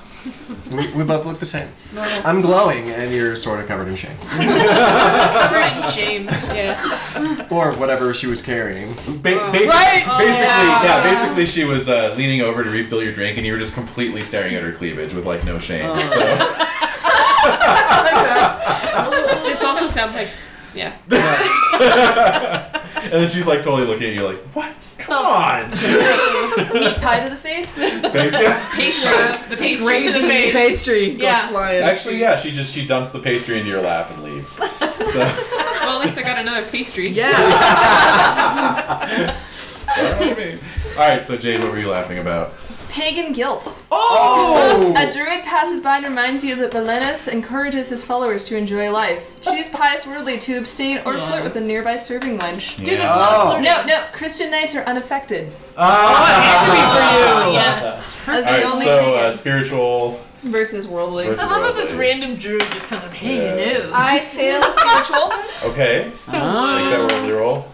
Speaker 2: we, we both look the same.
Speaker 11: normal.
Speaker 2: I'm glowing, and you're sort of covered in shame,
Speaker 11: covered in shame. Yeah.
Speaker 2: or whatever she was carrying.
Speaker 8: Ba- basically,
Speaker 11: Right?
Speaker 8: basically,
Speaker 11: Yeah.
Speaker 8: yeah. Basically, she was uh, leaning over to refill your drink, and you were just completely staring at her cleavage with like no shame. So,
Speaker 11: this also sounds like, yeah.
Speaker 8: [laughs] and then she's like totally looking at you, like what? Come on.
Speaker 5: Meat pie to the
Speaker 6: [laughs]
Speaker 5: face?
Speaker 11: Pastry. The pastry to the
Speaker 13: Gravy
Speaker 11: face.
Speaker 13: pastry goes
Speaker 11: Yeah.
Speaker 13: flying.
Speaker 8: Actually, yeah. She just she dumps the pastry into your lap and leaves. So.
Speaker 11: Well, at least I got another pastry.
Speaker 8: Yeah. All right, so Jade, what were you laughing about?
Speaker 5: Pagan guilt.
Speaker 8: Oh!
Speaker 7: A druid passes by and reminds you that Belenus encourages his followers to enjoy life. Choose pious worldly to abstain or flirt with a nearby serving wench.
Speaker 8: Dude, there's a lot of Yeah. flirting.
Speaker 7: No, no, Christian knights are unaffected.
Speaker 8: Ah!
Speaker 7: Yes. That's
Speaker 8: All
Speaker 7: the
Speaker 8: right,
Speaker 7: only
Speaker 8: so
Speaker 7: thing.
Speaker 8: uh, spiritual.
Speaker 7: Versus worldly.
Speaker 8: Versus
Speaker 6: I love that this
Speaker 8: worldly.
Speaker 6: random druid just comes up, hey,
Speaker 8: Yeah.
Speaker 6: you know. [laughs]
Speaker 7: I fail spiritual
Speaker 8: Okay.
Speaker 7: So
Speaker 5: Ah.
Speaker 8: Make that worldly roll.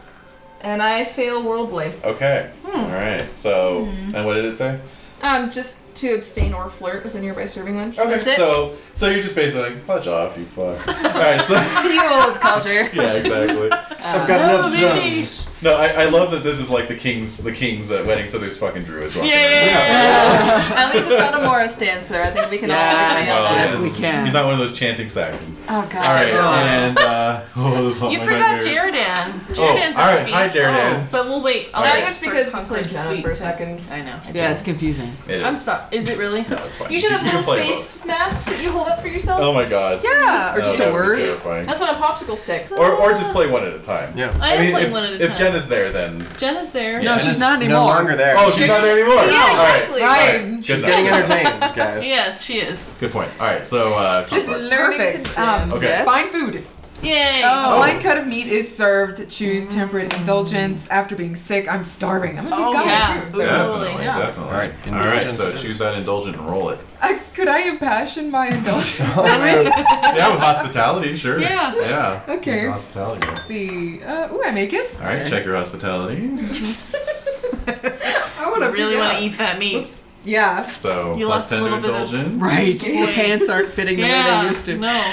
Speaker 7: and I fail worldly.
Speaker 8: Okay.
Speaker 7: Hmm.
Speaker 8: All right. So,
Speaker 7: Mhm.
Speaker 8: and what did it say?
Speaker 7: Um, just to abstain or flirt with a nearby serving wench.
Speaker 8: Okay.
Speaker 7: That's it.
Speaker 8: So, so you're just basically like, fudge off, you fuck.
Speaker 5: [laughs]
Speaker 8: All right. So.
Speaker 7: you
Speaker 4: [laughs]
Speaker 7: old culture.
Speaker 8: Yeah, exactly.
Speaker 2: I've got enough zones.
Speaker 8: No, I, I love that this is like the king's the king's uh, wedding, so there's fucking druids walking.
Speaker 7: Yeah,
Speaker 8: around.
Speaker 7: yeah, yeah. At least it's not a Morris dancer. I think we can all agree
Speaker 8: Oh,
Speaker 7: on
Speaker 8: yes.
Speaker 7: that.
Speaker 8: He's not one of those chanting Saxons.
Speaker 7: Oh, God.
Speaker 8: All right,
Speaker 7: Oh.
Speaker 8: and uh, oh, this is what
Speaker 6: You
Speaker 8: my
Speaker 6: forgot
Speaker 8: nightmares.
Speaker 6: Jaredan.
Speaker 8: Oh,
Speaker 6: Jaredan's
Speaker 8: all
Speaker 6: on
Speaker 8: right.
Speaker 6: the
Speaker 8: Hi,
Speaker 6: feast.
Speaker 8: Jaredan.
Speaker 6: Oh, But we'll wait. I'll
Speaker 8: All
Speaker 6: wait
Speaker 8: right.
Speaker 6: for
Speaker 7: because you
Speaker 6: Concord
Speaker 7: played
Speaker 6: to
Speaker 7: Janet
Speaker 6: speak
Speaker 7: for a
Speaker 6: to-
Speaker 7: second.
Speaker 6: I know. I
Speaker 4: Yeah,
Speaker 6: did.
Speaker 4: it's confusing.
Speaker 8: It
Speaker 6: I'm
Speaker 8: is.
Speaker 6: sorry. Is it really?
Speaker 8: No, it's fine.
Speaker 5: You should have
Speaker 8: you can
Speaker 5: little
Speaker 8: play
Speaker 5: face masks that you hold up for yourself.
Speaker 8: both. Oh my god.
Speaker 5: Yeah, or
Speaker 8: No,
Speaker 5: just a
Speaker 8: that would be
Speaker 5: word.
Speaker 8: terrifying.
Speaker 5: That's on a popsicle stick.
Speaker 8: Or, or just play one at a time. Yeah.
Speaker 6: I am playing
Speaker 8: if,
Speaker 6: one at a
Speaker 8: if
Speaker 6: time.
Speaker 8: Jen is there, then.
Speaker 6: Jen is there.
Speaker 2: No, Yeah, she's Jenna's not no anymore. longer there.
Speaker 8: Oh, she's not there anymore.
Speaker 6: Yeah,
Speaker 8: All right.
Speaker 6: exactly.
Speaker 8: All right. Good
Speaker 2: She's
Speaker 8: enough.
Speaker 2: getting entertained, guys. [laughs]
Speaker 6: Yes, she is.
Speaker 8: Good point. All right, so uh, Concord.
Speaker 9: Perfect. Um,
Speaker 8: Okay.
Speaker 9: Fine food.
Speaker 14: Oh,
Speaker 6: Yay!
Speaker 9: A light cut of meat is served. Choose
Speaker 8: Mm.
Speaker 9: temperate indulgence. After being sick, I'm starving. I'm a big
Speaker 6: Oh,
Speaker 9: guy
Speaker 6: yeah.
Speaker 9: too. so-
Speaker 8: Definitely,
Speaker 9: Yeah.
Speaker 2: All
Speaker 8: definitely.
Speaker 2: right,
Speaker 8: All right,
Speaker 2: indulgence
Speaker 8: so
Speaker 2: it is.
Speaker 8: choose that indulgent and roll it.
Speaker 9: I, could I impassion
Speaker 8: [laughs]
Speaker 9: my indulgence? [laughs]
Speaker 8: yeah, with hospitality, sure.
Speaker 9: Yeah.
Speaker 8: Yeah.
Speaker 9: Okay.
Speaker 8: With hospitality.
Speaker 9: Let's see. Uh, ooh, I make it.
Speaker 8: All right, check your hospitality.
Speaker 9: I want to
Speaker 6: really want to eat that meat.
Speaker 9: Yeah.
Speaker 8: So
Speaker 6: You
Speaker 8: plus
Speaker 6: lost a
Speaker 8: ten to
Speaker 6: little bit of-
Speaker 8: indulgence.
Speaker 13: Right.
Speaker 9: Yeah.
Speaker 13: Your pants aren't fitting the way
Speaker 6: Yeah,
Speaker 13: they used to.
Speaker 6: No.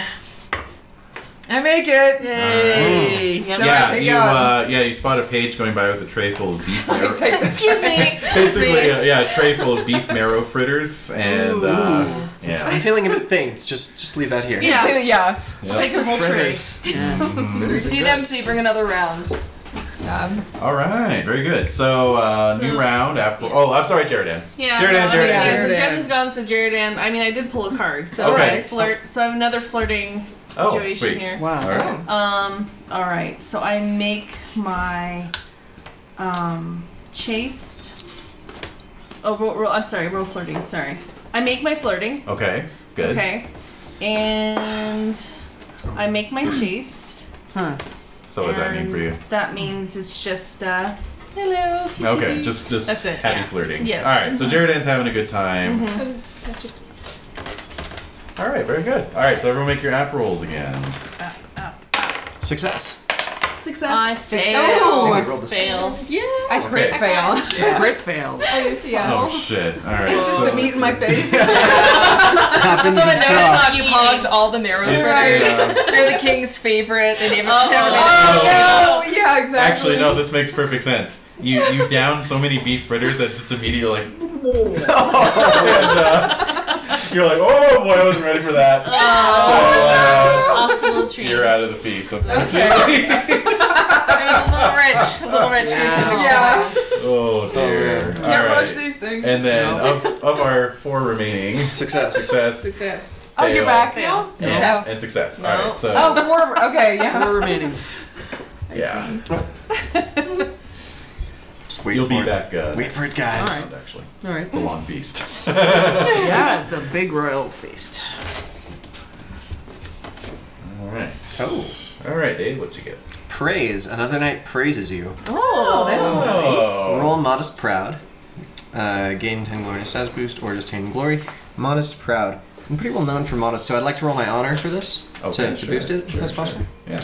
Speaker 9: I make it.
Speaker 8: Yay.
Speaker 9: So I
Speaker 8: Yeah,
Speaker 9: pick
Speaker 8: you
Speaker 9: up.
Speaker 8: uh, yeah you spot a page going by with a tray full of [laughs] beef marrow.
Speaker 9: take the- Excuse me.
Speaker 8: It's basically a, yeah a tray full of beef marrow fritters and uh, yeah.
Speaker 2: I'm feeling a bit things. Just just leave that here.
Speaker 9: Yeah. yeah.
Speaker 8: Yep.
Speaker 9: Take a whole tray.
Speaker 7: You
Speaker 8: Mhm.
Speaker 7: do them so you bring another round.
Speaker 9: Um,
Speaker 8: All right, very good. So, uh, new round. Apple. Oh, I'm sorry, Jaredan.
Speaker 6: Yeah.
Speaker 8: Jaredan,
Speaker 6: no, I mean,
Speaker 8: Jaredan.
Speaker 6: Yeah, so
Speaker 9: Jaredan.
Speaker 6: Jen's gone, so Jaredan. I mean, I did pull a card, so
Speaker 8: Okay.
Speaker 6: I flirt. So I have another flirting
Speaker 8: Oh,
Speaker 6: situation
Speaker 8: sweet.
Speaker 6: here.
Speaker 13: Wow.
Speaker 8: All right.
Speaker 6: Um. All right. So I make my um chaste. Oh, roll, roll, I'm sorry. Roll flirting. Sorry. I make my flirting.
Speaker 8: Okay. Good.
Speaker 6: Okay. And I make my chaste.
Speaker 13: Huh.
Speaker 8: So, what does that mean for you?
Speaker 6: That means it's just uh, hello.
Speaker 8: Okay, just just
Speaker 6: That's it,
Speaker 8: happy
Speaker 6: yeah.
Speaker 8: flirting.
Speaker 6: Yes.
Speaker 8: All right. So Jaredan's having a good time.
Speaker 6: Mhm.
Speaker 8: All right. Very good. All right. So everyone make your app rolls again.
Speaker 2: Success.
Speaker 7: Success.
Speaker 6: Oh, I
Speaker 2: I think
Speaker 6: fail.
Speaker 2: we rolled the
Speaker 6: [laughs]
Speaker 2: same.
Speaker 6: Fail.
Speaker 7: Yeah.
Speaker 9: I
Speaker 8: Okay.
Speaker 9: crit fail.
Speaker 2: Yeah.
Speaker 13: Crit failed.
Speaker 8: Oh shit. All right.
Speaker 9: It's just
Speaker 8: so
Speaker 9: the meat in my
Speaker 8: [laughs]
Speaker 9: face. [laughs]
Speaker 2: Stop and
Speaker 7: So I
Speaker 2: just
Speaker 14: Ah.
Speaker 2: stop.
Speaker 7: noticed you hogged all the marrow
Speaker 8: Yeah,
Speaker 7: fritters. [laughs]
Speaker 8: yeah.
Speaker 7: They're the king's favorite. They never, oh, never made
Speaker 8: Oh.
Speaker 9: Oh, yeah, exactly.
Speaker 8: Actually, no. This makes perfect sense. You you down so many beef fritters that's just immediately like. [laughs] Oh. and, uh, you're like, oh boy, I wasn't ready for that.
Speaker 6: Oh,
Speaker 8: so uh,
Speaker 6: Optimal tree.
Speaker 8: you're [laughs] out of the feast.
Speaker 9: Okay.
Speaker 6: It was a little rich. A little rich.
Speaker 9: Yeah.
Speaker 6: for
Speaker 8: [laughs] Oh dear.
Speaker 11: Can't
Speaker 8: All
Speaker 11: rush
Speaker 8: right.
Speaker 11: these things.
Speaker 8: And then
Speaker 11: No.
Speaker 8: of, of our four remaining
Speaker 2: success,
Speaker 8: success,
Speaker 11: Success.
Speaker 9: Oh, you're
Speaker 8: fail,
Speaker 9: back now?
Speaker 8: and-
Speaker 9: Success.
Speaker 8: and success.
Speaker 9: No.
Speaker 8: All right. So
Speaker 9: Oh, four. Okay, yeah.
Speaker 8: [laughs]
Speaker 13: Four remaining.
Speaker 8: yeah, you'll be back. Uh,
Speaker 2: Wait for it, guys.
Speaker 8: All right. Actually,
Speaker 13: All right.
Speaker 8: it's a long beast.
Speaker 13: yeah, it's a big royal feast.
Speaker 8: All right. Oh. All right, Dave. What'd you get?
Speaker 2: Praise. Another knight praises you.
Speaker 13: Oh, that's
Speaker 8: Oh.
Speaker 2: Roll modest proud. Uh, gain 10 glory status boost or just 10 glory. Modest proud. I'm pretty well known for modest, so I'd like to roll my honor for this
Speaker 8: Okay,
Speaker 2: to, to
Speaker 8: Oh, sure,
Speaker 2: boost it if
Speaker 8: sure,
Speaker 2: that's
Speaker 8: sure.
Speaker 2: possible.
Speaker 8: Yeah.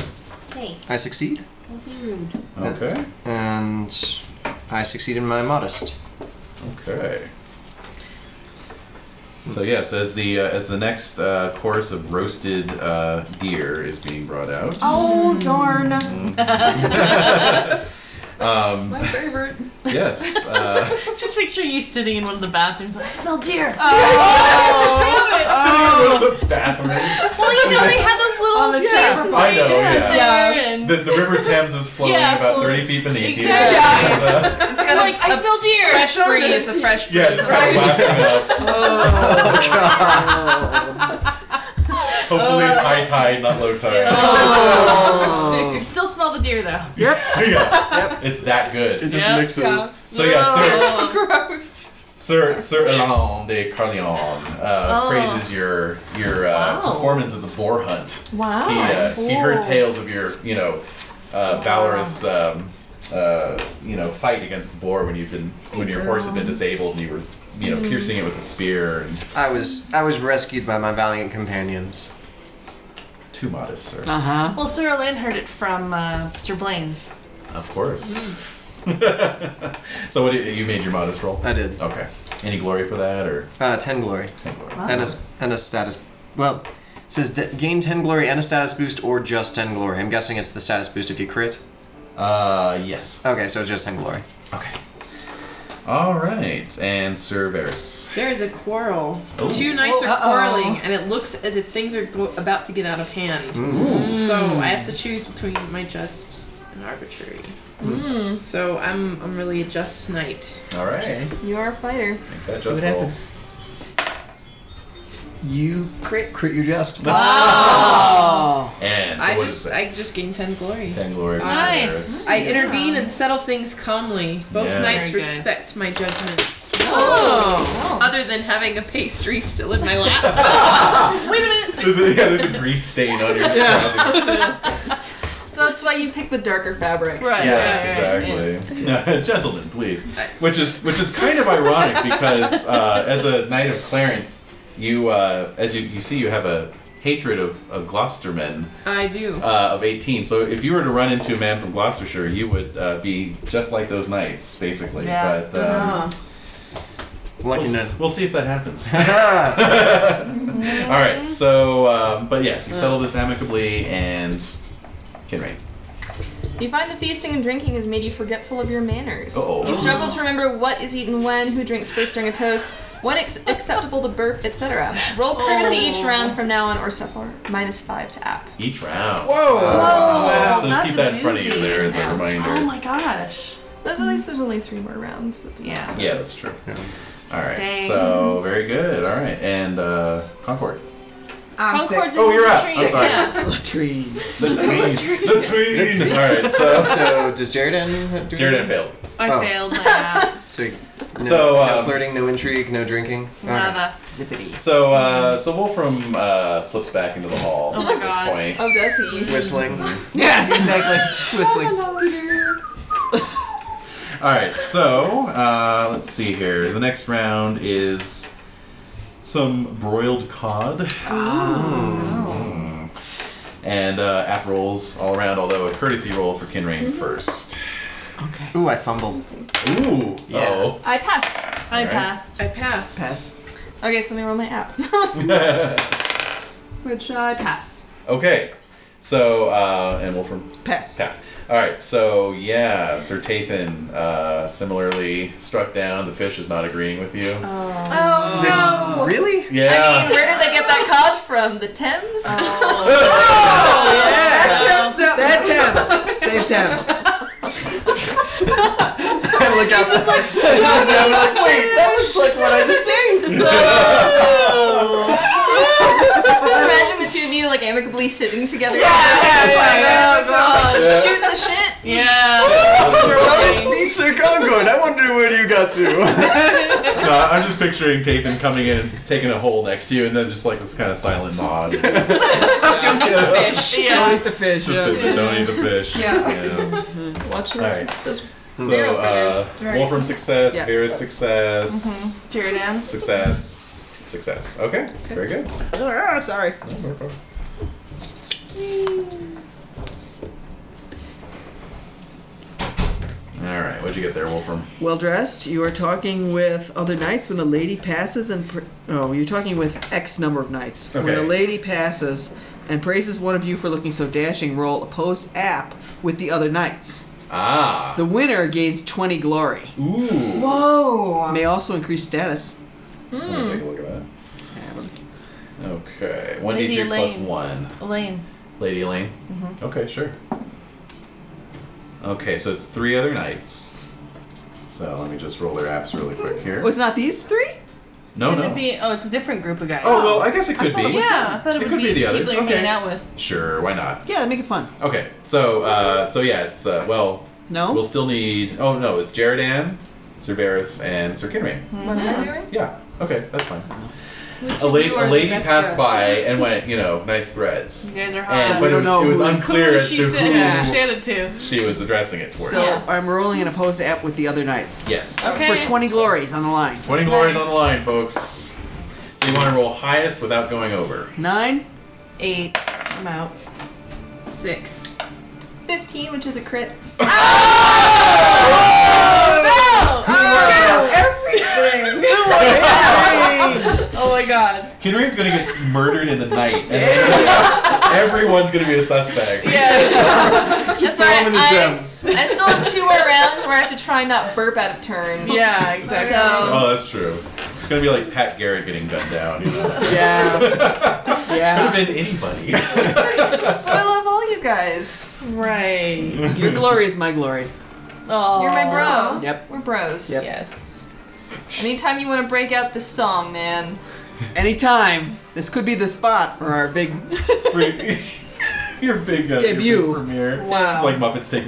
Speaker 5: Hey,
Speaker 2: I succeed.
Speaker 5: don't be rude.
Speaker 8: Okay.
Speaker 2: And I succeed in my modest.
Speaker 8: Okay. So yes, as the uh, as the next uh, course of roasted uh, deer is being brought out,
Speaker 6: Oh darn.
Speaker 8: Mm-hmm. [laughs] um,
Speaker 7: My favorite.
Speaker 8: yes, uh,
Speaker 14: Just picture you sitting in one of the bathrooms like, I smell deer.
Speaker 8: sitting in one of the bathrooms.
Speaker 6: [laughs]
Speaker 14: well, you know, they have those little
Speaker 7: On the
Speaker 14: spaces
Speaker 7: terrace.
Speaker 14: where
Speaker 8: I
Speaker 14: you
Speaker 8: know,
Speaker 14: just sit
Speaker 8: yeah.
Speaker 14: there
Speaker 7: Yeah.
Speaker 14: and
Speaker 8: The, the River Thames is flowing
Speaker 14: Yeah,
Speaker 8: about
Speaker 14: flowing.
Speaker 8: thirty feet beneath you.
Speaker 14: Exactly.
Speaker 8: And, uh,
Speaker 7: It's got like, I smell deer. Fresh breeze, a fresh breeze.
Speaker 8: yeah, it's kind of blasting up. [laughs] Hopefully it's high tide, not low tide.
Speaker 14: Oh. You still smell the deer though.
Speaker 8: [laughs] yeah, it's that good. It
Speaker 2: just
Speaker 14: Yep.
Speaker 2: mixes.
Speaker 8: So yeah, sir,
Speaker 14: Gross.
Speaker 8: Sir Sir Alain de Carleon uh,
Speaker 14: Oh.
Speaker 8: praises your your uh,
Speaker 14: Wow.
Speaker 8: performance at the boar hunt.
Speaker 14: Wow.
Speaker 8: He, uh, he heard
Speaker 14: Cool.
Speaker 8: tales of your you know uh, valorous um, uh, you know fight against the boar when you've been when your horse had been disabled and you were you know
Speaker 14: Mm.
Speaker 8: piercing it with a spear and
Speaker 2: I was I was rescued by my valiant companions.
Speaker 8: too modest, sir.
Speaker 4: Uh-huh.
Speaker 13: huh.
Speaker 14: [laughs] Well, Sir Lynn heard it from uh, Sir Blaine's.
Speaker 8: Of course. [laughs] so what do you, you made your modest roll?
Speaker 2: I did.
Speaker 8: Okay. Any glory for that or
Speaker 2: Uh, 10 glory.
Speaker 8: 10 glory?
Speaker 2: And, a, and a status. Well, it says d- gain 10 glory and a status boost or just 10 glory. I'm guessing it's the status boost if you crit.
Speaker 8: Uh, yes.
Speaker 2: Okay, so just 10 glory.
Speaker 8: All right, and Sir Varus.
Speaker 11: There is a quarrel.
Speaker 8: Oh.
Speaker 11: Two knights
Speaker 6: Oh,
Speaker 11: are
Speaker 6: uh-oh.
Speaker 11: quarreling, and it looks as if things are go- about to get out of hand.
Speaker 8: Ooh.
Speaker 11: So I have to choose between my just and arbitrary.
Speaker 14: Mm.
Speaker 11: So I'm I'm really a just knight.
Speaker 8: All right.
Speaker 7: You are a fighter.
Speaker 8: Make that
Speaker 2: See what
Speaker 8: just roll.
Speaker 2: happens. You crit, crit you just.
Speaker 13: Oh.
Speaker 11: Wow.
Speaker 8: And so
Speaker 11: I
Speaker 8: what
Speaker 11: just
Speaker 8: is that?
Speaker 11: I just gained ten glory.
Speaker 8: Ten glory. for
Speaker 11: Nice.
Speaker 8: Varus.
Speaker 11: I intervene and settle things calmly. Both
Speaker 8: Yeah.
Speaker 11: knights
Speaker 8: Very
Speaker 14: good.
Speaker 11: respect my judgments.
Speaker 14: Oh.
Speaker 11: Other than having a pastry still in my lap. Wait a
Speaker 8: [laughs]
Speaker 11: minute.
Speaker 8: There's a, yeah, there's a grease stain on your trousers.
Speaker 2: [laughs]
Speaker 7: That's why you pick the darker fabrics.
Speaker 11: Right.
Speaker 8: Yes,
Speaker 7: Yes.
Speaker 8: exactly. No, [laughs] gentlemen, please. Which is which is kind of ironic because uh, as a knight of Clarence, you uh, as you, you see you have a hatred of, of Gloucester men
Speaker 11: I do.
Speaker 8: uh, of 18. So if you were to run into a man from Gloucestershire, you would uh, be just like those knights, basically.
Speaker 14: Yeah.
Speaker 8: But um,
Speaker 7: Uh-huh.
Speaker 2: Let
Speaker 8: we'll,
Speaker 2: you
Speaker 8: s-
Speaker 2: know.
Speaker 8: we'll see if that happens. [laughs] All right. So, um, but yes,
Speaker 7: Uh.
Speaker 8: you settle this amicably, and Kinraid.
Speaker 7: You find the feasting and drinking has made you forgetful of your manners.
Speaker 8: Uh-oh.
Speaker 7: You struggle to remember what is eaten when, who drinks first during a toast, when it's acceptable to burp, etc. Roll courtesy each round from now on or suffer minus five to app.
Speaker 8: Each round.
Speaker 7: Whoa.
Speaker 8: Wow.
Speaker 7: Wow,
Speaker 8: So just
Speaker 7: that's
Speaker 8: keep
Speaker 7: a
Speaker 8: that in front of you
Speaker 7: doozy.
Speaker 8: there as
Speaker 7: Yeah.
Speaker 8: a reminder.
Speaker 7: Oh my gosh. There's at least there's only three more rounds. It's
Speaker 14: Yeah.
Speaker 7: awesome.
Speaker 8: Yeah, that's true. All right.
Speaker 7: Dang.
Speaker 8: So very good. All right, and uh,
Speaker 7: [laughs]
Speaker 8: Concord.
Speaker 9: I'm
Speaker 7: Concord's
Speaker 9: sick.
Speaker 8: Oh, you're up. I'm sorry.
Speaker 13: Latrine.
Speaker 8: Latrine. Latrine. All right. So
Speaker 2: so does Jared end? do
Speaker 8: Jared failed.
Speaker 14: I
Speaker 2: Oh.
Speaker 14: failed
Speaker 9: uh,
Speaker 14: that.
Speaker 2: So, no,
Speaker 8: So,
Speaker 2: no
Speaker 8: um,
Speaker 2: flirting, no intrigue, no drinking. Okay.
Speaker 14: Nada.
Speaker 13: Zippity.
Speaker 8: So uh, so Wolfram uh, slips back into the hall
Speaker 14: Oh my
Speaker 8: at this
Speaker 14: God.
Speaker 8: point.
Speaker 7: Oh, does he?
Speaker 2: Whistling.
Speaker 13: Yeah, [laughs] exactly. Whistling.
Speaker 8: All right, so uh, let's see here. The next round is some broiled cod. Mm. And uh, app rolls all around, although a courtesy roll for Kinrain first.
Speaker 13: Okay.
Speaker 2: Ooh, I fumbled.
Speaker 8: Ooh.
Speaker 2: Yeah.
Speaker 7: I pass.
Speaker 14: I
Speaker 8: Alright.
Speaker 14: passed.
Speaker 11: I passed.
Speaker 13: Pass.
Speaker 7: Okay, so let me roll my app.
Speaker 8: [laughs]
Speaker 7: Which I pass.
Speaker 8: okay. So uh, and Wolfram
Speaker 13: Pass.
Speaker 8: pass. All right. So yeah, Sir Tathan uh, similarly struck down. The fish is not agreeing with you.
Speaker 7: Oh no.
Speaker 8: [laughs]
Speaker 2: Really? [laughs]
Speaker 7: I
Speaker 8: Yeah.
Speaker 7: mean, [laughs] where did they get that cod from? The Thames?
Speaker 8: [laughs]
Speaker 9: [laughs]
Speaker 13: That Thames. Save Thames.
Speaker 2: devil looked out.
Speaker 15: It's just like,
Speaker 2: [laughs] the devil like, wait, that looks like what I just ate.
Speaker 7: [laughs] Imagine the two of you like amicably sitting together. Yeah,
Speaker 2: yeah,
Speaker 7: oh
Speaker 2: yeah.
Speaker 7: gosh,
Speaker 2: Yeah.
Speaker 7: shoot the shit.
Speaker 2: [laughs] He's so going. I wonder where you got to.
Speaker 8: No, I'm just picturing Tathan coming in, and taking a hole next to you, and then just like this kind of silent nod.
Speaker 15: Don't eat the fish.
Speaker 4: Don't eat the fish.
Speaker 8: [laughs] Just
Speaker 4: yeah.
Speaker 8: sit there, don't eat the fish.
Speaker 15: Yeah.
Speaker 16: Watch
Speaker 8: All
Speaker 16: this.
Speaker 8: right.
Speaker 16: this
Speaker 8: So,
Speaker 16: serial
Speaker 8: uh,
Speaker 16: fighters. Right.
Speaker 8: Wolfram success,
Speaker 16: Yeah.
Speaker 8: Vera's success,
Speaker 16: Mhm.
Speaker 9: Jared Ann.
Speaker 8: success, success. Okay, very good.
Speaker 13: Oh,
Speaker 4: Ah, sorry.
Speaker 8: All right, what'd you get there, Wolfram?
Speaker 4: Well dressed, you are talking with other knights when a lady passes and. Pra- oh, you're talking with X number of knights. When a
Speaker 8: Okay.
Speaker 4: lady passes and praises one of you for looking so dashing, roll opposed app with the other knights.
Speaker 8: Ah.
Speaker 4: The winner gains 20 glory.
Speaker 8: Ooh.
Speaker 4: Whoa. May also increase status.
Speaker 8: Let me take a look at that. Okay, one
Speaker 15: Lady
Speaker 8: d three plus
Speaker 15: Elaine.
Speaker 8: one.
Speaker 15: Elaine.
Speaker 8: Lady Elaine.
Speaker 9: Mm-hmm.
Speaker 15: Mhm.
Speaker 8: Okay, sure. Okay, so it's three other knights. So let me just roll their apps really quick here.
Speaker 4: Oh, it's not these three?
Speaker 8: no,
Speaker 9: Could
Speaker 8: no.
Speaker 9: it be? Oh, it's a different group of guys.
Speaker 8: Oh, well, I guess it could be.
Speaker 9: yeah, I thought it,
Speaker 8: It
Speaker 9: would
Speaker 8: could be
Speaker 9: be,
Speaker 8: the
Speaker 9: people
Speaker 8: others.
Speaker 9: you're
Speaker 8: Okay.
Speaker 9: hanging out with.
Speaker 8: Sure, why not?
Speaker 4: Yeah, make it fun.
Speaker 8: Okay, so uh, so yeah, it's uh, well.
Speaker 4: No?
Speaker 8: We'll still need. Oh no, it's Jeradan, Cerberus, and Sir Kinrain.
Speaker 15: Mm-hmm. What am I doing?
Speaker 8: Yeah. Okay, that's fine.
Speaker 15: Which
Speaker 8: A,
Speaker 15: of
Speaker 8: la-
Speaker 15: you are
Speaker 8: a
Speaker 15: the
Speaker 8: lady
Speaker 15: best
Speaker 8: passed
Speaker 15: dressed?
Speaker 8: by and went, you know, nice threads.
Speaker 15: You guys are hot.
Speaker 8: And, but
Speaker 4: we
Speaker 8: it
Speaker 4: don't
Speaker 8: was,
Speaker 4: know
Speaker 8: it was
Speaker 4: who-
Speaker 8: unclear
Speaker 15: Who
Speaker 8: as
Speaker 15: she
Speaker 8: to
Speaker 15: said-
Speaker 8: who
Speaker 15: she said it to.
Speaker 8: she was addressing it for.
Speaker 4: So Oh, I'm rolling an opposed app with the other knights.
Speaker 8: Yes.
Speaker 15: Okay.
Speaker 4: For 20 glories on the line.
Speaker 8: 20 glories on the line, folks. So you want to roll highest without going over.
Speaker 4: Nine.
Speaker 9: Eight. I'm out.
Speaker 16: Six.
Speaker 7: 15, which is a crit.
Speaker 15: Oh!
Speaker 4: Oh! Everything.
Speaker 9: Oh my god. [laughs]
Speaker 8: Kinraid's gonna get murdered in the night. and everyone's gonna be a suspect.
Speaker 7: Just
Speaker 2: throw 'em in the
Speaker 7: I,
Speaker 2: gems.
Speaker 7: I still have two more rounds where I have to try not burp out of turn.
Speaker 9: Yeah, exactly.
Speaker 7: So
Speaker 8: Oh, that's true. It's gonna be like Pat Garrett getting gunned down. You know? [laughs]
Speaker 4: Yeah.
Speaker 8: Could have
Speaker 4: Yeah.
Speaker 8: been anybody.
Speaker 4: Oh.
Speaker 16: But I love all you guys.
Speaker 9: Right.
Speaker 4: Your glory is my glory.
Speaker 9: Oh.
Speaker 7: you're my bro.
Speaker 4: Yep.
Speaker 7: We're bros.
Speaker 4: Yep.
Speaker 9: Yes.
Speaker 7: Anytime you want to break out this song, man.
Speaker 4: Anytime. This could be the spot for our big.
Speaker 8: your big uh, Your
Speaker 4: Debut.
Speaker 8: big premiere.
Speaker 9: Wow.
Speaker 8: It's like Muppets Take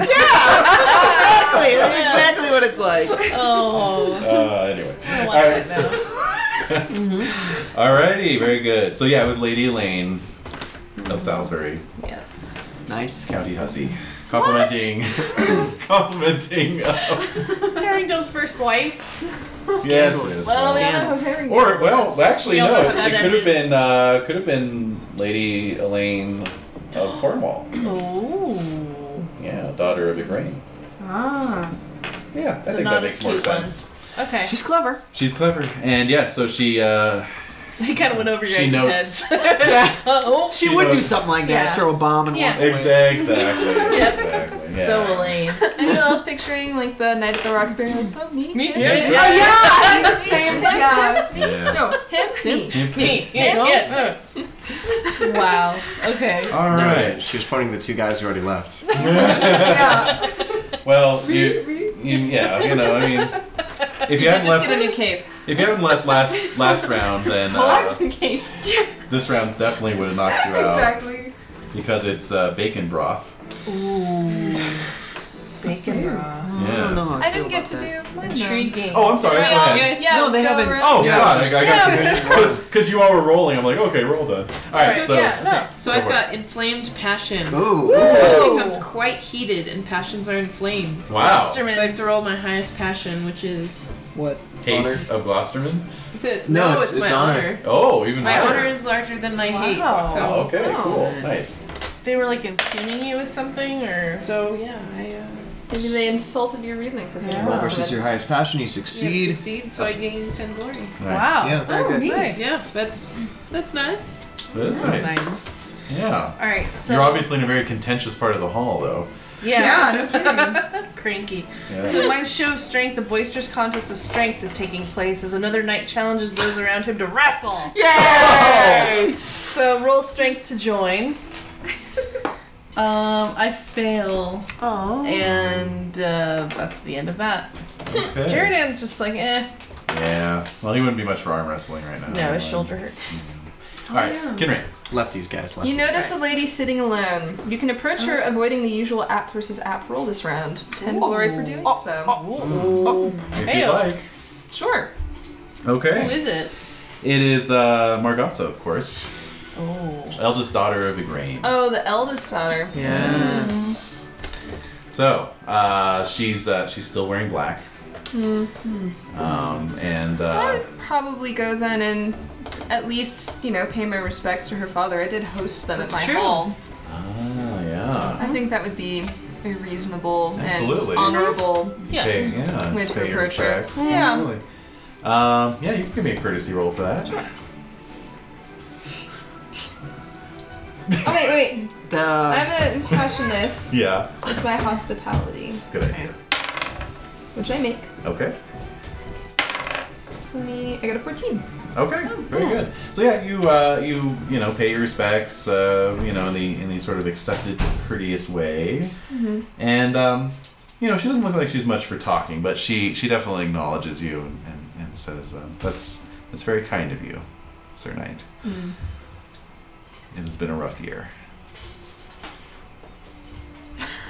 Speaker 4: [laughs] exactly. That's exactly what it's like.
Speaker 8: [laughs]
Speaker 9: Oh.
Speaker 8: Uh, anyway.
Speaker 9: I want
Speaker 8: Alright,
Speaker 9: that
Speaker 8: so-
Speaker 9: now.
Speaker 8: [laughs] Alrighty, very good. So yeah, it was Lady Elaine of Salisbury,
Speaker 9: Yes.
Speaker 4: Nice.
Speaker 8: County Hussy, complimenting, [laughs] complimenting. Uh,
Speaker 9: Harrington's first wife.
Speaker 8: yes,
Speaker 16: Well, we
Speaker 8: yes.
Speaker 16: don't know who Harry
Speaker 8: Or
Speaker 16: Gill
Speaker 8: well,
Speaker 16: is.
Speaker 8: actually
Speaker 9: We all
Speaker 8: no,
Speaker 9: know
Speaker 8: it,
Speaker 9: how
Speaker 8: it
Speaker 9: that
Speaker 8: could have
Speaker 9: ended.
Speaker 8: been uh, could have been Lady Elaine of Cornwall.
Speaker 9: Oh.
Speaker 8: Yeah, daughter of Igraine.
Speaker 9: Ah.
Speaker 8: Yeah, I think
Speaker 9: not
Speaker 8: that
Speaker 9: as
Speaker 8: makes more
Speaker 9: cute one.
Speaker 8: sense.
Speaker 9: Okay.
Speaker 4: She's clever.
Speaker 8: She's clever, and yeah, so she uh,
Speaker 9: They kind of went over your
Speaker 8: She
Speaker 9: guys'
Speaker 8: notes.
Speaker 4: [laughs]
Speaker 9: heads.
Speaker 4: Yeah.
Speaker 9: oh.
Speaker 4: She
Speaker 8: You
Speaker 4: would
Speaker 8: know-
Speaker 4: do something like that.
Speaker 9: Yeah.
Speaker 4: Throw a bomb and
Speaker 9: Yeah.
Speaker 4: walk away.
Speaker 8: exactly, exactly,
Speaker 9: [laughs] Yep.
Speaker 8: exactly. Yeah.
Speaker 6: [laughs]
Speaker 9: So Elaine.
Speaker 7: And who else picturing like the night at the Roxbury? Like, oh, me.
Speaker 9: Me?
Speaker 7: him,
Speaker 9: Yeah.
Speaker 7: him,
Speaker 9: Yeah.
Speaker 7: yeah, Same guy.
Speaker 8: Yeah. [laughs]
Speaker 7: No, him, me.
Speaker 9: Me. Yeah. yeah. uh. wow. Okay.
Speaker 8: All right.
Speaker 9: [laughs]
Speaker 2: She was pointing to the two guys who already left.
Speaker 8: Well, you, you, yeah, you know, I mean, if you haven't
Speaker 7: Just get a
Speaker 8: left,
Speaker 7: new cape.
Speaker 8: if you haven't left last last round, then uh,
Speaker 7: cape.
Speaker 8: this round's definitely would have knocked you out
Speaker 16: Exactly.
Speaker 8: because it's uh, bacon broth.
Speaker 9: Bacon broth.
Speaker 4: I don't know. how
Speaker 7: I
Speaker 4: feel
Speaker 7: didn't get
Speaker 4: about
Speaker 7: to
Speaker 4: that.
Speaker 7: do mine. though.
Speaker 9: Intriguing.
Speaker 8: Oh, I'm sorry. Go ahead.
Speaker 7: Yeah,
Speaker 4: No, they
Speaker 7: go
Speaker 4: haven't-
Speaker 7: around.
Speaker 8: Oh
Speaker 4: Yeah,
Speaker 8: God,
Speaker 4: just-
Speaker 8: I
Speaker 4: [laughs]
Speaker 8: got because you all were rolling. I'm like, okay, roll done. All right, so
Speaker 16: yeah, no.
Speaker 6: So
Speaker 8: Go
Speaker 6: I've
Speaker 8: for it.
Speaker 6: got inflamed passion.
Speaker 2: Ooh.
Speaker 6: It becomes quite heated, and passions are inflamed.
Speaker 8: wow,
Speaker 6: So I have to roll my highest passion, which is
Speaker 4: What?
Speaker 8: Kate
Speaker 2: Honor.
Speaker 8: of Gloucesterman.
Speaker 2: No,
Speaker 6: no,
Speaker 2: it's-
Speaker 6: it's,
Speaker 2: it's
Speaker 6: my
Speaker 2: honor.
Speaker 6: honor.
Speaker 8: Oh, even
Speaker 6: My
Speaker 8: higher.
Speaker 6: honor is larger than my hate.
Speaker 9: Wow.
Speaker 6: So,
Speaker 8: Oh, okay, cool, nice.
Speaker 9: They were like impugning you with something, or
Speaker 6: so yeah, I uh,
Speaker 7: Maybe they insulted your reasoning for him.
Speaker 2: Roll versus your highest passion, you
Speaker 6: succeed.
Speaker 2: succeed.
Speaker 6: succeed. So I gain ten glory.
Speaker 8: All right.
Speaker 9: wow. Oh,
Speaker 2: Yeah.
Speaker 4: Very good.
Speaker 9: Nice.
Speaker 6: Yeah, that's that's nice.
Speaker 8: That is
Speaker 9: That's
Speaker 8: nice.
Speaker 9: nice.
Speaker 8: Yeah.
Speaker 9: All right. So
Speaker 8: You're obviously in a very contentious part of the hall, though.
Speaker 9: yeah. [laughs] Cranky.
Speaker 8: Yeah.
Speaker 9: So my show of strength, the boisterous contest of strength, is taking place as another knight challenges those around him to wrestle.
Speaker 4: Yay! [laughs]
Speaker 7: [laughs]
Speaker 9: So roll strength to join.
Speaker 6: Um, I fail. Oh. And uh, that's the end of that.
Speaker 8: Okay.
Speaker 6: Jaredan's just like, eh.
Speaker 8: Yeah. Well, he wouldn't be much for arm wrestling right now.
Speaker 6: No, his
Speaker 8: Um,
Speaker 6: shoulder hurts.
Speaker 8: All right,
Speaker 7: Yeah.
Speaker 8: Kinray.
Speaker 2: Lefties, guys.
Speaker 7: You notice a lady sitting alone. You can approach her, avoiding the usual app versus app roll this round. Ten glory for doing so.
Speaker 8: If you like.
Speaker 7: Sure.
Speaker 8: Okay.
Speaker 7: it?
Speaker 8: It is uh, Margasa, of course,
Speaker 7: Oh.
Speaker 8: eldest daughter of Igraine.
Speaker 7: Oh, the eldest daughter. Oh.
Speaker 8: Yes. So uh, she's uh, she's still wearing black,
Speaker 7: Mm-hmm.
Speaker 8: um, and
Speaker 7: I
Speaker 8: uh,
Speaker 7: would probably go then and at least, you know, pay my respects to her father. I did host them
Speaker 6: That's
Speaker 7: at my
Speaker 6: true.
Speaker 7: hall.
Speaker 8: ah, yeah.
Speaker 7: I think that would be a reasonable
Speaker 8: Absolutely.
Speaker 7: and honorable
Speaker 6: Mm-hmm.
Speaker 8: Pay, yeah.
Speaker 7: way
Speaker 8: just
Speaker 7: to
Speaker 8: pay your
Speaker 7: approach her.
Speaker 8: respects.
Speaker 7: Yeah.
Speaker 8: Absolutely. Um, yeah, you can give me a courtesy roll for that. Sure.
Speaker 7: Oh wait, wait.
Speaker 13: The
Speaker 7: I'm gonna passion this
Speaker 8: Yeah.
Speaker 7: with my hospitality,
Speaker 8: Good idea.
Speaker 7: which I make.
Speaker 8: Okay.
Speaker 7: Twenty. I got a fourteen.
Speaker 8: Okay, very good. So yeah, you uh, you you know pay your respects, uh, you know in the in the sort of accepted courteous way,
Speaker 7: Mhm.
Speaker 8: and um, you know she doesn't look like she's much for talking, but she she definitely acknowledges you and and, and says um, that's that's very kind of you, Sir Knight. It has been a rough year.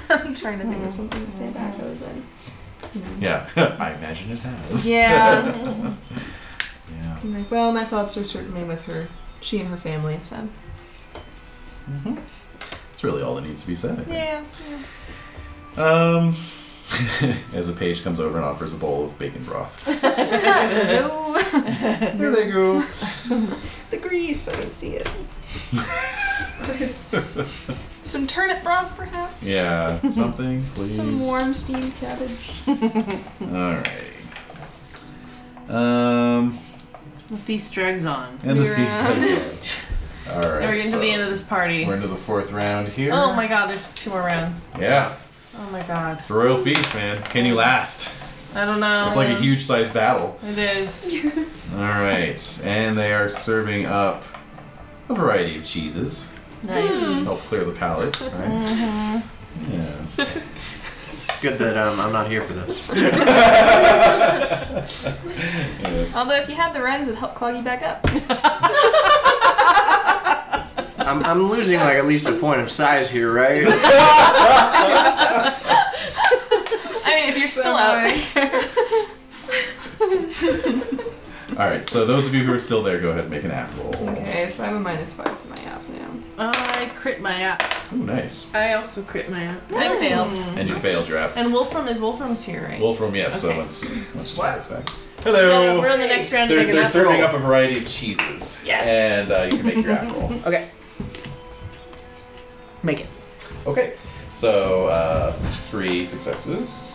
Speaker 7: I'm trying to think of something to say back other than.
Speaker 8: Yeah, [laughs] I imagine it has.
Speaker 7: Yeah.
Speaker 8: yeah.
Speaker 7: I'm like, well, my thoughts are certainly with her, she and her family. So.
Speaker 8: hmm That's really all that needs to be said. I think.
Speaker 7: [laughs] Yeah.
Speaker 8: Um, [laughs] as a page comes over and offers a bowl of bacon broth.
Speaker 7: no.
Speaker 8: There they go.
Speaker 7: the grease. I don't see
Speaker 8: [laughs]
Speaker 7: it. Some turnip broth,
Speaker 6: [laughs]
Speaker 7: perhaps.
Speaker 8: yeah, something, please.
Speaker 7: Some warm steamed
Speaker 8: [laughs]
Speaker 7: cabbage.
Speaker 8: Alrighty. Um,
Speaker 6: The feast drags on.
Speaker 8: and the feast
Speaker 6: [laughs]
Speaker 8: goes on. Alright.
Speaker 6: Now uh, we're getting to the end of this party.
Speaker 8: We're into the fourth round here.
Speaker 6: Oh my god, there's two more rounds.
Speaker 8: Yeah,
Speaker 6: Oh my god.
Speaker 8: it's a royal feast, man. Can you last?
Speaker 6: I don't know.
Speaker 8: It's like a huge size battle.
Speaker 6: It is.
Speaker 8: Alright, and they are serving up a variety of cheeses.
Speaker 6: [laughs] nice.
Speaker 8: Help clear the palate, right?
Speaker 6: hmm [laughs]
Speaker 8: Yes. [laughs]
Speaker 2: It's good that um, I'm not here for this.
Speaker 8: yes.
Speaker 7: Although if you had the runs, it'd help clog you back [laughs] up.
Speaker 2: I'm, I'm losing like at least a point of size here, right?
Speaker 7: I mean, if you're still out there.
Speaker 8: Alright, so those of you who are still there, go ahead and make an app roll.
Speaker 7: okay, so I have a minus five to my app now.
Speaker 6: I crit my app.
Speaker 8: Ooh, nice.
Speaker 11: I also crit my app.
Speaker 6: I failed.
Speaker 8: And you failed your app.
Speaker 6: And Wolfram is Wolfram's here, right?
Speaker 8: Wolfram, yes, so
Speaker 6: Okay.
Speaker 8: let's, let's just pass back. Hello!
Speaker 6: Uh, we're on the next round to
Speaker 8: They're,
Speaker 6: make an
Speaker 8: they're
Speaker 6: app
Speaker 8: serving
Speaker 6: roll.
Speaker 8: up a variety of cheeses.
Speaker 6: Yes.
Speaker 8: And uh, you can make
Speaker 13: [laughs]
Speaker 8: your app roll.
Speaker 13: Okay. Make it.
Speaker 8: Okay. So uh, three successes.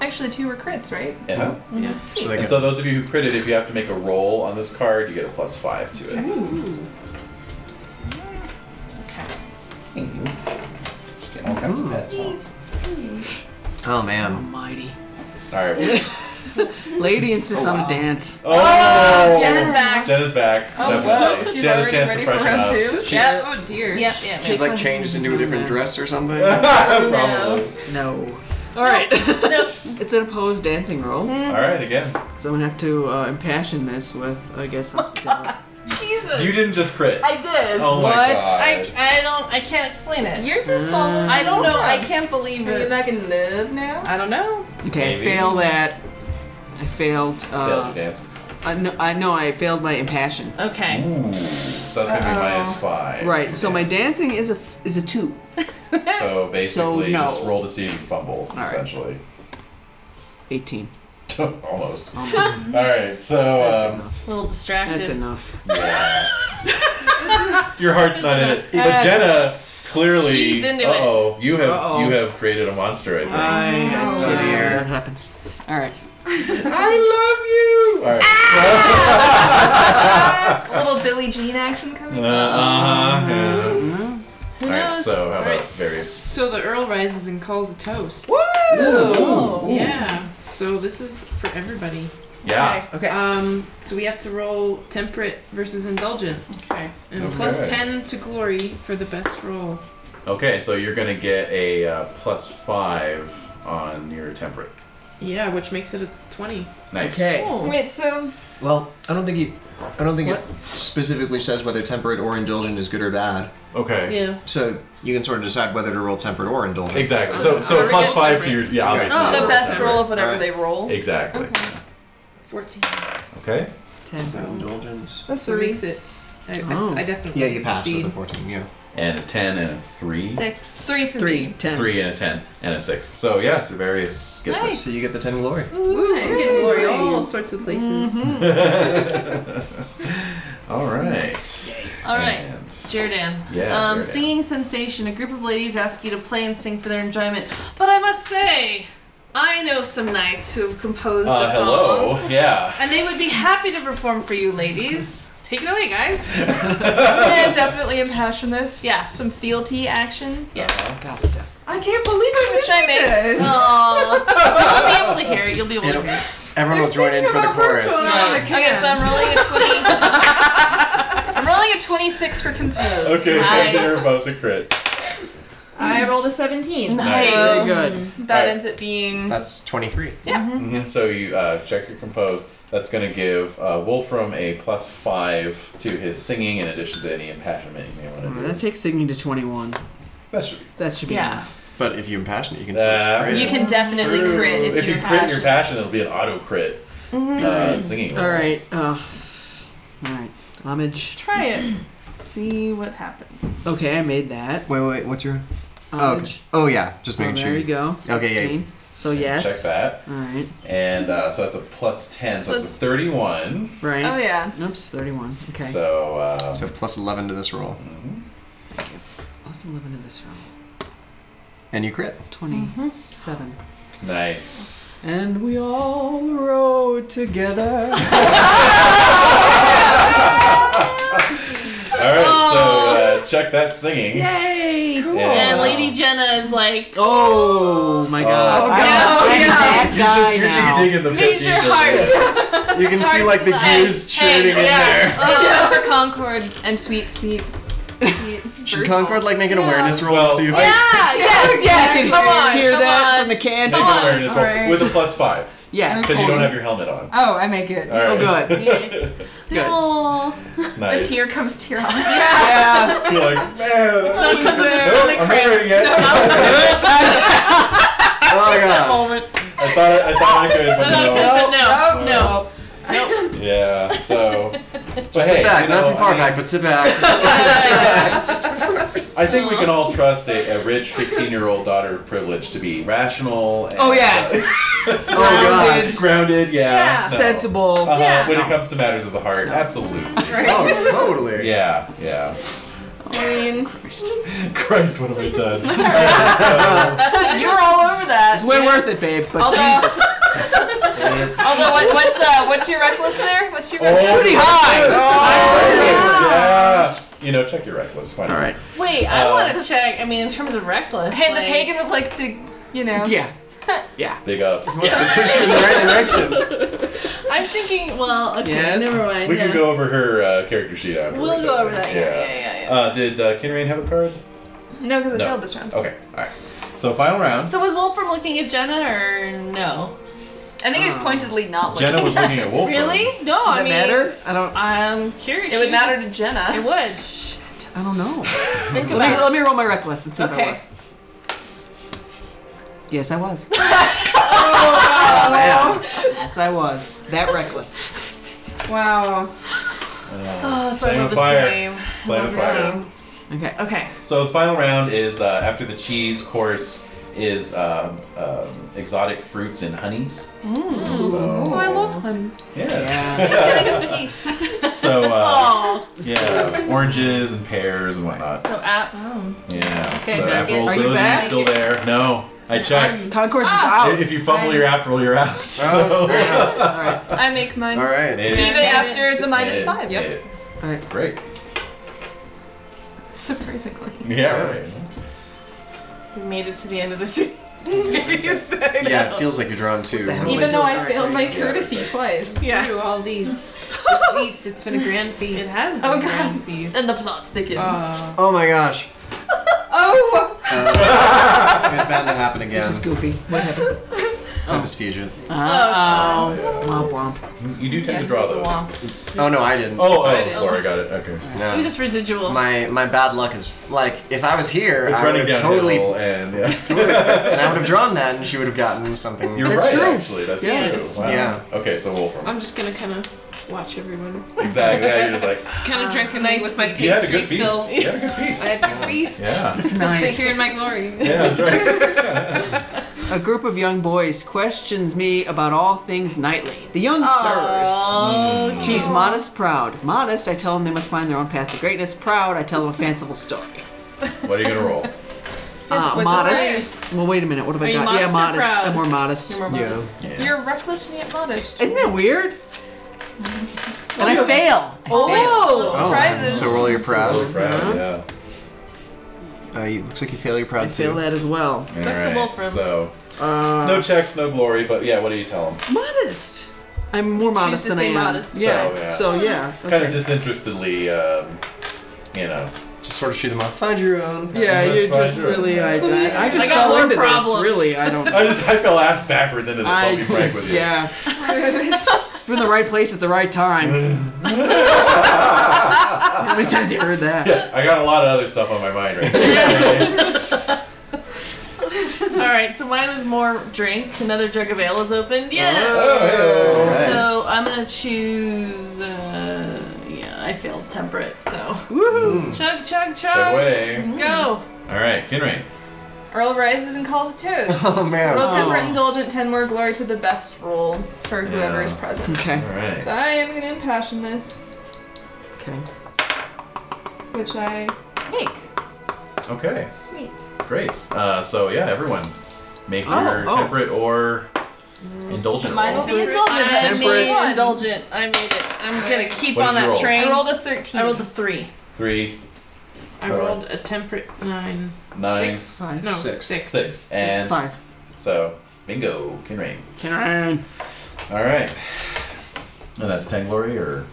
Speaker 7: Actually, two were crits, right?
Speaker 8: Yeah.
Speaker 7: Yeah.
Speaker 8: So and so those of you who critted, if you have to make a roll on this card, you get a plus five to it.
Speaker 6: Ooh.
Speaker 8: Thank you. Just getting all kinds of pets. All
Speaker 2: Oh man.
Speaker 13: Almighty.
Speaker 8: right.
Speaker 13: [laughs]
Speaker 8: Well,
Speaker 13: Lady insists on a dance.
Speaker 8: oh,
Speaker 13: Jen is back.
Speaker 8: Jen is back.
Speaker 13: Oh,
Speaker 8: definitely.
Speaker 13: whoa, she's
Speaker 8: Jen had a
Speaker 13: already
Speaker 8: chance
Speaker 13: ready
Speaker 8: to
Speaker 13: for
Speaker 8: freshen
Speaker 13: round
Speaker 8: up. [laughs]
Speaker 13: two?
Speaker 8: She's-
Speaker 2: Yeah.
Speaker 6: Oh dear. Yep, yep.
Speaker 2: She's like changed into a different dress or something.
Speaker 13: [laughs]
Speaker 8: Probably.
Speaker 13: No. All right. [laughs] it's an opposed dancing roll.
Speaker 8: All right, again.
Speaker 13: So I'm gonna have to uh, impassion this with, I [laughs] guess, hospitality.
Speaker 6: Jesus.
Speaker 8: You didn't just crit.
Speaker 6: I did.
Speaker 8: Oh my
Speaker 13: What?
Speaker 8: god.
Speaker 6: I, I don't. I can't explain it.
Speaker 7: You're just all.
Speaker 13: Mm.
Speaker 6: I don't know. I can't believe
Speaker 7: Are you
Speaker 6: it.
Speaker 7: back in love now?
Speaker 6: I don't know.
Speaker 13: Okay,
Speaker 8: Maybe.
Speaker 13: I failed that. I failed.
Speaker 8: Failed
Speaker 13: Uh,
Speaker 8: your dance.
Speaker 13: I no, I know I failed my impassion.
Speaker 6: Okay.
Speaker 8: Ooh. So that's gonna be minus five.
Speaker 13: Right. So my dancing is a is a two.
Speaker 8: So basically,
Speaker 13: no.
Speaker 8: just roll to see if you fumble,
Speaker 13: right.
Speaker 8: essentially. [laughs]
Speaker 13: Eighteen.
Speaker 8: Almost. All
Speaker 13: Almost.
Speaker 8: right, so
Speaker 13: That's
Speaker 8: um,
Speaker 13: enough.
Speaker 6: A little distracted.
Speaker 13: That's enough.
Speaker 8: yeah. your heart's not in it, but Jenna
Speaker 13: That's-
Speaker 8: clearly.
Speaker 6: She's into it.
Speaker 8: oh, you have
Speaker 13: Uh-oh.
Speaker 8: you have created a monster. I think.
Speaker 4: Uh-huh.
Speaker 13: I
Speaker 6: Oh,
Speaker 13: yeah,
Speaker 6: dear.
Speaker 13: That happens. All right.
Speaker 8: I love you. All right.
Speaker 7: Little Billie Jean action coming.
Speaker 8: Uh, uh-huh, yeah.
Speaker 13: Mhm.
Speaker 11: Who
Speaker 8: All right.
Speaker 11: knows?
Speaker 8: So how about
Speaker 11: Alright,
Speaker 8: various?
Speaker 11: So the Earl rises and calls a toast.
Speaker 13: Woo!
Speaker 11: Yeah. So this is for everybody.
Speaker 8: Yeah.
Speaker 4: Okay.
Speaker 11: Um, so we have to roll temperate versus indulgent. Okay. And plus
Speaker 8: Okay.
Speaker 11: 10 to glory for the best roll.
Speaker 8: Okay, so you're gonna get a uh, plus five on your temperate.
Speaker 11: Yeah, which makes it a 20.
Speaker 8: Nice.
Speaker 11: Okay.
Speaker 7: Wait, so
Speaker 2: Well, I don't think he, I don't think it specifically says whether temperate or indulgent is good or bad.
Speaker 8: Okay.
Speaker 11: Yeah.
Speaker 2: So you can sort of decide whether to roll temperate or indulgent.
Speaker 8: Exactly. So- So so plus five to your- yeah,
Speaker 2: Okay.
Speaker 8: obviously.
Speaker 7: the
Speaker 8: roll
Speaker 7: best
Speaker 8: temperate.
Speaker 7: roll of whatever
Speaker 2: Alright.
Speaker 7: they roll.
Speaker 8: Exactly.
Speaker 7: Okay.
Speaker 11: 14.
Speaker 8: Okay.
Speaker 4: Ten.
Speaker 2: So indulgence.
Speaker 11: That's
Speaker 7: three.
Speaker 11: makes it. I, I-
Speaker 8: Oh.
Speaker 11: I, definitely
Speaker 8: Yeah, you
Speaker 2: Pass with
Speaker 11: succeed.
Speaker 2: a fourteen. Yeah.
Speaker 8: And a ten and a three.
Speaker 7: Six. Three for me.
Speaker 8: Three and a ten and a six. So yeah, Servarius gets
Speaker 7: Nice.
Speaker 8: a
Speaker 7: So
Speaker 2: you get the ten glory.
Speaker 11: Ooh, I'm getting glory all
Speaker 7: Nice.
Speaker 11: sorts of places.
Speaker 8: All right.
Speaker 6: All right,
Speaker 8: And-
Speaker 6: Jerdan.
Speaker 8: Yeah,
Speaker 6: Um,
Speaker 8: Jerdan.
Speaker 6: singing sensation. A group of ladies ask you to play and sing for their enjoyment. But I must say, I know some knights who have composed
Speaker 8: Uh,
Speaker 6: a song.
Speaker 8: hello. Yeah.
Speaker 6: [laughs]
Speaker 8: [laughs]
Speaker 6: And they would be happy to perform for you, ladies. Take it away,
Speaker 8: [laughs]
Speaker 6: guys.
Speaker 7: I'm gonna definitely impassion this. Yeah. Some fealty action.
Speaker 8: Uh-huh.
Speaker 6: Yes.
Speaker 7: I can't believe I
Speaker 6: Which I made.
Speaker 7: this.
Speaker 6: Aw. You'll be able to hear it. You'll be able to
Speaker 8: [laughs]
Speaker 6: hear it.
Speaker 2: Everyone will join in for the chorus.
Speaker 7: Okay, so I'm
Speaker 8: [laughs]
Speaker 7: rolling a twenty. I'm rolling a twenty-six for compose.
Speaker 8: Okay, consider a bonus a crit.
Speaker 7: I rolled a seventeen.
Speaker 8: Nice.
Speaker 7: So
Speaker 8: Very good.
Speaker 7: That
Speaker 8: Alright.
Speaker 7: ends up being
Speaker 8: That's 23.
Speaker 7: Yeah.
Speaker 8: hmm So you uh, check your compose. That's going to give uh, Wolfram a plus five to his singing in addition to any impassionment you may want to do.
Speaker 4: that takes singing to 21.
Speaker 8: That should be.
Speaker 4: That should be
Speaker 6: Yeah.
Speaker 4: enough.
Speaker 2: But if you impassion it, you can.
Speaker 8: Uh,
Speaker 2: crit.
Speaker 7: You can definitely
Speaker 8: True.
Speaker 7: crit if
Speaker 8: you
Speaker 7: you're Mm-hmm.
Speaker 8: crit in your
Speaker 7: impassioned.
Speaker 8: passion, it'll be an auto crit. Uh, singing.
Speaker 4: All right. Uh, all right. Homage.
Speaker 6: Try it. See what happens.
Speaker 4: Okay, I made that.
Speaker 2: Wait, wait. What's your? Oh, okay.
Speaker 4: Homage.
Speaker 2: oh yeah. Just
Speaker 4: Oh,
Speaker 2: making sure.
Speaker 4: there you go.
Speaker 2: Okay. yeah,
Speaker 4: 16. So yes.
Speaker 8: Check that. [laughs]
Speaker 4: All right.
Speaker 8: And uh, so that's a plus 10, so,
Speaker 4: So
Speaker 8: it's a
Speaker 4: it's-
Speaker 8: 31.
Speaker 4: Right.
Speaker 7: Oh, yeah.
Speaker 4: Oops, 31. Okay.
Speaker 8: So, uh,
Speaker 2: so plus eleven to this roll,
Speaker 4: awesome living in this room.
Speaker 2: and you crit.
Speaker 4: 27.
Speaker 8: Nice.
Speaker 4: And we all rode together.
Speaker 8: All right, so uh, check that singing. uh,
Speaker 6: Yay! And
Speaker 8: Cool. Yeah.
Speaker 6: Lady Jenna is like,
Speaker 4: oh my god.
Speaker 6: Oh,
Speaker 4: I'm-
Speaker 6: God.
Speaker 4: I'm
Speaker 6: Yeah.
Speaker 4: that
Speaker 6: You're
Speaker 4: guy
Speaker 8: You're
Speaker 4: now.
Speaker 8: just digging the 15. You can see like the gears churning in there.
Speaker 7: Let's go Oh, for Concord and Sweet Sweet. sweet
Speaker 2: Should Concord like make an awareness roll to see if
Speaker 8: [laughs]
Speaker 2: [laughs]
Speaker 7: yes, yes,
Speaker 4: You can
Speaker 7: come on,
Speaker 4: hear
Speaker 7: come
Speaker 4: that
Speaker 7: on.
Speaker 4: from the can.
Speaker 8: Make an awareness roll with a plus five.
Speaker 4: Yeah.
Speaker 8: Because you don't have your helmet on.
Speaker 9: Oh, I make it.
Speaker 8: All right.
Speaker 4: Oh,
Speaker 8: good. [laughs] good.
Speaker 7: A
Speaker 8: Nice.
Speaker 7: tear comes to your eye.
Speaker 8: You're [laughs] like, man,
Speaker 7: It's not 'cause of the
Speaker 8: nope,
Speaker 7: stomach
Speaker 8: I'm
Speaker 7: cramps.
Speaker 8: hearing it.
Speaker 7: No,
Speaker 8: oh my god. [laughs] I thought I, I thought I could, but no.
Speaker 6: [laughs] no, no, no.
Speaker 8: Yeah.
Speaker 7: [laughs]
Speaker 8: So.
Speaker 2: Just
Speaker 8: but
Speaker 2: sit
Speaker 8: hey,
Speaker 2: back,
Speaker 8: you
Speaker 2: not
Speaker 8: know,
Speaker 2: too far
Speaker 8: I mean-
Speaker 2: back, but sit
Speaker 8: [laughs]
Speaker 2: back.
Speaker 8: I think we can all trust a, a rich 15 year old daughter of privilege to be rational. And,
Speaker 4: Oh,
Speaker 8: [laughs]
Speaker 4: yes.
Speaker 8: oh,
Speaker 4: God.
Speaker 8: Grounded, yeah.
Speaker 4: Yeah.
Speaker 8: no.
Speaker 4: Sensible.
Speaker 8: Uh-huh,
Speaker 4: Yeah.
Speaker 8: When
Speaker 4: No.
Speaker 8: it comes to matters of the heart, absolutely.
Speaker 2: Oh, totally.
Speaker 8: Yeah, yeah.
Speaker 7: I mean,
Speaker 8: Christ, what have
Speaker 7: [laughs]
Speaker 8: I [laughs] done?
Speaker 7: you're all over that.
Speaker 4: It's way worth it, babe. But
Speaker 7: Although-
Speaker 4: Jesus.
Speaker 7: Although, what, what's uh, what's your reckless there? What's your
Speaker 8: Oh,
Speaker 7: reckless?
Speaker 8: Pretty high. yeah. You know, check your reckless. Why not? All right.
Speaker 6: Wait, I
Speaker 8: Uh,
Speaker 6: want to check. I mean, in terms of reckless.
Speaker 7: Hey, the
Speaker 6: like-
Speaker 7: pagan would like to, you know.
Speaker 4: Yeah.
Speaker 8: Yeah. Big ups.
Speaker 2: Let's push you in the right direction.
Speaker 8: [laughs]
Speaker 6: I'm thinking. Well, okay,
Speaker 8: Yes.
Speaker 6: never mind.
Speaker 8: [laughs] We can
Speaker 6: yeah.
Speaker 8: go over her uh, character sheet after.
Speaker 6: We'll go over that. Yeah, yeah, yeah. yeah.
Speaker 8: Uh, did uh, Kinrain have a card?
Speaker 6: no, because I
Speaker 8: No.
Speaker 6: failed this round.
Speaker 8: Okay, all right. So final round.
Speaker 6: So was Wolfram looking at Jenna or no?
Speaker 7: I think he's pointedly not looking.
Speaker 8: Jenna was looking at Wolfram.
Speaker 6: Really? No,
Speaker 7: Does
Speaker 6: I
Speaker 7: that
Speaker 6: mean.
Speaker 7: matter?
Speaker 4: I don't.
Speaker 6: I'm curious.
Speaker 7: It would
Speaker 6: She
Speaker 7: matter
Speaker 6: was-
Speaker 7: to Jenna. [laughs]
Speaker 6: It would.
Speaker 4: I don't know.
Speaker 6: Think
Speaker 4: let,
Speaker 6: about
Speaker 4: me,
Speaker 6: it.
Speaker 4: let me roll my reckless and see what I
Speaker 6: Okay.
Speaker 4: was. Yes, I was.
Speaker 6: Oh,
Speaker 4: Wow. Yes, I was. That reckless.
Speaker 6: wow. Oh, that's why I
Speaker 8: Uh, Flame
Speaker 6: love
Speaker 8: of
Speaker 6: this
Speaker 8: fire.
Speaker 6: game. I
Speaker 8: Flame
Speaker 6: love
Speaker 8: of
Speaker 6: this
Speaker 8: fire.
Speaker 6: game.
Speaker 4: Okay.
Speaker 6: Okay.
Speaker 8: So the final round is uh, after the cheese course is uh, um exotic fruits and honeys.
Speaker 6: Mm.
Speaker 8: So-
Speaker 6: Oh, I love honey.
Speaker 8: Yeah. so uh, yeah, oranges and pears and whatnot.
Speaker 6: So app. Oh.
Speaker 8: Yeah.
Speaker 6: Okay,
Speaker 8: so
Speaker 6: back
Speaker 8: app
Speaker 6: in.
Speaker 8: rolls
Speaker 6: Are you
Speaker 8: those
Speaker 6: back?
Speaker 8: are still there. No, I checked.
Speaker 4: Concord's
Speaker 8: If- If you fumble your app roll, you're out.
Speaker 2: Oh,
Speaker 8: [laughs] So.
Speaker 7: I make mine.
Speaker 8: All right. [laughs]
Speaker 7: Even after the minus five.
Speaker 8: Yep.
Speaker 4: All right.
Speaker 8: Great.
Speaker 6: Surprisingly.
Speaker 8: Yeah. Right.
Speaker 7: [laughs]
Speaker 6: We made it to the end of this.
Speaker 2: Yeah, it feels like you're drawn too.
Speaker 7: Even though I failed my
Speaker 2: Yeah.
Speaker 7: courtesy twice.
Speaker 11: Yeah.
Speaker 7: Through all
Speaker 11: [laughs]
Speaker 7: these.
Speaker 11: This feast, it's been a grand feast. It has
Speaker 7: Oh god. And the plot thickens.
Speaker 2: Oh my
Speaker 8: [laughs]
Speaker 2: gosh.
Speaker 7: oh!
Speaker 2: Uh, it was bound to happen again. This is
Speaker 13: goofy. What happened?
Speaker 8: Oh.
Speaker 2: Tempest fusion.
Speaker 13: Uh-oh.
Speaker 4: Um,
Speaker 13: Womp
Speaker 8: You do tend
Speaker 7: Yes,
Speaker 8: to draw
Speaker 7: it's a
Speaker 8: those.
Speaker 7: womp.
Speaker 2: Oh no, I didn't.
Speaker 8: Oh,
Speaker 2: I
Speaker 8: oh, Laura got it. Okay.
Speaker 2: No.
Speaker 7: It was just residual.
Speaker 2: My my bad luck is like if I was here,
Speaker 8: It's
Speaker 2: I
Speaker 8: running
Speaker 2: would have
Speaker 8: downhill
Speaker 2: [laughs] totally
Speaker 8: and yeah.
Speaker 2: and I would have drawn that, and she would have gotten something.
Speaker 8: You're
Speaker 11: That's
Speaker 8: right,
Speaker 11: true.
Speaker 8: actually. That's
Speaker 11: Yeah.
Speaker 8: true. Wow.
Speaker 2: Yeah.
Speaker 8: Okay, so Wolfram.
Speaker 11: I'm just gonna kind of watch everyone.
Speaker 8: Exactly. Yeah, you're just like,
Speaker 11: Kind of drinking with my pastry
Speaker 8: You had a good feast.
Speaker 11: still.
Speaker 8: You had a good feast.
Speaker 11: I had a good feast.
Speaker 8: Yeah.
Speaker 13: That's
Speaker 11: Let's
Speaker 13: nice.
Speaker 11: Sit here in my glory.
Speaker 8: Yeah, that's right.
Speaker 13: A group of young boys questions me about all things knightly. The young sirs. She's modest, proud. Modest, I tell them they must find their own path to greatness. Proud, I tell them a fanciful story.
Speaker 8: What are you gonna roll?
Speaker 13: Uh,
Speaker 7: what's
Speaker 13: modest. Well, wait a minute. What have
Speaker 7: Are
Speaker 13: I
Speaker 7: you
Speaker 13: got? yeah,
Speaker 7: modest or
Speaker 13: modest.
Speaker 7: proud?
Speaker 13: I'm more modest.
Speaker 7: You're more modest.
Speaker 8: Yeah.
Speaker 7: You're reckless and yet modest.
Speaker 13: Isn't that
Speaker 7: [laughs]
Speaker 13: weird? And I fail.
Speaker 7: Oh,
Speaker 13: Oh,
Speaker 7: surprises.
Speaker 2: So roll your proud.
Speaker 8: Really proud. Yeah.
Speaker 2: Uh, you, looks like you fail your proud
Speaker 13: I
Speaker 2: too.
Speaker 13: fail that as well.
Speaker 8: That's
Speaker 2: a
Speaker 8: Wolfram. So
Speaker 13: Uh,
Speaker 8: no checks, no glory, but yeah, what do you tell him?
Speaker 13: Modest. I'm more modest
Speaker 7: just
Speaker 13: than I
Speaker 7: say
Speaker 13: am.
Speaker 7: modest.
Speaker 13: Yeah.
Speaker 8: Oh, yeah.
Speaker 13: So yeah.
Speaker 8: Kind
Speaker 13: okay.
Speaker 8: of disinterestedly, um, you know.
Speaker 2: Just sort of shoot them off. Find your own.
Speaker 13: Yeah,
Speaker 8: That's
Speaker 13: you
Speaker 8: fine,
Speaker 13: just
Speaker 8: sure.
Speaker 13: really. I, I, I just
Speaker 7: I got
Speaker 13: fell
Speaker 7: more
Speaker 13: into
Speaker 7: problems.
Speaker 13: this. Really, I don't.
Speaker 8: I just I fell ass backwards into
Speaker 13: I
Speaker 8: this. I'll be frank
Speaker 13: just-
Speaker 8: with you.
Speaker 13: yeah. Just been in the right place at the right time. How many times you heard that?
Speaker 8: Yeah, I got a lot of other stuff on my mind right now.
Speaker 6: [laughs] All right, so mine was more drink. Another jug of ale is opened. Yes.
Speaker 8: Oh, hey.
Speaker 6: So I'm gonna choose. Uh, yeah, I failed temperate. So
Speaker 13: woohoo!
Speaker 6: Chug, chug, chug.
Speaker 8: Chug away.
Speaker 13: Mm-hmm.
Speaker 6: Let's go.
Speaker 8: All right, Kinray.
Speaker 7: Earl rises and calls a toast.
Speaker 2: [laughs] Oh man.
Speaker 7: Roll temperate, indulgent, ten more glory to the best roll for whoever is present.
Speaker 13: Okay.
Speaker 8: All right.
Speaker 7: So I am gonna impassion this,
Speaker 13: Okay.
Speaker 7: which I make.
Speaker 8: Okay.
Speaker 7: Sweet.
Speaker 8: Great. Uh, so yeah, everyone, make
Speaker 13: Oh,
Speaker 8: your
Speaker 13: oh. Mm.
Speaker 8: temperate or indulgent.
Speaker 7: Mine will
Speaker 8: roll.
Speaker 7: be indulgent.
Speaker 6: I
Speaker 7: Temperate.
Speaker 6: made indulgent. I made it. I'm gonna keep
Speaker 8: What
Speaker 6: on
Speaker 8: did you
Speaker 6: that
Speaker 8: roll?
Speaker 6: train.
Speaker 7: I rolled a thirteen.
Speaker 6: I rolled a three.
Speaker 8: Three,
Speaker 11: I
Speaker 8: Alright.
Speaker 11: rolled a temperate nine.
Speaker 8: nine,
Speaker 11: Six.
Speaker 13: Five.
Speaker 11: No,
Speaker 8: six, [laughs]
Speaker 11: six.
Speaker 8: six, and
Speaker 13: Five.
Speaker 8: so bingo, Kinray.
Speaker 13: Can I?
Speaker 8: All right. And that's ten glory or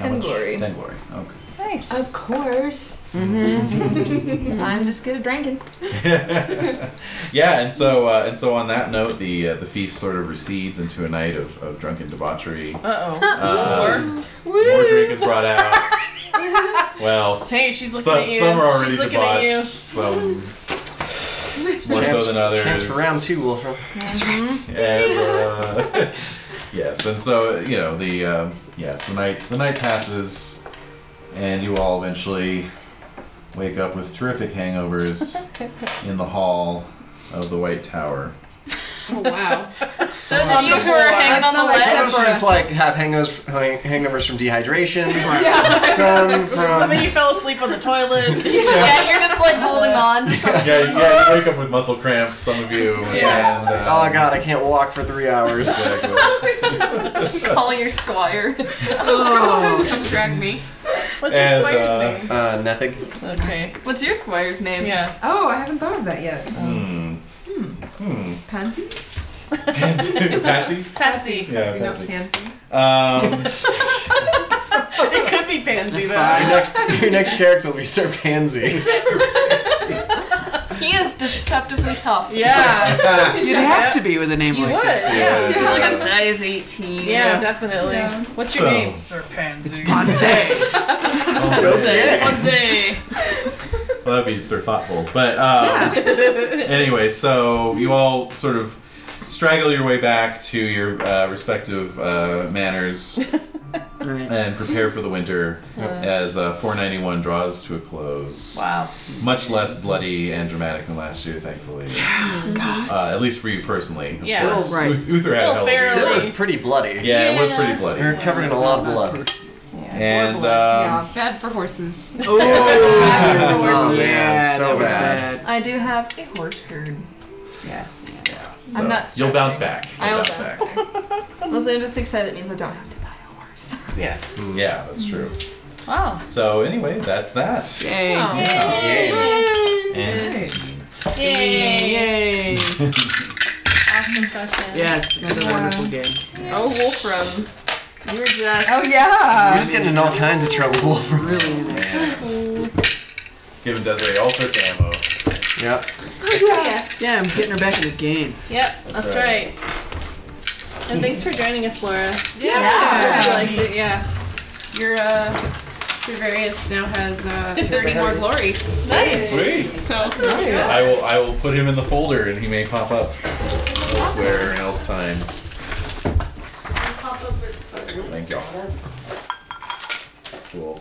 Speaker 8: how
Speaker 7: Ten
Speaker 8: much?
Speaker 7: glory.
Speaker 8: Ten glory. Okay.
Speaker 7: Nice. Of course. Mm-hmm. [laughs] I'm just good at drinking.
Speaker 8: yeah, and so uh, and so on that note, the uh, the feast sort of recedes into a night of, of drunken debauchery.
Speaker 6: Uh oh.
Speaker 8: Uh, more drink is brought out. well,
Speaker 6: Hey, she's looking
Speaker 8: some,
Speaker 6: at you.
Speaker 8: some are already
Speaker 6: she's looking
Speaker 8: debauched.
Speaker 6: at you.
Speaker 8: Some more
Speaker 2: Chance-
Speaker 8: so than others.
Speaker 2: Chance for round two, Wolfram.
Speaker 8: And, [laughs] uh, yes, and so you know the um, yes the night the night passes, and you all eventually wake up with terrific [laughs] hangovers in the hall of the White Tower.
Speaker 11: Oh wow.
Speaker 7: So those of you who are hanging on the
Speaker 2: Some of
Speaker 7: ledge,
Speaker 2: us just like have hangovers, hang- hangovers from
Speaker 13: [laughs]
Speaker 2: dehydration.
Speaker 6: Yeah.
Speaker 2: Some from.
Speaker 6: Some of you fell asleep on the toilet.
Speaker 7: yeah, you're just like holding on to something.
Speaker 8: yeah, yeah, you wake up with muscle cramps, some of [laughs] you.
Speaker 2: Yeah.
Speaker 8: And, uh,
Speaker 2: oh god, I can't walk for three hours.
Speaker 8: [laughs] exactly.
Speaker 7: Calling your squire. [laughs]
Speaker 13: Oh.
Speaker 11: Drag me.
Speaker 6: What's your
Speaker 8: And,
Speaker 6: squire's
Speaker 8: uh,
Speaker 6: name?
Speaker 2: Uh, nothing.
Speaker 6: Okay.
Speaker 7: What's your squire's name?
Speaker 6: Yeah.
Speaker 9: Oh, I haven't thought of that yet.
Speaker 8: Hmm. Hmm.
Speaker 9: Pansy?
Speaker 8: Pansy. [laughs] Patsy.
Speaker 6: Patsy.
Speaker 8: Yeah.
Speaker 9: Not
Speaker 8: Pansy.
Speaker 9: Pansy.
Speaker 8: Um, [laughs]
Speaker 6: it could be Pansy
Speaker 13: That's
Speaker 6: though.
Speaker 2: Your
Speaker 13: fine.
Speaker 2: next, your next character will be Sir
Speaker 13: [laughs]
Speaker 2: Pansy.
Speaker 7: He is deceptively tough.
Speaker 6: Yeah.
Speaker 13: You'd have to be with a name
Speaker 6: You would.
Speaker 13: like that.
Speaker 6: Yeah.
Speaker 8: Yeah.
Speaker 7: He's like a size 18.
Speaker 6: Yeah, definitely. What's your
Speaker 8: So.
Speaker 6: name? Sir Pansy.
Speaker 13: Ponce.
Speaker 8: oh,
Speaker 6: One day.
Speaker 8: Well, that'd be sort of thoughtful. But um, anyway, so you all sort of straggle your way back to your uh, respective uh, manors
Speaker 13: Right.
Speaker 8: and prepare for the winter as uh, 491 draws to a close.
Speaker 6: Wow.
Speaker 8: Much less bloody and dramatic than last year, thankfully. Uh, at least for you personally. Of
Speaker 6: Yeah.
Speaker 8: course.
Speaker 2: Still-
Speaker 13: right.
Speaker 8: Uth- Uther had
Speaker 6: Still
Speaker 8: help.
Speaker 6: fairly-
Speaker 2: Still was pretty bloody.
Speaker 8: Yeah, it was pretty
Speaker 2: You're
Speaker 8: bloody.
Speaker 2: covered in a lot of blood.
Speaker 8: And um,
Speaker 9: yeah, bad for horses.
Speaker 13: Oh,
Speaker 2: Oh, man, so
Speaker 13: that was
Speaker 2: bad.
Speaker 13: bad.
Speaker 7: I do have a horse herd.
Speaker 9: Yes.
Speaker 8: so
Speaker 7: I'm not
Speaker 8: you'll bounce
Speaker 7: stressing.
Speaker 8: back. You'll
Speaker 7: I will
Speaker 8: bounce
Speaker 7: [laughs] bounce
Speaker 8: back.
Speaker 7: Unless I'm just excited, it means I don't have to buy a horse.
Speaker 8: Yes. Yeah, that's true.
Speaker 7: Wow.
Speaker 8: So anyway, that's that.
Speaker 13: Dang.
Speaker 8: Yeah.
Speaker 2: Yay.
Speaker 8: And
Speaker 4: Yay! Yay!
Speaker 6: Awesome session.
Speaker 4: yes, another wonderful game.
Speaker 6: Oh, Wolfram. You were just.
Speaker 9: Oh, yeah.
Speaker 2: We're just getting in all kinds of trouble, [laughs] Wolfram.
Speaker 8: Giving Desiree all sorts of ammo.
Speaker 2: Yep.
Speaker 6: yes.
Speaker 4: Yeah, I'm getting her back in the game.
Speaker 6: Yep, that's, right.
Speaker 8: right.
Speaker 6: And thanks for joining us, Laura.
Speaker 7: Yeah.
Speaker 6: Thanks for- I liked it, yeah.
Speaker 7: Your uh, Cerverius now has uh, 30 more glory.
Speaker 6: Nice.
Speaker 8: Sweet.
Speaker 7: So
Speaker 8: I will I will put him in the folder and he may pop up elsewhere and else times. Thank y'all. Cool.